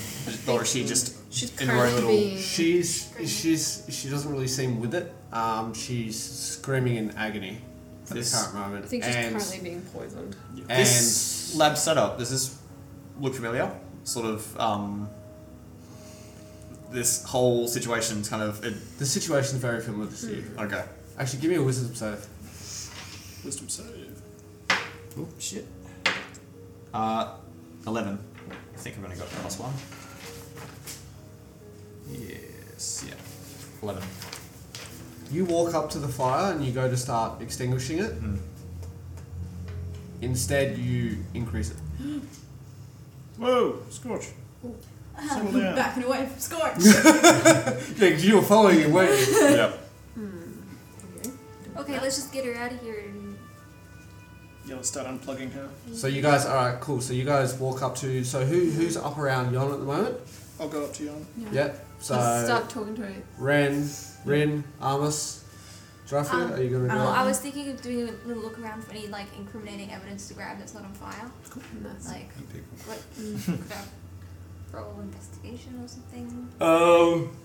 [SPEAKER 3] or is she just in her own little?
[SPEAKER 4] She's she's she doesn't really seem with it. Um, she's screaming in agony at
[SPEAKER 3] This-
[SPEAKER 4] this current moment.
[SPEAKER 5] I think she's
[SPEAKER 4] and
[SPEAKER 5] currently being poisoned.
[SPEAKER 3] This lab setup. Does this look familiar? Sort of. Um, this whole situation's kind of. It,
[SPEAKER 4] the situation's very familiar to you.
[SPEAKER 3] Okay.
[SPEAKER 5] Hmm.
[SPEAKER 4] Actually, give me a wisdom save.
[SPEAKER 9] wisdom save.
[SPEAKER 3] Oh shit. Uh, eleven. I think I've only got plus one. Yes. Yeah. Eleven.
[SPEAKER 4] You walk up to the fire and you go to start extinguishing it. Instead, you increase it.
[SPEAKER 9] Whoa, Scorch. Settle down.
[SPEAKER 6] Backing away from Scorch.
[SPEAKER 4] Yeah, 'cause you were following it, weren't you?
[SPEAKER 3] Yep.
[SPEAKER 8] Okay, let's just get her out of here and
[SPEAKER 9] Yeah, let's start unplugging her.
[SPEAKER 4] So you guys, all right, cool. So you guys walk up to. So who who's up around Yon at the moment?
[SPEAKER 9] I'll go up to you.
[SPEAKER 4] Yep. So
[SPEAKER 5] Just start talking to her.
[SPEAKER 4] Ren, Rin, Amos, Jaffa,
[SPEAKER 8] Um,
[SPEAKER 4] are you going to go?
[SPEAKER 8] well, I was thinking of doing a little look around for any like incriminating evidence to grab that's not on file.
[SPEAKER 5] Nice.
[SPEAKER 8] Like,
[SPEAKER 11] pick
[SPEAKER 8] what? Could I roll investigation or something?
[SPEAKER 4] Um.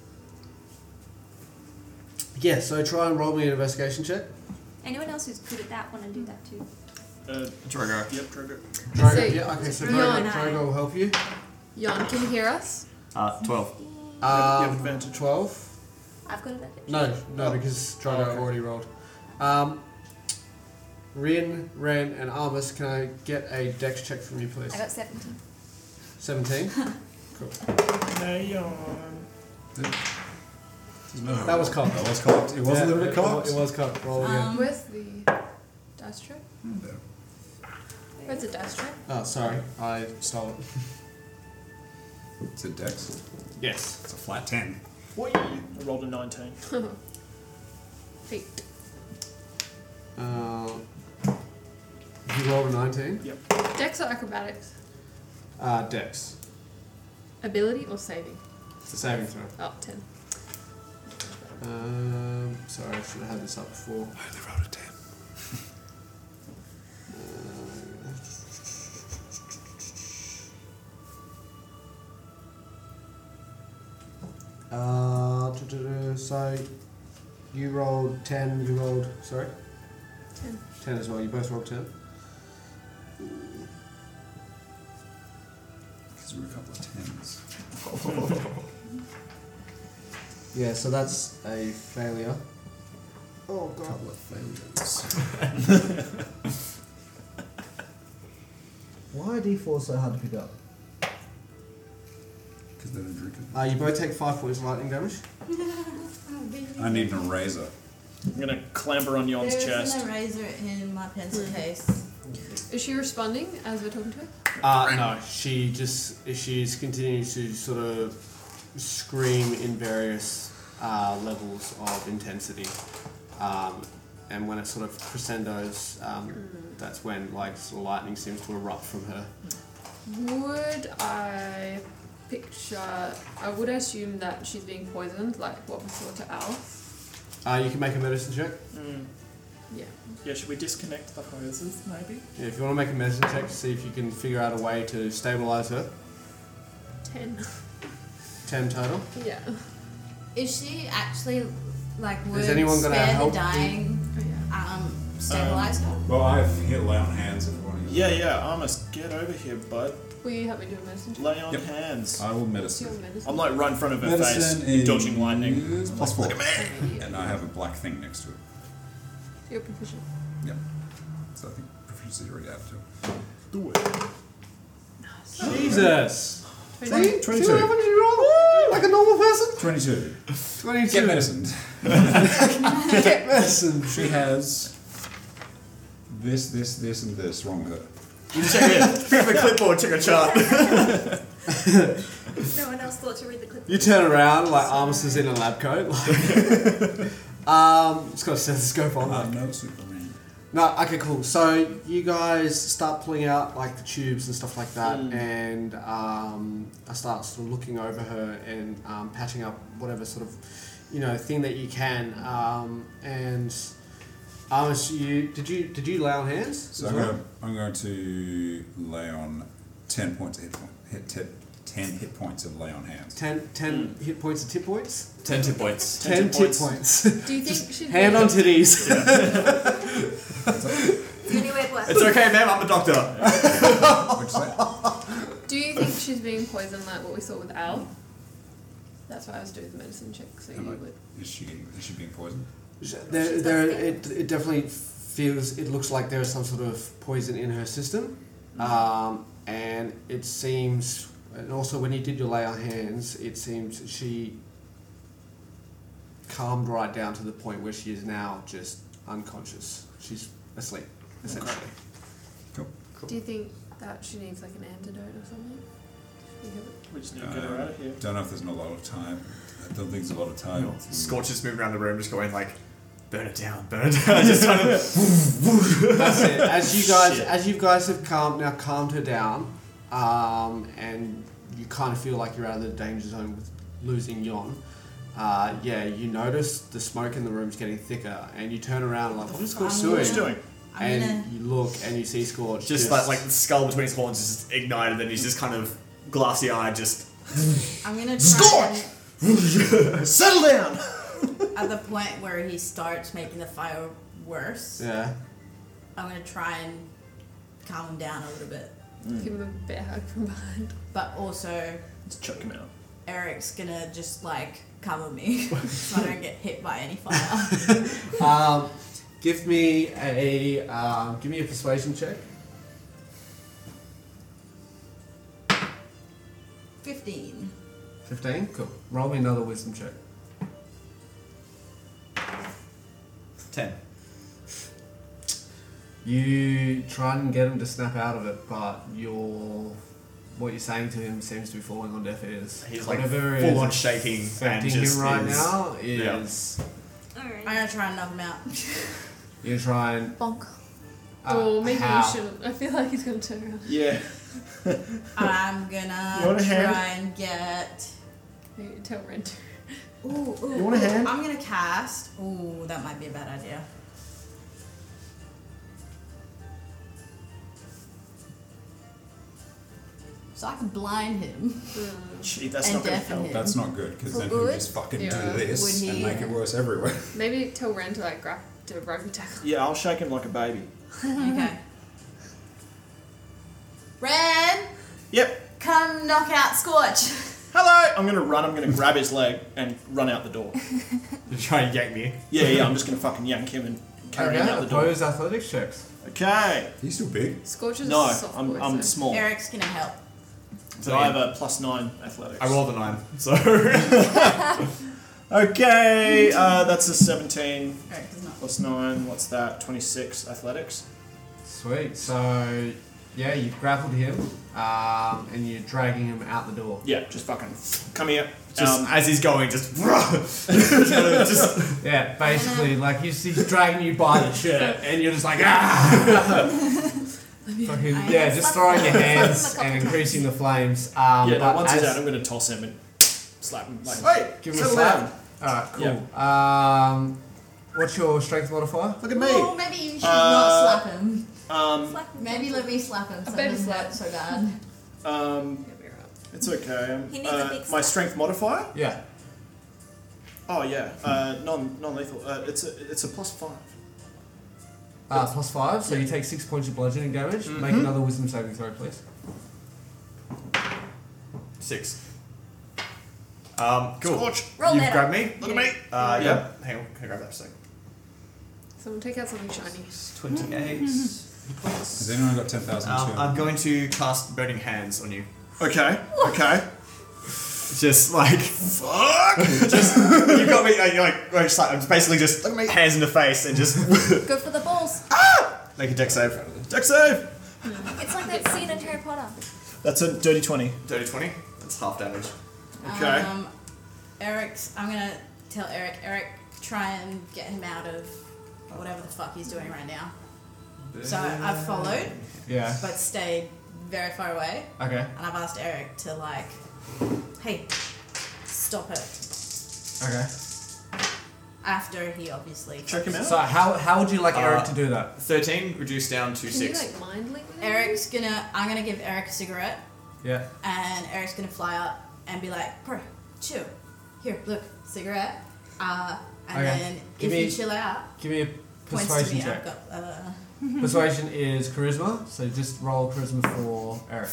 [SPEAKER 4] Yeah, so try and roll me an investigation check.
[SPEAKER 8] Anyone else who's good at that want to do that too?
[SPEAKER 9] Uh,
[SPEAKER 4] Drogo.
[SPEAKER 9] Yep, Drogo.
[SPEAKER 4] Drogo,
[SPEAKER 5] So-
[SPEAKER 4] yeah, okay, so
[SPEAKER 5] Yon.
[SPEAKER 4] Drogo, Drogo will help you.
[SPEAKER 5] Yon, can you hear us?
[SPEAKER 22] Uh, 12.
[SPEAKER 4] Um, 12?
[SPEAKER 8] I've got advantage.
[SPEAKER 4] No, no, because Drogo already rolled. Um, Rin, Ren, and Armus, can I get a dex check from you, please?
[SPEAKER 8] I got 17.
[SPEAKER 4] 17? cool.
[SPEAKER 11] No.
[SPEAKER 4] That was cocked.
[SPEAKER 11] That was cocked. It was a
[SPEAKER 4] Yeah,
[SPEAKER 11] little bit
[SPEAKER 4] it wa-
[SPEAKER 11] cocked.
[SPEAKER 4] It was cocked. Roll again.
[SPEAKER 5] Um, Where's the dice tray? Where's the dice tray?
[SPEAKER 4] Oh, sorry, I stole it.
[SPEAKER 11] It's a dex.
[SPEAKER 4] Yes.
[SPEAKER 11] It's a flat 10.
[SPEAKER 9] What you? I rolled a 19.
[SPEAKER 5] Feet.
[SPEAKER 4] Uh, you rolled a 19?
[SPEAKER 9] Yep.
[SPEAKER 5] Dex or acrobatics?
[SPEAKER 4] Uh, dex.
[SPEAKER 5] Ability or saving?
[SPEAKER 4] It's a saving throw.
[SPEAKER 5] Oh, 10.
[SPEAKER 4] Um, sorry, I should have had this up before. I only rolled a 10. Uh, duh, duh, duh, so you rolled 10, you rolled, sorry?
[SPEAKER 5] 10.
[SPEAKER 4] 10 as well, you both rolled 10.
[SPEAKER 11] Because we're a couple of 10s.
[SPEAKER 4] Yeah, so that's a failure. Oh, God.
[SPEAKER 11] couple of failures.
[SPEAKER 23] Why are D4 so hard to pick up?
[SPEAKER 11] Because they don't drink it.
[SPEAKER 4] Uh, you both take 5 points of lightning damage.
[SPEAKER 11] I need an eraser.
[SPEAKER 9] I'm gonna clamber on Yon's
[SPEAKER 6] There
[SPEAKER 9] chest.
[SPEAKER 6] is an eraser in my pencil case.
[SPEAKER 5] Is she responding as we're talking to her?
[SPEAKER 4] Uh, no, she just she's continuing to sort of scream in various uh, levels of intensity, um, and when it sort of crescendos, um, that's when like sort of lightning seems to erupt from her.
[SPEAKER 5] Would I picture. I would assume that she's being poisoned, like what we saw to Al.
[SPEAKER 4] Uh, you can make a medicine check.
[SPEAKER 9] Mm.
[SPEAKER 5] Yeah.
[SPEAKER 9] Yeah, should we disconnect the hoses, maybe?
[SPEAKER 4] Yeah, if you want to make a medicine check to see if you can figure out a way to stabilize her.
[SPEAKER 5] 10.
[SPEAKER 4] Ten total.
[SPEAKER 5] Yeah.
[SPEAKER 6] Is she actually like would
[SPEAKER 4] Is anyone gonna
[SPEAKER 6] spare
[SPEAKER 4] help
[SPEAKER 6] the
[SPEAKER 4] you?
[SPEAKER 6] dying? Um, stabilize her.
[SPEAKER 11] Well, I have hit lay on hands if one of you.
[SPEAKER 9] Yeah, yeah, Armus, get over here, bud.
[SPEAKER 5] Will you help me do a medicine check?
[SPEAKER 9] Lay on
[SPEAKER 11] Yep.
[SPEAKER 9] hands.
[SPEAKER 11] I will
[SPEAKER 5] Do you
[SPEAKER 11] medicine.
[SPEAKER 5] have medicine?
[SPEAKER 9] I'm like right in front of her
[SPEAKER 11] Medicine
[SPEAKER 9] face,
[SPEAKER 11] is
[SPEAKER 9] dodging lightning.
[SPEAKER 11] plus four.
[SPEAKER 5] Yeah.
[SPEAKER 11] And I have a black thing next to it.
[SPEAKER 5] You're proficient.
[SPEAKER 11] Yep. So I think proficiency is already added to it.
[SPEAKER 9] Do it.
[SPEAKER 4] Oh. Jesus.
[SPEAKER 5] Twenty-
[SPEAKER 4] See, see
[SPEAKER 11] 22.
[SPEAKER 4] what happens when you roll like a normal person.
[SPEAKER 11] 22.
[SPEAKER 4] Twenty-two.
[SPEAKER 11] Get medicined.
[SPEAKER 4] Get medicine.
[SPEAKER 11] She has this, this, this, and this wrong with her.
[SPEAKER 9] You check it. Grab a clipboard, check a chart.
[SPEAKER 8] no one else thought to read the clip.
[SPEAKER 4] You turn around like Armus is in a lab coat. Like, um, it's got a stethoscope on.
[SPEAKER 11] Uh,
[SPEAKER 4] Like.
[SPEAKER 11] no, Superman.
[SPEAKER 4] No, okay, cool. So you guys start pulling out like the tubes and stuff like that,
[SPEAKER 9] Mm.
[SPEAKER 4] and um, I start sort of looking over her and um, patching up whatever sort of you know thing that you can. Um, and Armus, you did you did you lay on hands?
[SPEAKER 11] So
[SPEAKER 4] as
[SPEAKER 11] I'm,
[SPEAKER 4] well?
[SPEAKER 11] going, I'm going to lay on 10 points of hit, point, hit tip, 10 hit points of lay on hands.
[SPEAKER 4] Ten, 10 hit points of tip points.
[SPEAKER 3] 10 tip points.
[SPEAKER 4] Mm. Ten, tip points.
[SPEAKER 5] Do you think she'd
[SPEAKER 4] Hand
[SPEAKER 5] be-
[SPEAKER 4] on titties.
[SPEAKER 8] Anyway, what?
[SPEAKER 3] It's okay, ma'am, I'm a doctor.
[SPEAKER 11] What'd you say?
[SPEAKER 5] Do you think she's being poisoned like what we saw with Al? That's why I was doing the medicine check, so you
[SPEAKER 11] Am I-
[SPEAKER 5] would.
[SPEAKER 11] Is she, getting, is she being poisoned?
[SPEAKER 4] There, there, it, it definitely feels, it looks like there is some sort of poison in her system.
[SPEAKER 9] Mm-hmm.
[SPEAKER 4] Um, and it seems, and also when you did your lay on hands, it seems she calmed right down to the point where she is now just unconscious. She's asleep, essentially.
[SPEAKER 11] Cool.
[SPEAKER 5] Do you think that she needs like an antidote or something? Should we give it-
[SPEAKER 9] We just need to get her
[SPEAKER 11] Um,
[SPEAKER 9] out of here.
[SPEAKER 11] Don't know if there's a lot of time. I don't think there's a lot of time.
[SPEAKER 3] Scorch just moving around the room, just going like, burn it down, burn it down. just trying to.
[SPEAKER 4] That's it. As you guys, as you guys have calmed now, calmed her down, um, and you kind of feel like you're out of the danger zone with losing Yon.
[SPEAKER 23] Uh, yeah, you notice the smoke in the room's getting thicker, and you turn around like, "What is
[SPEAKER 3] I'm
[SPEAKER 23] Scorch doing?"
[SPEAKER 3] gonna- I'm
[SPEAKER 23] and
[SPEAKER 3] gonna-
[SPEAKER 23] you look, and you see Scorch
[SPEAKER 3] Just like like the skull between his horns is just ignited, and he's just kind of glassy eyed, just
[SPEAKER 6] I'm gonna try
[SPEAKER 3] Scorch! settle down.
[SPEAKER 6] and- at the point where he starts making the fire worse.
[SPEAKER 23] Yeah.
[SPEAKER 6] I'm gonna try and calm him down a little bit.
[SPEAKER 4] Hmm.
[SPEAKER 5] Mm. Give him a bear hug from behind.
[SPEAKER 6] But also,
[SPEAKER 9] Let's choke him out.
[SPEAKER 6] Eric's gonna just like cover me so I don't get hit by any fire.
[SPEAKER 4] um, give me a um, give me a persuasion check.
[SPEAKER 6] 15.
[SPEAKER 4] Fifteen. Cool. Roll me another wisdom check.
[SPEAKER 3] Ten.
[SPEAKER 4] You try and get him to snap out of it, but your what you're saying to him seems to be falling on deaf ears.
[SPEAKER 3] He's, like,
[SPEAKER 4] Whatever
[SPEAKER 3] full
[SPEAKER 4] is
[SPEAKER 3] on shaking and
[SPEAKER 4] affecting
[SPEAKER 3] just
[SPEAKER 4] him right
[SPEAKER 3] is-
[SPEAKER 4] now
[SPEAKER 3] yeah.
[SPEAKER 4] is
[SPEAKER 6] I'm gonna try and knock him out.
[SPEAKER 4] you try and
[SPEAKER 5] bonk.
[SPEAKER 4] Uh,
[SPEAKER 5] or maybe
[SPEAKER 4] how?
[SPEAKER 5] you shouldn't. I feel like he's gonna turn around.
[SPEAKER 4] Yeah.
[SPEAKER 6] I'm
[SPEAKER 5] You want
[SPEAKER 6] gonna
[SPEAKER 5] a hand?
[SPEAKER 6] try and get.
[SPEAKER 5] Tell Rent.
[SPEAKER 6] Ooh, ooh,
[SPEAKER 5] You want a
[SPEAKER 6] ooh,
[SPEAKER 5] hand?
[SPEAKER 6] I'm gonna cast. Ooh, that might be a bad idea. So I can blind him.
[SPEAKER 7] Gee,
[SPEAKER 6] that's And not gonna deafen help. him.
[SPEAKER 7] That's not good because
[SPEAKER 6] For
[SPEAKER 7] then he'll
[SPEAKER 6] good?
[SPEAKER 7] just fucking
[SPEAKER 5] Yeah.
[SPEAKER 7] do this
[SPEAKER 5] Would
[SPEAKER 7] and
[SPEAKER 5] he-
[SPEAKER 7] make it worse everywhere.
[SPEAKER 5] Maybe tell Ren to like grab to rugby tackle.
[SPEAKER 9] Yeah, I'll shake him like a baby.
[SPEAKER 6] okay. Red,
[SPEAKER 9] Yep.
[SPEAKER 6] come knock out Scorch.
[SPEAKER 9] Hello. I'm gonna run. I'm gonna grab his leg and run out the door.
[SPEAKER 3] try and yank me.
[SPEAKER 9] Yeah, yeah. I'm just gonna fucking yank him and carry him out the door.
[SPEAKER 4] oppose athletics checks.
[SPEAKER 9] Okay.
[SPEAKER 7] He's still big.
[SPEAKER 5] Scorch is
[SPEAKER 9] No,
[SPEAKER 5] a soft
[SPEAKER 9] I'm,
[SPEAKER 5] boy,
[SPEAKER 9] I'm
[SPEAKER 5] so-
[SPEAKER 9] small.
[SPEAKER 6] Eric's gonna help.
[SPEAKER 9] So I have a plus nine athletics.
[SPEAKER 3] I rolled a nine, so
[SPEAKER 9] okay, uh, that's a seventeen
[SPEAKER 6] Eric does not.
[SPEAKER 9] plus nine. What's that? Twenty-six athletics.
[SPEAKER 4] Sweet. So yeah, you've grappled him, um, and you're dragging him out the door.
[SPEAKER 9] Yeah, just fucking come here. Um,
[SPEAKER 4] Just
[SPEAKER 3] as he's going, just,
[SPEAKER 4] yeah, basically,
[SPEAKER 9] uh,
[SPEAKER 4] like he's, he's dragging you by the shirt, and you're just like ah. Fucking,
[SPEAKER 9] I
[SPEAKER 4] yeah,
[SPEAKER 9] am
[SPEAKER 4] just
[SPEAKER 9] slapped-
[SPEAKER 4] throwing your
[SPEAKER 9] slapped
[SPEAKER 4] hands
[SPEAKER 9] a couple
[SPEAKER 4] and increasing the flames. Um,
[SPEAKER 9] yeah, no,
[SPEAKER 4] but
[SPEAKER 9] once he's
[SPEAKER 4] as-
[SPEAKER 9] out, I'm gonna toss him and slap him. Like,
[SPEAKER 4] give
[SPEAKER 9] me
[SPEAKER 4] him a slap. All right, cool. Um, what's your strength modifier?
[SPEAKER 9] Look at
[SPEAKER 6] Oh, maybe you should
[SPEAKER 9] Uh,
[SPEAKER 6] not slap him.
[SPEAKER 9] Um,
[SPEAKER 6] Maybe let me slap him. So
[SPEAKER 5] better
[SPEAKER 6] it doesn't hurt so bad.
[SPEAKER 9] um, it's okay. um,
[SPEAKER 6] He needs a
[SPEAKER 9] uh,
[SPEAKER 6] big
[SPEAKER 9] my strength modifier.
[SPEAKER 4] Yeah.
[SPEAKER 9] Oh yeah, uh, non non-lethal. Uh, it's a it's a plus five.
[SPEAKER 4] Uh, plus five, so you take six points of bludgeoning damage. Make
[SPEAKER 9] Mhm.
[SPEAKER 4] another wisdom saving throw, please.
[SPEAKER 3] six. Um, cool.
[SPEAKER 9] Scorch.
[SPEAKER 5] Roll
[SPEAKER 3] You've
[SPEAKER 5] that
[SPEAKER 3] grabbed
[SPEAKER 5] up.
[SPEAKER 3] me.
[SPEAKER 5] Look at me.
[SPEAKER 3] Uh,
[SPEAKER 9] Yeah.
[SPEAKER 3] yeah. Hang on, can I grab that for a second?
[SPEAKER 5] Someone take out something shiny.
[SPEAKER 3] 28. Has
[SPEAKER 7] anyone got 10,000
[SPEAKER 3] Um,
[SPEAKER 7] too?
[SPEAKER 3] I'm going to cast Burning Hands on you.
[SPEAKER 9] Okay. Okay.
[SPEAKER 3] Just like fuck. just you got me. Like, you're like, like, just like I'm just basically just look at me. hands in the face and just
[SPEAKER 8] Go for the balls.
[SPEAKER 3] make a deck save. Deck save.
[SPEAKER 8] It's like that scene in Harry Potter.
[SPEAKER 9] That's a dirty twenty.
[SPEAKER 3] Dirty twenty. That's half damage.
[SPEAKER 9] Okay.
[SPEAKER 6] Um, Eric's. I'm gonna tell Eric. Eric, try and get him out of whatever the fuck he's doing right now. So I've followed.
[SPEAKER 4] Yeah.
[SPEAKER 6] But stayed very far away.
[SPEAKER 4] Okay.
[SPEAKER 6] And I've asked Eric to like, hey, stop it.
[SPEAKER 4] Okay.
[SPEAKER 6] After he obviously
[SPEAKER 4] So how, how would you like Eric to do that?
[SPEAKER 3] Thirteen reduced down to six.
[SPEAKER 6] mind link Eric's gonna. I'm gonna give Eric a cigarette,
[SPEAKER 4] Yeah.
[SPEAKER 6] and Eric's gonna fly up and be like, bro, chill. Here, look, cigarette. Uh, and
[SPEAKER 4] Okay.
[SPEAKER 6] then
[SPEAKER 4] Give
[SPEAKER 6] if
[SPEAKER 4] me-
[SPEAKER 6] you chill out,
[SPEAKER 4] Give me a
[SPEAKER 6] points to
[SPEAKER 4] persuasion
[SPEAKER 6] me.
[SPEAKER 4] check.
[SPEAKER 6] I've got. Uh,
[SPEAKER 4] Persuasion is charisma, so just roll charisma for Eric.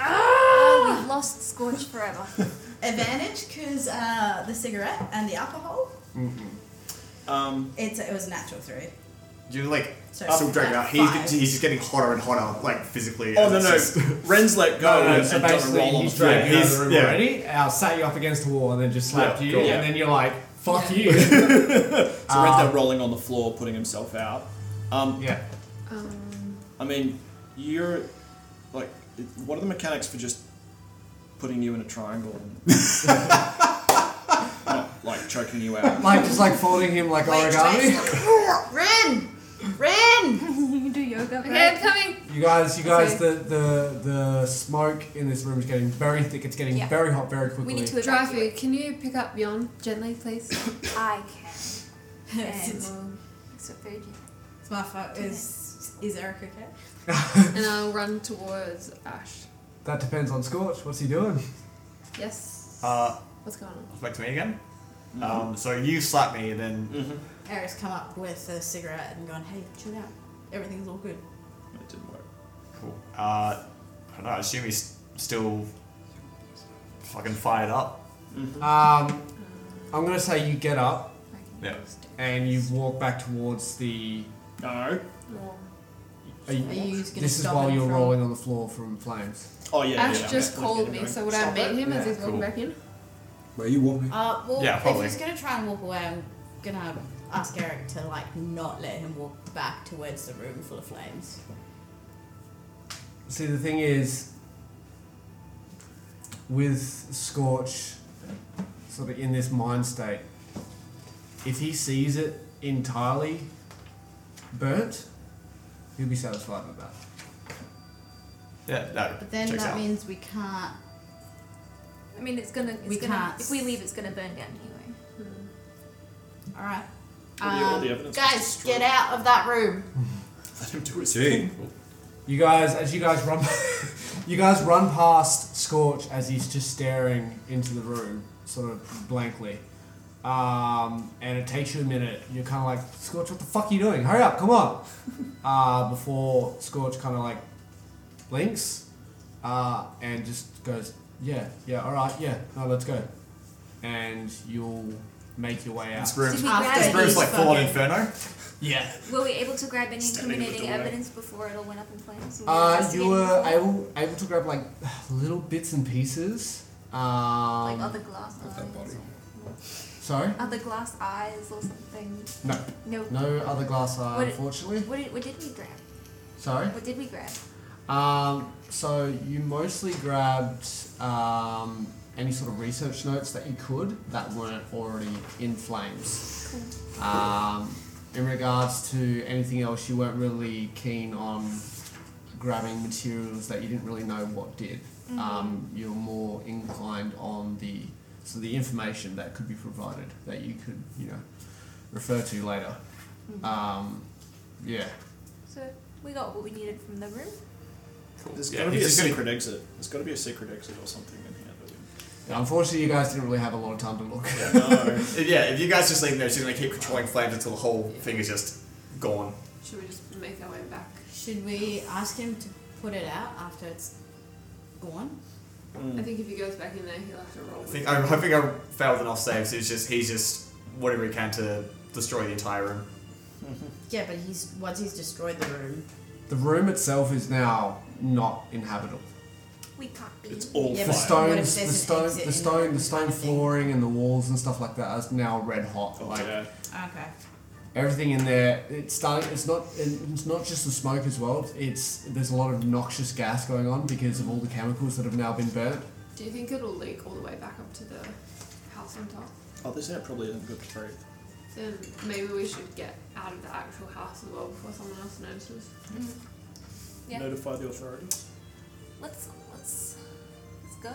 [SPEAKER 8] Ah! We've lost Scorch forever.
[SPEAKER 6] advantage because uh, the cigarette and the alcohol.
[SPEAKER 9] Um,
[SPEAKER 6] It's it was a natural three.
[SPEAKER 3] You're like
[SPEAKER 6] So
[SPEAKER 3] still dragging out.
[SPEAKER 6] that's
[SPEAKER 3] He's,
[SPEAKER 6] five.
[SPEAKER 3] he's just getting hotter and hotter, like physically.
[SPEAKER 9] Oh
[SPEAKER 3] and
[SPEAKER 9] no
[SPEAKER 3] it's
[SPEAKER 9] no,
[SPEAKER 3] just-
[SPEAKER 9] Ren's let go
[SPEAKER 4] No, no,
[SPEAKER 9] and,
[SPEAKER 4] so
[SPEAKER 9] and done a roll
[SPEAKER 4] basically
[SPEAKER 9] on the
[SPEAKER 4] he's
[SPEAKER 9] floor.
[SPEAKER 4] dragged you out of the room
[SPEAKER 9] yeah.
[SPEAKER 4] already, uh, sat you up against the wall, and then just slapped
[SPEAKER 9] Yeah,
[SPEAKER 4] you,
[SPEAKER 9] cool.
[SPEAKER 4] and then you're like, fuck you.
[SPEAKER 9] So Ren's
[SPEAKER 4] Ah.
[SPEAKER 9] now rolling on the floor, putting himself out. Um,
[SPEAKER 4] yeah.
[SPEAKER 5] Um,
[SPEAKER 9] I mean, you're like, what are the mechanics for just putting you in a triangle and not like choking you out?
[SPEAKER 4] Like, just like folding him like origami.
[SPEAKER 6] Ren! Ren!
[SPEAKER 8] you can do yoga.
[SPEAKER 5] Okay, I'm coming.
[SPEAKER 4] You You guys, you guys,
[SPEAKER 5] Okay.
[SPEAKER 4] the, the the smoke in this room is getting very thick. It's getting
[SPEAKER 5] Yeah.
[SPEAKER 4] very hot very quickly.
[SPEAKER 5] We need to dry food. Can you pick up Yon gently, please?
[SPEAKER 8] I can.
[SPEAKER 5] And
[SPEAKER 8] And
[SPEAKER 5] we'll-
[SPEAKER 8] so very gentle.
[SPEAKER 6] Smartphone is is Eric okay?
[SPEAKER 5] and I'll run towards Ash.
[SPEAKER 4] That depends on Scorch. What's he doing?
[SPEAKER 5] Yes.
[SPEAKER 3] Uh,
[SPEAKER 5] What's going on?
[SPEAKER 3] back to me again. Um, so you slap me, then.
[SPEAKER 6] Eric's come up with a cigarette and gone, hey, chill out. Everything's all good.
[SPEAKER 3] It didn't work. Cool. Uh, I don't know. I assume he's still fucking fired up.
[SPEAKER 4] Um, I'm gonna say you get up
[SPEAKER 3] Yeah.
[SPEAKER 4] and you walk back towards the.
[SPEAKER 9] No.
[SPEAKER 4] Are you,
[SPEAKER 5] Are you just gonna
[SPEAKER 4] this is
[SPEAKER 5] stop
[SPEAKER 4] while
[SPEAKER 5] him
[SPEAKER 4] you're
[SPEAKER 5] from-
[SPEAKER 4] rolling on the floor from flames.
[SPEAKER 9] Oh yeah.
[SPEAKER 5] Ash just called me, so would I meet him as
[SPEAKER 4] Yeah,
[SPEAKER 5] he's walking
[SPEAKER 4] cool.
[SPEAKER 5] back in?
[SPEAKER 7] Where you want me?
[SPEAKER 6] Uh, well,
[SPEAKER 7] Yeah,
[SPEAKER 6] if
[SPEAKER 7] probably.
[SPEAKER 6] he's gonna try and walk away, I'm gonna ask Eric to like not let him walk back towards the room full of flames.
[SPEAKER 4] See, the thing is, with Scorch sort of in this mind state, if he sees it entirely burnt, he'll be satisfied with that.
[SPEAKER 3] Yeah, that
[SPEAKER 6] But then
[SPEAKER 3] checks
[SPEAKER 6] that
[SPEAKER 3] out.
[SPEAKER 6] means we can't.
[SPEAKER 8] I mean, it's gonna. It's
[SPEAKER 6] We
[SPEAKER 8] gonna,
[SPEAKER 6] can't.
[SPEAKER 8] If we leave, it's gonna burn down anyway.
[SPEAKER 6] All right.
[SPEAKER 9] All the- all the
[SPEAKER 6] Um,
[SPEAKER 9] evidence was
[SPEAKER 6] guys, get out of that room.
[SPEAKER 9] Let him do his
[SPEAKER 7] Gee.
[SPEAKER 9] thing.
[SPEAKER 4] You guys, as you guys run, you guys run past Scorch as he's just staring into the room, sort of blankly. Um, and it takes you a minute. You're kind of like, Scorch, what the fuck are you doing? Hurry up, come on! Uh, before Scorch kind of like blinks uh, and just goes, yeah, yeah, all right, yeah, no, let's go. And you'll make your way out.
[SPEAKER 3] This room's,
[SPEAKER 8] Did we grab
[SPEAKER 3] this room's
[SPEAKER 8] it?
[SPEAKER 3] like full on
[SPEAKER 8] Fucking-
[SPEAKER 3] inferno.
[SPEAKER 4] Yeah.
[SPEAKER 8] Were we able to grab any
[SPEAKER 9] Standing in the
[SPEAKER 8] incriminating
[SPEAKER 9] doorway.
[SPEAKER 8] evidence before it all went up in flames? and we
[SPEAKER 4] Uh, you
[SPEAKER 8] investigated
[SPEAKER 4] were
[SPEAKER 8] before?
[SPEAKER 4] able, able to grab like little bits and pieces. Um,
[SPEAKER 8] like uh, other glass eyes.
[SPEAKER 4] Sorry?
[SPEAKER 8] Other glass eyes or something.
[SPEAKER 4] No.
[SPEAKER 8] No.
[SPEAKER 4] No other glass eye,
[SPEAKER 8] What did-
[SPEAKER 4] unfortunately.
[SPEAKER 8] What did, what did we grab?
[SPEAKER 4] Sorry?
[SPEAKER 8] What did we grab?
[SPEAKER 4] Um, so you mostly grabbed um, any sort of research notes that you could that weren't already in flames. Um, in regards to anything else, you weren't really keen on grabbing materials that you didn't really know what did. Um, you're more inclined on the so the information that could be provided that you could you know refer to later. Um, yeah.
[SPEAKER 8] So we got what we needed from the room.
[SPEAKER 9] Cool. There's
[SPEAKER 3] Yeah,
[SPEAKER 9] gotta be
[SPEAKER 3] he's
[SPEAKER 9] a
[SPEAKER 3] just gonna-
[SPEAKER 9] secret exit. There's gotta be a secret exit or something in here. that we-
[SPEAKER 4] Yeah, unfortunately, you guys didn't really have a lot of time to look.
[SPEAKER 3] If- yeah, if you guys just leave there, she's gonna keep controlling flames until the whole thing is just gone.
[SPEAKER 5] Should we just make our way back?
[SPEAKER 6] Should we ask him to put it out after it's gone?
[SPEAKER 9] Mm.
[SPEAKER 5] I think if he goes back in there, he'll have to roll.
[SPEAKER 3] I
[SPEAKER 5] with
[SPEAKER 3] think
[SPEAKER 5] it.
[SPEAKER 3] I, I think I failed enough saves. It's just he's just whatever he can to destroy the entire room.
[SPEAKER 6] Yeah, but he's once he's destroyed the room.
[SPEAKER 4] The room itself is now not inhabitable.
[SPEAKER 8] We can't be.
[SPEAKER 9] It's all
[SPEAKER 6] Yeah,
[SPEAKER 4] the
[SPEAKER 6] but
[SPEAKER 9] fire.
[SPEAKER 6] what if
[SPEAKER 4] stones, the
[SPEAKER 6] there's an
[SPEAKER 4] stone,
[SPEAKER 6] exit
[SPEAKER 4] the
[SPEAKER 6] in
[SPEAKER 4] stone, the stone flooring and the walls and stuff like that is now red hot.
[SPEAKER 9] Oh
[SPEAKER 4] like
[SPEAKER 9] yeah.
[SPEAKER 6] Okay.
[SPEAKER 4] everything in there, it's starting. It's not. It's not just the smoke as well. It's there's a lot of noxious gas going on because of all the chemicals that have now been burnt.
[SPEAKER 5] Do you think it'll leak all the way back up to the house on top?
[SPEAKER 9] Oh, this air probably isn't good for it.
[SPEAKER 5] Then maybe we should get out of the actual house as well before someone else notices.
[SPEAKER 8] Yeah.
[SPEAKER 9] Notify the authorities.
[SPEAKER 8] Let's let's let's go.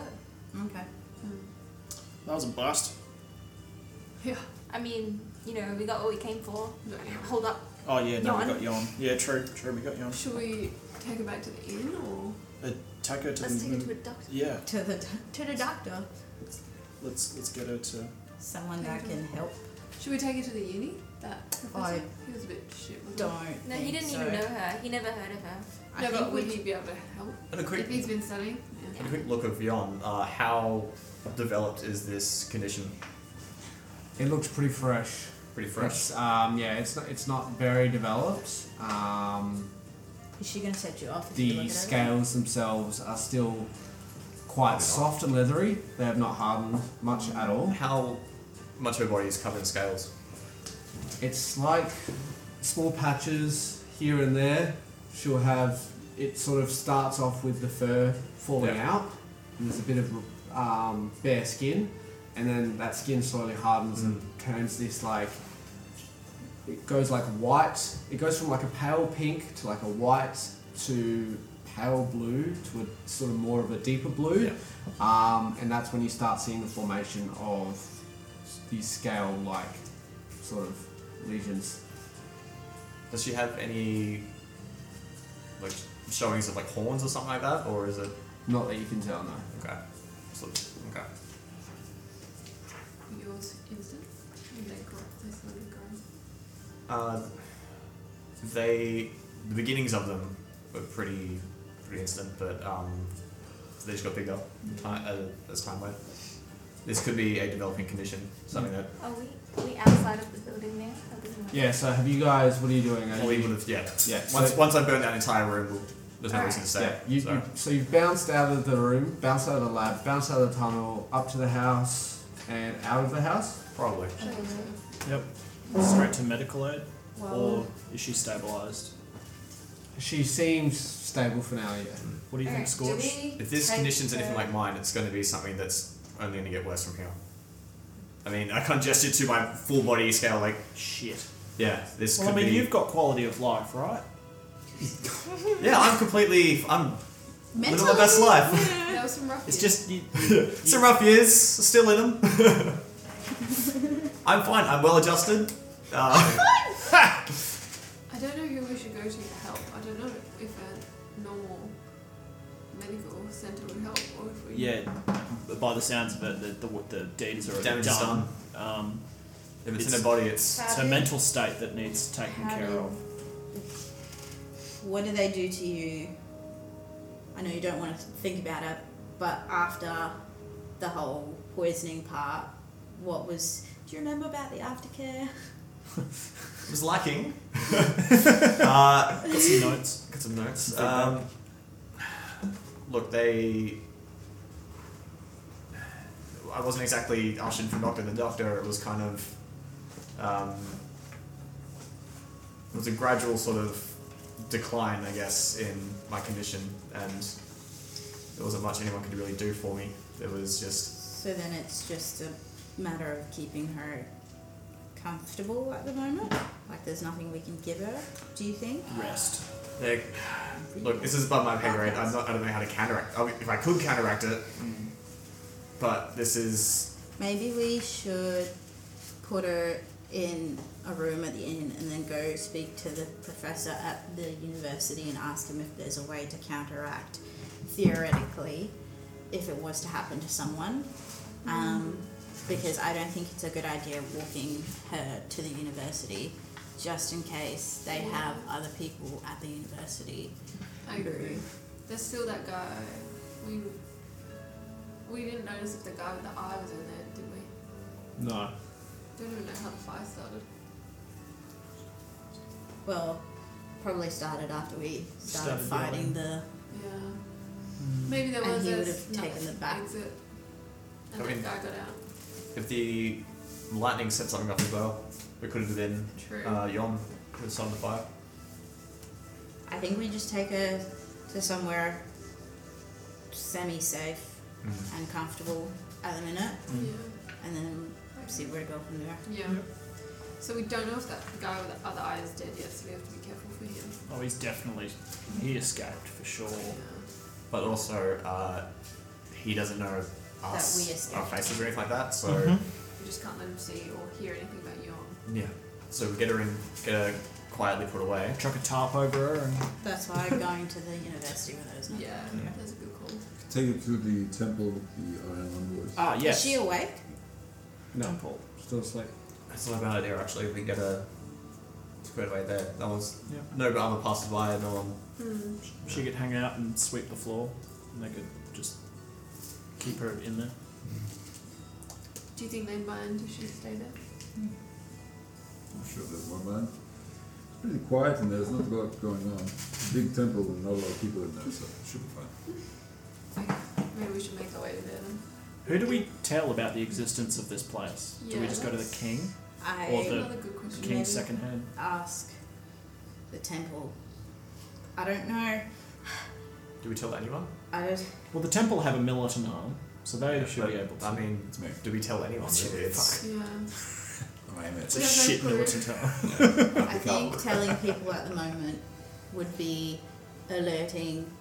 [SPEAKER 6] Okay.
[SPEAKER 9] That was a bust.
[SPEAKER 5] Yeah.
[SPEAKER 8] I mean, you know, we got what we came for.
[SPEAKER 5] No.
[SPEAKER 8] Hold up.
[SPEAKER 9] Oh yeah, no,
[SPEAKER 8] Yawn.
[SPEAKER 9] we got yawn. Yeah, true, true, we got yawn.
[SPEAKER 5] Should we take her back to the inn or?
[SPEAKER 9] Uh, take her to
[SPEAKER 8] Let's
[SPEAKER 9] the
[SPEAKER 8] take it to a doctor.
[SPEAKER 9] Yeah,
[SPEAKER 6] To the do-
[SPEAKER 8] To the doctor.
[SPEAKER 9] let's let's get her to.
[SPEAKER 6] someone that can help.
[SPEAKER 5] Should we take her to the uni? That professor?
[SPEAKER 6] I
[SPEAKER 5] he was a bit shit. wasn't he?
[SPEAKER 6] Don't.
[SPEAKER 8] No, he
[SPEAKER 6] think
[SPEAKER 8] didn't
[SPEAKER 6] so.
[SPEAKER 8] even know her. He never heard of her.
[SPEAKER 6] I
[SPEAKER 5] no,
[SPEAKER 6] think
[SPEAKER 5] but
[SPEAKER 6] we
[SPEAKER 5] would he be able to help?
[SPEAKER 3] And a quick,
[SPEAKER 5] if he's been studying? Yeah.
[SPEAKER 3] and a quick look of Yon. Uh, how developed is this condition?
[SPEAKER 4] It looks pretty fresh.
[SPEAKER 3] Pretty fresh.
[SPEAKER 4] It's, um, yeah, it's not. It's not very developed. Um,
[SPEAKER 6] Is she gonna set you off? If you look
[SPEAKER 4] the
[SPEAKER 6] at her?
[SPEAKER 4] scales themselves are still quite soft and leathery. They have not hardened much at all.
[SPEAKER 3] How much of her body is covered in scales?
[SPEAKER 4] It's like small patches here and there. She'll have it sort of starts off with the fur falling
[SPEAKER 3] Yeah.
[SPEAKER 4] out. And there's a bit of um, bare skin, and then that skin slowly hardens and turns this like it goes like white. It goes from like a pale pink to like a white to pale blue to a sort of more of a deeper blue, um, and that's when you start seeing the formation of these scale-like sort of lesions.
[SPEAKER 3] Does she have any like showings of like horns or something like that, or is it
[SPEAKER 4] not that you can tell? No.
[SPEAKER 3] Okay. So, okay.
[SPEAKER 5] Yours instant. And they grow. They slowly grow.
[SPEAKER 3] Uh, they the beginnings of them were pretty pretty instant, but um, they just got bigger in ti- uh, as time went. This could be a developing condition, something that
[SPEAKER 8] Are Oh, we, are we outside of the building now? That doesn't matter.
[SPEAKER 4] Yeah. So have you guys? What are you doing? Are
[SPEAKER 3] Well, we
[SPEAKER 4] you-
[SPEAKER 3] would have, yeah.
[SPEAKER 4] Mm. Yeah.
[SPEAKER 3] Once,
[SPEAKER 4] so-
[SPEAKER 3] once I burn that entire room, we'll, there's no reason to stay.
[SPEAKER 4] Yeah, you,
[SPEAKER 3] so.
[SPEAKER 4] you, so you've bounced out of the room, bounced out of the lab, bounced out of the tunnel, up to the house, and out of the house?
[SPEAKER 3] Probably.
[SPEAKER 9] Yep. Straight to medical aid?
[SPEAKER 4] Wow.
[SPEAKER 9] Or is she stabilized?
[SPEAKER 4] She seems stable for now, yeah.
[SPEAKER 9] What do you think,
[SPEAKER 6] Alright, do
[SPEAKER 9] Scorch?
[SPEAKER 6] we
[SPEAKER 3] If this
[SPEAKER 6] take
[SPEAKER 3] condition's
[SPEAKER 6] the-
[SPEAKER 3] anything like mine, it's going to be something that's only going to get worse from here. I mean, I can't gesture to my full body scale like
[SPEAKER 9] shit.
[SPEAKER 3] Yeah, this
[SPEAKER 9] Well, I
[SPEAKER 3] could
[SPEAKER 9] mean,
[SPEAKER 3] be.
[SPEAKER 9] you've got quality of life, right?
[SPEAKER 3] Yeah, I'm completely. I'm living my
[SPEAKER 5] Mentally,
[SPEAKER 3] best life.
[SPEAKER 5] That was some rough.
[SPEAKER 9] It's
[SPEAKER 5] years.
[SPEAKER 9] just you,
[SPEAKER 3] Some rough years, still in them. I'm fine. I'm well adjusted. Uh,
[SPEAKER 5] I don't know who we should go to for help. I don't know if a normal medical centre would help or if we.
[SPEAKER 9] yeah. By the sounds of it, the the, the deed is already
[SPEAKER 3] Damage is
[SPEAKER 9] done. Um,
[SPEAKER 3] If it's in her body, it's-
[SPEAKER 9] it's her mental state that needs taken
[SPEAKER 6] How
[SPEAKER 9] care
[SPEAKER 6] did-
[SPEAKER 9] of.
[SPEAKER 6] What do they do to you? I know you don't want to think about it, but after the whole poisoning part, what was. Do you remember about the aftercare?
[SPEAKER 3] it was lacking. uh,
[SPEAKER 9] Got some notes.
[SPEAKER 3] Got some notes.
[SPEAKER 9] Some
[SPEAKER 3] Um, look, they. I wasn't exactly ushered from doctor to doctor. It was kind of. Um, it was a gradual sort of decline, I guess, in my condition, and there wasn't much anyone could really do for me. It was just.
[SPEAKER 6] So then it's just a matter of keeping her comfortable at the moment? Like there's nothing we can give her, do you think?
[SPEAKER 9] Rest.
[SPEAKER 3] They, look, this is above my pay grade. I'm not, I don't know how to counteract. I mean, if I could counteract it, mm. but this is
[SPEAKER 6] Maybe we should put her in a room at the inn and then go speak to the professor at the university and ask him if there's a way to counteract, theoretically, if it was to happen to someone. Um, because I don't think it's a good idea walking her to the university just in case they have other people at the university.
[SPEAKER 5] I agree. There's still that guy. We we didn't notice if the guy with the eye was in there, did we?
[SPEAKER 9] No.
[SPEAKER 5] Don't even know how the fire started.
[SPEAKER 6] Well, probably started after we
[SPEAKER 5] Started
[SPEAKER 6] started, fighting the.
[SPEAKER 5] Yeah. Maybe there
[SPEAKER 6] Hmm. And
[SPEAKER 5] was
[SPEAKER 6] he
[SPEAKER 5] a
[SPEAKER 6] would have taken the back.
[SPEAKER 5] exit. And
[SPEAKER 3] I
[SPEAKER 5] that
[SPEAKER 3] mean-
[SPEAKER 5] guy got out.
[SPEAKER 3] If the lightning set something off as well, it could have been
[SPEAKER 5] True.
[SPEAKER 3] uh, Yon who started the fire.
[SPEAKER 6] I think we just take her to somewhere semi safe
[SPEAKER 3] Mhm.
[SPEAKER 6] and comfortable at the minute, and then see where to go from there.
[SPEAKER 5] Yeah. Yeah. So we don't know if that guy with the other eye is dead yet, so we have to be careful for him.
[SPEAKER 9] Oh, he's definitely he escaped for sure.
[SPEAKER 3] But also, uh, he doesn't know
[SPEAKER 5] we
[SPEAKER 3] us,
[SPEAKER 5] escaped.
[SPEAKER 3] our faces, or anything like that. So
[SPEAKER 9] Mhm.
[SPEAKER 5] We just can't let him see or hear anything about Yon.
[SPEAKER 3] yeah, so we get her in, get her quietly put away.
[SPEAKER 9] Chuck a tarp over her and
[SPEAKER 6] That's why I'm going to the university with her, isn't it?
[SPEAKER 5] Yeah, that's a good call.
[SPEAKER 11] Take it to the temple of the Iron Lords.
[SPEAKER 7] Uh,
[SPEAKER 9] ah yes.
[SPEAKER 6] Is she awake?
[SPEAKER 4] No, still asleep.
[SPEAKER 3] That's not a bad idea actually. We get her squared away there. That was
[SPEAKER 9] Yeah.
[SPEAKER 3] no other passes by, no one.
[SPEAKER 9] Hmm.
[SPEAKER 5] Mm.
[SPEAKER 9] She could hang out and sweep the floor. And they could just keep her in there.
[SPEAKER 5] Do you think they'd mind if she stayed there?
[SPEAKER 11] I'm sure there's one man. It's pretty quiet in there. There's not a lot going on. Big temple and not a lot of people in there, so it should be fine.
[SPEAKER 5] Maybe we should make our way to there then.
[SPEAKER 9] Who do we tell about the existence of this place? do we
[SPEAKER 6] Yeah,
[SPEAKER 9] just go to the
[SPEAKER 6] that's-
[SPEAKER 9] king?
[SPEAKER 6] I
[SPEAKER 9] or the
[SPEAKER 5] Another good question.
[SPEAKER 9] king's
[SPEAKER 6] Maybe
[SPEAKER 9] second hand?
[SPEAKER 6] Ask the temple. I don't know.
[SPEAKER 3] Do we tell anyone?
[SPEAKER 6] I don't.
[SPEAKER 9] Well, the temple have a militant arm, so they
[SPEAKER 3] Yeah,
[SPEAKER 9] should
[SPEAKER 3] but,
[SPEAKER 9] be able to.
[SPEAKER 3] I mean, do we tell anyone? Really? It's,
[SPEAKER 5] Yeah.
[SPEAKER 7] I am
[SPEAKER 9] it's
[SPEAKER 7] it.
[SPEAKER 5] We have
[SPEAKER 9] a
[SPEAKER 5] no
[SPEAKER 9] shit
[SPEAKER 5] clue.
[SPEAKER 9] militant arm.
[SPEAKER 6] I think telling people at the moment would be alerting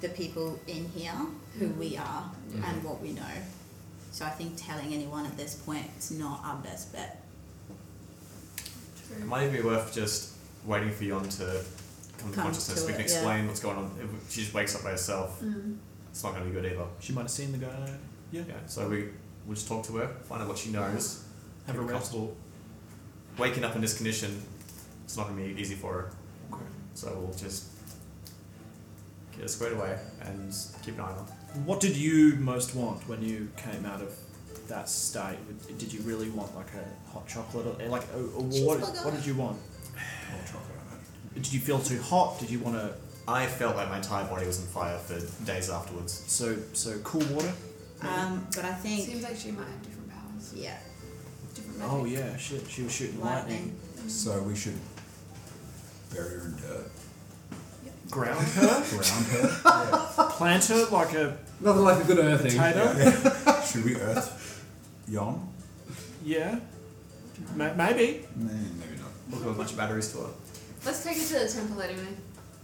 [SPEAKER 6] the people in here who we are
[SPEAKER 24] Mhm.
[SPEAKER 6] and what we know. So I think telling anyone at this point is not our best bet.
[SPEAKER 3] It might even be worth just waiting for Yon to come to
[SPEAKER 6] Come
[SPEAKER 3] consciousness.
[SPEAKER 6] to
[SPEAKER 3] we can
[SPEAKER 6] it, yeah.
[SPEAKER 3] explain what's going on. If she just wakes up by herself,
[SPEAKER 5] Mm.
[SPEAKER 3] it's not going to be good either.
[SPEAKER 9] She might have seen the guy. Yeah.
[SPEAKER 3] Yeah, so we we'll just talk to her, find out what she knows. Have
[SPEAKER 9] Have her
[SPEAKER 3] her
[SPEAKER 9] rest.
[SPEAKER 3] comfortable. Waking up in this condition, it's not going to be easy for her. So we'll just get her squared away and keep an eye on her.
[SPEAKER 9] What did you most want when you came out of that state? Did you really want like a hot chocolate or like a, a what?
[SPEAKER 25] Cheeseburger.
[SPEAKER 9] What did you want? Hot chocolate. Did you feel too hot? Did you want to?
[SPEAKER 3] I felt like my entire body was on fire for days afterwards.
[SPEAKER 9] So so cool water.
[SPEAKER 6] Um, but I think
[SPEAKER 5] seems like she might have different powers.
[SPEAKER 6] Yeah.
[SPEAKER 5] Different magic.
[SPEAKER 9] Oh yeah, shit. She was shooting lightning.
[SPEAKER 7] So we should bury her in dirt.
[SPEAKER 9] Ground her.
[SPEAKER 7] Ground her.
[SPEAKER 9] Yeah. Plant her like a
[SPEAKER 4] Nothing like a good earthing.
[SPEAKER 9] Potato.
[SPEAKER 7] Yeah. should we earth Yon?
[SPEAKER 9] Yeah. Ma- maybe.
[SPEAKER 7] Nah, maybe not.
[SPEAKER 3] Look how much batteries to her.
[SPEAKER 5] Let's take her to the temple anyway.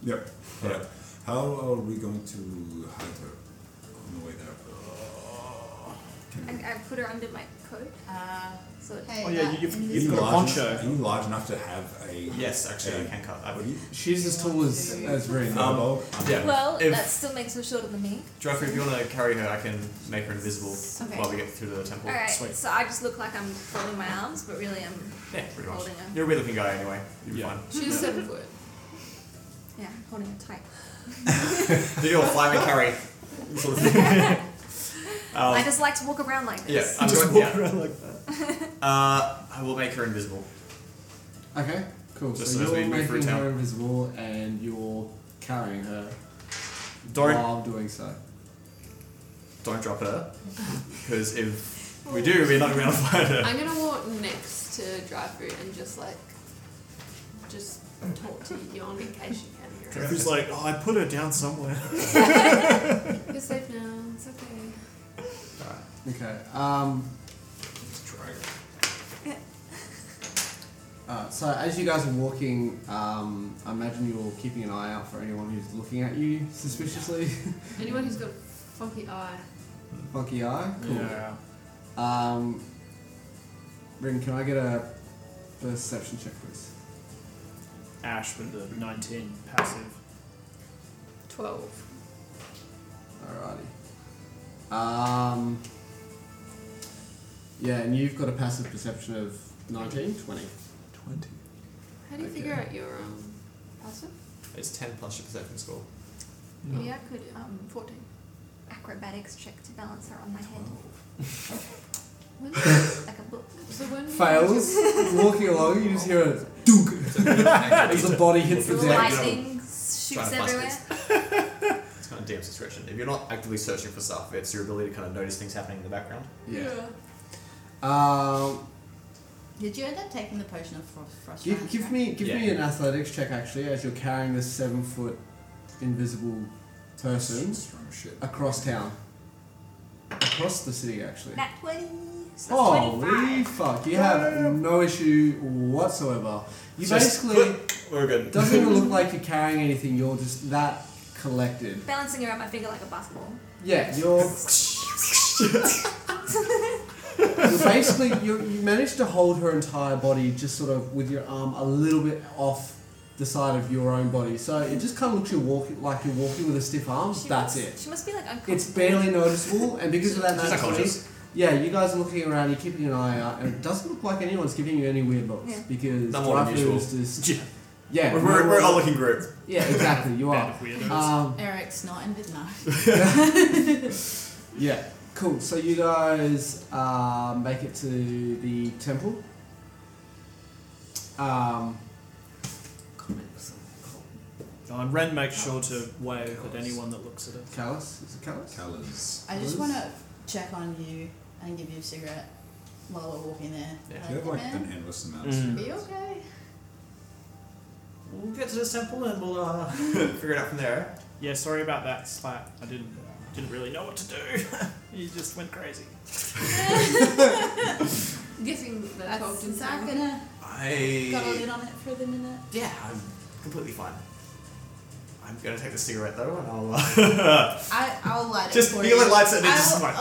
[SPEAKER 7] Yep. Yeah. How are we going to hide her on the way there?
[SPEAKER 8] I, I put her under my coat.
[SPEAKER 6] Uh,
[SPEAKER 8] so it-
[SPEAKER 6] hey,
[SPEAKER 9] Oh, yeah, you- you've-
[SPEAKER 7] Are you
[SPEAKER 9] you've got a
[SPEAKER 7] large
[SPEAKER 9] poncho.
[SPEAKER 7] enough- Are you large enough to have a?
[SPEAKER 3] Yes, actually,
[SPEAKER 7] a-
[SPEAKER 3] I can cut. I,
[SPEAKER 4] She's as tall as as Rin.
[SPEAKER 3] Um, yeah.
[SPEAKER 8] Well,
[SPEAKER 3] if,
[SPEAKER 8] that still makes her shorter than me.
[SPEAKER 3] Joffrey, if you want to carry her, I can make her invisible
[SPEAKER 8] Okay.
[SPEAKER 3] while we get through the temple.
[SPEAKER 8] All right,
[SPEAKER 3] Sweet.
[SPEAKER 8] so I just look like I'm folding my arms, but really I'm
[SPEAKER 3] Yeah, pretty much.
[SPEAKER 8] holding her.
[SPEAKER 3] You're a weird looking guy anyway. You'll be fine.
[SPEAKER 5] She's seven foot.
[SPEAKER 8] Yeah, I'm holding her tight.
[SPEAKER 3] Do your fly and carry. Sort of thing. Um,
[SPEAKER 8] I just like to walk around like
[SPEAKER 3] Yeah,
[SPEAKER 8] this.
[SPEAKER 3] I'm going, yeah. Uh, I will make her invisible.
[SPEAKER 4] Okay, cool.
[SPEAKER 3] Just
[SPEAKER 4] so
[SPEAKER 3] as we
[SPEAKER 4] you're
[SPEAKER 3] move through
[SPEAKER 4] making her
[SPEAKER 3] town.
[SPEAKER 4] invisible and you're carrying her
[SPEAKER 3] Don't-
[SPEAKER 4] while doing so.
[SPEAKER 3] Don't drop her, because if we do, we're not going to find her.
[SPEAKER 5] I'm gonna walk next to dry food and just like, just talk to Yon in case she can hear
[SPEAKER 9] Who's like, oh, I put her down somewhere.
[SPEAKER 5] us. You're safe now. It's okay.
[SPEAKER 4] Okay. Um,
[SPEAKER 7] Try it.
[SPEAKER 4] uh, so as you guys are walking, um, I imagine you're keeping an eye out for anyone who's looking at you suspiciously.
[SPEAKER 5] Anyone who's got a funky eye.
[SPEAKER 4] Funky eye. Cool.
[SPEAKER 9] Yeah.
[SPEAKER 4] Um, Rin, can I get a perception check, please?
[SPEAKER 9] Ash with the 19 passive.
[SPEAKER 5] Twelve.
[SPEAKER 4] Alrighty. Um, yeah, and you've got a passive perception of 19, 20.
[SPEAKER 7] 20.
[SPEAKER 5] How do you figure out your um, passive?
[SPEAKER 3] It's 10 plus your perception score.
[SPEAKER 8] Maybe I could um, 14. acrobatics check to balance her on my head. Wouldn't it be like a book.
[SPEAKER 5] So when we-
[SPEAKER 4] Fails. walking along, you just hear a dook as the body hits the
[SPEAKER 8] Little
[SPEAKER 4] deck.
[SPEAKER 8] lightning shoots
[SPEAKER 3] Trying to find
[SPEAKER 8] everywhere.
[SPEAKER 3] space. it's kind of DM's discretion. If you're not actively searching for stuff, it's your ability to kind of notice things happening in the background.
[SPEAKER 4] Yeah. Um,
[SPEAKER 6] Did you end up taking the potion of fro- frostbite?
[SPEAKER 4] give, give me give me
[SPEAKER 3] Yeah.
[SPEAKER 4] an athletics check actually as you're carrying this seven foot invisible person
[SPEAKER 7] Strong shit.
[SPEAKER 4] across town, across the city actually.
[SPEAKER 8] Nat 20. So that's
[SPEAKER 4] Holy
[SPEAKER 8] 25.
[SPEAKER 4] fuck! You have no issue whatsoever. You
[SPEAKER 3] Just-
[SPEAKER 4] basically
[SPEAKER 3] We're good.
[SPEAKER 4] doesn't even look like you're carrying anything. You're just that collected.
[SPEAKER 8] Balancing her on my finger like a basketball.
[SPEAKER 4] Yeah, you're. you're basically, you you managed to hold her entire body just sort of with your arm a little bit off the side of your own body. So it just kind of looks you're walking like you're walking with a stiff arm. That's
[SPEAKER 8] must,
[SPEAKER 4] it.
[SPEAKER 8] She must be like uncomfortable.
[SPEAKER 4] It's barely noticeable, and because of that,
[SPEAKER 3] She's
[SPEAKER 4] nat 20,
[SPEAKER 3] unconscious.
[SPEAKER 4] yeah, you guys are looking around, you're keeping an eye out, and it doesn't look like anyone's giving you any weird looks
[SPEAKER 8] Yeah.
[SPEAKER 4] because
[SPEAKER 3] Not more than
[SPEAKER 4] Dreyfus
[SPEAKER 3] usual.
[SPEAKER 4] is
[SPEAKER 3] Yeah.
[SPEAKER 4] just yeah,
[SPEAKER 3] We're- we're-
[SPEAKER 4] no
[SPEAKER 3] we're
[SPEAKER 4] one-
[SPEAKER 3] a looking group.
[SPEAKER 4] Yeah, exactly. You are.
[SPEAKER 9] uh,
[SPEAKER 4] Um,
[SPEAKER 6] Eric's not in no.
[SPEAKER 4] yeah, cool. So you guys um, make it to the temple. Um,
[SPEAKER 9] And Um, Ren makes sure to wave at anyone that looks at her.
[SPEAKER 4] Callus? Is it Callus?
[SPEAKER 7] Colors.
[SPEAKER 6] I just want to check on you and give you a cigarette while we're walking there.
[SPEAKER 7] Yeah.
[SPEAKER 6] Like,
[SPEAKER 7] You have like
[SPEAKER 6] "Man,
[SPEAKER 7] an endless amount.
[SPEAKER 9] Mm.
[SPEAKER 6] Be okay.
[SPEAKER 3] We'll get to this temple and we'll uh, figure it out from there.
[SPEAKER 9] Yeah, sorry about that splat. I didn't didn't really know what to do. you just went crazy.
[SPEAKER 5] Guessing that I talked in
[SPEAKER 6] Is that gonna
[SPEAKER 3] I
[SPEAKER 6] got a lid on it for the minute?
[SPEAKER 3] yeah, I'm completely fine. I I'm gonna take the cigarette though, and I'll. Uh,
[SPEAKER 6] I, I'll light it
[SPEAKER 3] Just
[SPEAKER 6] for you.
[SPEAKER 3] Neela lights it and it
[SPEAKER 6] I'll-
[SPEAKER 3] just like,
[SPEAKER 6] I'll-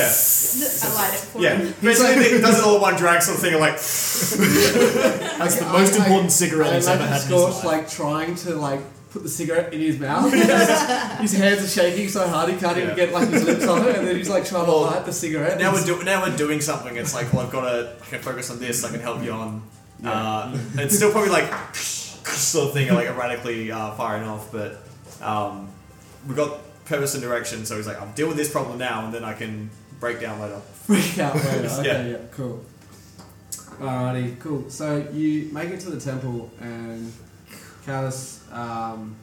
[SPEAKER 3] yeah.
[SPEAKER 6] I'll light it for
[SPEAKER 3] yeah,
[SPEAKER 6] you.
[SPEAKER 3] basically they- it does it all in one drag sort of thing. I'm like, that's the most important cigarette
[SPEAKER 4] I
[SPEAKER 3] he's ever
[SPEAKER 4] imagine
[SPEAKER 3] had. in his life.
[SPEAKER 4] Scorch like trying to like put the cigarette in his mouth. his hands are shaking so hard he can't even
[SPEAKER 3] Yeah.
[SPEAKER 4] get like his lips on it, and then he's like trying to light the cigarette.
[SPEAKER 3] Now we're, do- now we're doing something. It's like, well, I've got to. I can focus on this. I can help you on. Uh, it's still probably like sort of thing, like erratically uh, firing off. But um, we got purpose and direction. So he's like, I'll deal with this problem now, and then I can break down later.
[SPEAKER 4] freak out later.
[SPEAKER 3] Yeah.
[SPEAKER 4] Okay, yeah. cool. Alrighty, cool. So you make it to the temple, and Callus um,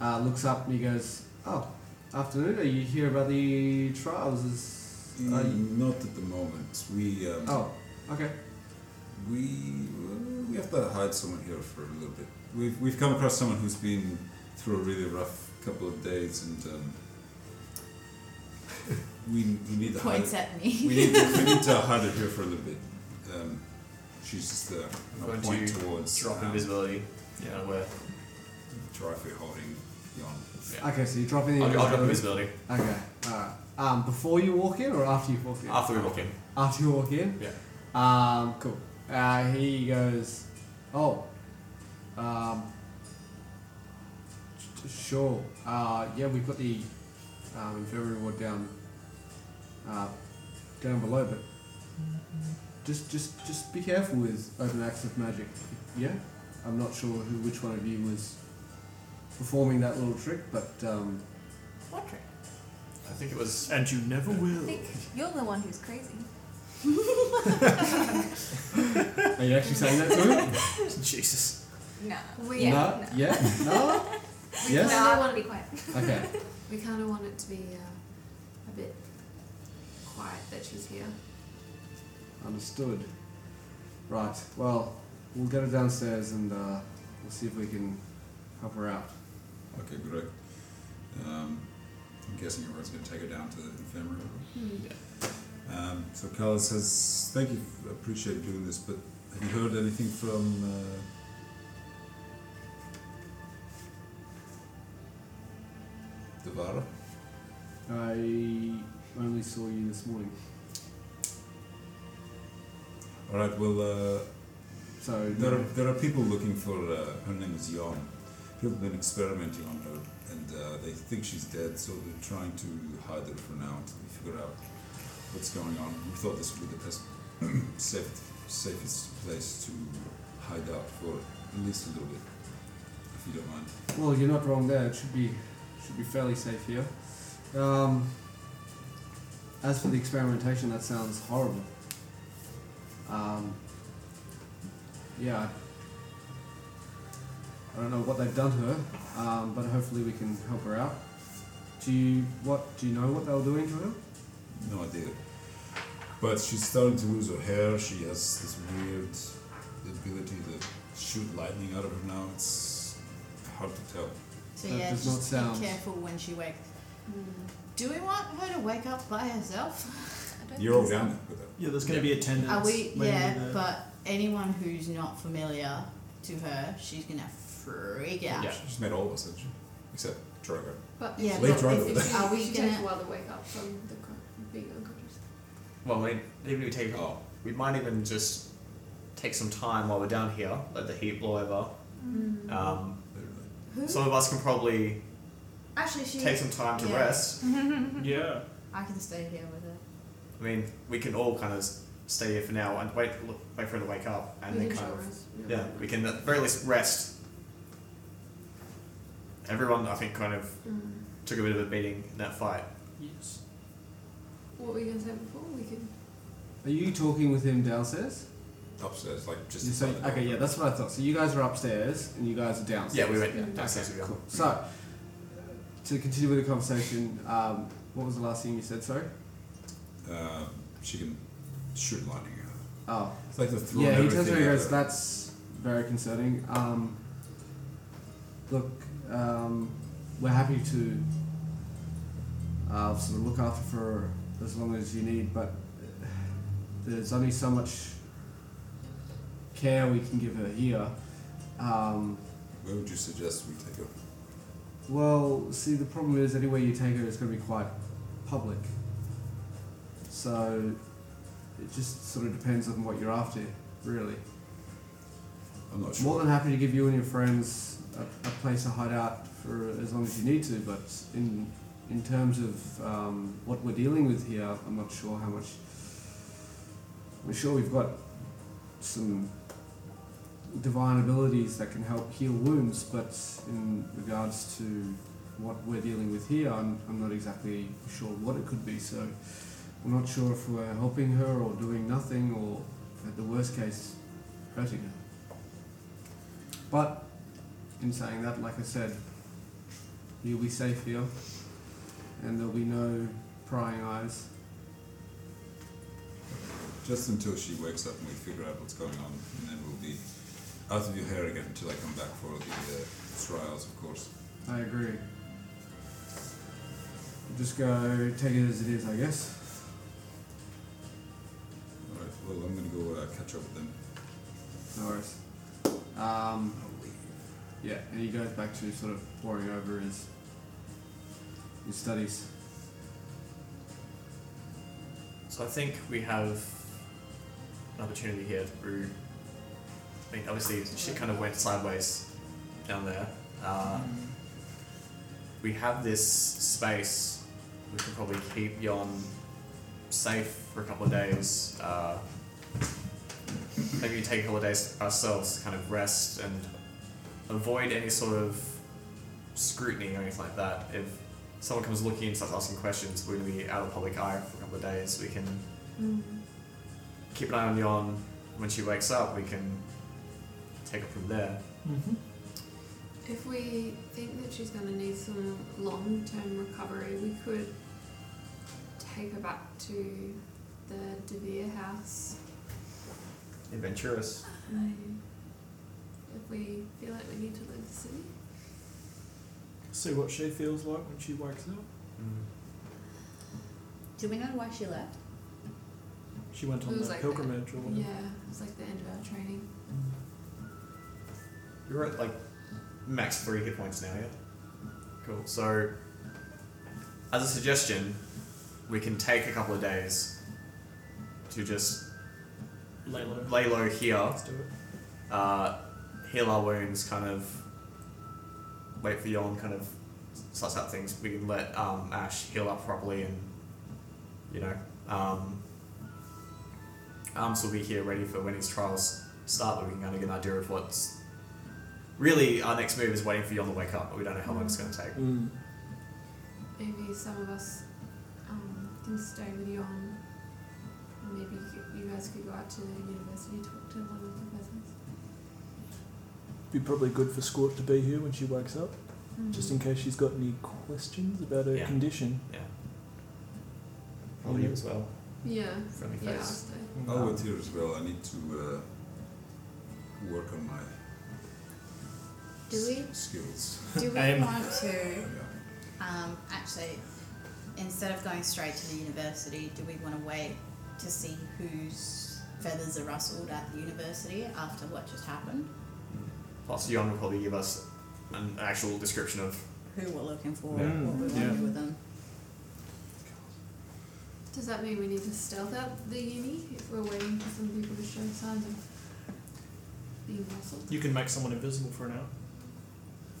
[SPEAKER 4] uh, looks up and he goes, "Oh, afternoon. Are you here about the trials? Is
[SPEAKER 11] Mm,
[SPEAKER 4] are you-
[SPEAKER 11] Not at the moment. We.
[SPEAKER 3] Mm.
[SPEAKER 11] Um,
[SPEAKER 4] oh, okay.
[SPEAKER 11] We uh, we have to hide someone here for a little bit. We've we've come across someone who's been through a really rough couple of days, and um, we we need to
[SPEAKER 6] Points
[SPEAKER 11] hide.
[SPEAKER 6] at me.
[SPEAKER 11] we need to, we need to hide her here for a little bit. Um, she's just uh, on a
[SPEAKER 3] Going
[SPEAKER 11] point
[SPEAKER 3] to
[SPEAKER 11] towards
[SPEAKER 3] drop
[SPEAKER 11] um,
[SPEAKER 3] invisibility. Yeah, where?
[SPEAKER 11] Try for holding beyond.
[SPEAKER 4] Okay, so you drop in the
[SPEAKER 3] I'll, I'll drop invisibility.
[SPEAKER 4] Okay, alright. Um, before you walk in or after you walk in?
[SPEAKER 3] After we walk in.
[SPEAKER 4] After you walk in?
[SPEAKER 3] Yeah.
[SPEAKER 4] Um, cool. Uh, he goes, Oh, um, s- sure. Uh, yeah, we've got the um, infirmary ward down, uh, down below, but just, just, just be careful with open acts of magic. Yeah, I'm not sure who, which one of you was performing that little trick, but um,
[SPEAKER 8] What trick?
[SPEAKER 3] I think it was.
[SPEAKER 9] And you never
[SPEAKER 8] I
[SPEAKER 9] will.
[SPEAKER 8] think you're the one who's crazy.
[SPEAKER 4] are you actually saying that to him?
[SPEAKER 3] Jesus.
[SPEAKER 8] No.
[SPEAKER 5] We-
[SPEAKER 8] yeah.
[SPEAKER 4] no,
[SPEAKER 8] no.
[SPEAKER 4] yeah, no.
[SPEAKER 5] We
[SPEAKER 4] Yes?
[SPEAKER 5] kind of
[SPEAKER 8] No, I want
[SPEAKER 5] want
[SPEAKER 8] to be quiet.
[SPEAKER 4] Okay.
[SPEAKER 5] We kind of want it to be uh, a bit quiet that she's here.
[SPEAKER 4] Understood. Right. Well, we'll get her downstairs and uh, we'll see if we can help her out.
[SPEAKER 11] Okay, great. Um, I'm guessing everyone's going to take her down to the infirmary.
[SPEAKER 5] Hmm.
[SPEAKER 11] Um, so Carla says, "Thank you, appreciate you doing this, but have you heard anything from uh, Devara?"
[SPEAKER 4] I only saw you this morning,
[SPEAKER 11] All right. Well, uh,
[SPEAKER 4] so
[SPEAKER 11] there are, there are people looking for uh, her name is Yon. People have been experimenting on her, and uh, they think she's dead, so they're trying to hide her for now until we figure out what's going on. We thought this would be the best, safe, safest place to hide out for at least a little bit, if you don't mind.
[SPEAKER 4] Well, you're not wrong there. It should be should be fairly safe here. Um, as for the experimentation, that sounds horrible. Um, yeah, I don't know what they've done to her, um, but hopefully we can help her out. Do you what? Do you know what they were doing to her?
[SPEAKER 11] No idea. But she's starting to lose her hair. She has this weird ability to shoot lightning out of her now. It's hard to tell.
[SPEAKER 6] So
[SPEAKER 4] That
[SPEAKER 6] yeah,
[SPEAKER 4] does
[SPEAKER 6] just
[SPEAKER 4] not sound-
[SPEAKER 6] be careful when she wakes. Do we want her to wake up by herself?
[SPEAKER 8] I don't
[SPEAKER 11] You're all
[SPEAKER 8] think so.
[SPEAKER 11] down with her.
[SPEAKER 9] Yeah, there's going to be attendance.
[SPEAKER 6] Are we?
[SPEAKER 9] when
[SPEAKER 6] Yeah,
[SPEAKER 9] the-
[SPEAKER 6] but anyone who's not familiar to her, she's gonna freak out.
[SPEAKER 11] Yeah, she's made all of us, hasn't she? Except Drogo.
[SPEAKER 5] But
[SPEAKER 6] Yeah,
[SPEAKER 11] Late
[SPEAKER 6] but
[SPEAKER 11] Drogo.
[SPEAKER 6] if it's-
[SPEAKER 5] Are
[SPEAKER 6] Are
[SPEAKER 5] we
[SPEAKER 6] we
[SPEAKER 5] should take
[SPEAKER 6] gonna-
[SPEAKER 5] a while to wake up from the cr- being unconscious.
[SPEAKER 3] Well, we, even if we take oh, we might even just take some time while we're down here, let the heat blow over.
[SPEAKER 6] Mm.
[SPEAKER 3] Um,
[SPEAKER 6] Who?
[SPEAKER 3] some of us can probably
[SPEAKER 6] Actually, she
[SPEAKER 3] take some time to
[SPEAKER 6] yeah.
[SPEAKER 3] rest.
[SPEAKER 9] Yeah.
[SPEAKER 6] I can stay here with her.
[SPEAKER 3] I mean, we can all kind of s- stay here for now and wait, look, wait for her to wake up, and
[SPEAKER 5] We
[SPEAKER 3] then
[SPEAKER 5] can
[SPEAKER 3] kind of
[SPEAKER 5] show us, yeah.
[SPEAKER 3] yeah. we can at the very least rest. Everyone, I think, kind of
[SPEAKER 5] Mm.
[SPEAKER 3] took a bit of a beating in that fight.
[SPEAKER 9] Yes.
[SPEAKER 5] What were you going to say before? We could.
[SPEAKER 4] Are you talking with him downstairs?
[SPEAKER 11] Upstairs, like just
[SPEAKER 4] So,
[SPEAKER 11] inside the
[SPEAKER 4] okay, yeah, that's what I thought. So you guys are upstairs and you guys are downstairs.
[SPEAKER 3] Yeah, we went
[SPEAKER 5] Mm.
[SPEAKER 3] yeah, downstairs. we go.
[SPEAKER 4] Cool. So, to continue with the conversation, um, what was the last thing you said? Sorry.
[SPEAKER 11] door. Um, she can shoot lightning out.
[SPEAKER 4] Oh.
[SPEAKER 11] It's like the throw
[SPEAKER 4] Yeah, he
[SPEAKER 11] everything
[SPEAKER 4] turns around and
[SPEAKER 11] at
[SPEAKER 4] goes,
[SPEAKER 11] her.
[SPEAKER 4] "That's very concerning." Um, look, um, we're happy to uh, sort of look after for as long as you need, but uh, there's only so much care we can give her here. Um,
[SPEAKER 11] Where would you suggest we take her?
[SPEAKER 4] Well, see, the problem is anywhere you take her, it's going to be quite public. So it just sort of depends on what you're after, really.
[SPEAKER 11] I'm not
[SPEAKER 4] More than happy to give you and your friends a, a place to hide out for as long as you need to, but in in terms of um, what we're dealing with here, I'm not sure how much. I'm sure we've got some divine abilities that can help heal wounds, but in regards to what we're dealing with here, I'm, I'm not exactly sure what it could be. So I'm not sure if we're helping her or doing nothing, or at the worst case, hurting her. But in saying that, like I said, you'll be safe here, and there'll be no prying eyes.
[SPEAKER 11] Just until she wakes up and we figure out what's going on, and then we'll be out of your hair again until I come back for the uh, trials, of course.
[SPEAKER 4] I agree. Just go take it as it is, I guess.
[SPEAKER 11] All right. Well, I'm gonna go uh, catch up with them.
[SPEAKER 4] Mm-hmm. No worries. Um, yeah, and he goes back to sort of poring over his his studies.
[SPEAKER 3] So I think we have an opportunity here through. I mean, obviously, shit kind of went sideways down there. Uh, We have this space. We can probably keep Yon safe for a couple of days. Uh, maybe take a couple of days ourselves to kind of rest and avoid any sort of scrutiny or anything like that. If someone comes looking and starts asking questions, we're going to be out of public eye for a couple of days. We can
[SPEAKER 5] mm.
[SPEAKER 3] keep an eye on Yon. When she wakes up, we can take it from there.
[SPEAKER 5] If we think that she's going to need some long term recovery, we could take her back to the DeVere house.
[SPEAKER 26] Adventurous.
[SPEAKER 6] Mm.
[SPEAKER 5] Um, if we feel like we need to leave the city.
[SPEAKER 9] See what she feels like when she wakes up.
[SPEAKER 3] Mm.
[SPEAKER 6] Do we know why she left?
[SPEAKER 9] She went on
[SPEAKER 5] It
[SPEAKER 9] the
[SPEAKER 5] was like
[SPEAKER 9] pilgrimage
[SPEAKER 5] the,
[SPEAKER 9] or whatever.
[SPEAKER 5] Yeah, it was like the end of our training.
[SPEAKER 3] You're at like max three hit points now, yeah? Cool. So, as a suggestion, we can take a couple of days to just
[SPEAKER 9] Lay low.
[SPEAKER 3] lay low here,
[SPEAKER 9] Let's do
[SPEAKER 3] Uh, heal our wounds, kind of wait for Yon, kind of suss out things. We can let um, Ash heal up properly and, you know, um, Arms will be here ready for when his trials start, but we can kind of get an idea of what's really our next move is waiting for Yon to wake up, but we don't know how long it's going to take.
[SPEAKER 9] Mm.
[SPEAKER 5] Maybe some of us um, can stay with you on. And maybe you, could- you guys could go out to the university talk to one of the professors.
[SPEAKER 9] Be probably good for Squirt to be here when she wakes up,
[SPEAKER 5] Mm.
[SPEAKER 9] just in case she's got any questions about her
[SPEAKER 3] Yeah.
[SPEAKER 9] condition.
[SPEAKER 3] Yeah. Probably you as well.
[SPEAKER 5] Yeah.
[SPEAKER 3] Friendly
[SPEAKER 5] yeah, I'll
[SPEAKER 3] face.
[SPEAKER 5] stay.
[SPEAKER 11] I'll wait here as well. I need to uh, work on my
[SPEAKER 6] Do we
[SPEAKER 11] skills.
[SPEAKER 6] Do we
[SPEAKER 11] Aim.
[SPEAKER 6] want to um, actually instead of going straight to the university, do we want to wait to see whose feathers are rustled at the university after what just happened?
[SPEAKER 3] Plus, Yon will probably give us an actual description of
[SPEAKER 6] Who we're looking for,
[SPEAKER 3] Mm,
[SPEAKER 6] what we want
[SPEAKER 3] yeah.
[SPEAKER 6] to do with them.
[SPEAKER 5] Does that mean we need to stealth out the uni if we're waiting for some people to show signs of being muscled?
[SPEAKER 9] You can make someone invisible for an hour.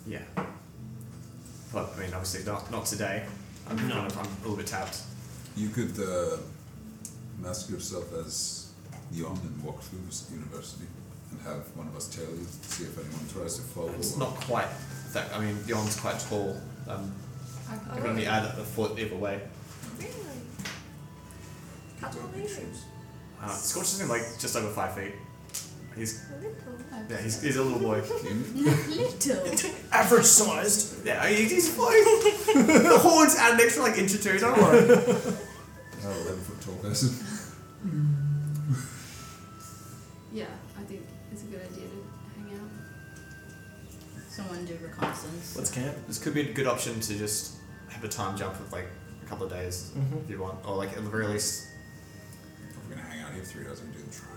[SPEAKER 3] Yeah. Well, I mean, obviously not not today. I'm kind of, I'm a little bit tapped.
[SPEAKER 11] You could uh, mask yourself as Yon and walk through this university and have one of us tell you, see if anyone tries to follow.
[SPEAKER 3] It's
[SPEAKER 11] or-
[SPEAKER 3] not quite that. I mean, Yon's quite tall. Um,
[SPEAKER 5] I
[SPEAKER 3] I can only add a foot either way.
[SPEAKER 8] Really? Couple of reasons.
[SPEAKER 3] Uh, Scorch is in like just over five feet. He's
[SPEAKER 8] A little.
[SPEAKER 3] yeah, he's, he's a little boy.
[SPEAKER 6] Little.
[SPEAKER 9] Average sized.
[SPEAKER 3] Yeah, he- he's fine. the horns add an extra like inch or two. Don't worry.
[SPEAKER 11] Oh, 11 foot tall person.
[SPEAKER 5] Yeah, I think it's a good idea to hang out.
[SPEAKER 6] Someone do reconnaissance.
[SPEAKER 3] Let's camp. This could be a good option to just have a time jump of like a couple of days
[SPEAKER 9] Mhm.
[SPEAKER 3] if you want, or like at the very least.
[SPEAKER 11] If we're gonna hang out here for three hours and do the trials.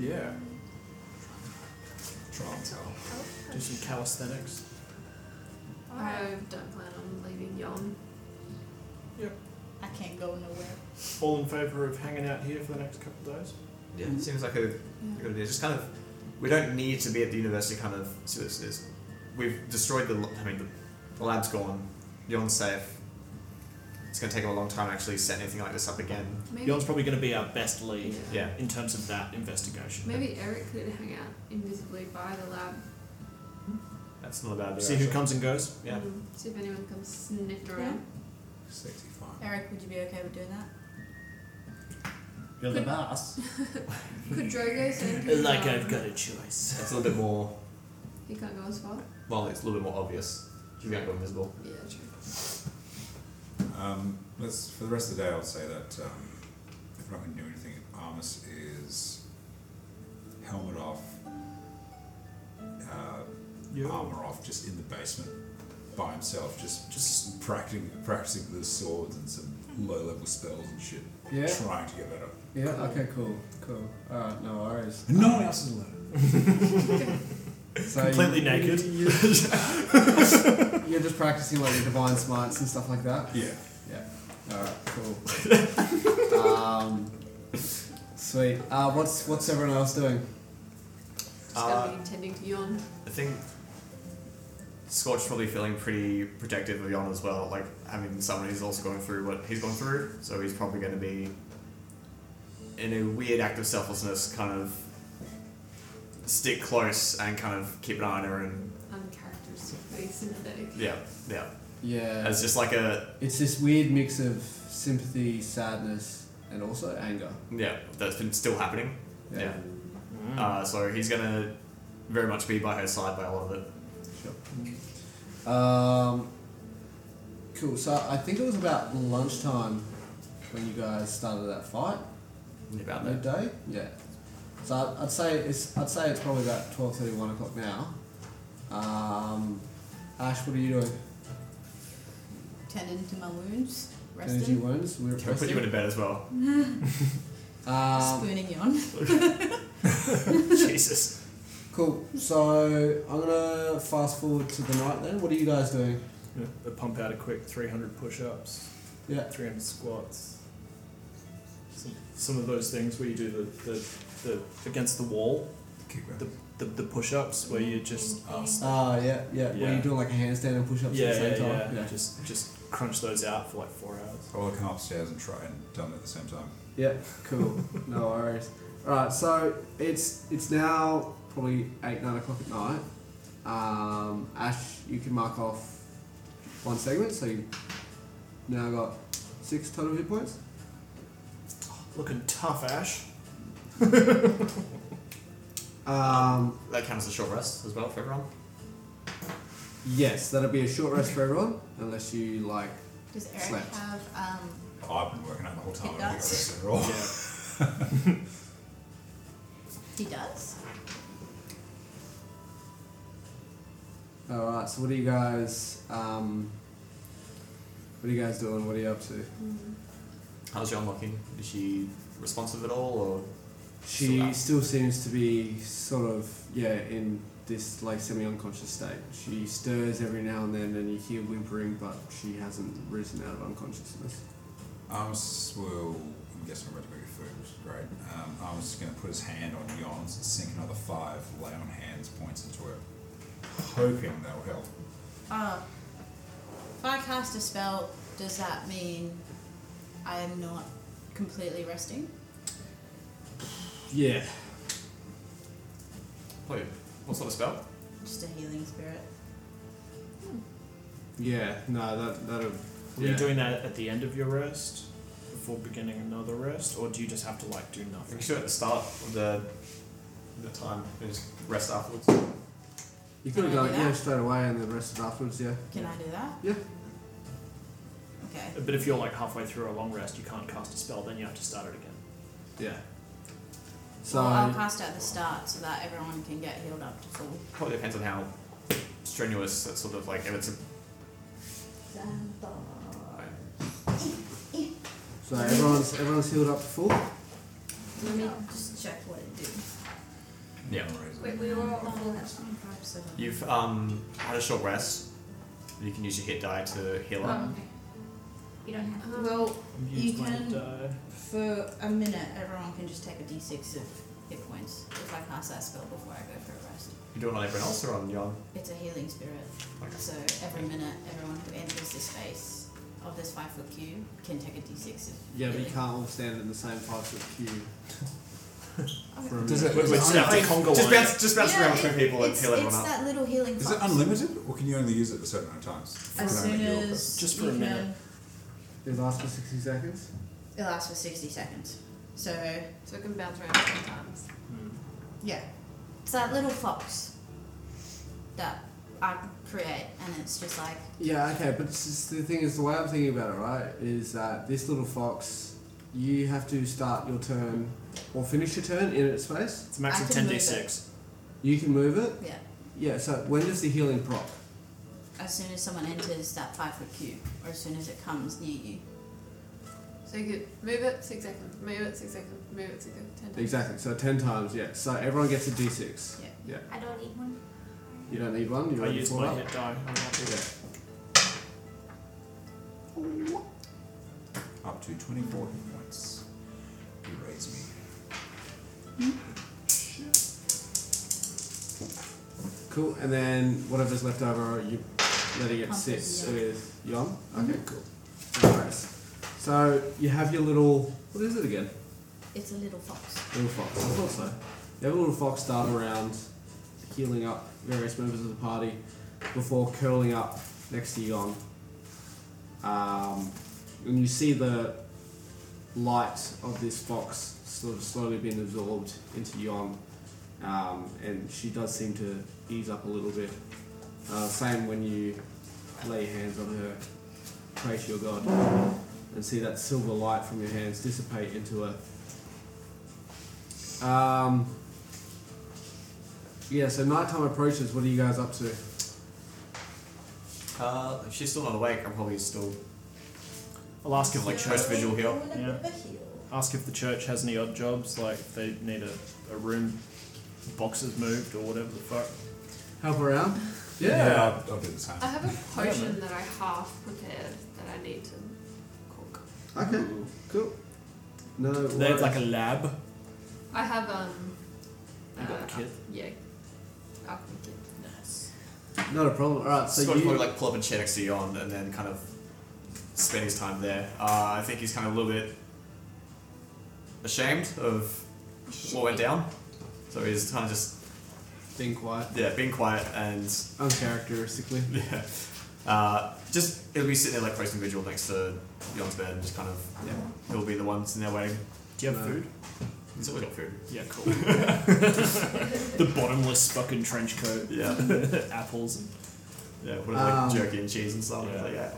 [SPEAKER 9] Yeah.
[SPEAKER 11] Trial and tell.
[SPEAKER 9] Do some calisthenics.
[SPEAKER 5] I don't plan on leaving Yon.
[SPEAKER 9] Yep.
[SPEAKER 6] I can't go nowhere.
[SPEAKER 9] All in favour of hanging out here for the next couple of days?
[SPEAKER 27] Yeah,
[SPEAKER 3] it
[SPEAKER 27] seems like a
[SPEAKER 3] good idea. Just kind of, we don't need to be at the university. Kind of, see what this is. We've destroyed the. l- I mean, the, the lab's gone. Yon's safe. It's going to take him a long time to actually set anything like this up again.
[SPEAKER 5] Maybe-
[SPEAKER 9] Yon's probably going to be our best lead
[SPEAKER 3] Yeah.
[SPEAKER 9] in terms of that investigation.
[SPEAKER 5] Maybe Eric could hang out invisibly by the lab.
[SPEAKER 3] That's not a bad idea.
[SPEAKER 9] See who
[SPEAKER 3] actually.
[SPEAKER 9] comes and goes.
[SPEAKER 3] Yeah.
[SPEAKER 5] and Um, See if anyone comes sniffed around.
[SPEAKER 6] Eric, would you be okay with doing that?
[SPEAKER 9] You're the boss.
[SPEAKER 5] Could Drogo send his,
[SPEAKER 9] like
[SPEAKER 5] um,
[SPEAKER 9] I've got a choice.
[SPEAKER 3] It's a little bit more.
[SPEAKER 5] He can't go as far.
[SPEAKER 3] Well, it's a little bit more obvious. If you can't go invisible.
[SPEAKER 5] Yeah, true.
[SPEAKER 11] Um, let's, for the rest of the day, I would say that um, if we're not going to do anything, Armus is helmet off, uh, armor off, just in the basement by himself, just just practicing practicing the swords and some low level spells and shit,
[SPEAKER 4] Yeah.
[SPEAKER 11] trying to get better.
[SPEAKER 4] Yeah. Okay. Cool. Cool. All right. No worries.
[SPEAKER 11] And no one else is allowed.
[SPEAKER 4] So
[SPEAKER 9] Completely
[SPEAKER 4] you-
[SPEAKER 9] naked.
[SPEAKER 4] you- you- You're just practicing like your divine smarts and stuff like that.
[SPEAKER 11] Yeah.
[SPEAKER 4] Yeah. All right. Cool. um, sweet. Uh, what's what's everyone else doing?
[SPEAKER 5] Just
[SPEAKER 3] Uh,
[SPEAKER 5] gotta be intending to Yon.
[SPEAKER 3] I think Scorch's probably feeling pretty protective of Yon as well. Like having someone who's also going through what he's gone through, so he's probably going to be in a weird act of selflessness, kind of stick close and kind of keep an eye on her and
[SPEAKER 5] Uncharacteristically sympathetic.
[SPEAKER 3] yeah, yeah.
[SPEAKER 4] Yeah.
[SPEAKER 3] As just like a
[SPEAKER 4] It's this weird mix of sympathy, sadness, and also anger.
[SPEAKER 3] Yeah, that's been still happening. Yeah.
[SPEAKER 9] Mm.
[SPEAKER 3] Uh, so he's gonna very much be by her side by a lot of it.
[SPEAKER 4] Um, cool. So I think it was about lunchtime when you guys started that fight.
[SPEAKER 3] About that.
[SPEAKER 4] midday. Yeah. So I'd, I'd say it's I'd say it's probably about twelve thirty one o'clock now. Um, Ash, what are you doing?
[SPEAKER 6] Tending to my wounds.
[SPEAKER 4] Energy
[SPEAKER 6] Resting.
[SPEAKER 4] wounds. We're
[SPEAKER 3] Can I put you in a bed as well?
[SPEAKER 4] Um,
[SPEAKER 6] Spooning you on.
[SPEAKER 3] Jesus.
[SPEAKER 4] Cool. So I'm gonna fast forward to the night then. What are you guys doing?
[SPEAKER 9] Yeah, they pump out a quick 300 push-ups.
[SPEAKER 4] Yeah.
[SPEAKER 9] 300 squats. Some, some of those things where you do the, the, the against the wall. The, the, the push-ups where you just
[SPEAKER 4] Ah, yeah, yeah. What are you doing? Like a handstand and push-ups
[SPEAKER 9] yeah,
[SPEAKER 4] at the same
[SPEAKER 9] yeah,
[SPEAKER 4] time.
[SPEAKER 9] Yeah. Just just crunch those out for like four hours.
[SPEAKER 11] I will come upstairs and try and done at the same time.
[SPEAKER 4] Yeah, cool. no worries. All right, so it's it's now probably eight nine o'clock at night. Um, Ash, you can mark off one segment, so you've now got six total hit points.
[SPEAKER 9] Looking tough, Ash.
[SPEAKER 4] Um,
[SPEAKER 3] that counts as a short rest as well for everyone.
[SPEAKER 4] Yes, that'll be a short rest for everyone, unless you like
[SPEAKER 6] Does Eric
[SPEAKER 4] slept.
[SPEAKER 6] have um?
[SPEAKER 11] I've been working out the whole time.
[SPEAKER 6] It
[SPEAKER 11] I don't
[SPEAKER 6] does.
[SPEAKER 11] think I rested at all.
[SPEAKER 6] He does.
[SPEAKER 4] All right, so what are you guys? Um, what are you guys doing? What are you up to?
[SPEAKER 3] How's John looking? Is she responsive at all, or
[SPEAKER 4] She still seems to be sort of yeah in this like semi-unconscious state. She stirs every now and then, and you hear whimpering, but she hasn't risen out of unconsciousness.
[SPEAKER 11] Arms will. I'm guessing we're about to go get food, which is great. Um, Arms is going to put his hand on Yon's and sink another five lay on hands points into it, hoping that will help.
[SPEAKER 6] Uh, if I cast a spell, does that mean I am not completely resting?
[SPEAKER 4] Yeah.
[SPEAKER 3] Wait, what sort of spell?
[SPEAKER 6] Just a healing spirit.
[SPEAKER 4] Yeah. No, that that'll.
[SPEAKER 9] Are you doing that at the end of your rest, before beginning another rest, or do you just have to like do
[SPEAKER 3] We
[SPEAKER 9] nothing?
[SPEAKER 3] can do it at the start of the the time and just rest afterwards.
[SPEAKER 4] You could have
[SPEAKER 6] Can I
[SPEAKER 4] done
[SPEAKER 6] do
[SPEAKER 4] it yeah
[SPEAKER 6] that?
[SPEAKER 4] straight away and then rested afterwards. Yeah.
[SPEAKER 6] Can I do that?
[SPEAKER 4] Yeah.
[SPEAKER 6] Okay.
[SPEAKER 9] But if you're like halfway through a long rest, you can't cast a spell. Then you have to start it again.
[SPEAKER 4] Yeah. So
[SPEAKER 6] well, I'll cast it at the start so that everyone can get healed up to full.
[SPEAKER 3] Probably depends on how strenuous that sort of like if it's a
[SPEAKER 4] so everyone's everyone's healed up to full.
[SPEAKER 6] Let me just check what it did.
[SPEAKER 3] yeah.
[SPEAKER 8] Wait, we were all on that.
[SPEAKER 6] Five, seven.
[SPEAKER 3] You've um had a short rest. You can use your hit die to heal
[SPEAKER 5] Um,
[SPEAKER 6] Oh,
[SPEAKER 3] up.
[SPEAKER 6] okay.
[SPEAKER 8] You don't have to.
[SPEAKER 6] Well, you
[SPEAKER 3] Use my
[SPEAKER 6] can
[SPEAKER 3] die.
[SPEAKER 6] for a minute. Everyone can just take a d6 of hit points if I cast that spell before I go for a rest.
[SPEAKER 3] You do it on everyone else or on Yon?
[SPEAKER 6] It's a healing spirit. So every minute, everyone who enters the space of this five foot cube can take a d6 of
[SPEAKER 4] Yeah, but you
[SPEAKER 6] healing.
[SPEAKER 4] can't all stand in the same five foot queue. For a
[SPEAKER 11] Does
[SPEAKER 4] minute.
[SPEAKER 11] it- Wait, wait, snap the conga
[SPEAKER 3] Just
[SPEAKER 11] line.
[SPEAKER 3] bounce, just bounce
[SPEAKER 6] Yeah,
[SPEAKER 3] around between
[SPEAKER 6] it-
[SPEAKER 3] people and
[SPEAKER 6] it's-
[SPEAKER 3] heal everyone
[SPEAKER 6] it's
[SPEAKER 3] up.
[SPEAKER 6] that little healing
[SPEAKER 11] Is it
[SPEAKER 6] flux.
[SPEAKER 11] unlimited, or can you only use it a certain amount of times?
[SPEAKER 6] As
[SPEAKER 11] Can I
[SPEAKER 6] soon
[SPEAKER 11] make it all
[SPEAKER 6] as
[SPEAKER 11] just
[SPEAKER 6] you can-
[SPEAKER 4] It lasts for 60 seconds.
[SPEAKER 6] It lasts for 60 seconds. So.
[SPEAKER 5] So it can bounce around sometimes.
[SPEAKER 6] Yeah. It's that little fox that I create, and it's just like.
[SPEAKER 4] Yeah, okay, but it's just, the thing is, the way I'm thinking about it, right, is that this little fox, you have to start your turn or finish your turn in its space. It's
[SPEAKER 9] a max I of can 10d6.
[SPEAKER 4] You can move it?
[SPEAKER 6] Yeah.
[SPEAKER 4] Yeah, so when does the healing proc?
[SPEAKER 6] As soon as someone enters that five foot cube, or as soon as it comes near you.
[SPEAKER 5] So you could move it six seconds, move it six seconds, move it six seconds, ten times.
[SPEAKER 4] Exactly, so 10 times, yeah. So everyone gets a d6.
[SPEAKER 6] Yeah.
[SPEAKER 4] Yeah.
[SPEAKER 8] I don't need one.
[SPEAKER 4] You don't need one, you
[SPEAKER 9] I
[SPEAKER 4] already
[SPEAKER 9] used
[SPEAKER 4] pulled
[SPEAKER 9] my
[SPEAKER 4] up.
[SPEAKER 9] hit die. I'm happy.
[SPEAKER 11] Up to 24 hit points. You raise me.
[SPEAKER 4] Cool, and then whatever's left over, you letting it
[SPEAKER 14] Pump
[SPEAKER 4] sit
[SPEAKER 14] it, yeah.
[SPEAKER 4] with Yon. Okay, cool. Alright. So you have your little. What is it again?
[SPEAKER 6] It's a little fox.
[SPEAKER 4] Little fox. I thought so. You have a little fox dart around, healing up various members of the party before curling up next to Yon. Um, and you see the light of this fox sort of slowly being absorbed into Yon. Um, and she does seem to ease up a little bit. Uh, same when you lay your hands on her, pray to your god, and see that silver light from your hands dissipate into a um, yeah, so nighttime approaches. What are you guys up to?
[SPEAKER 3] Uh, if she's still not awake, I'm probably still. I'll ask if like post visual heal.
[SPEAKER 9] Yeah. Ask if the church has any odd jobs, like if they need a, a room, boxes moved or whatever the fuck.
[SPEAKER 4] Help around?
[SPEAKER 9] Yeah.
[SPEAKER 11] I'll, I'll do the same.
[SPEAKER 5] I have a
[SPEAKER 9] Yeah,
[SPEAKER 5] potion
[SPEAKER 9] man.
[SPEAKER 5] that I half prepared that I need to cook.
[SPEAKER 4] Okay, cool. No,
[SPEAKER 9] They have
[SPEAKER 4] worries.
[SPEAKER 9] like a lab.
[SPEAKER 5] I have um.
[SPEAKER 9] You got
[SPEAKER 5] uh,
[SPEAKER 9] a kit?
[SPEAKER 5] Yeah. Alchemy kit. Nice.
[SPEAKER 4] Not a problem. All right, so
[SPEAKER 3] Uh, Scott
[SPEAKER 4] you-
[SPEAKER 3] probably like pull up and chair next to Yon and then kind of spend his time there. Uh, I think he's kind of a little bit ashamed of what went down, so he's kind of just
[SPEAKER 4] being quiet.
[SPEAKER 3] Yeah, being quiet and
[SPEAKER 4] uncharacteristically.
[SPEAKER 3] Yeah. Uh, just he'll be sitting there like posting visual next to Yon's bed and just kind of yeah, he'll be the one sitting there waiting. Do
[SPEAKER 9] you have
[SPEAKER 4] uh,
[SPEAKER 9] food?
[SPEAKER 3] He's always got food.
[SPEAKER 9] Yeah, cool. the bottomless fucking trench coat.
[SPEAKER 3] Yeah.
[SPEAKER 9] Apples and.
[SPEAKER 3] Yeah, what are they, like
[SPEAKER 4] Um,
[SPEAKER 3] jerky and cheese and stuff?
[SPEAKER 9] Yeah.
[SPEAKER 3] Like, yeah.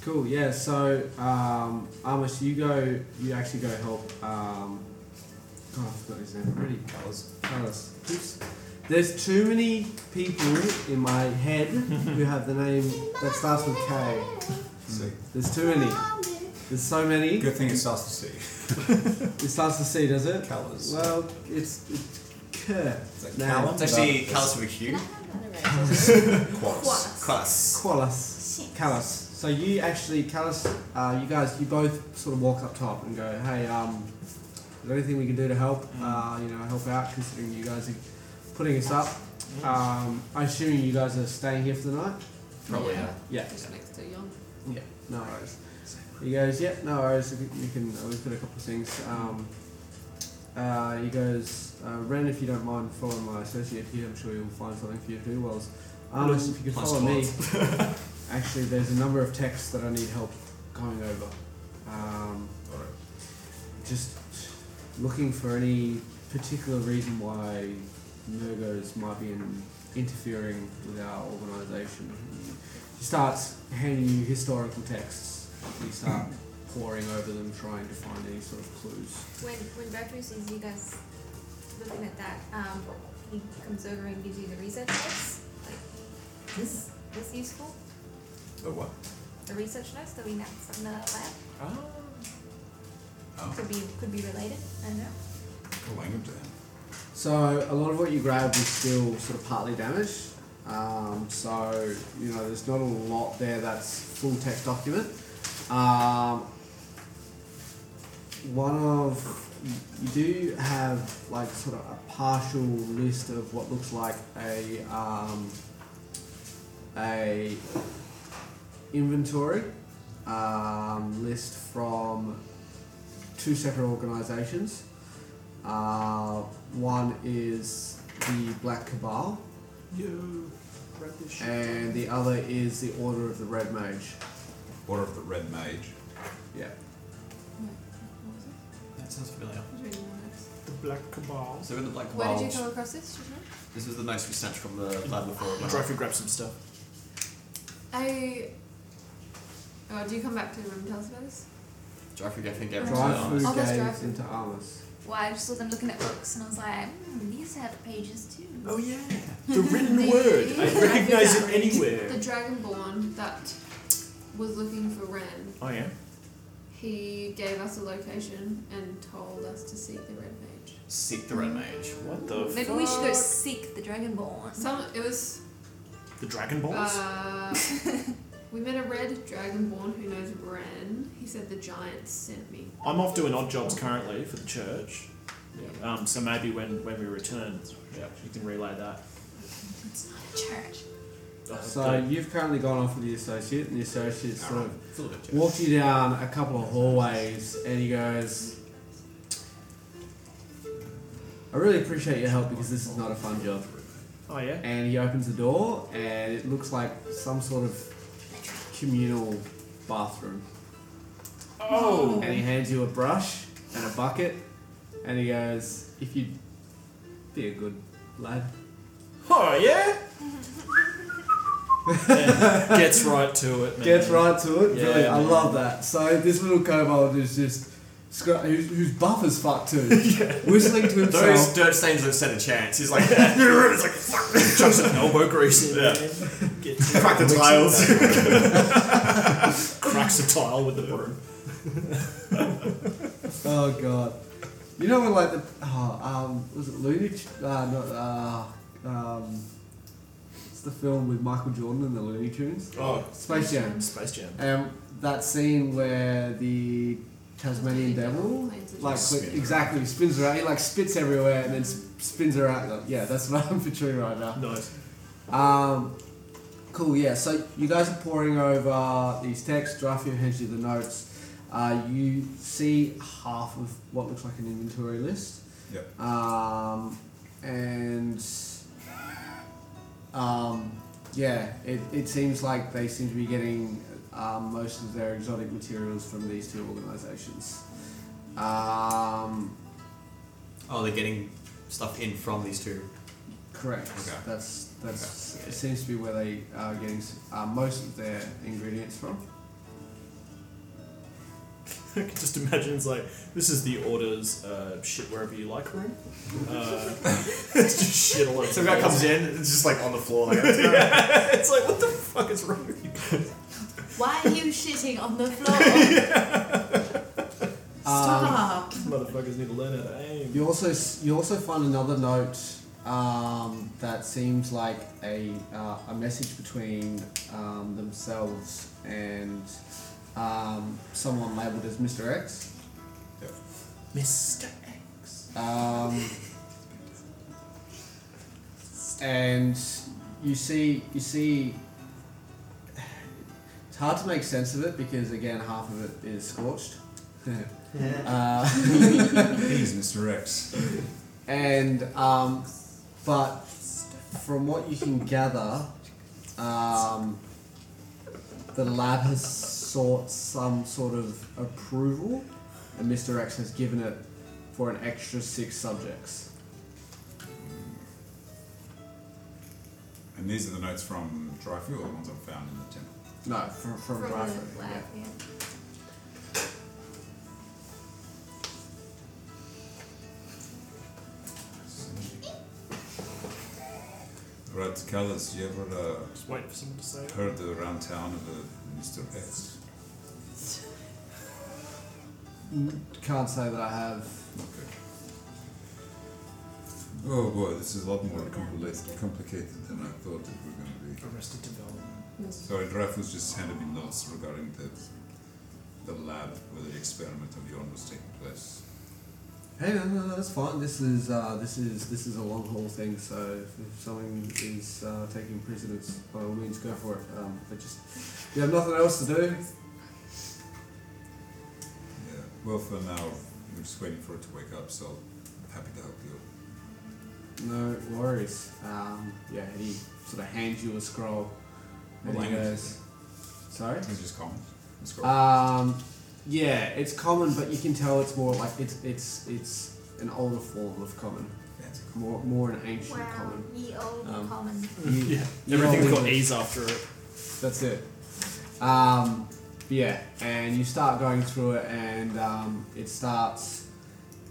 [SPEAKER 4] Cool. Yeah. So, um, Amos, you go. You actually go help. Um, God, I forgot his name already. Carlos. Carlos. Oops. There's too many people in my head who have the name that starts with K.
[SPEAKER 11] See.
[SPEAKER 4] There's too many. There's so many.
[SPEAKER 11] Good thing it starts to see.
[SPEAKER 4] It starts to C, does it?
[SPEAKER 11] Colours.
[SPEAKER 4] Well, it's it's K.
[SPEAKER 11] like
[SPEAKER 4] Now-
[SPEAKER 11] Callum,
[SPEAKER 3] It's actually Callus with a Q.
[SPEAKER 4] Qualis. Qualis. Callus. So you actually, Callus, uh, you guys, you both sort of walk up top and go, hey, um, is there anything we can do to help? Uh, you know, help out, considering you guys are putting us up. Um, I'm assuming you guys are staying here for the night?
[SPEAKER 3] Probably, yeah.
[SPEAKER 4] Yeah.
[SPEAKER 5] Just next to Yon.
[SPEAKER 4] Yeah, no worries. He goes, yeah, no worries. If you- You can. uh, We've got a couple of things. Um, uh, he goes, uh, Ren, if you don't mind following my associate here, I'm sure you'll find something for you to do. Wells, Amos, if you could
[SPEAKER 3] Nice
[SPEAKER 4] follow me. Actually, there's a number of texts that I need help going over. Um, Just looking for any particular reason why Murgos might be in, interfering with our organisation. He starts handing you historical texts. You start poring over them, trying to find any sort of clues.
[SPEAKER 8] When when Bertrand sees you guys looking at that, um, he comes over and gives you the research notes. Like this this useful?
[SPEAKER 11] Oh, what?
[SPEAKER 8] The research notes that we now from the lab
[SPEAKER 9] Oh.
[SPEAKER 11] Ah.
[SPEAKER 8] could be could be related. I don't know.
[SPEAKER 11] Langham to him.
[SPEAKER 4] So a lot of what you grabbed is still sort of partly damaged. Um, so, you know, there's not a lot there that's full text document. Um, one of you do have like sort of a partial list of what looks like a um, a inventory um, list from two separate organisations. Uh, one is the Black Cabal,
[SPEAKER 9] Yo, read this shit.
[SPEAKER 4] and the other is the Order of the Red Mage.
[SPEAKER 11] Order of the Red Mage.
[SPEAKER 4] Yeah.
[SPEAKER 9] That sounds familiar.
[SPEAKER 3] The Black Cabal.
[SPEAKER 9] So in the Black
[SPEAKER 5] Where
[SPEAKER 9] Cabal,
[SPEAKER 5] did you come across this? Shishma?
[SPEAKER 9] this is the nice we sent from the lab before.
[SPEAKER 3] Try to grab some stuff.
[SPEAKER 5] I. Oh, do you come back to the room and tell us about this?
[SPEAKER 9] Drive through, I think everyone's
[SPEAKER 4] Drive
[SPEAKER 9] honest.
[SPEAKER 4] through
[SPEAKER 5] Oh, that's
[SPEAKER 4] gaze
[SPEAKER 5] drive-thru.
[SPEAKER 4] into armors.
[SPEAKER 8] Well, I just saw them looking at books, and I was like, hmm, these have pages too.
[SPEAKER 3] Oh yeah, the written word. I recognize it
[SPEAKER 5] The
[SPEAKER 3] anywhere.
[SPEAKER 5] dragonborn that was looking for Ren,
[SPEAKER 3] Oh yeah.
[SPEAKER 5] he gave us a location and told us to seek the Red Mage.
[SPEAKER 9] Seek the Red Mage. What the?
[SPEAKER 8] Maybe we should go seek the Dragonborn.
[SPEAKER 5] Some it was
[SPEAKER 3] The Dragon Balls.
[SPEAKER 5] Uh, we met a red dragonborn who knows Ren. He said the giants sent me.
[SPEAKER 3] I'm off doing odd jobs currently for the church. Um, so maybe when, when we return, yeah, you can relay that.
[SPEAKER 8] It's not a church.
[SPEAKER 3] Uh,
[SPEAKER 4] So you've currently gone off with the associate, and the associate sort
[SPEAKER 9] It's a little bit
[SPEAKER 4] of walked you down a couple of hallways, and he goes, "I really appreciate your help because this is not a fun job."
[SPEAKER 3] Oh yeah.
[SPEAKER 4] And he opens the door, and it looks like some sort of communal bathroom.
[SPEAKER 3] Oh.
[SPEAKER 4] And he hands you a brush and a bucket, and he goes, "If you be a good lad."
[SPEAKER 3] Oh yeah. Yeah, Gets right to it. Man.
[SPEAKER 4] Gets right to it.
[SPEAKER 3] Yeah,
[SPEAKER 4] Brilliant. I
[SPEAKER 3] man.
[SPEAKER 4] love that. So this little kobold is just scr- who's, who's buff as fuck too, whistling to
[SPEAKER 9] Those
[SPEAKER 4] himself.
[SPEAKER 9] dirt stains have set a chance. He's like, it's like, fuck, chucks an elbow grease in there. Crack the tiles.
[SPEAKER 3] Cracks a tile with the broom.
[SPEAKER 4] Oh god. You know when like the oh, um was it Looney? T- uh, not uh, um. It's the film with Michael Jordan and the Looney Tunes.
[SPEAKER 3] Oh.
[SPEAKER 4] Space Jam.
[SPEAKER 3] Space Jam.
[SPEAKER 4] Um, that scene where the Tasmanian devil, like
[SPEAKER 3] Spin around.
[SPEAKER 4] exactly, spins around. He like spits everywhere and then sp- spins around. Yeah, that's what I'm picturing right now.
[SPEAKER 3] Nice.
[SPEAKER 4] Um, cool. Yeah. So you guys are poring over these texts. Drafio hands you the notes. Uh, you see half of what looks like an inventory list.
[SPEAKER 11] Yep.
[SPEAKER 4] Um, and um, yeah, it, it seems like they seem to be getting um, most of their exotic materials from these two organizations. Um,
[SPEAKER 9] Oh, they're getting stuff in from these two.
[SPEAKER 4] Correct.
[SPEAKER 9] Okay.
[SPEAKER 4] That's that's it seems to be where they are getting s- uh, most of their ingredients from.
[SPEAKER 3] I can just imagine it's like this is the orders uh, shit wherever you like room. Uh, it's just shit all over.
[SPEAKER 9] So
[SPEAKER 3] the
[SPEAKER 9] a guy
[SPEAKER 3] place.
[SPEAKER 9] comes in, it's just like on the floor. Like,
[SPEAKER 3] yeah, it's like what the fuck is wrong with you? guys?
[SPEAKER 6] Why are you shitting on the floor? Stop.
[SPEAKER 3] Motherfuckers need to learn how to aim.
[SPEAKER 4] You also s- you also find another note um, that seems like a uh, a message between um, themselves and um, someone labelled as Mr. X.
[SPEAKER 3] Mr. X.
[SPEAKER 4] Um, and you see, you see, it's hard to make sense of it because again, half of it is scorched. uh,
[SPEAKER 11] He's Mr. X.
[SPEAKER 4] and um, but from what you can gather, um, the lab has sought some sort of approval, and Mr. X has given it for an extra six subjects.
[SPEAKER 11] And these are the notes from Dryfield, the ones I found in the temple.
[SPEAKER 4] No, from from,
[SPEAKER 8] From
[SPEAKER 4] Bradford.
[SPEAKER 8] the lab, yeah.
[SPEAKER 11] Right, Carlos, you ever uh,
[SPEAKER 3] Just waiting for someone to say. it.
[SPEAKER 11] heard around town of the Mr. X?
[SPEAKER 4] N- Can't say that I have.
[SPEAKER 11] Okay. Oh boy, this is a lot more compli- complicated than I thought it was going to be. Arrested development.
[SPEAKER 24] Yes.
[SPEAKER 11] Sorry, Draft was just handed me notes regarding the the lab where the experiment of Yon was taking place.
[SPEAKER 14] Hey, no, no, no, that's fine. This is uh, this is this is a long haul thing. So if, if someone is uh, taking precedence, by all means, go for it. Um, but just you have nothing else to do.
[SPEAKER 11] Yeah. Well, for now, we're just waiting for it to wake up. So happy to help you.
[SPEAKER 4] No worries. Um, yeah, he sort of hands you a scroll.
[SPEAKER 11] What
[SPEAKER 4] and he
[SPEAKER 11] language
[SPEAKER 4] goes, Sorry?
[SPEAKER 11] It's just common. It's common.
[SPEAKER 4] Um, yeah, it's common, but you can tell it's more like it's it's it's an older form of common. More more an ancient
[SPEAKER 8] Wow,
[SPEAKER 4] common.
[SPEAKER 8] ye olde common.
[SPEAKER 4] ye-
[SPEAKER 9] Yeah,
[SPEAKER 4] ye
[SPEAKER 9] everything's
[SPEAKER 4] olde
[SPEAKER 9] got
[SPEAKER 4] English.
[SPEAKER 9] A's after it.
[SPEAKER 4] That's it. Um, yeah, and you start going through it, and um, it starts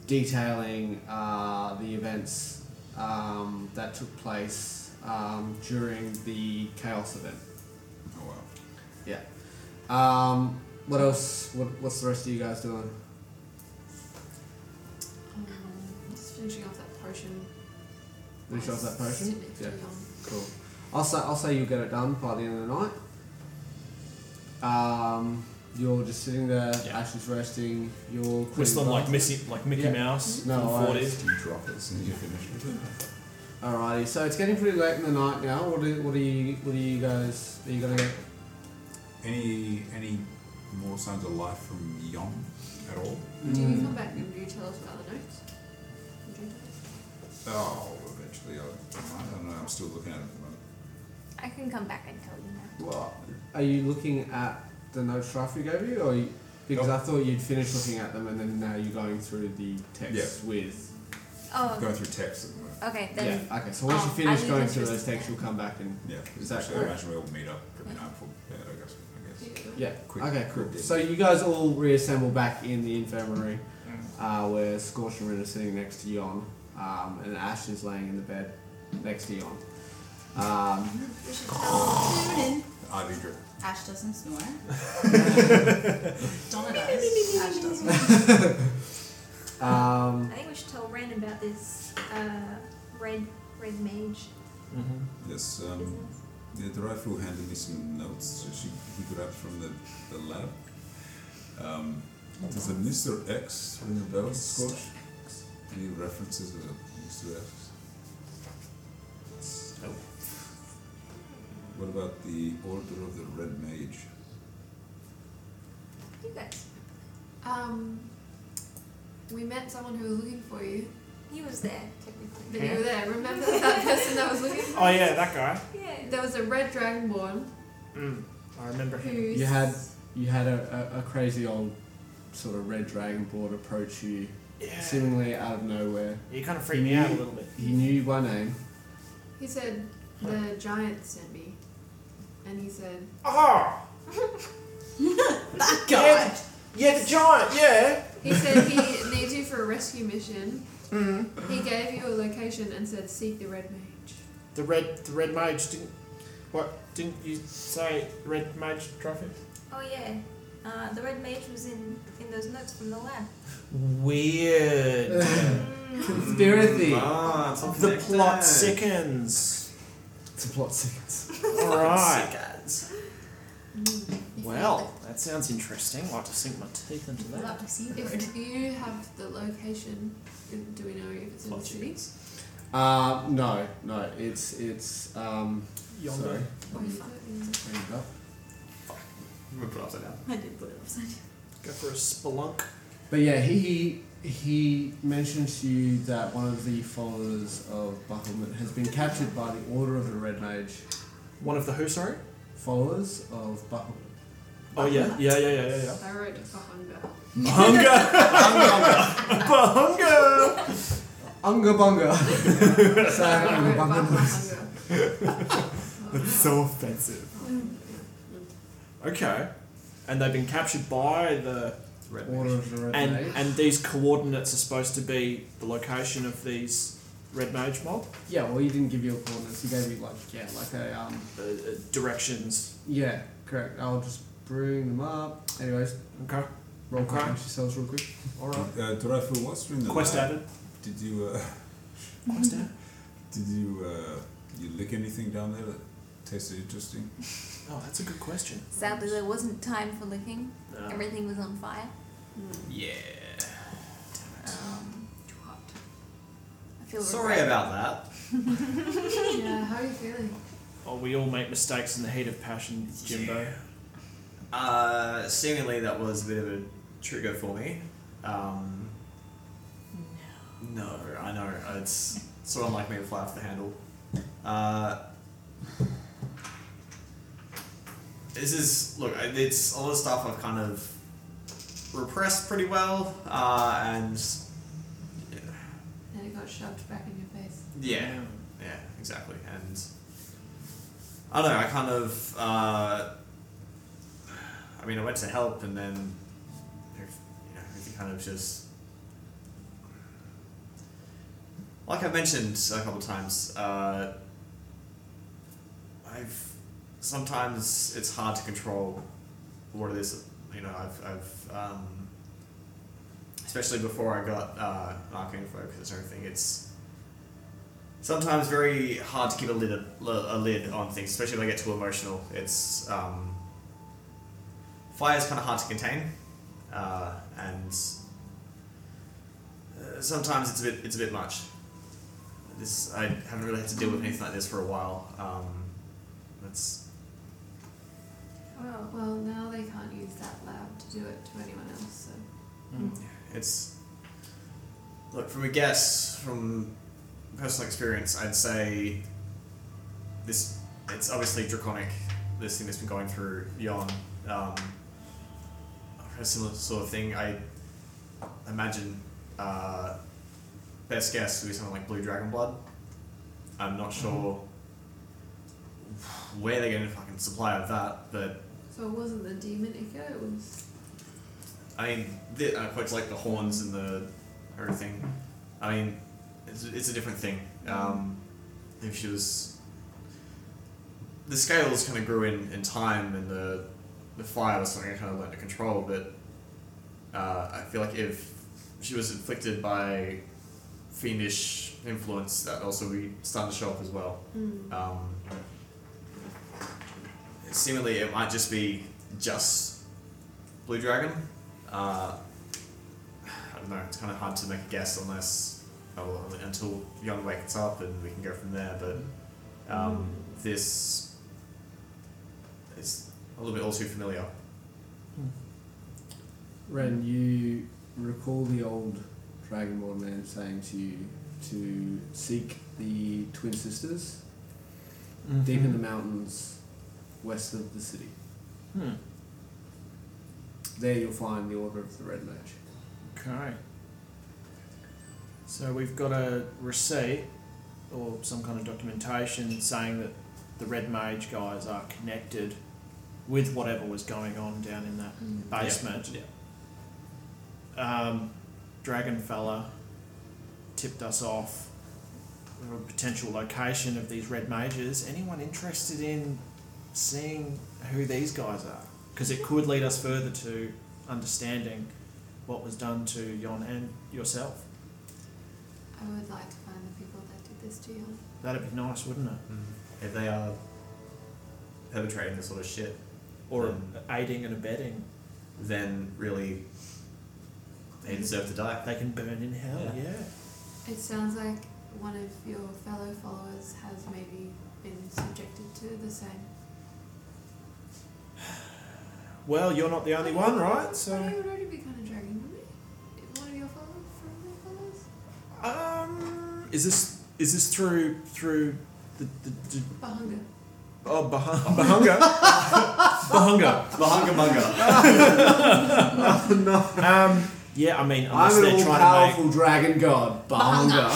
[SPEAKER 4] detailing uh, the events um, that took place um, during the chaos event.
[SPEAKER 11] Oh wow!
[SPEAKER 4] Yeah. Um, what else? What, what's the rest of you guys doing?
[SPEAKER 5] Um, just finishing off that potion.
[SPEAKER 4] Finish off that potion.
[SPEAKER 5] Sit next to
[SPEAKER 4] Yeah.
[SPEAKER 5] Yon.
[SPEAKER 4] Cool. I'll say I'll say you'll get it done by the end of the night. Um, you're just sitting there, Ash is resting. You're
[SPEAKER 9] Whistling
[SPEAKER 4] cleaning
[SPEAKER 9] like
[SPEAKER 4] up.
[SPEAKER 9] Missy, like Mickey
[SPEAKER 4] Yeah.
[SPEAKER 9] Mouse.
[SPEAKER 4] No,
[SPEAKER 9] from
[SPEAKER 4] I-
[SPEAKER 9] 40s.
[SPEAKER 11] You drop it as soon as you finish it.
[SPEAKER 4] Alrighty, so it's getting pretty late in the night now. What do what are you what are you guys are you gonna get?
[SPEAKER 11] Any any more signs of life from Yon at all?
[SPEAKER 5] Do you come back and do you tell us about the notes? Would you tell us?
[SPEAKER 11] Oh, eventually. I, I don't know. I'm still looking at it. at the moment.
[SPEAKER 8] I can come back and tell you now.
[SPEAKER 4] Well, are you looking at the note Shraff you gave you, or you, because I thought you'd finished looking at them and then now you're going through the texts with.
[SPEAKER 8] Oh.
[SPEAKER 11] Going through texts at the moment.
[SPEAKER 8] Okay, then-
[SPEAKER 4] Yeah. Okay. So once you
[SPEAKER 8] Oh,
[SPEAKER 4] finish
[SPEAKER 8] I
[SPEAKER 4] going
[SPEAKER 8] leave
[SPEAKER 4] through
[SPEAKER 8] it
[SPEAKER 4] those texts, you'll come back and
[SPEAKER 11] Yeah,
[SPEAKER 4] Is that
[SPEAKER 11] so I
[SPEAKER 4] correct?
[SPEAKER 11] imagine we all meet up every night for bed, I guess. I guess.
[SPEAKER 4] Yeah.
[SPEAKER 11] Quick,
[SPEAKER 4] okay.
[SPEAKER 11] quick
[SPEAKER 4] Cool.
[SPEAKER 11] dip.
[SPEAKER 4] So you guys all reassemble back in the infirmary, uh, where Scorch and Rin are sitting next to Yon, um, and Ash is laying in the bed next to Yon. Um,
[SPEAKER 6] We should tell tune
[SPEAKER 9] Um.
[SPEAKER 6] in.
[SPEAKER 11] Ivy drip.
[SPEAKER 6] Ash doesn't snore. Donna does. Ash doesn't.
[SPEAKER 4] um,
[SPEAKER 8] I think we should tell Ren about this uh, red red mage.
[SPEAKER 11] Yes, um, the Dreyfru handed me some notes that she, he grabbed from the, the lab. Um, there's a Mr. X ring a bell, Scotch? Any references to Mr. X?
[SPEAKER 4] Oh.
[SPEAKER 11] No. What about the Order of the Red Mage?
[SPEAKER 8] You guys,
[SPEAKER 5] Um, we met someone who was looking for you.
[SPEAKER 8] he was there technically.
[SPEAKER 5] But you were there. Remember that person that was looking for
[SPEAKER 9] Oh
[SPEAKER 5] you?
[SPEAKER 9] yeah, that guy.
[SPEAKER 8] Yeah.
[SPEAKER 5] There was a red dragonborn
[SPEAKER 9] Mm, I remember him.
[SPEAKER 5] who.
[SPEAKER 4] you had you had a, a, a crazy old sort of red dragon board approach you, seemingly out of nowhere.
[SPEAKER 9] You kind of freaked
[SPEAKER 4] He
[SPEAKER 9] me out a
[SPEAKER 4] knew-
[SPEAKER 9] little bit.
[SPEAKER 4] He knew you by name.
[SPEAKER 5] He said, the giant sent me. And he said,
[SPEAKER 9] Ah!
[SPEAKER 6] that
[SPEAKER 9] Yeah, yeah, the giant. Yeah.
[SPEAKER 5] he said he needs you for a rescue mission.
[SPEAKER 4] Mm-hmm.
[SPEAKER 5] He gave you a location and said, seek the red mage.
[SPEAKER 9] The red, the red mage didn't. What didn't you say? Red mage traffic.
[SPEAKER 8] Oh yeah. Uh, the red mage was in in those notes from the lab.
[SPEAKER 9] Weird.
[SPEAKER 4] Conspiracy.
[SPEAKER 3] Ah, it's all
[SPEAKER 9] the plot
[SPEAKER 3] connected.
[SPEAKER 9] sickens.
[SPEAKER 4] It's a plot sequence.
[SPEAKER 9] All right.
[SPEAKER 5] If
[SPEAKER 9] Well, that sounds interesting. I'll have to sink my teeth into
[SPEAKER 5] you-
[SPEAKER 9] that.
[SPEAKER 5] If you have the location, do we know if it's in the city?
[SPEAKER 4] Uh, no, no, it's it's um.
[SPEAKER 9] Yonder.
[SPEAKER 4] Sorry.
[SPEAKER 5] Or is it-
[SPEAKER 4] There you go.
[SPEAKER 3] I'm gonna put it upside down.
[SPEAKER 6] I did put it upside down.
[SPEAKER 9] Go for a spelunk.
[SPEAKER 4] But yeah, he he mentioned to you that one of the followers of Bahamut has been captured by the Order of the Red Mage.
[SPEAKER 9] One of the who? Sorry.
[SPEAKER 4] Followers of Bahamut.
[SPEAKER 9] Oh yeah, yeah, yeah, yeah, yeah. yeah.
[SPEAKER 5] I wrote Bahunga.
[SPEAKER 9] Bahunga. Bahunga.
[SPEAKER 4] Unga bunga. Sad unga bunga.
[SPEAKER 9] That's so offensive. Okay. And they've been captured by the
[SPEAKER 3] Red
[SPEAKER 4] Order of the Red
[SPEAKER 9] and
[SPEAKER 4] Mage.
[SPEAKER 9] and these coordinates are supposed to be the location of these red mage mob
[SPEAKER 4] Yeah, well, he didn't give you a coordinates. He gave you like yeah, like a um.
[SPEAKER 9] uh, uh, directions.
[SPEAKER 4] Yeah, correct. I'll just bring them up. Anyways,
[SPEAKER 9] Okay.
[SPEAKER 4] roll
[SPEAKER 9] Okay.
[SPEAKER 4] call yourselves real quick.
[SPEAKER 9] All right.
[SPEAKER 11] Uh, Dreyfru, what's in the
[SPEAKER 9] Quest
[SPEAKER 11] lab?
[SPEAKER 9] added.
[SPEAKER 11] Did you uh, Did you uh, you lick anything down there that tasted interesting?
[SPEAKER 9] Oh, that's a good question.
[SPEAKER 8] Sadly, there wasn't time for looking.
[SPEAKER 11] No.
[SPEAKER 8] Everything was on fire.
[SPEAKER 3] Yeah.
[SPEAKER 8] Um, I feel
[SPEAKER 9] Sorry
[SPEAKER 8] regret.
[SPEAKER 9] about that.
[SPEAKER 5] yeah, how are you feeling?
[SPEAKER 9] Oh, we all make mistakes in the heat of passion, Jimbo.
[SPEAKER 3] Uh, seemingly that was a bit of a trigger for me. Um, no. I know. It's so unlike me to fly off the handle. Uh, this is, look, I- it's all the stuff I've kind of repressed pretty well, uh, and
[SPEAKER 5] And it got shoved back in your face.
[SPEAKER 3] yeah, yeah, exactly. And I don't know. I kind of, uh, I mean, I went to help, and then you know, everything kind of just like I've mentioned a couple of times. Uh, I've sometimes it's hard to control what it is. You know, I've, I've um, especially before I got uh, an arcane focus and everything. It's sometimes very hard to keep a lid a lid on things, especially when I get too emotional. It's um, fire is kind of hard to contain, uh, and uh, sometimes it's a bit it's a bit much. This I haven't really had to deal with anything like this for a while. Um, that's
[SPEAKER 8] Oh.
[SPEAKER 5] Well, well, now they can't use that lab to do it to anyone else. So.
[SPEAKER 3] it's look from a guess from personal experience. I'd say this it's obviously draconic. This thing that's been going through Yon, um, a similar sort of thing. I imagine uh, best guess would be something like Blue Dragon Blood. I'm not sure where they're getting a fucking supply of that, but
[SPEAKER 5] So it wasn't the demon echo. It was.
[SPEAKER 3] I mean, the, uh, quite like the horns and the everything. I mean, it's, it's a different thing. Um, if she was, the scales kind of grew in, in time, and the the fire was something I kind of learned to control. But uh, I feel like if she was inflicted by fiendish influence, that also would be starting to show up as well.
[SPEAKER 5] Mm.
[SPEAKER 3] Um, seemingly, it might just be just Blue Dragon. Uh, I don't know. It's kind of hard to make a guess unless oh, well, until Young wakes up and we can go from there. But um, this is a little bit all too familiar.
[SPEAKER 9] Mm-hmm.
[SPEAKER 14] Ren, you recall the old Dragonborn man saying to you to seek the twin sisters
[SPEAKER 9] Mm-hmm.
[SPEAKER 14] deep in the mountains west of the city.
[SPEAKER 9] Hmm.
[SPEAKER 14] There you'll find the Order of the Red Mage.
[SPEAKER 9] Okay. So we've got a receipt or some kind of documentation saying that the Red Mage guys are connected with whatever was going on down in that
[SPEAKER 25] Mm.
[SPEAKER 9] basement.
[SPEAKER 3] Yeah.
[SPEAKER 9] Um, Dragon fella tipped us off of a potential location of these Red Mages. Anyone interested in seeing who these guys are? Because it could lead us further to understanding what was done to Yon and yourself.
[SPEAKER 5] I would like to find the people that did this to you.
[SPEAKER 9] That'd be nice, wouldn't it?
[SPEAKER 3] If they are perpetrating this sort of shit,
[SPEAKER 9] Or aiding and abetting,
[SPEAKER 3] then really they deserve to die.
[SPEAKER 9] They can burn in hell. Yeah.
[SPEAKER 5] It sounds like one of your fellow followers has maybe been subjected to the same.
[SPEAKER 9] Well, you're not the only one, right? So.
[SPEAKER 5] But it would already be kind of dragging, wouldn't it? One of your followers from their followers?
[SPEAKER 9] Um, is this is this through through the the, the
[SPEAKER 5] Bahunga.
[SPEAKER 9] oh bah- Bahunga Bahunga
[SPEAKER 3] Bahunga
[SPEAKER 9] Bunga? no. Um, yeah, I mean, unless
[SPEAKER 4] I'm an
[SPEAKER 9] they're
[SPEAKER 4] all
[SPEAKER 9] trying
[SPEAKER 4] powerful
[SPEAKER 9] to make,
[SPEAKER 4] dragon god, Bahunga.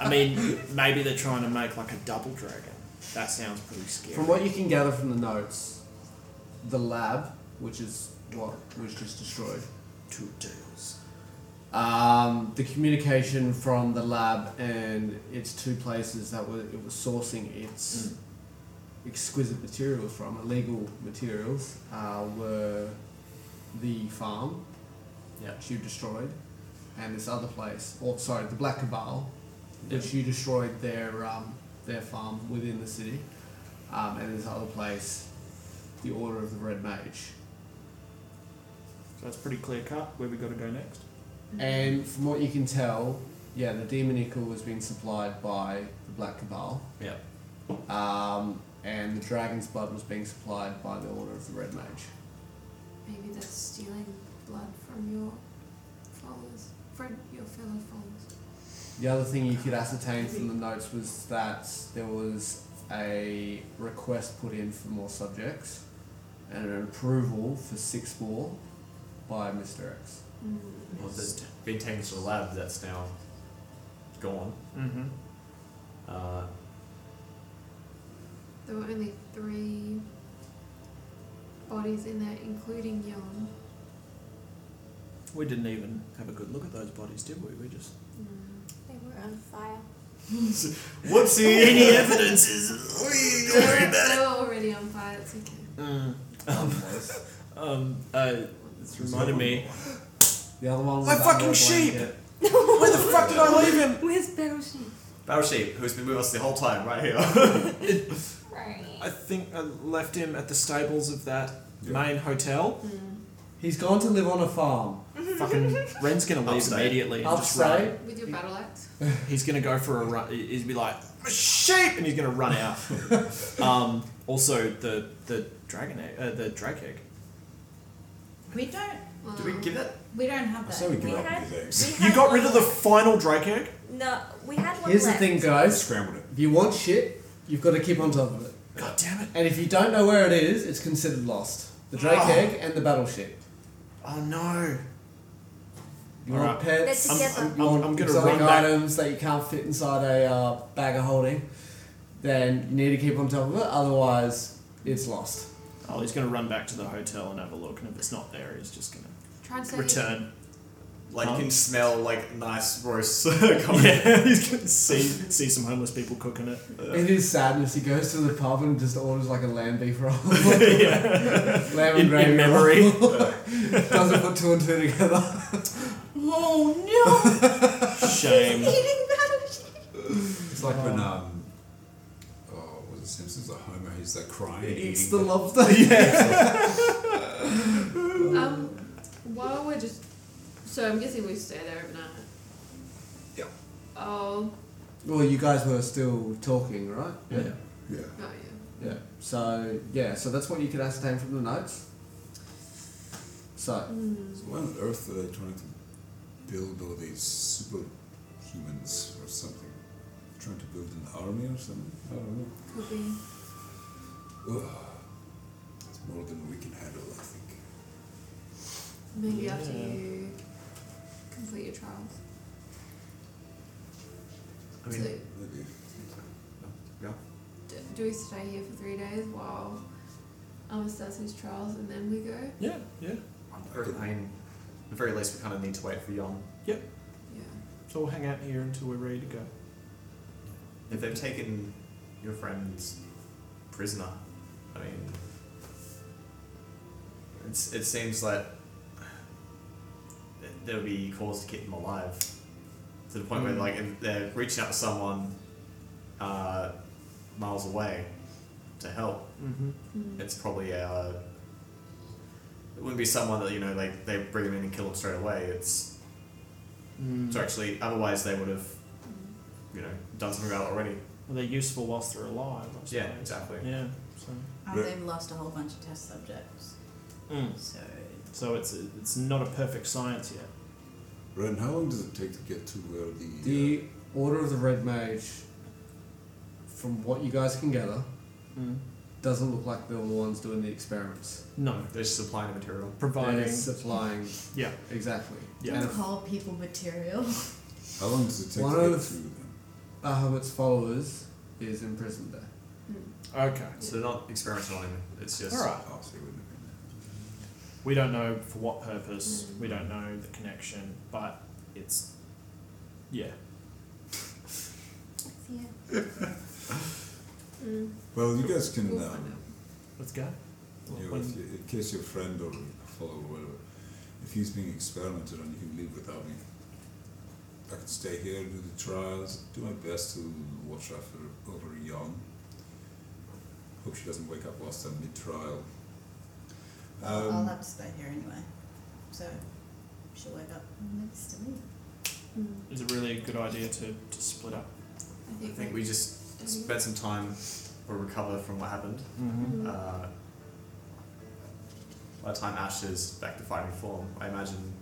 [SPEAKER 9] I mean, maybe they're trying to make like a double dragon. That sounds pretty scary.
[SPEAKER 14] From what you can gather from the notes, the lab, which is what was just destroyed,
[SPEAKER 9] two tails.
[SPEAKER 14] Um, the communication from the lab and its two places that were it was sourcing
[SPEAKER 9] Mm.
[SPEAKER 14] its exquisite materials from, illegal materials, uh, were the farm,
[SPEAKER 3] yeah,
[SPEAKER 14] which you destroyed, and this other place, or sorry, the Black Cabal,
[SPEAKER 4] which you destroyed their um, their farm within the city, um, and this other place, the Order of the Red Mage.
[SPEAKER 9] So that's pretty clear cut where we got to go next. Mm-hmm.
[SPEAKER 4] And from what you can tell, yeah, the demonical has been supplied by the Black Cabal.
[SPEAKER 3] Yeah.
[SPEAKER 4] Um, and the dragon's blood was being supplied by the Order of the Red Mage.
[SPEAKER 5] Maybe that's stealing blood from your followers, from your fellow followers.
[SPEAKER 4] The other thing you could ascertain from the notes was that there was a request put in for more subjects and an approval for six more by Mr. X.
[SPEAKER 5] Mm.
[SPEAKER 3] Well, that's been taken to the lab. That's now gone.
[SPEAKER 9] Mm-hmm.
[SPEAKER 3] Uh,
[SPEAKER 5] There were only three bodies in there, including Yon.
[SPEAKER 9] We didn't even have a good look at those bodies, did we? We just
[SPEAKER 8] They were on fire.
[SPEAKER 9] whoopsie. Any evidence is
[SPEAKER 5] They were, they were already on fire. It's okay.
[SPEAKER 9] Mm. Um, um, uh, it's reminded me.
[SPEAKER 4] The other one
[SPEAKER 9] My fucking sheep!
[SPEAKER 5] Where
[SPEAKER 9] the fuck did I leave him?
[SPEAKER 8] Where's Battleship?
[SPEAKER 3] Battle Sheep, who's been with us the whole time, right here.
[SPEAKER 9] I think I left him at the stables of that main hotel.
[SPEAKER 4] He's gone to live on a farm.
[SPEAKER 9] Fucking Ren's gonna leave
[SPEAKER 3] Upstate.
[SPEAKER 9] immediately and just
[SPEAKER 4] Upstate.
[SPEAKER 9] run.
[SPEAKER 5] With your battle axe.
[SPEAKER 9] He's gonna go for a run. He'd be like, "My sheep!" and he's gonna run out. um, also, the the dragon egg, uh, the drag egg.
[SPEAKER 6] We don't.
[SPEAKER 3] Did we give it?
[SPEAKER 6] We don't have that. Um,
[SPEAKER 9] I say we give
[SPEAKER 6] We
[SPEAKER 9] up
[SPEAKER 6] had-
[SPEAKER 9] with
[SPEAKER 6] we had
[SPEAKER 9] You got
[SPEAKER 6] one
[SPEAKER 9] rid of the final drake egg.
[SPEAKER 8] No, we had one
[SPEAKER 4] Here's
[SPEAKER 8] left.
[SPEAKER 4] the thing, guys.
[SPEAKER 11] Scrambled it.
[SPEAKER 4] If you want shit, you've got to keep on top of it.
[SPEAKER 9] God damn it!
[SPEAKER 4] And if you don't know where it is, it's considered lost. The Drake
[SPEAKER 9] Oh.
[SPEAKER 4] egg and the battleship.
[SPEAKER 9] Oh no!
[SPEAKER 4] You
[SPEAKER 9] All
[SPEAKER 4] want
[SPEAKER 9] right.
[SPEAKER 4] pets?
[SPEAKER 9] I'm- I'm-
[SPEAKER 4] you
[SPEAKER 9] I'm-
[SPEAKER 4] want
[SPEAKER 9] I'm gonna
[SPEAKER 4] exotic
[SPEAKER 9] run back.
[SPEAKER 4] items that you can't fit inside a uh, bag of holding. Then you need to keep on top of it, otherwise it's lost.
[SPEAKER 9] Oh, he's gonna run back to the hotel and have a look, and if it's not there, he's just gonna
[SPEAKER 5] Try and save
[SPEAKER 9] return.
[SPEAKER 3] Like,
[SPEAKER 9] Huh?
[SPEAKER 3] you can smell, like, nice roasts coming
[SPEAKER 9] Yeah, he's gonna see see some homeless people cooking it.
[SPEAKER 4] In his sadness, he goes to the pub and just orders like a lamb beef roll.
[SPEAKER 9] Yeah.
[SPEAKER 4] Lamb and
[SPEAKER 9] In- in
[SPEAKER 4] gravy
[SPEAKER 9] memory.
[SPEAKER 4] roll. Doesn't put two and two together.
[SPEAKER 6] Oh
[SPEAKER 9] Shame.
[SPEAKER 6] no! Eating Battleship.
[SPEAKER 11] It's like when um, oh, was it Simpsons? The Homer, he's like crying.
[SPEAKER 4] He eats
[SPEAKER 11] eating
[SPEAKER 4] the lobster.
[SPEAKER 5] Um, while we're just, so I'm guessing we stay there overnight.
[SPEAKER 11] Yeah.
[SPEAKER 5] Oh,
[SPEAKER 4] Well, you guys were still talking, right?
[SPEAKER 9] Yeah.
[SPEAKER 11] Yeah.
[SPEAKER 5] oh yeah.
[SPEAKER 4] Yeah. So yeah, so that's what you could ascertain from the notes. So
[SPEAKER 11] So why on earth are they trying to build all these superhumans or something? Trying to build an army or something? I don't know.
[SPEAKER 5] Could be.
[SPEAKER 11] Ugh. It's more than we can handle, I think.
[SPEAKER 5] Maybe after you complete your trials.
[SPEAKER 3] I mean,
[SPEAKER 5] so,
[SPEAKER 11] Maybe.
[SPEAKER 3] yeah.
[SPEAKER 5] d- do we stay here for three days while Amistad's his trials and then we go?
[SPEAKER 9] Yeah, yeah.
[SPEAKER 3] I mean, at the very least, we kind of need to wait for Yon.
[SPEAKER 9] Yep.
[SPEAKER 5] Yeah.
[SPEAKER 9] So we'll hang out here until we're ready to go.
[SPEAKER 3] If they've taken your friends prisoner, I mean, it's, it seems like th- there would be cause to keep them alive. To the point where, like, if they're reaching out to someone uh, miles away to help,
[SPEAKER 9] Mm-hmm.
[SPEAKER 3] it's probably uh, it wouldn't be someone that you know like they bring him in and kill him straight away. It's
[SPEAKER 9] Mm.
[SPEAKER 3] so actually otherwise they would have you know done something about it already.
[SPEAKER 9] Well, they're useful whilst they're alive. I
[SPEAKER 3] Yeah,
[SPEAKER 9] suppose.
[SPEAKER 3] exactly.
[SPEAKER 9] Yeah. So,
[SPEAKER 6] Oh, they've lost a whole bunch of test subjects.
[SPEAKER 9] Mm.
[SPEAKER 6] So
[SPEAKER 9] so it's it's not a perfect science yet.
[SPEAKER 11] Ren, how long does it take to get to where the. uh,
[SPEAKER 4] the Order of the Red Mage, from what you guys can gather,
[SPEAKER 9] Mm.
[SPEAKER 4] doesn't look like they're the ones doing the experiments.
[SPEAKER 9] No,
[SPEAKER 3] They're just supplying the material.
[SPEAKER 9] providing.
[SPEAKER 4] They're supplying
[SPEAKER 9] Yeah.
[SPEAKER 4] exactly.
[SPEAKER 9] Yeah.
[SPEAKER 4] And
[SPEAKER 6] call people material.
[SPEAKER 11] How long does it take
[SPEAKER 4] One
[SPEAKER 11] to get
[SPEAKER 4] of-
[SPEAKER 11] to them?
[SPEAKER 4] Bahamut's uh, followers is imprisoned there.
[SPEAKER 9] Okay.
[SPEAKER 3] So they're not experimenting on him. It's just
[SPEAKER 9] All right.
[SPEAKER 11] Oh, so it wouldn't have been
[SPEAKER 9] We don't know for what purpose. We don't know the connection, but it's yeah.
[SPEAKER 8] Yeah.
[SPEAKER 11] Well, you guys can.
[SPEAKER 5] We'll
[SPEAKER 11] um,
[SPEAKER 5] find out.
[SPEAKER 9] Let's go.
[SPEAKER 11] you know,
[SPEAKER 9] When-
[SPEAKER 11] if you- in case your friend or follower, whatever, if he's being experimented on, you can leave without me. I could stay here, do the trials, do my best to watch after over Yon. Hope she doesn't wake up whilst I'm Um, mid trial.
[SPEAKER 6] I'll-
[SPEAKER 9] Um.
[SPEAKER 6] I'll have to stay here anyway. So she'll wake up next to me.
[SPEAKER 9] Is it really a good idea to, to split up?
[SPEAKER 3] I think we just spent some time or recover from what happened.
[SPEAKER 9] Mhm. Mhm.
[SPEAKER 3] Uh, by the time Ash is back to fighting form, I imagine.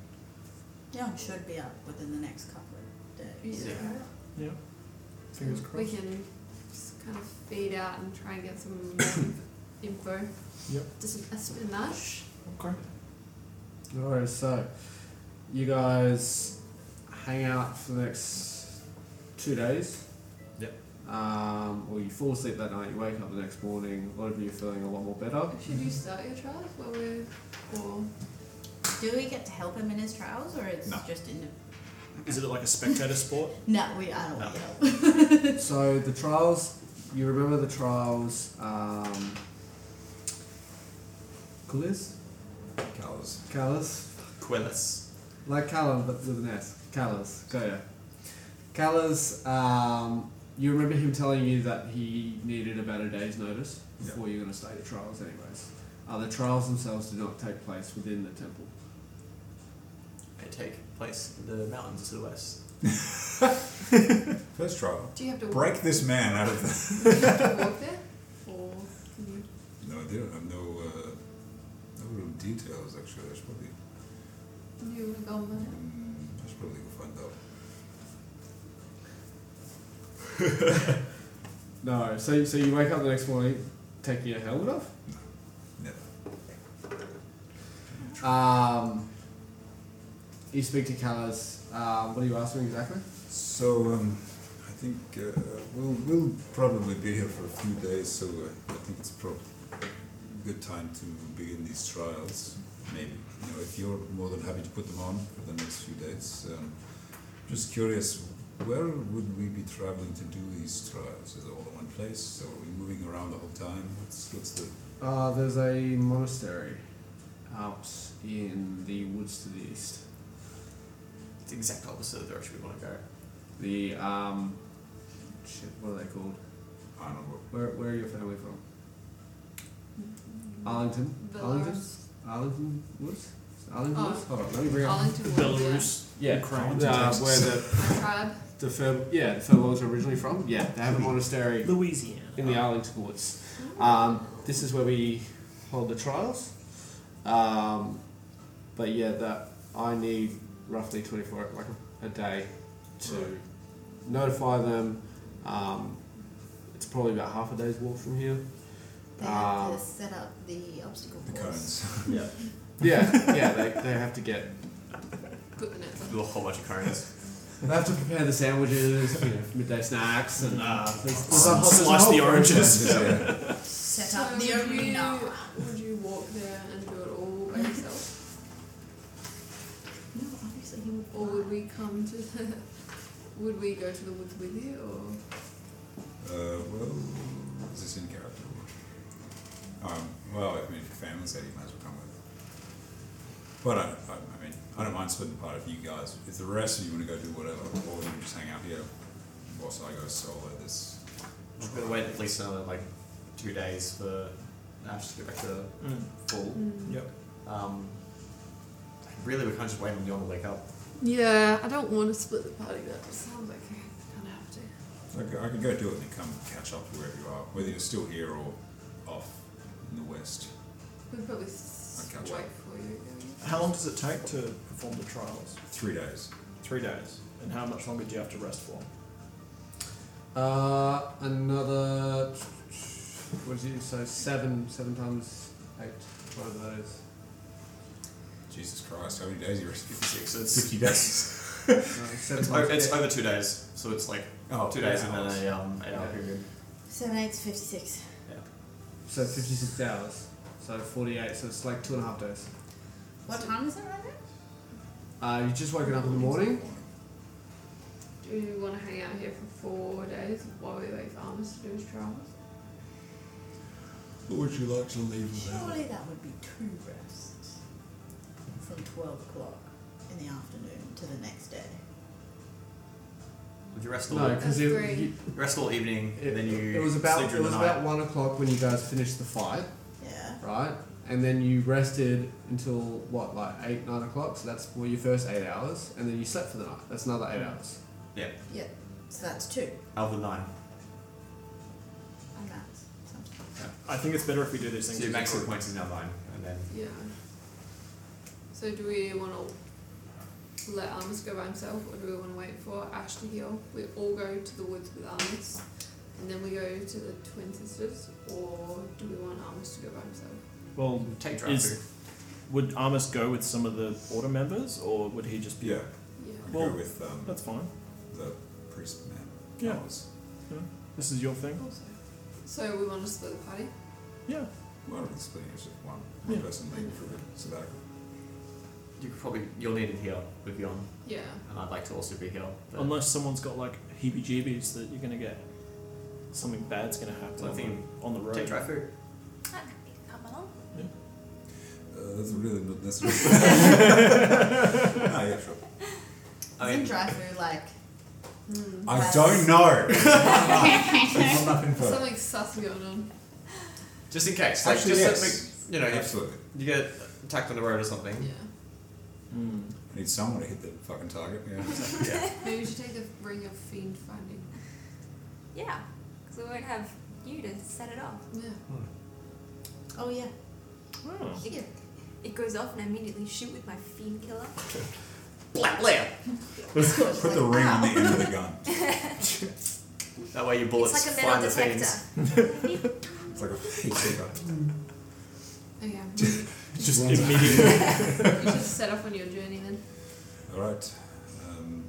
[SPEAKER 6] Yeah, I should be up within the next couple of days.
[SPEAKER 5] Yeah.
[SPEAKER 9] Yeah. Fingers crossed.
[SPEAKER 5] We can just kind of feed out and try and get some more info.
[SPEAKER 9] Yep.
[SPEAKER 5] Just a espionage.
[SPEAKER 9] Okay.
[SPEAKER 4] Alright, so you guys hang out for the next two days.
[SPEAKER 3] Yep.
[SPEAKER 4] Um, or you fall asleep that night, you wake up the next morning, a lot of you are feeling a lot more better.
[SPEAKER 5] Should you start your trials while we're or
[SPEAKER 6] Do we get to help him in his trials, or it's
[SPEAKER 9] No.
[SPEAKER 6] just in?
[SPEAKER 9] Is it like a spectator sport?
[SPEAKER 6] No, we I don't
[SPEAKER 9] No.
[SPEAKER 6] get help.
[SPEAKER 4] so the trials, you remember the trials, um, Callis?
[SPEAKER 11] Callus.
[SPEAKER 4] Callus?
[SPEAKER 3] Quillis.
[SPEAKER 4] Like Callum, but with an S. Callus. Go yeah. Callus, um, you remember him telling you that he needed about a day's notice before you're going to start your trials, anyways. Uh, the trials themselves did not take place within the temple.
[SPEAKER 3] They take place in the mountains to the west.
[SPEAKER 11] First trial.
[SPEAKER 5] Do you have to
[SPEAKER 11] break
[SPEAKER 5] walk?
[SPEAKER 11] this man out of
[SPEAKER 5] do you
[SPEAKER 11] the?
[SPEAKER 5] have to walk there? Or can you
[SPEAKER 11] no, I didn't. I have no, uh, no real details actually. I should probably,
[SPEAKER 5] you wanna go on with it?
[SPEAKER 11] I should probably go find out.
[SPEAKER 4] No, so, so you wake up the next morning, take your helmet off?
[SPEAKER 11] Never.
[SPEAKER 4] Um, you speak to Callus. Um, what do you ask him exactly?
[SPEAKER 11] So um, I think uh, we'll we'll probably be here for a few days. So uh, I think it's probably a good time to begin these trials. Maybe you know if you're more than happy to put them on for the next few days. Um, just curious, where would we be traveling to do these trials? Is it all in one place? So are we moving around the whole time? What's what's the
[SPEAKER 4] Uh, there's a monastery out in the woods to the east.
[SPEAKER 3] It's the exact opposite of the direction we want to go.
[SPEAKER 4] The um, shit. What are they called?
[SPEAKER 11] I don't know.
[SPEAKER 4] Where Where are your family from?
[SPEAKER 5] Mm-hmm.
[SPEAKER 4] Arlington. Arlington. Arlington Woods. Arlington
[SPEAKER 5] Oh.
[SPEAKER 4] Woods. Hold on. Let me bring up.
[SPEAKER 5] Arlington Woods, Belarus,
[SPEAKER 4] Yeah.
[SPEAKER 9] Ukraine,
[SPEAKER 4] Uh,
[SPEAKER 9] Texas.
[SPEAKER 4] where the
[SPEAKER 5] Tribe.
[SPEAKER 4] The Fur, yeah, the Furballs are originally from. Yeah, they have a monastery,
[SPEAKER 9] Louisiana,
[SPEAKER 4] in the Arlington Woods. Um, this is where we hold the trials. Um, but yeah, that I need roughly twenty four like a, a day to notify them. Um, it's probably about half a day's walk from here.
[SPEAKER 6] They have
[SPEAKER 9] Um,
[SPEAKER 6] to set up the obstacle course.
[SPEAKER 4] yeah, yeah, yeah. They, they have to get
[SPEAKER 5] Put the nets
[SPEAKER 3] Do a whole bunch of cones.
[SPEAKER 4] They have to prepare the sandwiches, you know, midday snacks, and uh, there's, there's a whole- there's a
[SPEAKER 9] Slice
[SPEAKER 4] whole
[SPEAKER 9] the oranges.
[SPEAKER 4] process.
[SPEAKER 6] Set
[SPEAKER 5] So
[SPEAKER 6] up the
[SPEAKER 5] would you-
[SPEAKER 6] arena.
[SPEAKER 5] Would you walk there and do it all by yourself?
[SPEAKER 6] No, obviously he would.
[SPEAKER 5] Or would we come to the, would we go to the woods with you or?
[SPEAKER 11] Uh, well, is this in character? Um, well, I mean, if your family's there, you might as well come with. But I, I, I mean, I don't mind splitting apart if you guys, if the rest of you want to go do whatever, or you just hang out here whilst I go solo this.
[SPEAKER 3] We're going to wait at least another like two days for Ash to get back to
[SPEAKER 9] Mm.
[SPEAKER 3] full.
[SPEAKER 5] Mm.
[SPEAKER 9] Yep.
[SPEAKER 3] Um, really, we're kind of just waiting on Yon to wake up.
[SPEAKER 5] Yeah, I don't want to split the party. That sounds like I kind of have to.
[SPEAKER 11] I could, I could go do it and then come catch up to wherever you are, whether you're still here or off in the west.
[SPEAKER 5] We'd probably s-
[SPEAKER 11] I'll catch
[SPEAKER 5] wait
[SPEAKER 11] up.
[SPEAKER 5] for you.
[SPEAKER 9] How long does it take to perform the trials?
[SPEAKER 11] Three days.
[SPEAKER 9] Three days. And how much longer do you have to rest for?
[SPEAKER 4] Uh, another. What is it? So seven, seven times eight. Whatever that is.
[SPEAKER 11] Jesus Christ, how many days you rescued?
[SPEAKER 3] Six. It's,
[SPEAKER 11] 50 days.
[SPEAKER 3] it's, o- Oh, it's over two days, so it's like
[SPEAKER 11] Oh,
[SPEAKER 3] two days
[SPEAKER 11] eight
[SPEAKER 3] and
[SPEAKER 11] hours.
[SPEAKER 3] then a um, eight hour period.
[SPEAKER 6] Seven eight to fifty six.
[SPEAKER 4] So fifty-six hours. So forty-eight. So it's like two and a half days.
[SPEAKER 6] What time is it right now?
[SPEAKER 4] Uh, you just woken up in the morning.
[SPEAKER 5] Do you want to hang out here for four days while we wait for Armus to do his trials?
[SPEAKER 11] What would you like to leave
[SPEAKER 6] Surely that would be two rests from twelve o'clock in the afternoon to the next day.
[SPEAKER 3] Would you rest all?
[SPEAKER 4] No, because it, you-
[SPEAKER 3] rest all evening, and then you
[SPEAKER 4] it was about
[SPEAKER 3] sleep
[SPEAKER 4] it
[SPEAKER 3] during
[SPEAKER 4] was
[SPEAKER 3] the night.
[SPEAKER 4] about one o'clock when you guys finished the fight.
[SPEAKER 6] Yeah.
[SPEAKER 4] Right, and then you rested until what, like eight, nine o'clock. So that's well, your first eight hours, and then you slept for the night. That's another eight hours.
[SPEAKER 3] Yeah.
[SPEAKER 6] Yeah. So that's two.
[SPEAKER 3] Out of the nine.
[SPEAKER 6] And that's
[SPEAKER 9] I think it's better if we do these things.
[SPEAKER 3] So your maximum points is now nine, and then
[SPEAKER 5] Yeah. So do we want to let Armus go by himself, or do we want to wait for Ash to heal? We all go to the woods with Armus, and then we go to the twin sisters, or do we want Armus to go by himself?
[SPEAKER 9] Well,
[SPEAKER 3] Take drive
[SPEAKER 9] is, would Armus go with some of the order members, or would he just be?
[SPEAKER 11] Yeah.
[SPEAKER 5] Yeah.
[SPEAKER 11] I'd
[SPEAKER 9] Well,
[SPEAKER 11] go with um,
[SPEAKER 9] that's fine.
[SPEAKER 11] the priest man.
[SPEAKER 9] Yeah.
[SPEAKER 11] Powers.
[SPEAKER 9] Yeah. This is your thing.
[SPEAKER 5] So we want to split the party.
[SPEAKER 9] Yeah.
[SPEAKER 11] One of the splinters of one. One
[SPEAKER 5] Yeah.
[SPEAKER 11] person leaving for the sabbatical.
[SPEAKER 3] you could probably you'll need it here with Yon.
[SPEAKER 5] Yeah.
[SPEAKER 3] And I'd like to also be here. but-
[SPEAKER 9] Unless someone's got like heebie-jeebies that you're gonna get something bad's gonna happen
[SPEAKER 3] So I
[SPEAKER 9] on,
[SPEAKER 3] think
[SPEAKER 9] the, on the road.
[SPEAKER 3] Take dry food.
[SPEAKER 8] I could be come along.
[SPEAKER 11] Uh, that's really not necessary. Ah, yeah, sure.
[SPEAKER 3] I
[SPEAKER 6] Isn't
[SPEAKER 3] mean-
[SPEAKER 6] dry food like.
[SPEAKER 11] I
[SPEAKER 6] rice?
[SPEAKER 11] don't know. I'm not info.
[SPEAKER 5] Something sus going on.
[SPEAKER 3] Just in case, like
[SPEAKER 11] Actually,
[SPEAKER 3] just
[SPEAKER 11] yes.
[SPEAKER 3] make, you know, if
[SPEAKER 11] Absolutely.
[SPEAKER 3] you get attacked on the road or something.
[SPEAKER 5] Yeah.
[SPEAKER 11] I need someone to hit the fucking target. Yeah.
[SPEAKER 3] yeah.
[SPEAKER 5] Maybe we should take the ring of fiend finding.
[SPEAKER 8] Yeah, because we won't have you to set it off.
[SPEAKER 5] Yeah.
[SPEAKER 6] Oh, yeah.
[SPEAKER 9] Oh.
[SPEAKER 8] It, it goes off and I immediately shoot with my fiend killer.
[SPEAKER 3] Black layer.
[SPEAKER 11] Put the ring on the end of the gun.
[SPEAKER 3] That way your bullets
[SPEAKER 8] it's like a
[SPEAKER 3] find
[SPEAKER 8] metal
[SPEAKER 3] the
[SPEAKER 8] detector.
[SPEAKER 3] fiends.
[SPEAKER 11] It's like a fake gun.
[SPEAKER 5] Okay.
[SPEAKER 9] Just
[SPEAKER 11] Runs out.
[SPEAKER 9] immediately.
[SPEAKER 5] you should set off on your journey then.
[SPEAKER 11] All right. Um,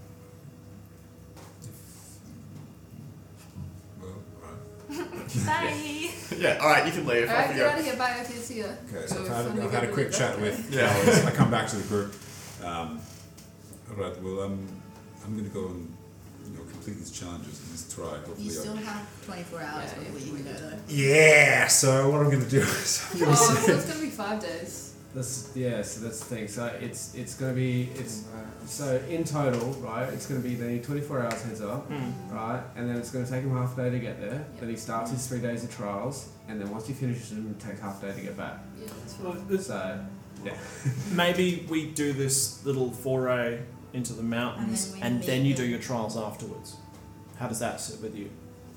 [SPEAKER 11] well, all right.
[SPEAKER 8] Bye.
[SPEAKER 3] yeah. All right, you can leave.
[SPEAKER 5] Alright,
[SPEAKER 3] Off you
[SPEAKER 5] get
[SPEAKER 3] go.
[SPEAKER 5] out of here. Bye. Okay, see ya.
[SPEAKER 11] Okay, so
[SPEAKER 5] Oh,
[SPEAKER 11] I've had,
[SPEAKER 5] fun to
[SPEAKER 11] I've
[SPEAKER 5] go
[SPEAKER 11] had a
[SPEAKER 5] to
[SPEAKER 11] quick
[SPEAKER 5] the
[SPEAKER 11] chat
[SPEAKER 5] doctor.
[SPEAKER 11] with Alex. I come back to the group. Um, all right, well, I'm, I'm going to go and you know, complete these challenges and this try. Hopefully,
[SPEAKER 6] You still
[SPEAKER 11] I,
[SPEAKER 6] have 24 hours before you can go, though.
[SPEAKER 11] yeah. So what I'm going to do is I'm going
[SPEAKER 5] Oh,
[SPEAKER 11] to
[SPEAKER 5] so it's gonna be five days.
[SPEAKER 4] That's yeah. So that's the thing. So it's it's gonna be it's so in total, right? It's gonna be they need 24 hours heads up, right? And then it's gonna take him half a day to get there. Then he starts his three days of trials, and then once he finishes them, it takes half a day to get back.
[SPEAKER 5] Yeah, that's
[SPEAKER 9] Well,
[SPEAKER 5] fine.
[SPEAKER 9] it's-
[SPEAKER 4] So yeah,
[SPEAKER 9] Maybe we do this little foray into the mountains,
[SPEAKER 6] And
[SPEAKER 9] and
[SPEAKER 6] then we
[SPEAKER 9] then,
[SPEAKER 6] meet
[SPEAKER 9] you do your trials afterwards. How does that sit with you?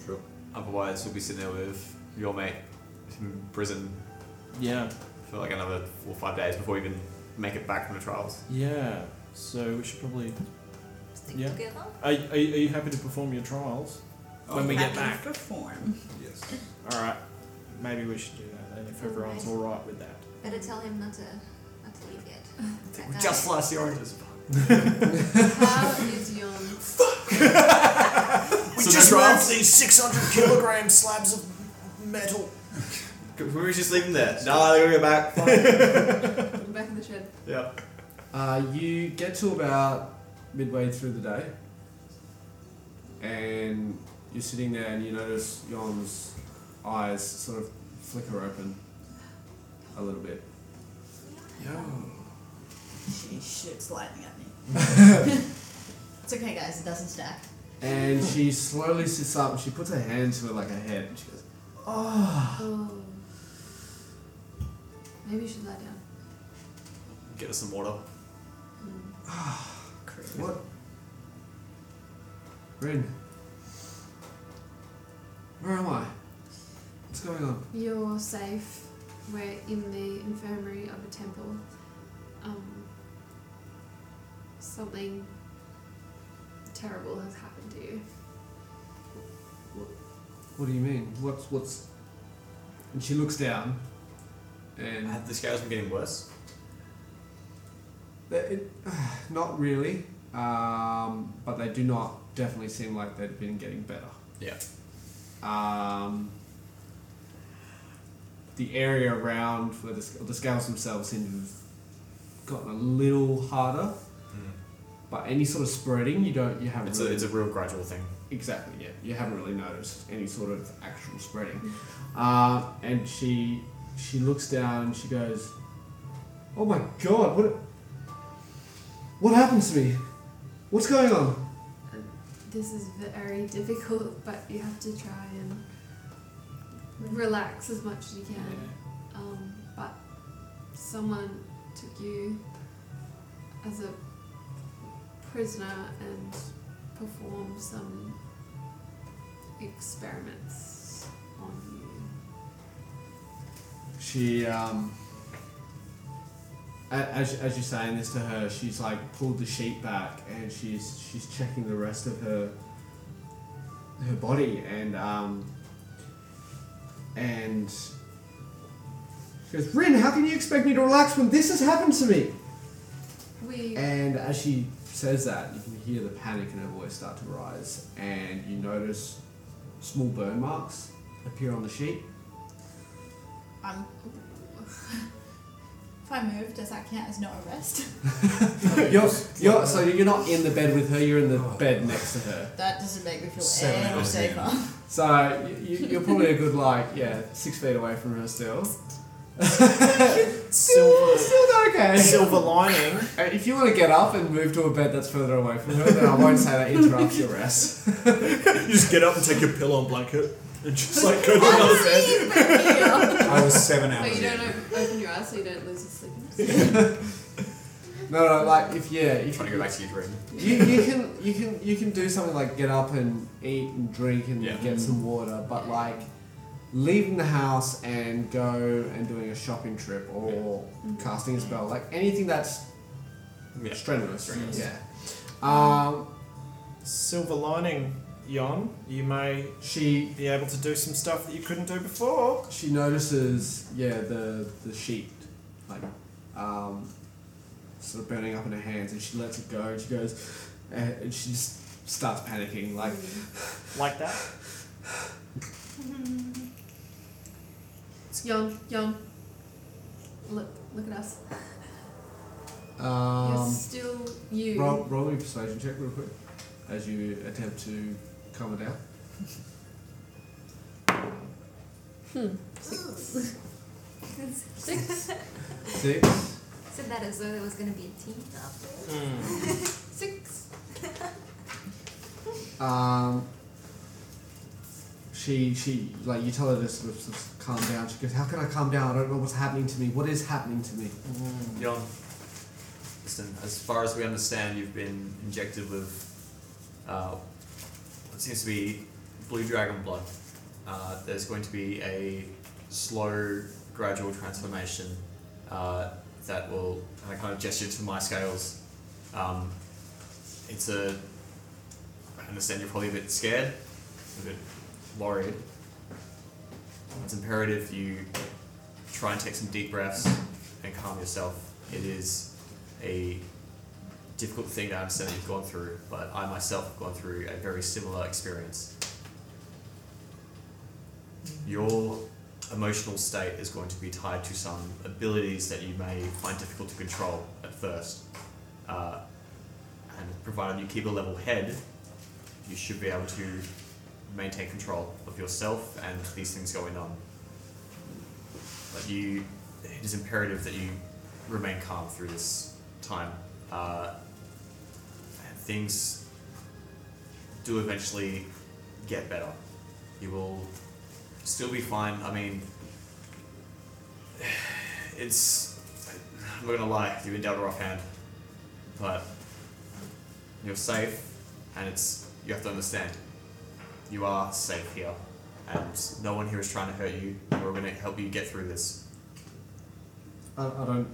[SPEAKER 11] Sure.
[SPEAKER 3] Otherwise, we'll be sitting there with your mate in prison
[SPEAKER 9] Yeah,
[SPEAKER 3] for like another four or five days before we even make it back from the trials.
[SPEAKER 9] yeah. So we should probably.
[SPEAKER 8] Stick
[SPEAKER 9] Yeah.
[SPEAKER 8] together.
[SPEAKER 9] Are, are, are you happy to perform your trials
[SPEAKER 3] Oh,
[SPEAKER 9] when we get
[SPEAKER 6] Happy
[SPEAKER 9] back?
[SPEAKER 6] to Perform.
[SPEAKER 11] Yes.
[SPEAKER 9] All right. Maybe we should do that then if everyone's all right with that.
[SPEAKER 8] Better tell him not to not to leave yet. That
[SPEAKER 3] We
[SPEAKER 8] guy-
[SPEAKER 3] just lost the oranges.
[SPEAKER 5] How is your
[SPEAKER 9] We
[SPEAKER 3] So just that's why-
[SPEAKER 9] these 600 kilogram slabs of metal.
[SPEAKER 3] We were just leaving there. No, they're gonna go back. Fine.
[SPEAKER 5] back in the shed?
[SPEAKER 3] yeah.
[SPEAKER 4] uh, you get to about midway through the day, and you're sitting there, and you notice Yon's eyes sort of flicker open a little bit.
[SPEAKER 6] She shoots lightning at me. it's okay, guys. It doesn't stack.
[SPEAKER 4] And she slowly sits up and she puts her hand to her like her head and she goes,
[SPEAKER 5] Oh. Maybe you should lie down.
[SPEAKER 3] Get us some water.
[SPEAKER 4] What? Rin. Where am I? What's going on?
[SPEAKER 5] You're safe. We're in the infirmary of a temple. Um, something terrible has happened to you.
[SPEAKER 4] What do you mean? What's what's And she looks down and
[SPEAKER 3] Have the scales been getting worse?
[SPEAKER 4] They- it, not really. Um, but they do not definitely seem like they've been getting better.
[SPEAKER 3] Yeah.
[SPEAKER 4] um, the area around where the, sc- the scales themselves seem to have gotten a little harder. But any sort of spreading, you don't, you
[SPEAKER 3] Mm-hmm.
[SPEAKER 4] haven't
[SPEAKER 3] It's a
[SPEAKER 4] really
[SPEAKER 3] it's a real gradual thing.
[SPEAKER 4] exactly yeah, you haven't really noticed any sort of actual spreading. Uh, and she she looks down and she goes, "Oh my god, what what happened to me? What's going on?"
[SPEAKER 5] This is very difficult, but you have to try and relax as much as you can. Um, but someone took you as a prisoner and performed some experiments on you.
[SPEAKER 4] She, um, a- as, as you're saying this to her, she's like pulled the sheet back and she's she's checking the rest of her her body and um, and she goes, Rin, how can you expect me to relax when this has happened to me?
[SPEAKER 5] We
[SPEAKER 4] And as she says that, you can hear the panic in her voice start to rise, and you notice small burn marks appear on the sheet.
[SPEAKER 6] I'm. If I move, does that count as no arrest?
[SPEAKER 4] you're, you're, so you're not in the bed with her, you're in the bed next to her.
[SPEAKER 6] that doesn't make me feel
[SPEAKER 4] Seven out
[SPEAKER 6] any
[SPEAKER 4] of ten.
[SPEAKER 6] safer.
[SPEAKER 4] So y- you, you're probably a good, like, yeah, six feet away from her still.
[SPEAKER 9] Silver,
[SPEAKER 4] still not okay.
[SPEAKER 9] Silver lining.
[SPEAKER 4] Uh, If you want to get up and move to a bed that's further away from her, then I won't say that interrupts your rest.
[SPEAKER 9] you just get up and take your pillow and blanket and just like go to another bed.
[SPEAKER 7] I was seven
[SPEAKER 5] But
[SPEAKER 7] hours.
[SPEAKER 5] you
[SPEAKER 7] in.
[SPEAKER 5] don't op- open your eyes so you don't lose your sleepiness.
[SPEAKER 4] No, no, like if yeah, if
[SPEAKER 3] Trying to go back to your dream.
[SPEAKER 4] you, you can you can you can do something like get up and eat and drink and get some water, but like leaving the house and go and doing a shopping trip or casting a spell, like anything that's
[SPEAKER 9] Yeah.
[SPEAKER 4] strenuous.
[SPEAKER 9] Strenuous.
[SPEAKER 4] Yeah. Um,
[SPEAKER 9] Silver lining, Yon. You may
[SPEAKER 4] she
[SPEAKER 9] be able to do some stuff that you couldn't do before.
[SPEAKER 4] She notices, yeah, the the sheet, like, um, sort of burning up in her hands, and she lets it go. And she goes, and and she just starts panicking, like,
[SPEAKER 9] like that.
[SPEAKER 5] Young, young. Look, look at us.
[SPEAKER 4] Um,
[SPEAKER 5] You're still you.
[SPEAKER 4] Roll, roll your persuasion check real quick as you attempt to calm her down.
[SPEAKER 5] Hmm. Six. Six.
[SPEAKER 4] Six.
[SPEAKER 8] Said that as though there was going to be a team up there.
[SPEAKER 5] Six.
[SPEAKER 4] Um, she she like you tell her this, sort of, sort of calm down. She goes, "How can I calm down? I don't know what's happening to me. What is happening to me?"
[SPEAKER 3] Yon, listen, as far as we understand, you've been injected with uh, what seems to be blue dragon blood. Uh, there's going to be a slow, gradual transformation uh, that will, and I kind of gesture to my scales. Um, it's a, I understand you're probably a bit scared, a bit worried. It's imperative you try and take some deep breaths and calm yourself. It is a difficult thing to understand that you've gone through, but I myself have gone through a very similar experience. Your emotional state is going to be tied to some abilities that you may find difficult to control at first. Uh, and provided you keep a level head, you should be able to maintain control of yourself and these things going on. But you, it is imperative that you remain calm through this time. Uh, and things do eventually get better. You will still be fine. I mean, it's. I'm not gonna lie, you've been dealt a rough hand, but you're safe, and it's. You have to understand, you are safe here, and no one here is trying to hurt you. We're gonna help you get through this.
[SPEAKER 4] I, I don't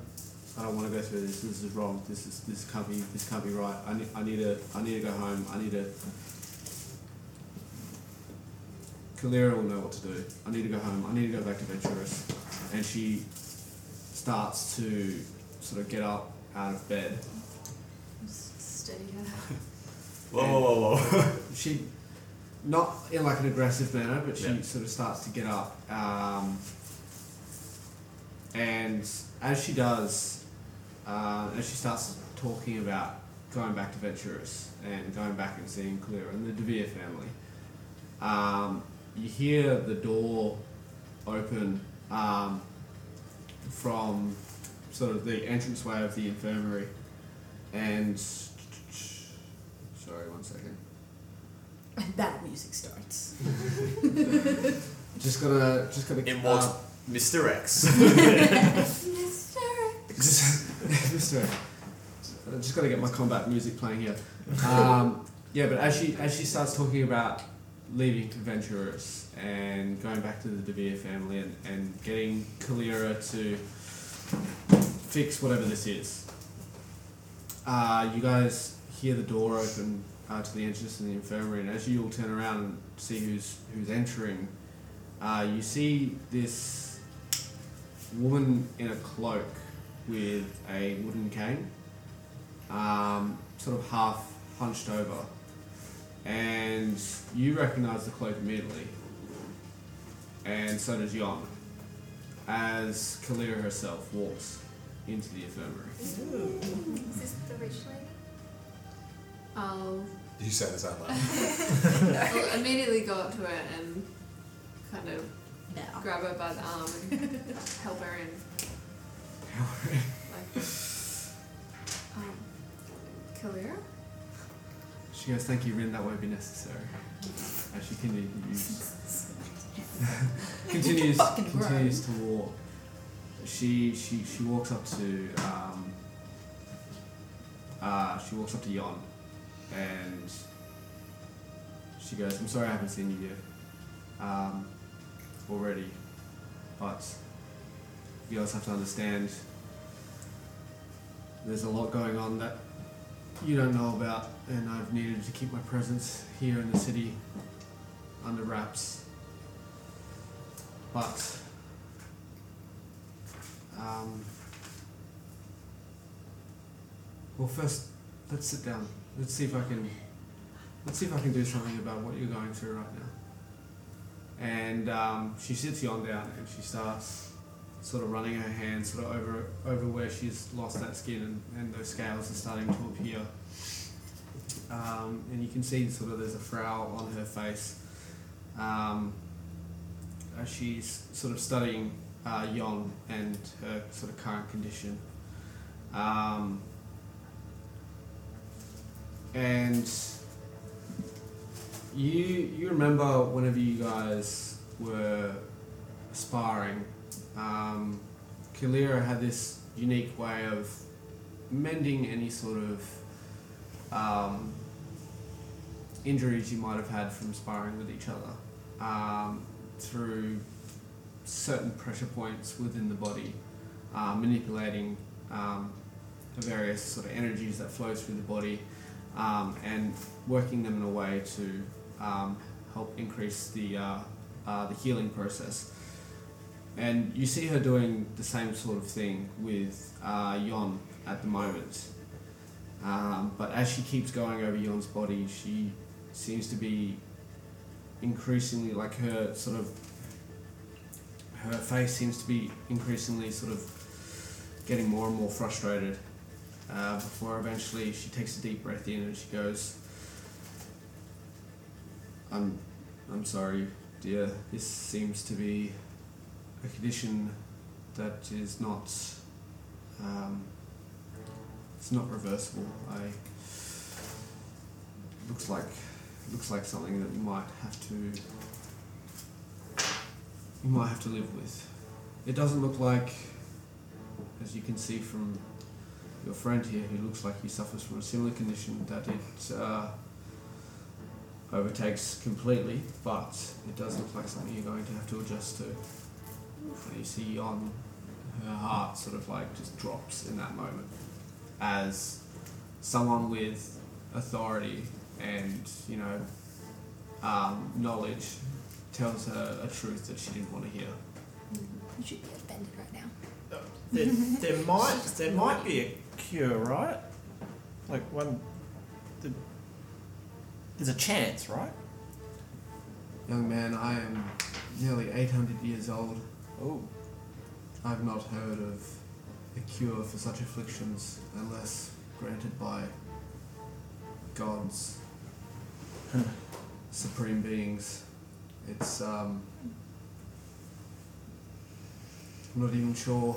[SPEAKER 4] I don't want to go through this. This is wrong. This is this can't be this can't be right. I need I need to I need to go home. I need to. Kalira will know what to do. I need to go home. I need to go back to Venturous, and she starts to sort of get up out of bed.
[SPEAKER 5] Steady her.
[SPEAKER 3] Whoa, whoa, whoa, whoa.
[SPEAKER 4] she, not in like an aggressive manner, but she
[SPEAKER 3] Yeah.
[SPEAKER 4] sort of starts to get up. Um, and as she does, uh, as she starts talking about going back to Venturus and going back and seeing Clear and the Devere family, um, you hear the door open um, from sort of the entranceway of the infirmary. And sorry, one second.
[SPEAKER 6] And that music starts.
[SPEAKER 4] Just gotta, just gotta.
[SPEAKER 3] It was Mr. X.
[SPEAKER 4] Mr. X. I just gotta get my combat music playing here. Um, yeah, but as she as she starts talking about leaving to Venturus and going back to the Devere family and, and getting Kalira to fix whatever this is, uh, you guys hear the door open uh, to the entrance in the infirmary, and as you all turn around and see who's who's entering, uh, you see this woman in a cloak with a wooden cane, um, sort of half hunched over, and you recognise the cloak immediately, and so does Yon, as Kalira herself walks into the infirmary.
[SPEAKER 8] Is this the rich lady?
[SPEAKER 5] I'll,
[SPEAKER 7] You said this out loud.
[SPEAKER 5] I'll immediately go up to her and kind of grab her by the arm and help her in. Like, um, Kalira?
[SPEAKER 4] She goes, "Thank you, Rin. That won't be necessary." As she continues, continues,
[SPEAKER 14] Fucking grow.
[SPEAKER 4] continues to walk. She she she walks up to um, uh, she walks up to Yon, and she goes, "I'm sorry I haven't seen you yet, um, already, but you guys have to understand. There's a lot going on that you don't know about, and I've needed to keep my presence here in the city under wraps. But um, well, first let's sit down. Let's see if I can let's see if I can do something about what you're going through right now. And um, she sits yon down and she starts sort of running her hand sort of over over where she's lost that skin and, and those scales are starting to appear. Um, and you can see sort of there's a frown on her face. Um, as she's sort of studying uh, Yon and her sort of current condition. Um, and you you remember whenever you guys were sparring, um, Kalira had this unique way of mending any sort of um, injuries you might have had from sparring with each other um, through certain pressure points within the body, uh, manipulating um, the various sort of energies that flow through the body um, and working them in a way to um, help increase the, uh, uh, the healing process. And you see her doing the same sort of thing with uh, Yon at the moment. Um, but as she keeps going over Yon's body, she seems to be increasingly like her sort of her face seems to be increasingly sort of getting more and more frustrated. Uh, before eventually she takes a deep breath in and she goes, "I'm, I'm sorry, dear. This seems to be a condition that is not, um, it's not reversible. I looks like looks like something that you might have to you might have to live with. It doesn't look like, as you can see from your friend here, who looks like he suffers from a similar condition, that it uh, overtakes completely, but it does look like something you're going to have to adjust to. And you see on her heart sort of like just drops in that moment as someone with authority and, you know, um, knowledge tells her a truth that she didn't want to hear.
[SPEAKER 8] You should be offended right now.
[SPEAKER 9] There, there might there might be a cure, right? Like one, the, there's a chance, right?
[SPEAKER 4] Young man, I am nearly 800 years old.
[SPEAKER 9] Oh.
[SPEAKER 4] I've not heard of a cure for such afflictions unless granted by gods, supreme beings. It's, um. I'm not even sure.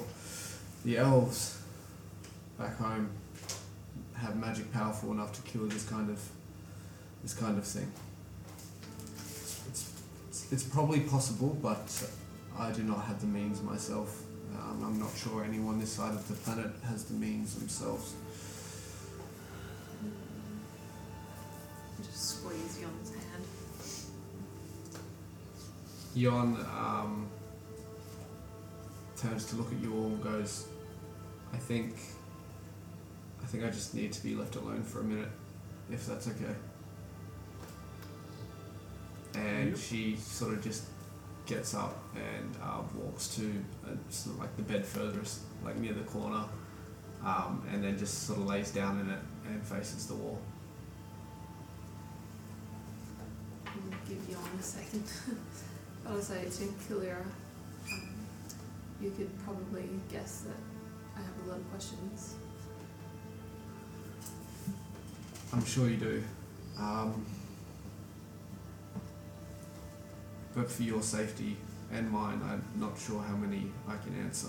[SPEAKER 4] The elves back home have magic powerful enough to cure this kind of this kind of thing. it's probably possible, but I do not have the means myself. Um, I'm not sure anyone this side of the planet has the means themselves.
[SPEAKER 5] Just squeeze Yon's hand.
[SPEAKER 4] Yon um, turns to look at you all and goes, "I think, I think I just need to be left alone for a minute, if that's okay." And she sort of just gets up and uh, walks to uh, sort of like the bed furthest, like near the corner, um, and then just sort of lays down in it and faces the wall.
[SPEAKER 5] We'll give Yon a second. But I'll say to Kalira, um, you could probably guess that I have a lot of questions.
[SPEAKER 4] I'm sure you do. Um, but for your safety and mine, I'm not sure how many I can answer.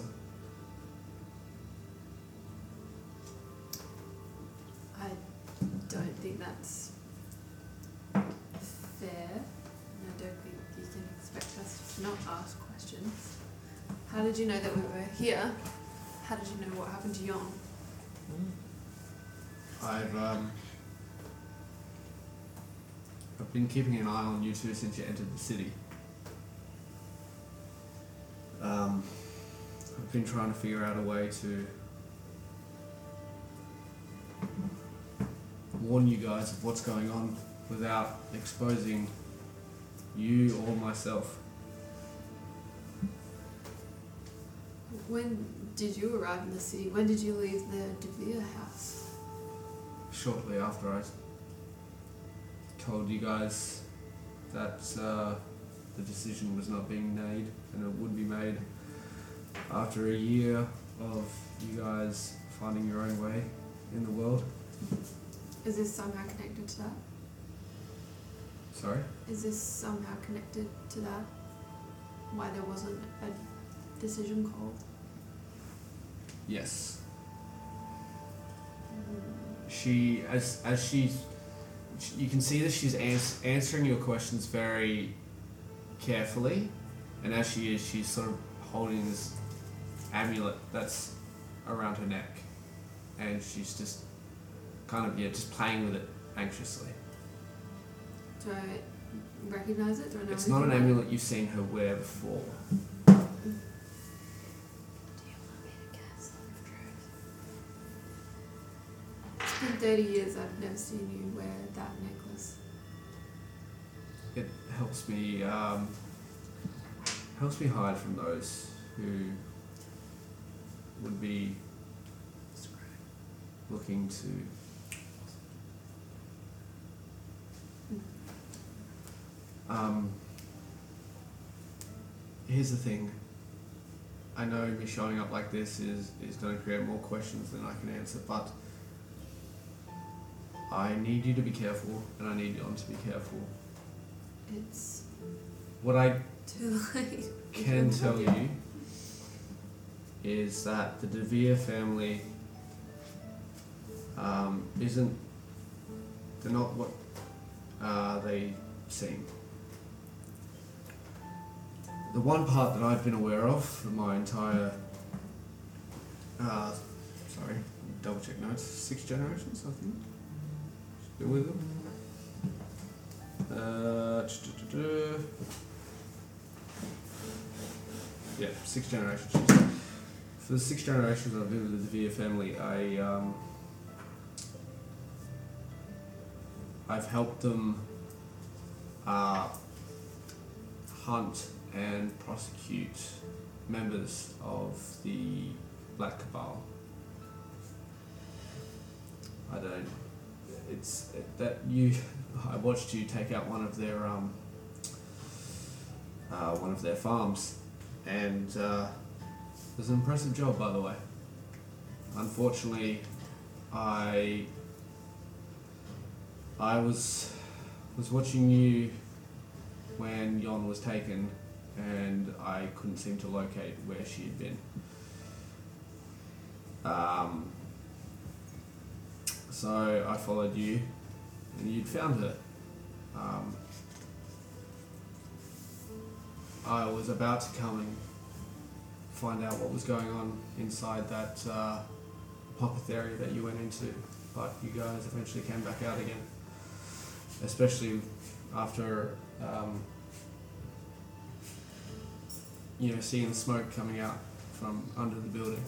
[SPEAKER 5] I don't think that's fair, and I don't think you can expect us to not ask questions. How did you know that we were here? How did you know what happened to Yon?
[SPEAKER 4] I've um, I've been keeping an eye on you two since you entered the city. Um, I've been trying to figure out a way to warn you guys of what's going on without exposing you or myself.
[SPEAKER 5] When did you arrive in the city? When did you leave the Devere house?
[SPEAKER 4] shortly after I told you guys that uh, the decision was not being made and it would be made after a year of you guys finding your own way in the world.
[SPEAKER 5] Is this somehow connected to that?
[SPEAKER 4] Sorry?
[SPEAKER 5] Is this somehow connected to that? Why there wasn't a decision called?
[SPEAKER 4] Yes. she as as she's sh- you can see that she's ans- answering your questions very carefully and as she is she's sort of holding this amulet that's around her neck and she's just kind of yeah just playing with it anxiously
[SPEAKER 5] Do I recognize it? Do I know
[SPEAKER 4] it's not an
[SPEAKER 5] anything
[SPEAKER 4] amulet you've seen her wear before
[SPEAKER 5] about it? It's been 30 years I've never seen you wear that necklace.
[SPEAKER 4] it helps me um, helps me hide from those who would be looking to um, here's the thing I know me showing up like this is, is going to create more questions than I can answer but I need you to be careful and I need Yon to be careful
[SPEAKER 5] It's
[SPEAKER 4] what I
[SPEAKER 5] too late.
[SPEAKER 4] can tell you is that the DeVere family um, isn't. They're not what uh, they seem. The one part that I've been aware of for my entire. Uh, sorry, double check notes. Six generations, I think. Still with them. Uh, yeah, six generations. For the six generations I've been with the Villa family, I um, I've helped them uh, hunt and prosecute members of the Black Cabal. I don't. It's that you. I watched you take out one of their um, uh, one of their farms, and uh, it was an impressive job, by the way. Unfortunately, I I was was watching you when Yon was taken, and I couldn't seem to locate where she had been. Um, so I followed you, and you'd found her. Um, I was about to come and find out what was going on inside that uh, apothecary that you went into, but you guys eventually came back out again. Especially after um, you know seeing the smoke coming out from under the building.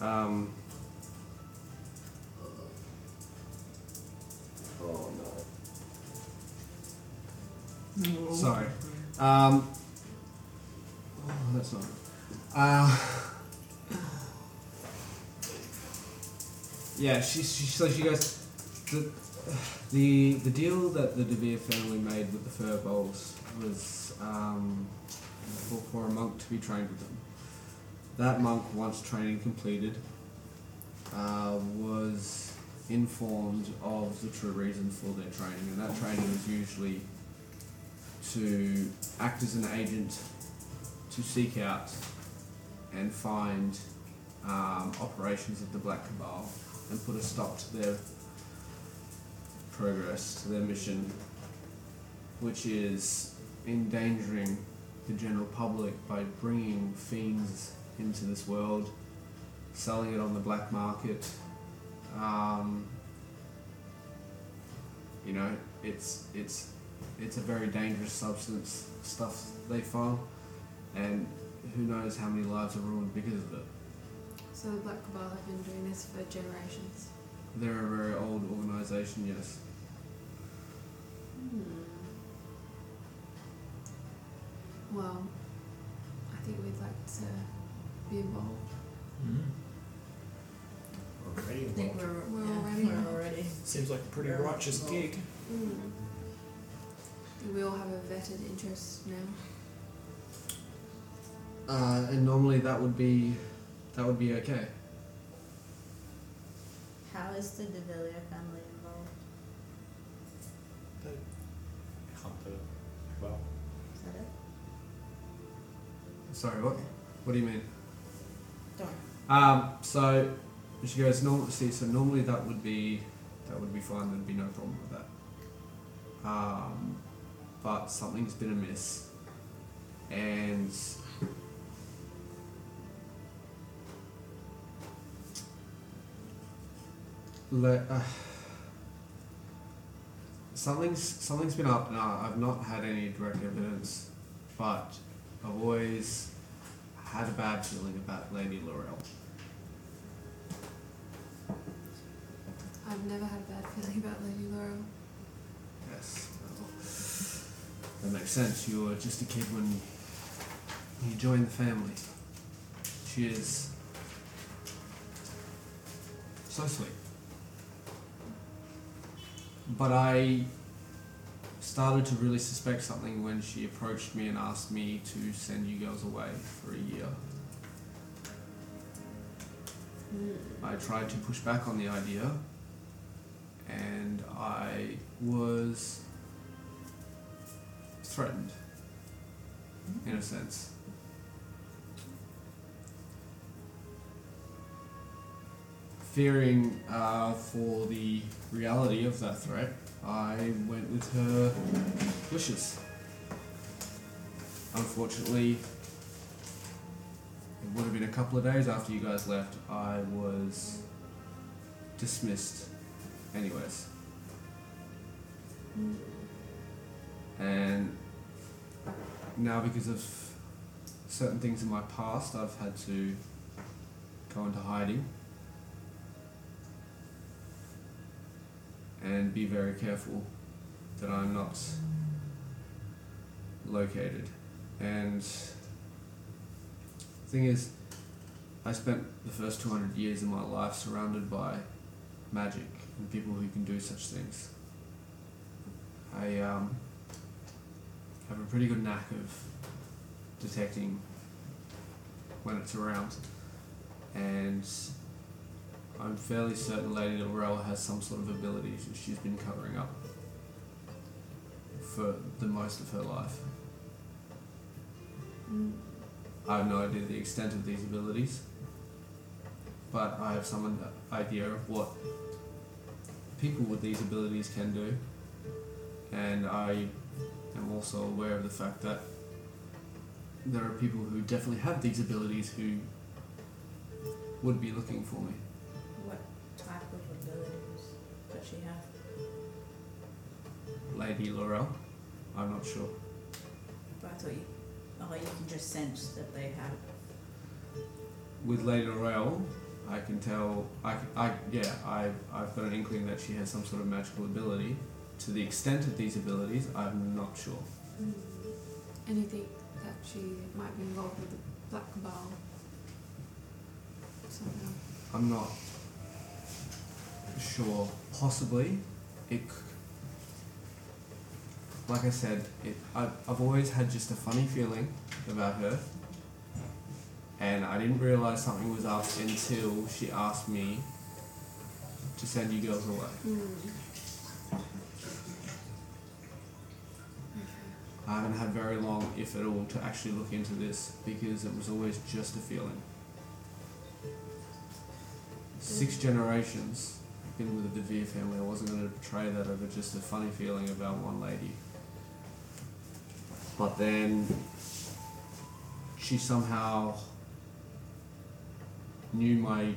[SPEAKER 4] Um,
[SPEAKER 14] Oh no.
[SPEAKER 4] Sorry. Um, oh, that's not. Uh, yeah, she, she so she goes. The, the the deal that the Devere family made with the fur bowls was um, for, for a monk to be trained with them. That monk, once training completed, uh, was informed of the true reason for their training, and that training was usually to act as an agent to seek out and find um, operations of the Black Cabal and put a stop to their progress, to their mission, which is endangering the general public by bringing fiends into this world, selling it on the black market. Um, you know, it's it's it's a very dangerous substance. Stuff they found, and who knows how many lives are ruined because of it.
[SPEAKER 5] So the Black Cabal have been doing this for generations.
[SPEAKER 4] They're a very old organisation, yes.
[SPEAKER 5] Hmm. Well, I think we'd like to be involved.
[SPEAKER 9] Already
[SPEAKER 6] I think
[SPEAKER 9] involved.
[SPEAKER 6] we're,
[SPEAKER 5] We're
[SPEAKER 6] yeah,
[SPEAKER 5] already
[SPEAKER 6] we're
[SPEAKER 5] involved.
[SPEAKER 6] already.
[SPEAKER 9] Seems like a pretty
[SPEAKER 6] We're
[SPEAKER 9] righteous
[SPEAKER 6] involved.
[SPEAKER 9] gig.
[SPEAKER 5] Mm. We all have a vetted interest now.
[SPEAKER 4] Uh, and normally that would be that would be okay.
[SPEAKER 6] How is the Devillier family involved?
[SPEAKER 3] Hunter. Well,
[SPEAKER 6] Is that it?
[SPEAKER 4] Sorry, what? What do you mean?
[SPEAKER 6] Don't.
[SPEAKER 4] Um, so she goes, normal see, so normally that would be that would be fine, there'd be no problem with that. Um, but something's been amiss. And Le- uh, something's something's been up and I- I've not had any direct evidence, but I've always had a bad feeling about Lady Laurel.
[SPEAKER 5] I've never had a bad feeling about Lady Laurel.
[SPEAKER 4] Yes. well, That makes sense. You were just a kid when you joined the family. She is so sweet. But I started to really suspect something when she approached me and asked me to send you girls away for a year. I tried to push back on the idea, and I was threatened, in a sense. Fearing uh, for the reality of that threat, I went with her wishes. Unfortunately, it would have been a couple of days after you guys left. I was dismissed, anyways. And now, because of certain things in my past, I've had to go into hiding and be very careful that I'm not located. And thing is, I spent the first 200 years of my life surrounded by magic and people who can do such things. I um, have a pretty good knack of detecting when it's around, and I'm fairly certain Lady Laurel has some sort of ability that she's been covering up for the most of her life. I have no idea the extent of these abilities, but I have some idea of what people with these abilities can do, and I I'm also aware of the fact that there are people who definitely have these abilities who would be looking for me.
[SPEAKER 6] What type of abilities does she have?
[SPEAKER 4] Lady Laurel, I'm not sure.
[SPEAKER 6] But I thought you, oh, you can just sense that they have.
[SPEAKER 4] With Lady Laurel, I can tell. I, c- I- yeah, I've, I've got an inkling that she has some sort of magical ability. To the extent of these abilities, I'm not sure.
[SPEAKER 5] Mm. Anything that she might be involved with the black cabal. Somehow.
[SPEAKER 4] I'm not sure. Possibly, it. c- Like I said, it, I've, I've always had just a funny feeling about her, and I didn't realize something was up until she asked me to send you girls away. I haven't had very long, if at all, to actually look into this because it was always just a feeling. Six generations I've been with the Devere family. I wasn't going to betray that over just a funny feeling about one lady. But then she somehow knew my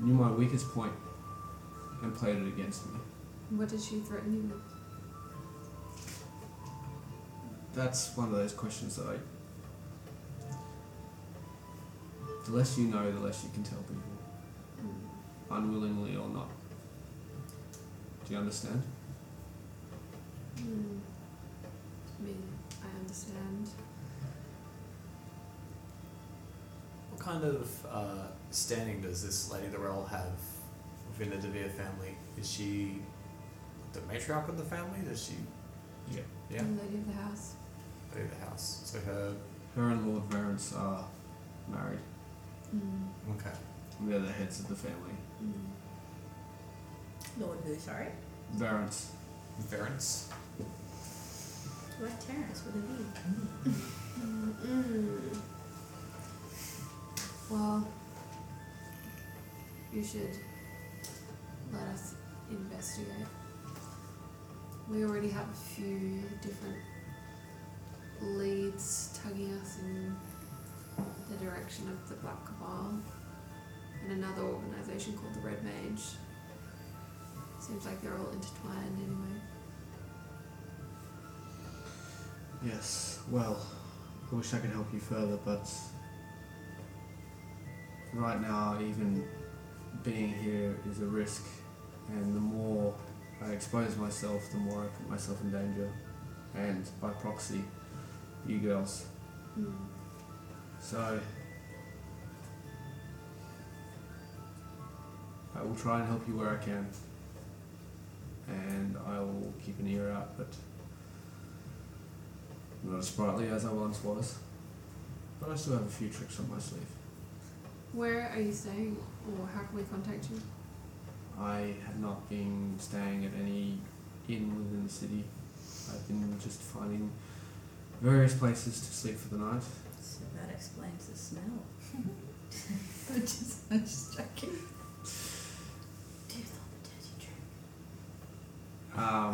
[SPEAKER 4] knew my weakest point and played it against me.
[SPEAKER 5] What did she threaten you with?
[SPEAKER 4] That's one of those questions that I. The less you know, the less you can tell people. Unwillingly or not. Do you understand?
[SPEAKER 5] Mm. I mean, I understand.
[SPEAKER 3] What kind of uh, standing does this Lady Laurel have within the Devere family? Is she the matriarch of the family? Does she?
[SPEAKER 4] Yeah.
[SPEAKER 3] Yeah.
[SPEAKER 5] The lady of the house.
[SPEAKER 3] Lady of the house. So her.
[SPEAKER 4] Her and Lord Varence are married.
[SPEAKER 5] Mm.
[SPEAKER 3] Okay.
[SPEAKER 4] And they're the heads of the family.
[SPEAKER 5] Hmm.
[SPEAKER 6] Lord who, sorry?
[SPEAKER 4] Varence.
[SPEAKER 3] Varence?
[SPEAKER 6] Lord Terrence with a V.
[SPEAKER 5] Mm. Well, you should let us investigate. We already have a few different leads tugging us in the direction of the Black Cabal and another organization called the Red Mage. Seems like they're all intertwined anyway.
[SPEAKER 4] Yes, well, I wish I could help you further, but right now, even being here is a risk, and the more I expose myself, the more I put myself in danger, and by proxy, you girls.
[SPEAKER 5] Mm.
[SPEAKER 4] So, I will try and help you where I can, and I will keep an ear out, but I'm not as sprightly as I once was, but I still have a few tricks up my sleeve.
[SPEAKER 5] Where are you staying, or how can we contact you?
[SPEAKER 4] I have not been staying at any inn within the city. I've been just finding various places to sleep for the night.
[SPEAKER 6] So that explains the smell. I'm just, I'm just joking. Dear Lord, the dirty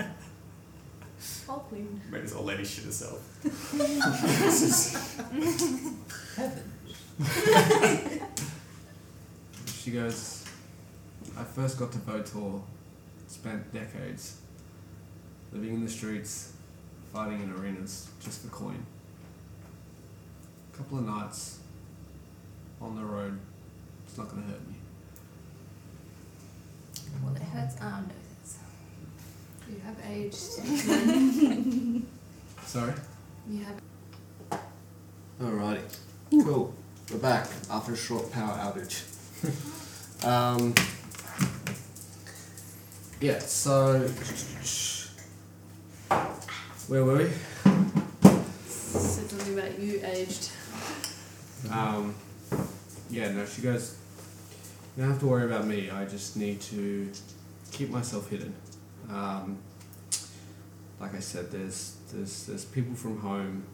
[SPEAKER 6] dream.
[SPEAKER 4] Um,
[SPEAKER 6] All clean.
[SPEAKER 3] Made this old lady shit herself.
[SPEAKER 6] Heaven.
[SPEAKER 4] she goes, I first got to Votor, spent decades living in the streets, fighting in arenas just for coin. A couple of nights on the road, it's not going to hurt me.
[SPEAKER 8] Well, it hurts our noses.
[SPEAKER 5] You have aged.
[SPEAKER 4] Sorry?
[SPEAKER 5] you have
[SPEAKER 23] Alrighty. Cool. We're back after a short power outage. um, yeah, so. Where were we?
[SPEAKER 5] said something about you aged.
[SPEAKER 4] Um, yeah, no, she goes, You don't have to worry about me. I just need to keep myself hidden. Um, like I said, there's, there's, there's people from home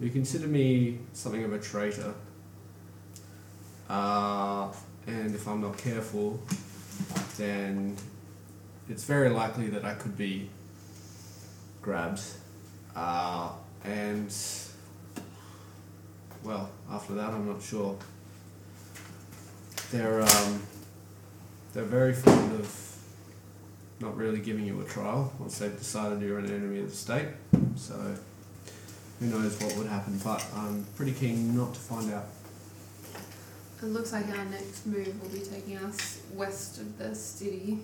[SPEAKER 4] who consider me something of a traitor. Uh, and if I'm not careful, then it's very likely that I could be grabbed. Uh, and, well, after that, I'm not sure. They're, um, they're very fond of not really giving you a trial once they've decided you're an enemy of the state. So, who knows what would happen, but I'm pretty keen not to find out.
[SPEAKER 5] It looks like our next move will be taking us west of the city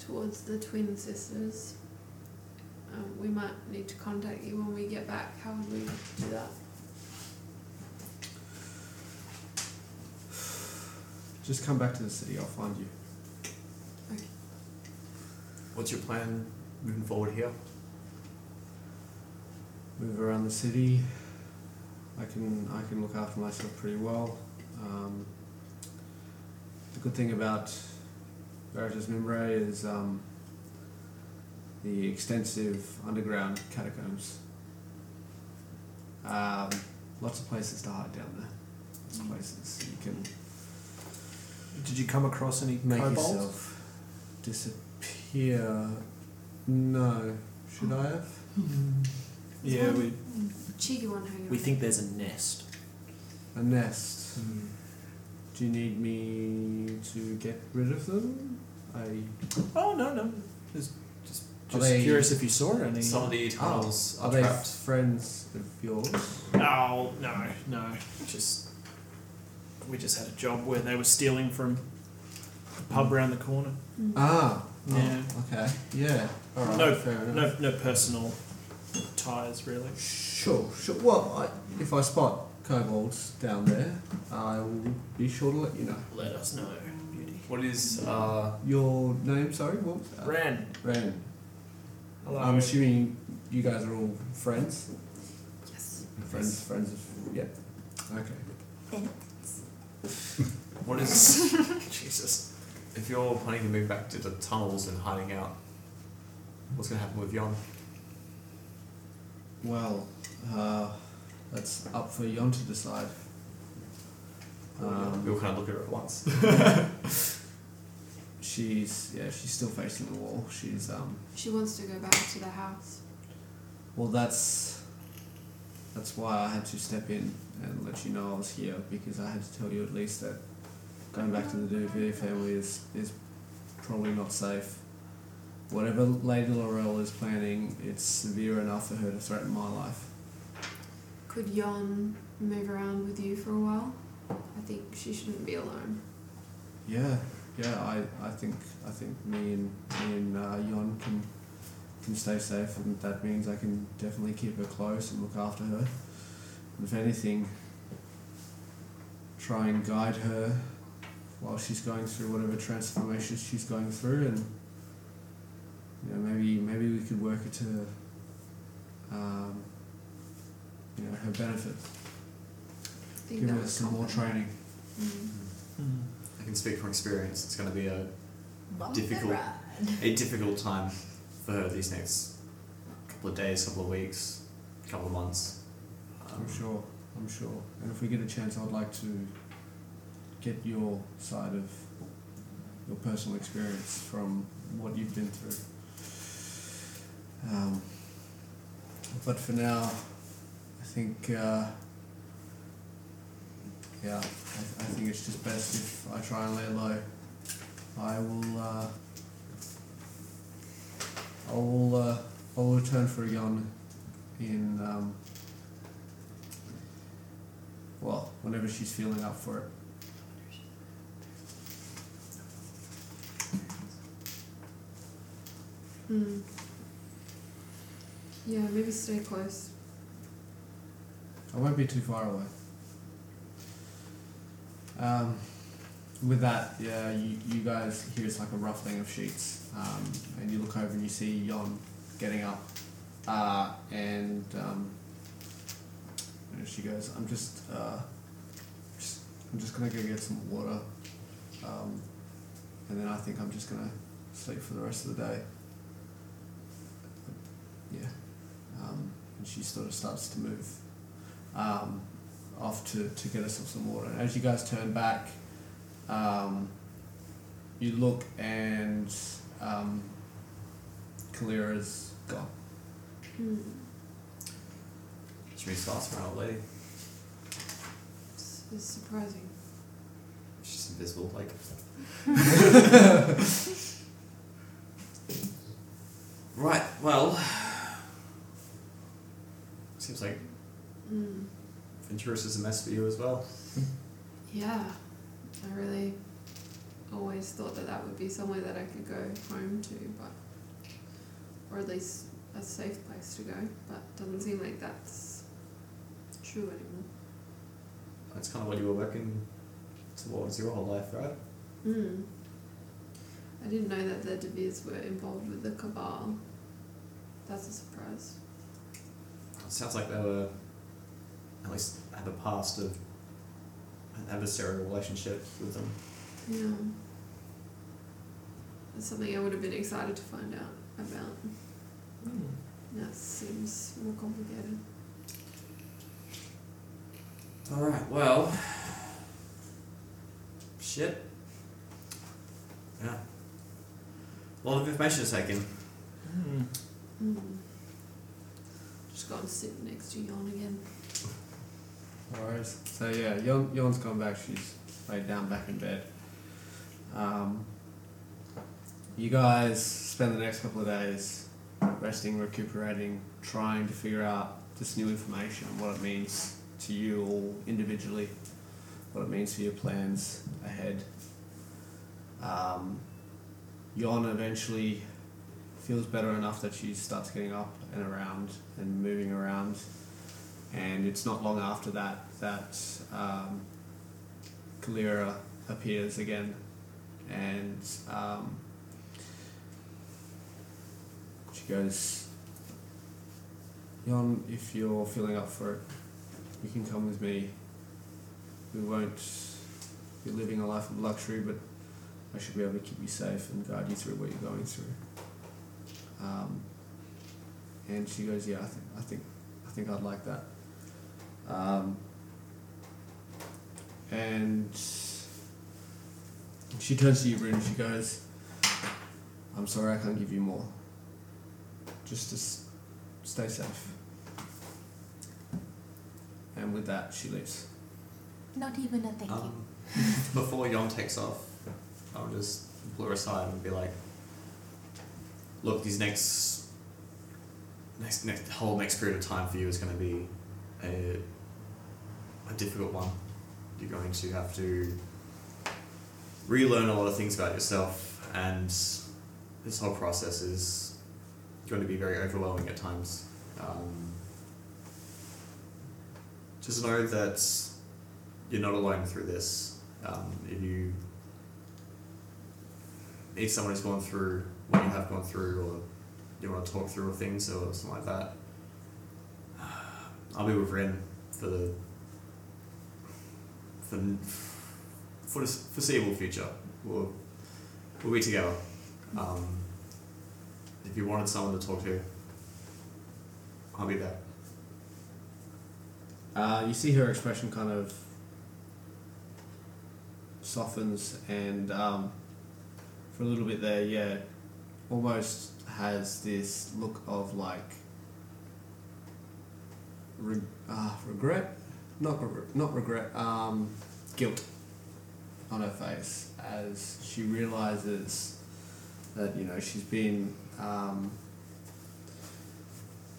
[SPEAKER 5] towards the Twin Sisters. Um, we might need to contact you when we get back. How would we do that?
[SPEAKER 4] Just come back to the city, I'll find you.
[SPEAKER 3] What's your plan moving forward here?
[SPEAKER 4] move around the city. I can I can look after myself pretty well. Um, the good thing about Veritas Mimbre is um, the extensive underground catacombs. Um, lots of places to hide down there. Lots of places you can
[SPEAKER 9] Did you come across any
[SPEAKER 4] make
[SPEAKER 9] kobolds?
[SPEAKER 4] yourself disappear. No, should I have?
[SPEAKER 9] Yeah, we
[SPEAKER 5] Cheeky one hanging
[SPEAKER 9] we
[SPEAKER 5] around.
[SPEAKER 9] think there's a nest.
[SPEAKER 4] A nest. Do you need me to get rid of them? I.
[SPEAKER 9] Oh no no. Just just,
[SPEAKER 4] Are
[SPEAKER 9] just
[SPEAKER 4] they-
[SPEAKER 9] curious if you saw any.
[SPEAKER 3] Some of the tunnels
[SPEAKER 4] Oh,
[SPEAKER 3] are
[SPEAKER 4] are they
[SPEAKER 3] trapped.
[SPEAKER 4] friends of yours?
[SPEAKER 9] Oh no no. Just we just had a job where they were stealing from a pub around the corner.
[SPEAKER 4] Ah. oh,
[SPEAKER 9] Yeah.
[SPEAKER 4] okay. Yeah. All right.
[SPEAKER 9] no,
[SPEAKER 4] fair enough.
[SPEAKER 9] no, no personal ties really.
[SPEAKER 4] Sure. Sure. Well, I, if I spot kobolds down there, I will be sure to let you know.
[SPEAKER 9] Let us know, beauty.
[SPEAKER 3] What is uh,
[SPEAKER 4] Your name? Sorry. What was that?
[SPEAKER 9] Ren.
[SPEAKER 4] Ren.
[SPEAKER 9] Hello.
[SPEAKER 4] I'm assuming you guys are all friends.
[SPEAKER 5] Yes.
[SPEAKER 4] Friends. Friends. Of, yeah. Okay.
[SPEAKER 3] what is Jesus? If you're planning to move back to the tunnels and hiding out, what's going to happen with Yon?
[SPEAKER 4] Well, uh, that's up for Yon to decide.
[SPEAKER 3] we
[SPEAKER 4] Um,
[SPEAKER 9] Oh,
[SPEAKER 3] all kind of look at her at once.
[SPEAKER 4] she's yeah, she's still facing the wall. She's um,
[SPEAKER 5] She wants to go back to the house.
[SPEAKER 4] well, that's that's why I had to step in and let you know I was here because I had to tell you at least that going back to the Duvier family is is probably not safe. Whatever Lady Laurel is planning, it's severe enough for her to threaten my life.
[SPEAKER 5] Could Yon move around with you for a while? I think she shouldn't be alone.
[SPEAKER 4] Yeah, yeah. I, I think I think me and me and uh, Yon can can stay safe, and that means I can definitely keep her close and look after her. And if anything, try and guide her while she's going through whatever transformation she's going through, and you know maybe maybe we could work it to um, you know her benefit.
[SPEAKER 5] I think
[SPEAKER 4] Give
[SPEAKER 5] that
[SPEAKER 4] her
[SPEAKER 5] would
[SPEAKER 4] some more
[SPEAKER 5] complement.
[SPEAKER 4] training.
[SPEAKER 5] Mm.
[SPEAKER 3] I can speak from experience. It's going to be a
[SPEAKER 6] Bump the
[SPEAKER 3] difficult,
[SPEAKER 6] ride.
[SPEAKER 3] a difficult time for her these next couple of days, couple of weeks, couple of months. Um,
[SPEAKER 4] I'm sure. I'm sure. And if we get a chance, I'd like to get your side of your personal experience from what you've been through. Um, but for now, I think. Uh, yeah, I, I think it's just best if I try and lay low. I will. Uh, I will. Uh, I will return for a gun in. Um, well, whenever she's feeling up for it.
[SPEAKER 5] Mm. Yeah, maybe stay close.
[SPEAKER 4] I won't be too far away. Um, with that, yeah, you, you guys hear it's like a ruffling of sheets, um, and you look over and you see Yon getting up, uh, and um, and she goes, "I'm just, uh, just, I'm just gonna go get some water, um, and then I think I'm just gonna sleep for the rest of the day." Yeah, um, and she sort of starts to move um, off to, to get herself some water. And as you guys turn back, um, you look and um, Kalira's gone.
[SPEAKER 5] Hmm.
[SPEAKER 3] Should we start from our lady?
[SPEAKER 5] It's, it's surprising.
[SPEAKER 3] She's invisible, like. right, well. Seems like
[SPEAKER 5] Mm.
[SPEAKER 3] Venturus is a mess for you as well.
[SPEAKER 5] Yeah, I really always thought that that would be somewhere that I could go home to, but or at least a safe place to go. But doesn't seem like that's true anymore.
[SPEAKER 3] That's kind of what you were working towards your whole life, right?
[SPEAKER 5] Mm. I didn't know that the De Beers were involved with the cabal. That's a surprise.
[SPEAKER 3] It sounds like they were, at least had a past of an adversarial relationship with them.
[SPEAKER 5] Yeah. That's something I would have been excited to find out about. That seems more complicated.
[SPEAKER 3] Alright, well. Shit. Yeah. A lot of information is taken.
[SPEAKER 5] Mm. Just gotta sit next to Yon again.
[SPEAKER 4] Whereas, so yeah, Yon, Yon's gone back. She's laid down back in bed. Um, you guys spend the next couple of days resting, recuperating, trying to figure out this new information, what it means to you all individually, what it means for your plans ahead. Um, Yon eventually feels better enough that she starts getting up and around and moving around. And it's not long after that that um, Kalira appears again. And um, she goes, Yon, if you're feeling up for it, you can come with me. We won't be living a life of luxury, but I should be able to keep you safe and guide you through what you're going through. Um, and she goes, "Yeah, I think, I think, I think I'd like that." Um, and she turns to you, Bryn, and she goes, "I'm sorry, I can't give you more. Just to s- stay safe." And with that, she leaves.
[SPEAKER 8] Not even a thank you.
[SPEAKER 3] Um, before Yon takes off, I'll just pull her aside and be like, "Look, these next, next, next whole next period of time for you is going to be a, a difficult one. You're going to have to relearn a lot of things about yourself, and this whole process is going to be very overwhelming at times. Um, just know that you're not alone through this. Um, if you need someone who's gone through what you have gone through, or you want to talk through things, or something like that, I'll be with Ren for the for, the- for the foreseeable future. We'll, we'll be together. Um, if you wanted someone to talk to, I'll be there.
[SPEAKER 4] Uh, you see her expression kind of softens, and um, for a little bit there, yeah, almost has this look of like re- uh, regret, not re- not regret, um, guilt on her face as she realizes that you know she's been. Um,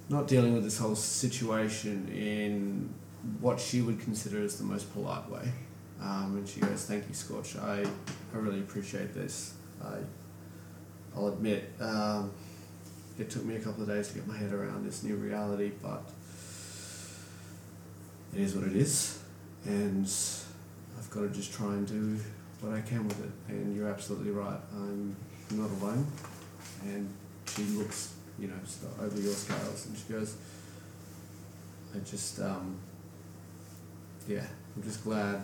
[SPEAKER 4] not dealing with this whole situation in what she would consider as the most polite way. Um, and she goes, "Thank you, Scorch. I, I really appreciate this. I, I'll admit, um, it took me a couple of days to get my head around this new reality, but it is what it is, and I've got to just try and do what I can with it. And you're absolutely right. I'm not alone." And she looks, you know, sort of over your scales, and she goes, "I just, um, yeah, I'm just glad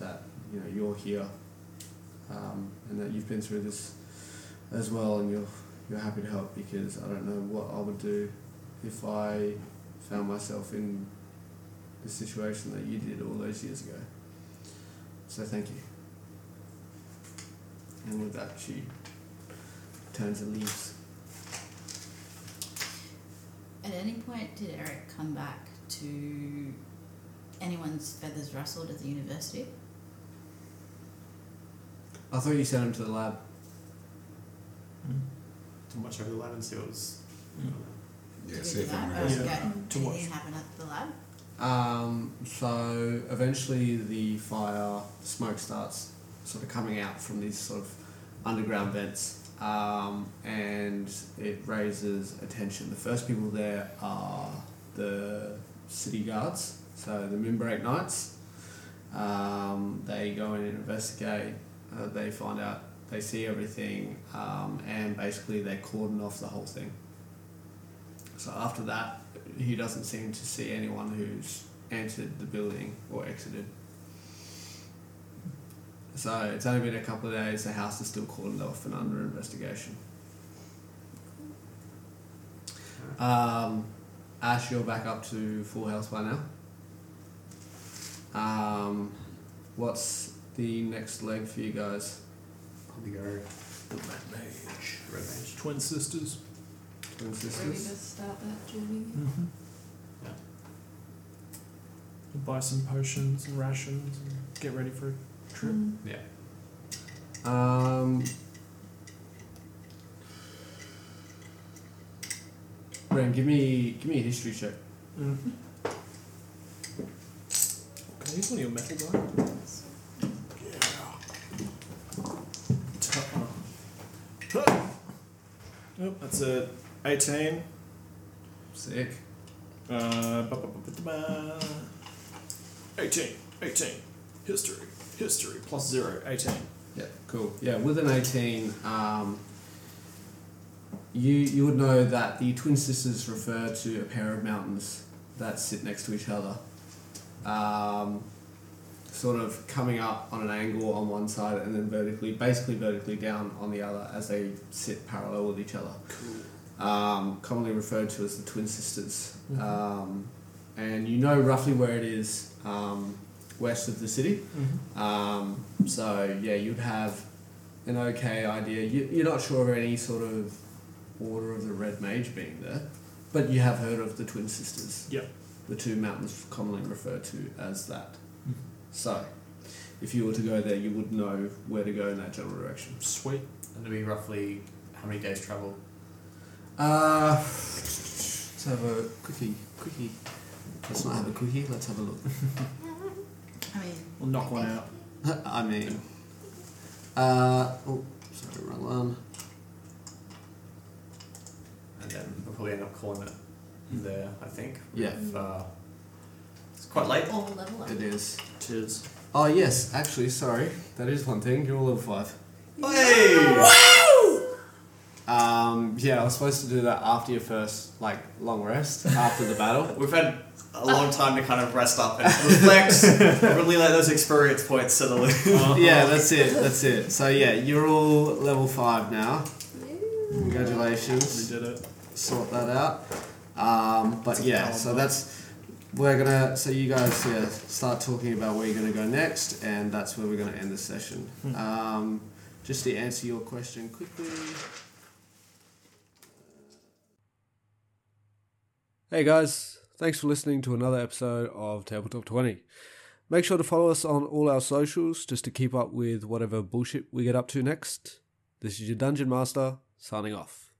[SPEAKER 4] that you know you're here, um, and that you've been through this as well, and you're you're happy to help because I don't know what I would do if I found myself in the situation that you did all those years ago. So thank you." And with that, she
[SPEAKER 25] turns the leaves.
[SPEAKER 6] At any point, did Eric come back to anyone's feathers rustled at the university?
[SPEAKER 4] I thought you sent him to the lab.
[SPEAKER 3] To watch over the lab and see what was.
[SPEAKER 6] Did we do that? Or did anything happen at the lab?
[SPEAKER 4] Um, so eventually the fire smoke starts sort of coming out from these sort of underground vents um, and it raises attention. The first people there are the city guards, so the Moonbreak Knights. Um, they go in and investigate, uh, they find out, they see everything, um, and basically they cordon off the whole thing. So after that, he doesn't seem to see anyone who's entered the building or exited. So it's only been a couple of days. The house is still cordoned off and under investigation. Um, Ash, you're back up to full health by now. Um, what's the next leg for you guys?
[SPEAKER 3] On the go.
[SPEAKER 4] The Red Mage.
[SPEAKER 3] Red Mage.
[SPEAKER 9] Twin sisters.
[SPEAKER 4] Twin
[SPEAKER 5] Ready to
[SPEAKER 4] sisters.
[SPEAKER 5] start that journey?
[SPEAKER 9] Mm-hmm. Buy some potions and rations and get ready for a trip.
[SPEAKER 5] Hmm.
[SPEAKER 3] Yeah.
[SPEAKER 4] Um, Ren, give me give me a history check.
[SPEAKER 9] Mm. Can I use one of your metal die? Yeah. Yep, that's a 18.
[SPEAKER 4] Sick.
[SPEAKER 9] Uh, ba- ba- ba- ba- ba- 18. 18. History. History. Plus 0. 18.
[SPEAKER 4] Yeah, cool. Yeah, with an 18, um, you, you would know that the twin sisters refer to a pair of mountains that sit next to each other, um, sort of coming up on an angle on one side and then vertically, basically vertically down on the other as they sit parallel with each other. Cool. Um, commonly referred to as the twin sisters.
[SPEAKER 9] Mhm.
[SPEAKER 4] Um, and you know roughly where it is um, west of the city. Um, so yeah, you'd have an okay idea. You, you're not sure of any sort of order of the Red Mage being there, but you have heard of the Twin Sisters.
[SPEAKER 9] Yep.
[SPEAKER 4] The two mountains commonly referred to as that. So, if you were to go there, you would know where to go in that general direction.
[SPEAKER 9] Sweet.
[SPEAKER 3] And it'll be roughly how many days travel?
[SPEAKER 4] Uh, let's have a quickie, quickie. Let's not have a quickie. Let's have a look.
[SPEAKER 6] I mean,
[SPEAKER 9] We'll knock one out.
[SPEAKER 4] I mean, uh, oh, sorry, wrong one.
[SPEAKER 3] And then we'll probably end up calling it there, I think.
[SPEAKER 4] Yeah.
[SPEAKER 3] If, uh, it's quite late.
[SPEAKER 6] All level up.
[SPEAKER 4] It is.
[SPEAKER 9] Cheers.
[SPEAKER 4] Oh yes, actually, sorry. That is one thing. You're all level five.
[SPEAKER 23] Um, yeah, I was supposed to do that after your first like long rest after the battle.
[SPEAKER 3] We've had a long time to kind of rest up and reflect, really let those experience points settle in.
[SPEAKER 23] yeah, that's it. That's it. So yeah, you're all level five now. Congratulations.
[SPEAKER 9] We did it.
[SPEAKER 23] Sort that out. Um, but
[SPEAKER 4] It's a
[SPEAKER 23] yeah,
[SPEAKER 4] power
[SPEAKER 23] so
[SPEAKER 4] block.
[SPEAKER 23] that's we're gonna. So you guys yeah start talking about where you're gonna go next, and that's where we're gonna end the session.
[SPEAKER 4] Hmm.
[SPEAKER 23] Um, just to answer your question quickly.
[SPEAKER 2] Hey guys, thanks for listening to another episode of Tabletop 20. Make sure to follow us on all our socials just to keep up with whatever bullshit we get up to next. This is your Dungeon Master, signing off.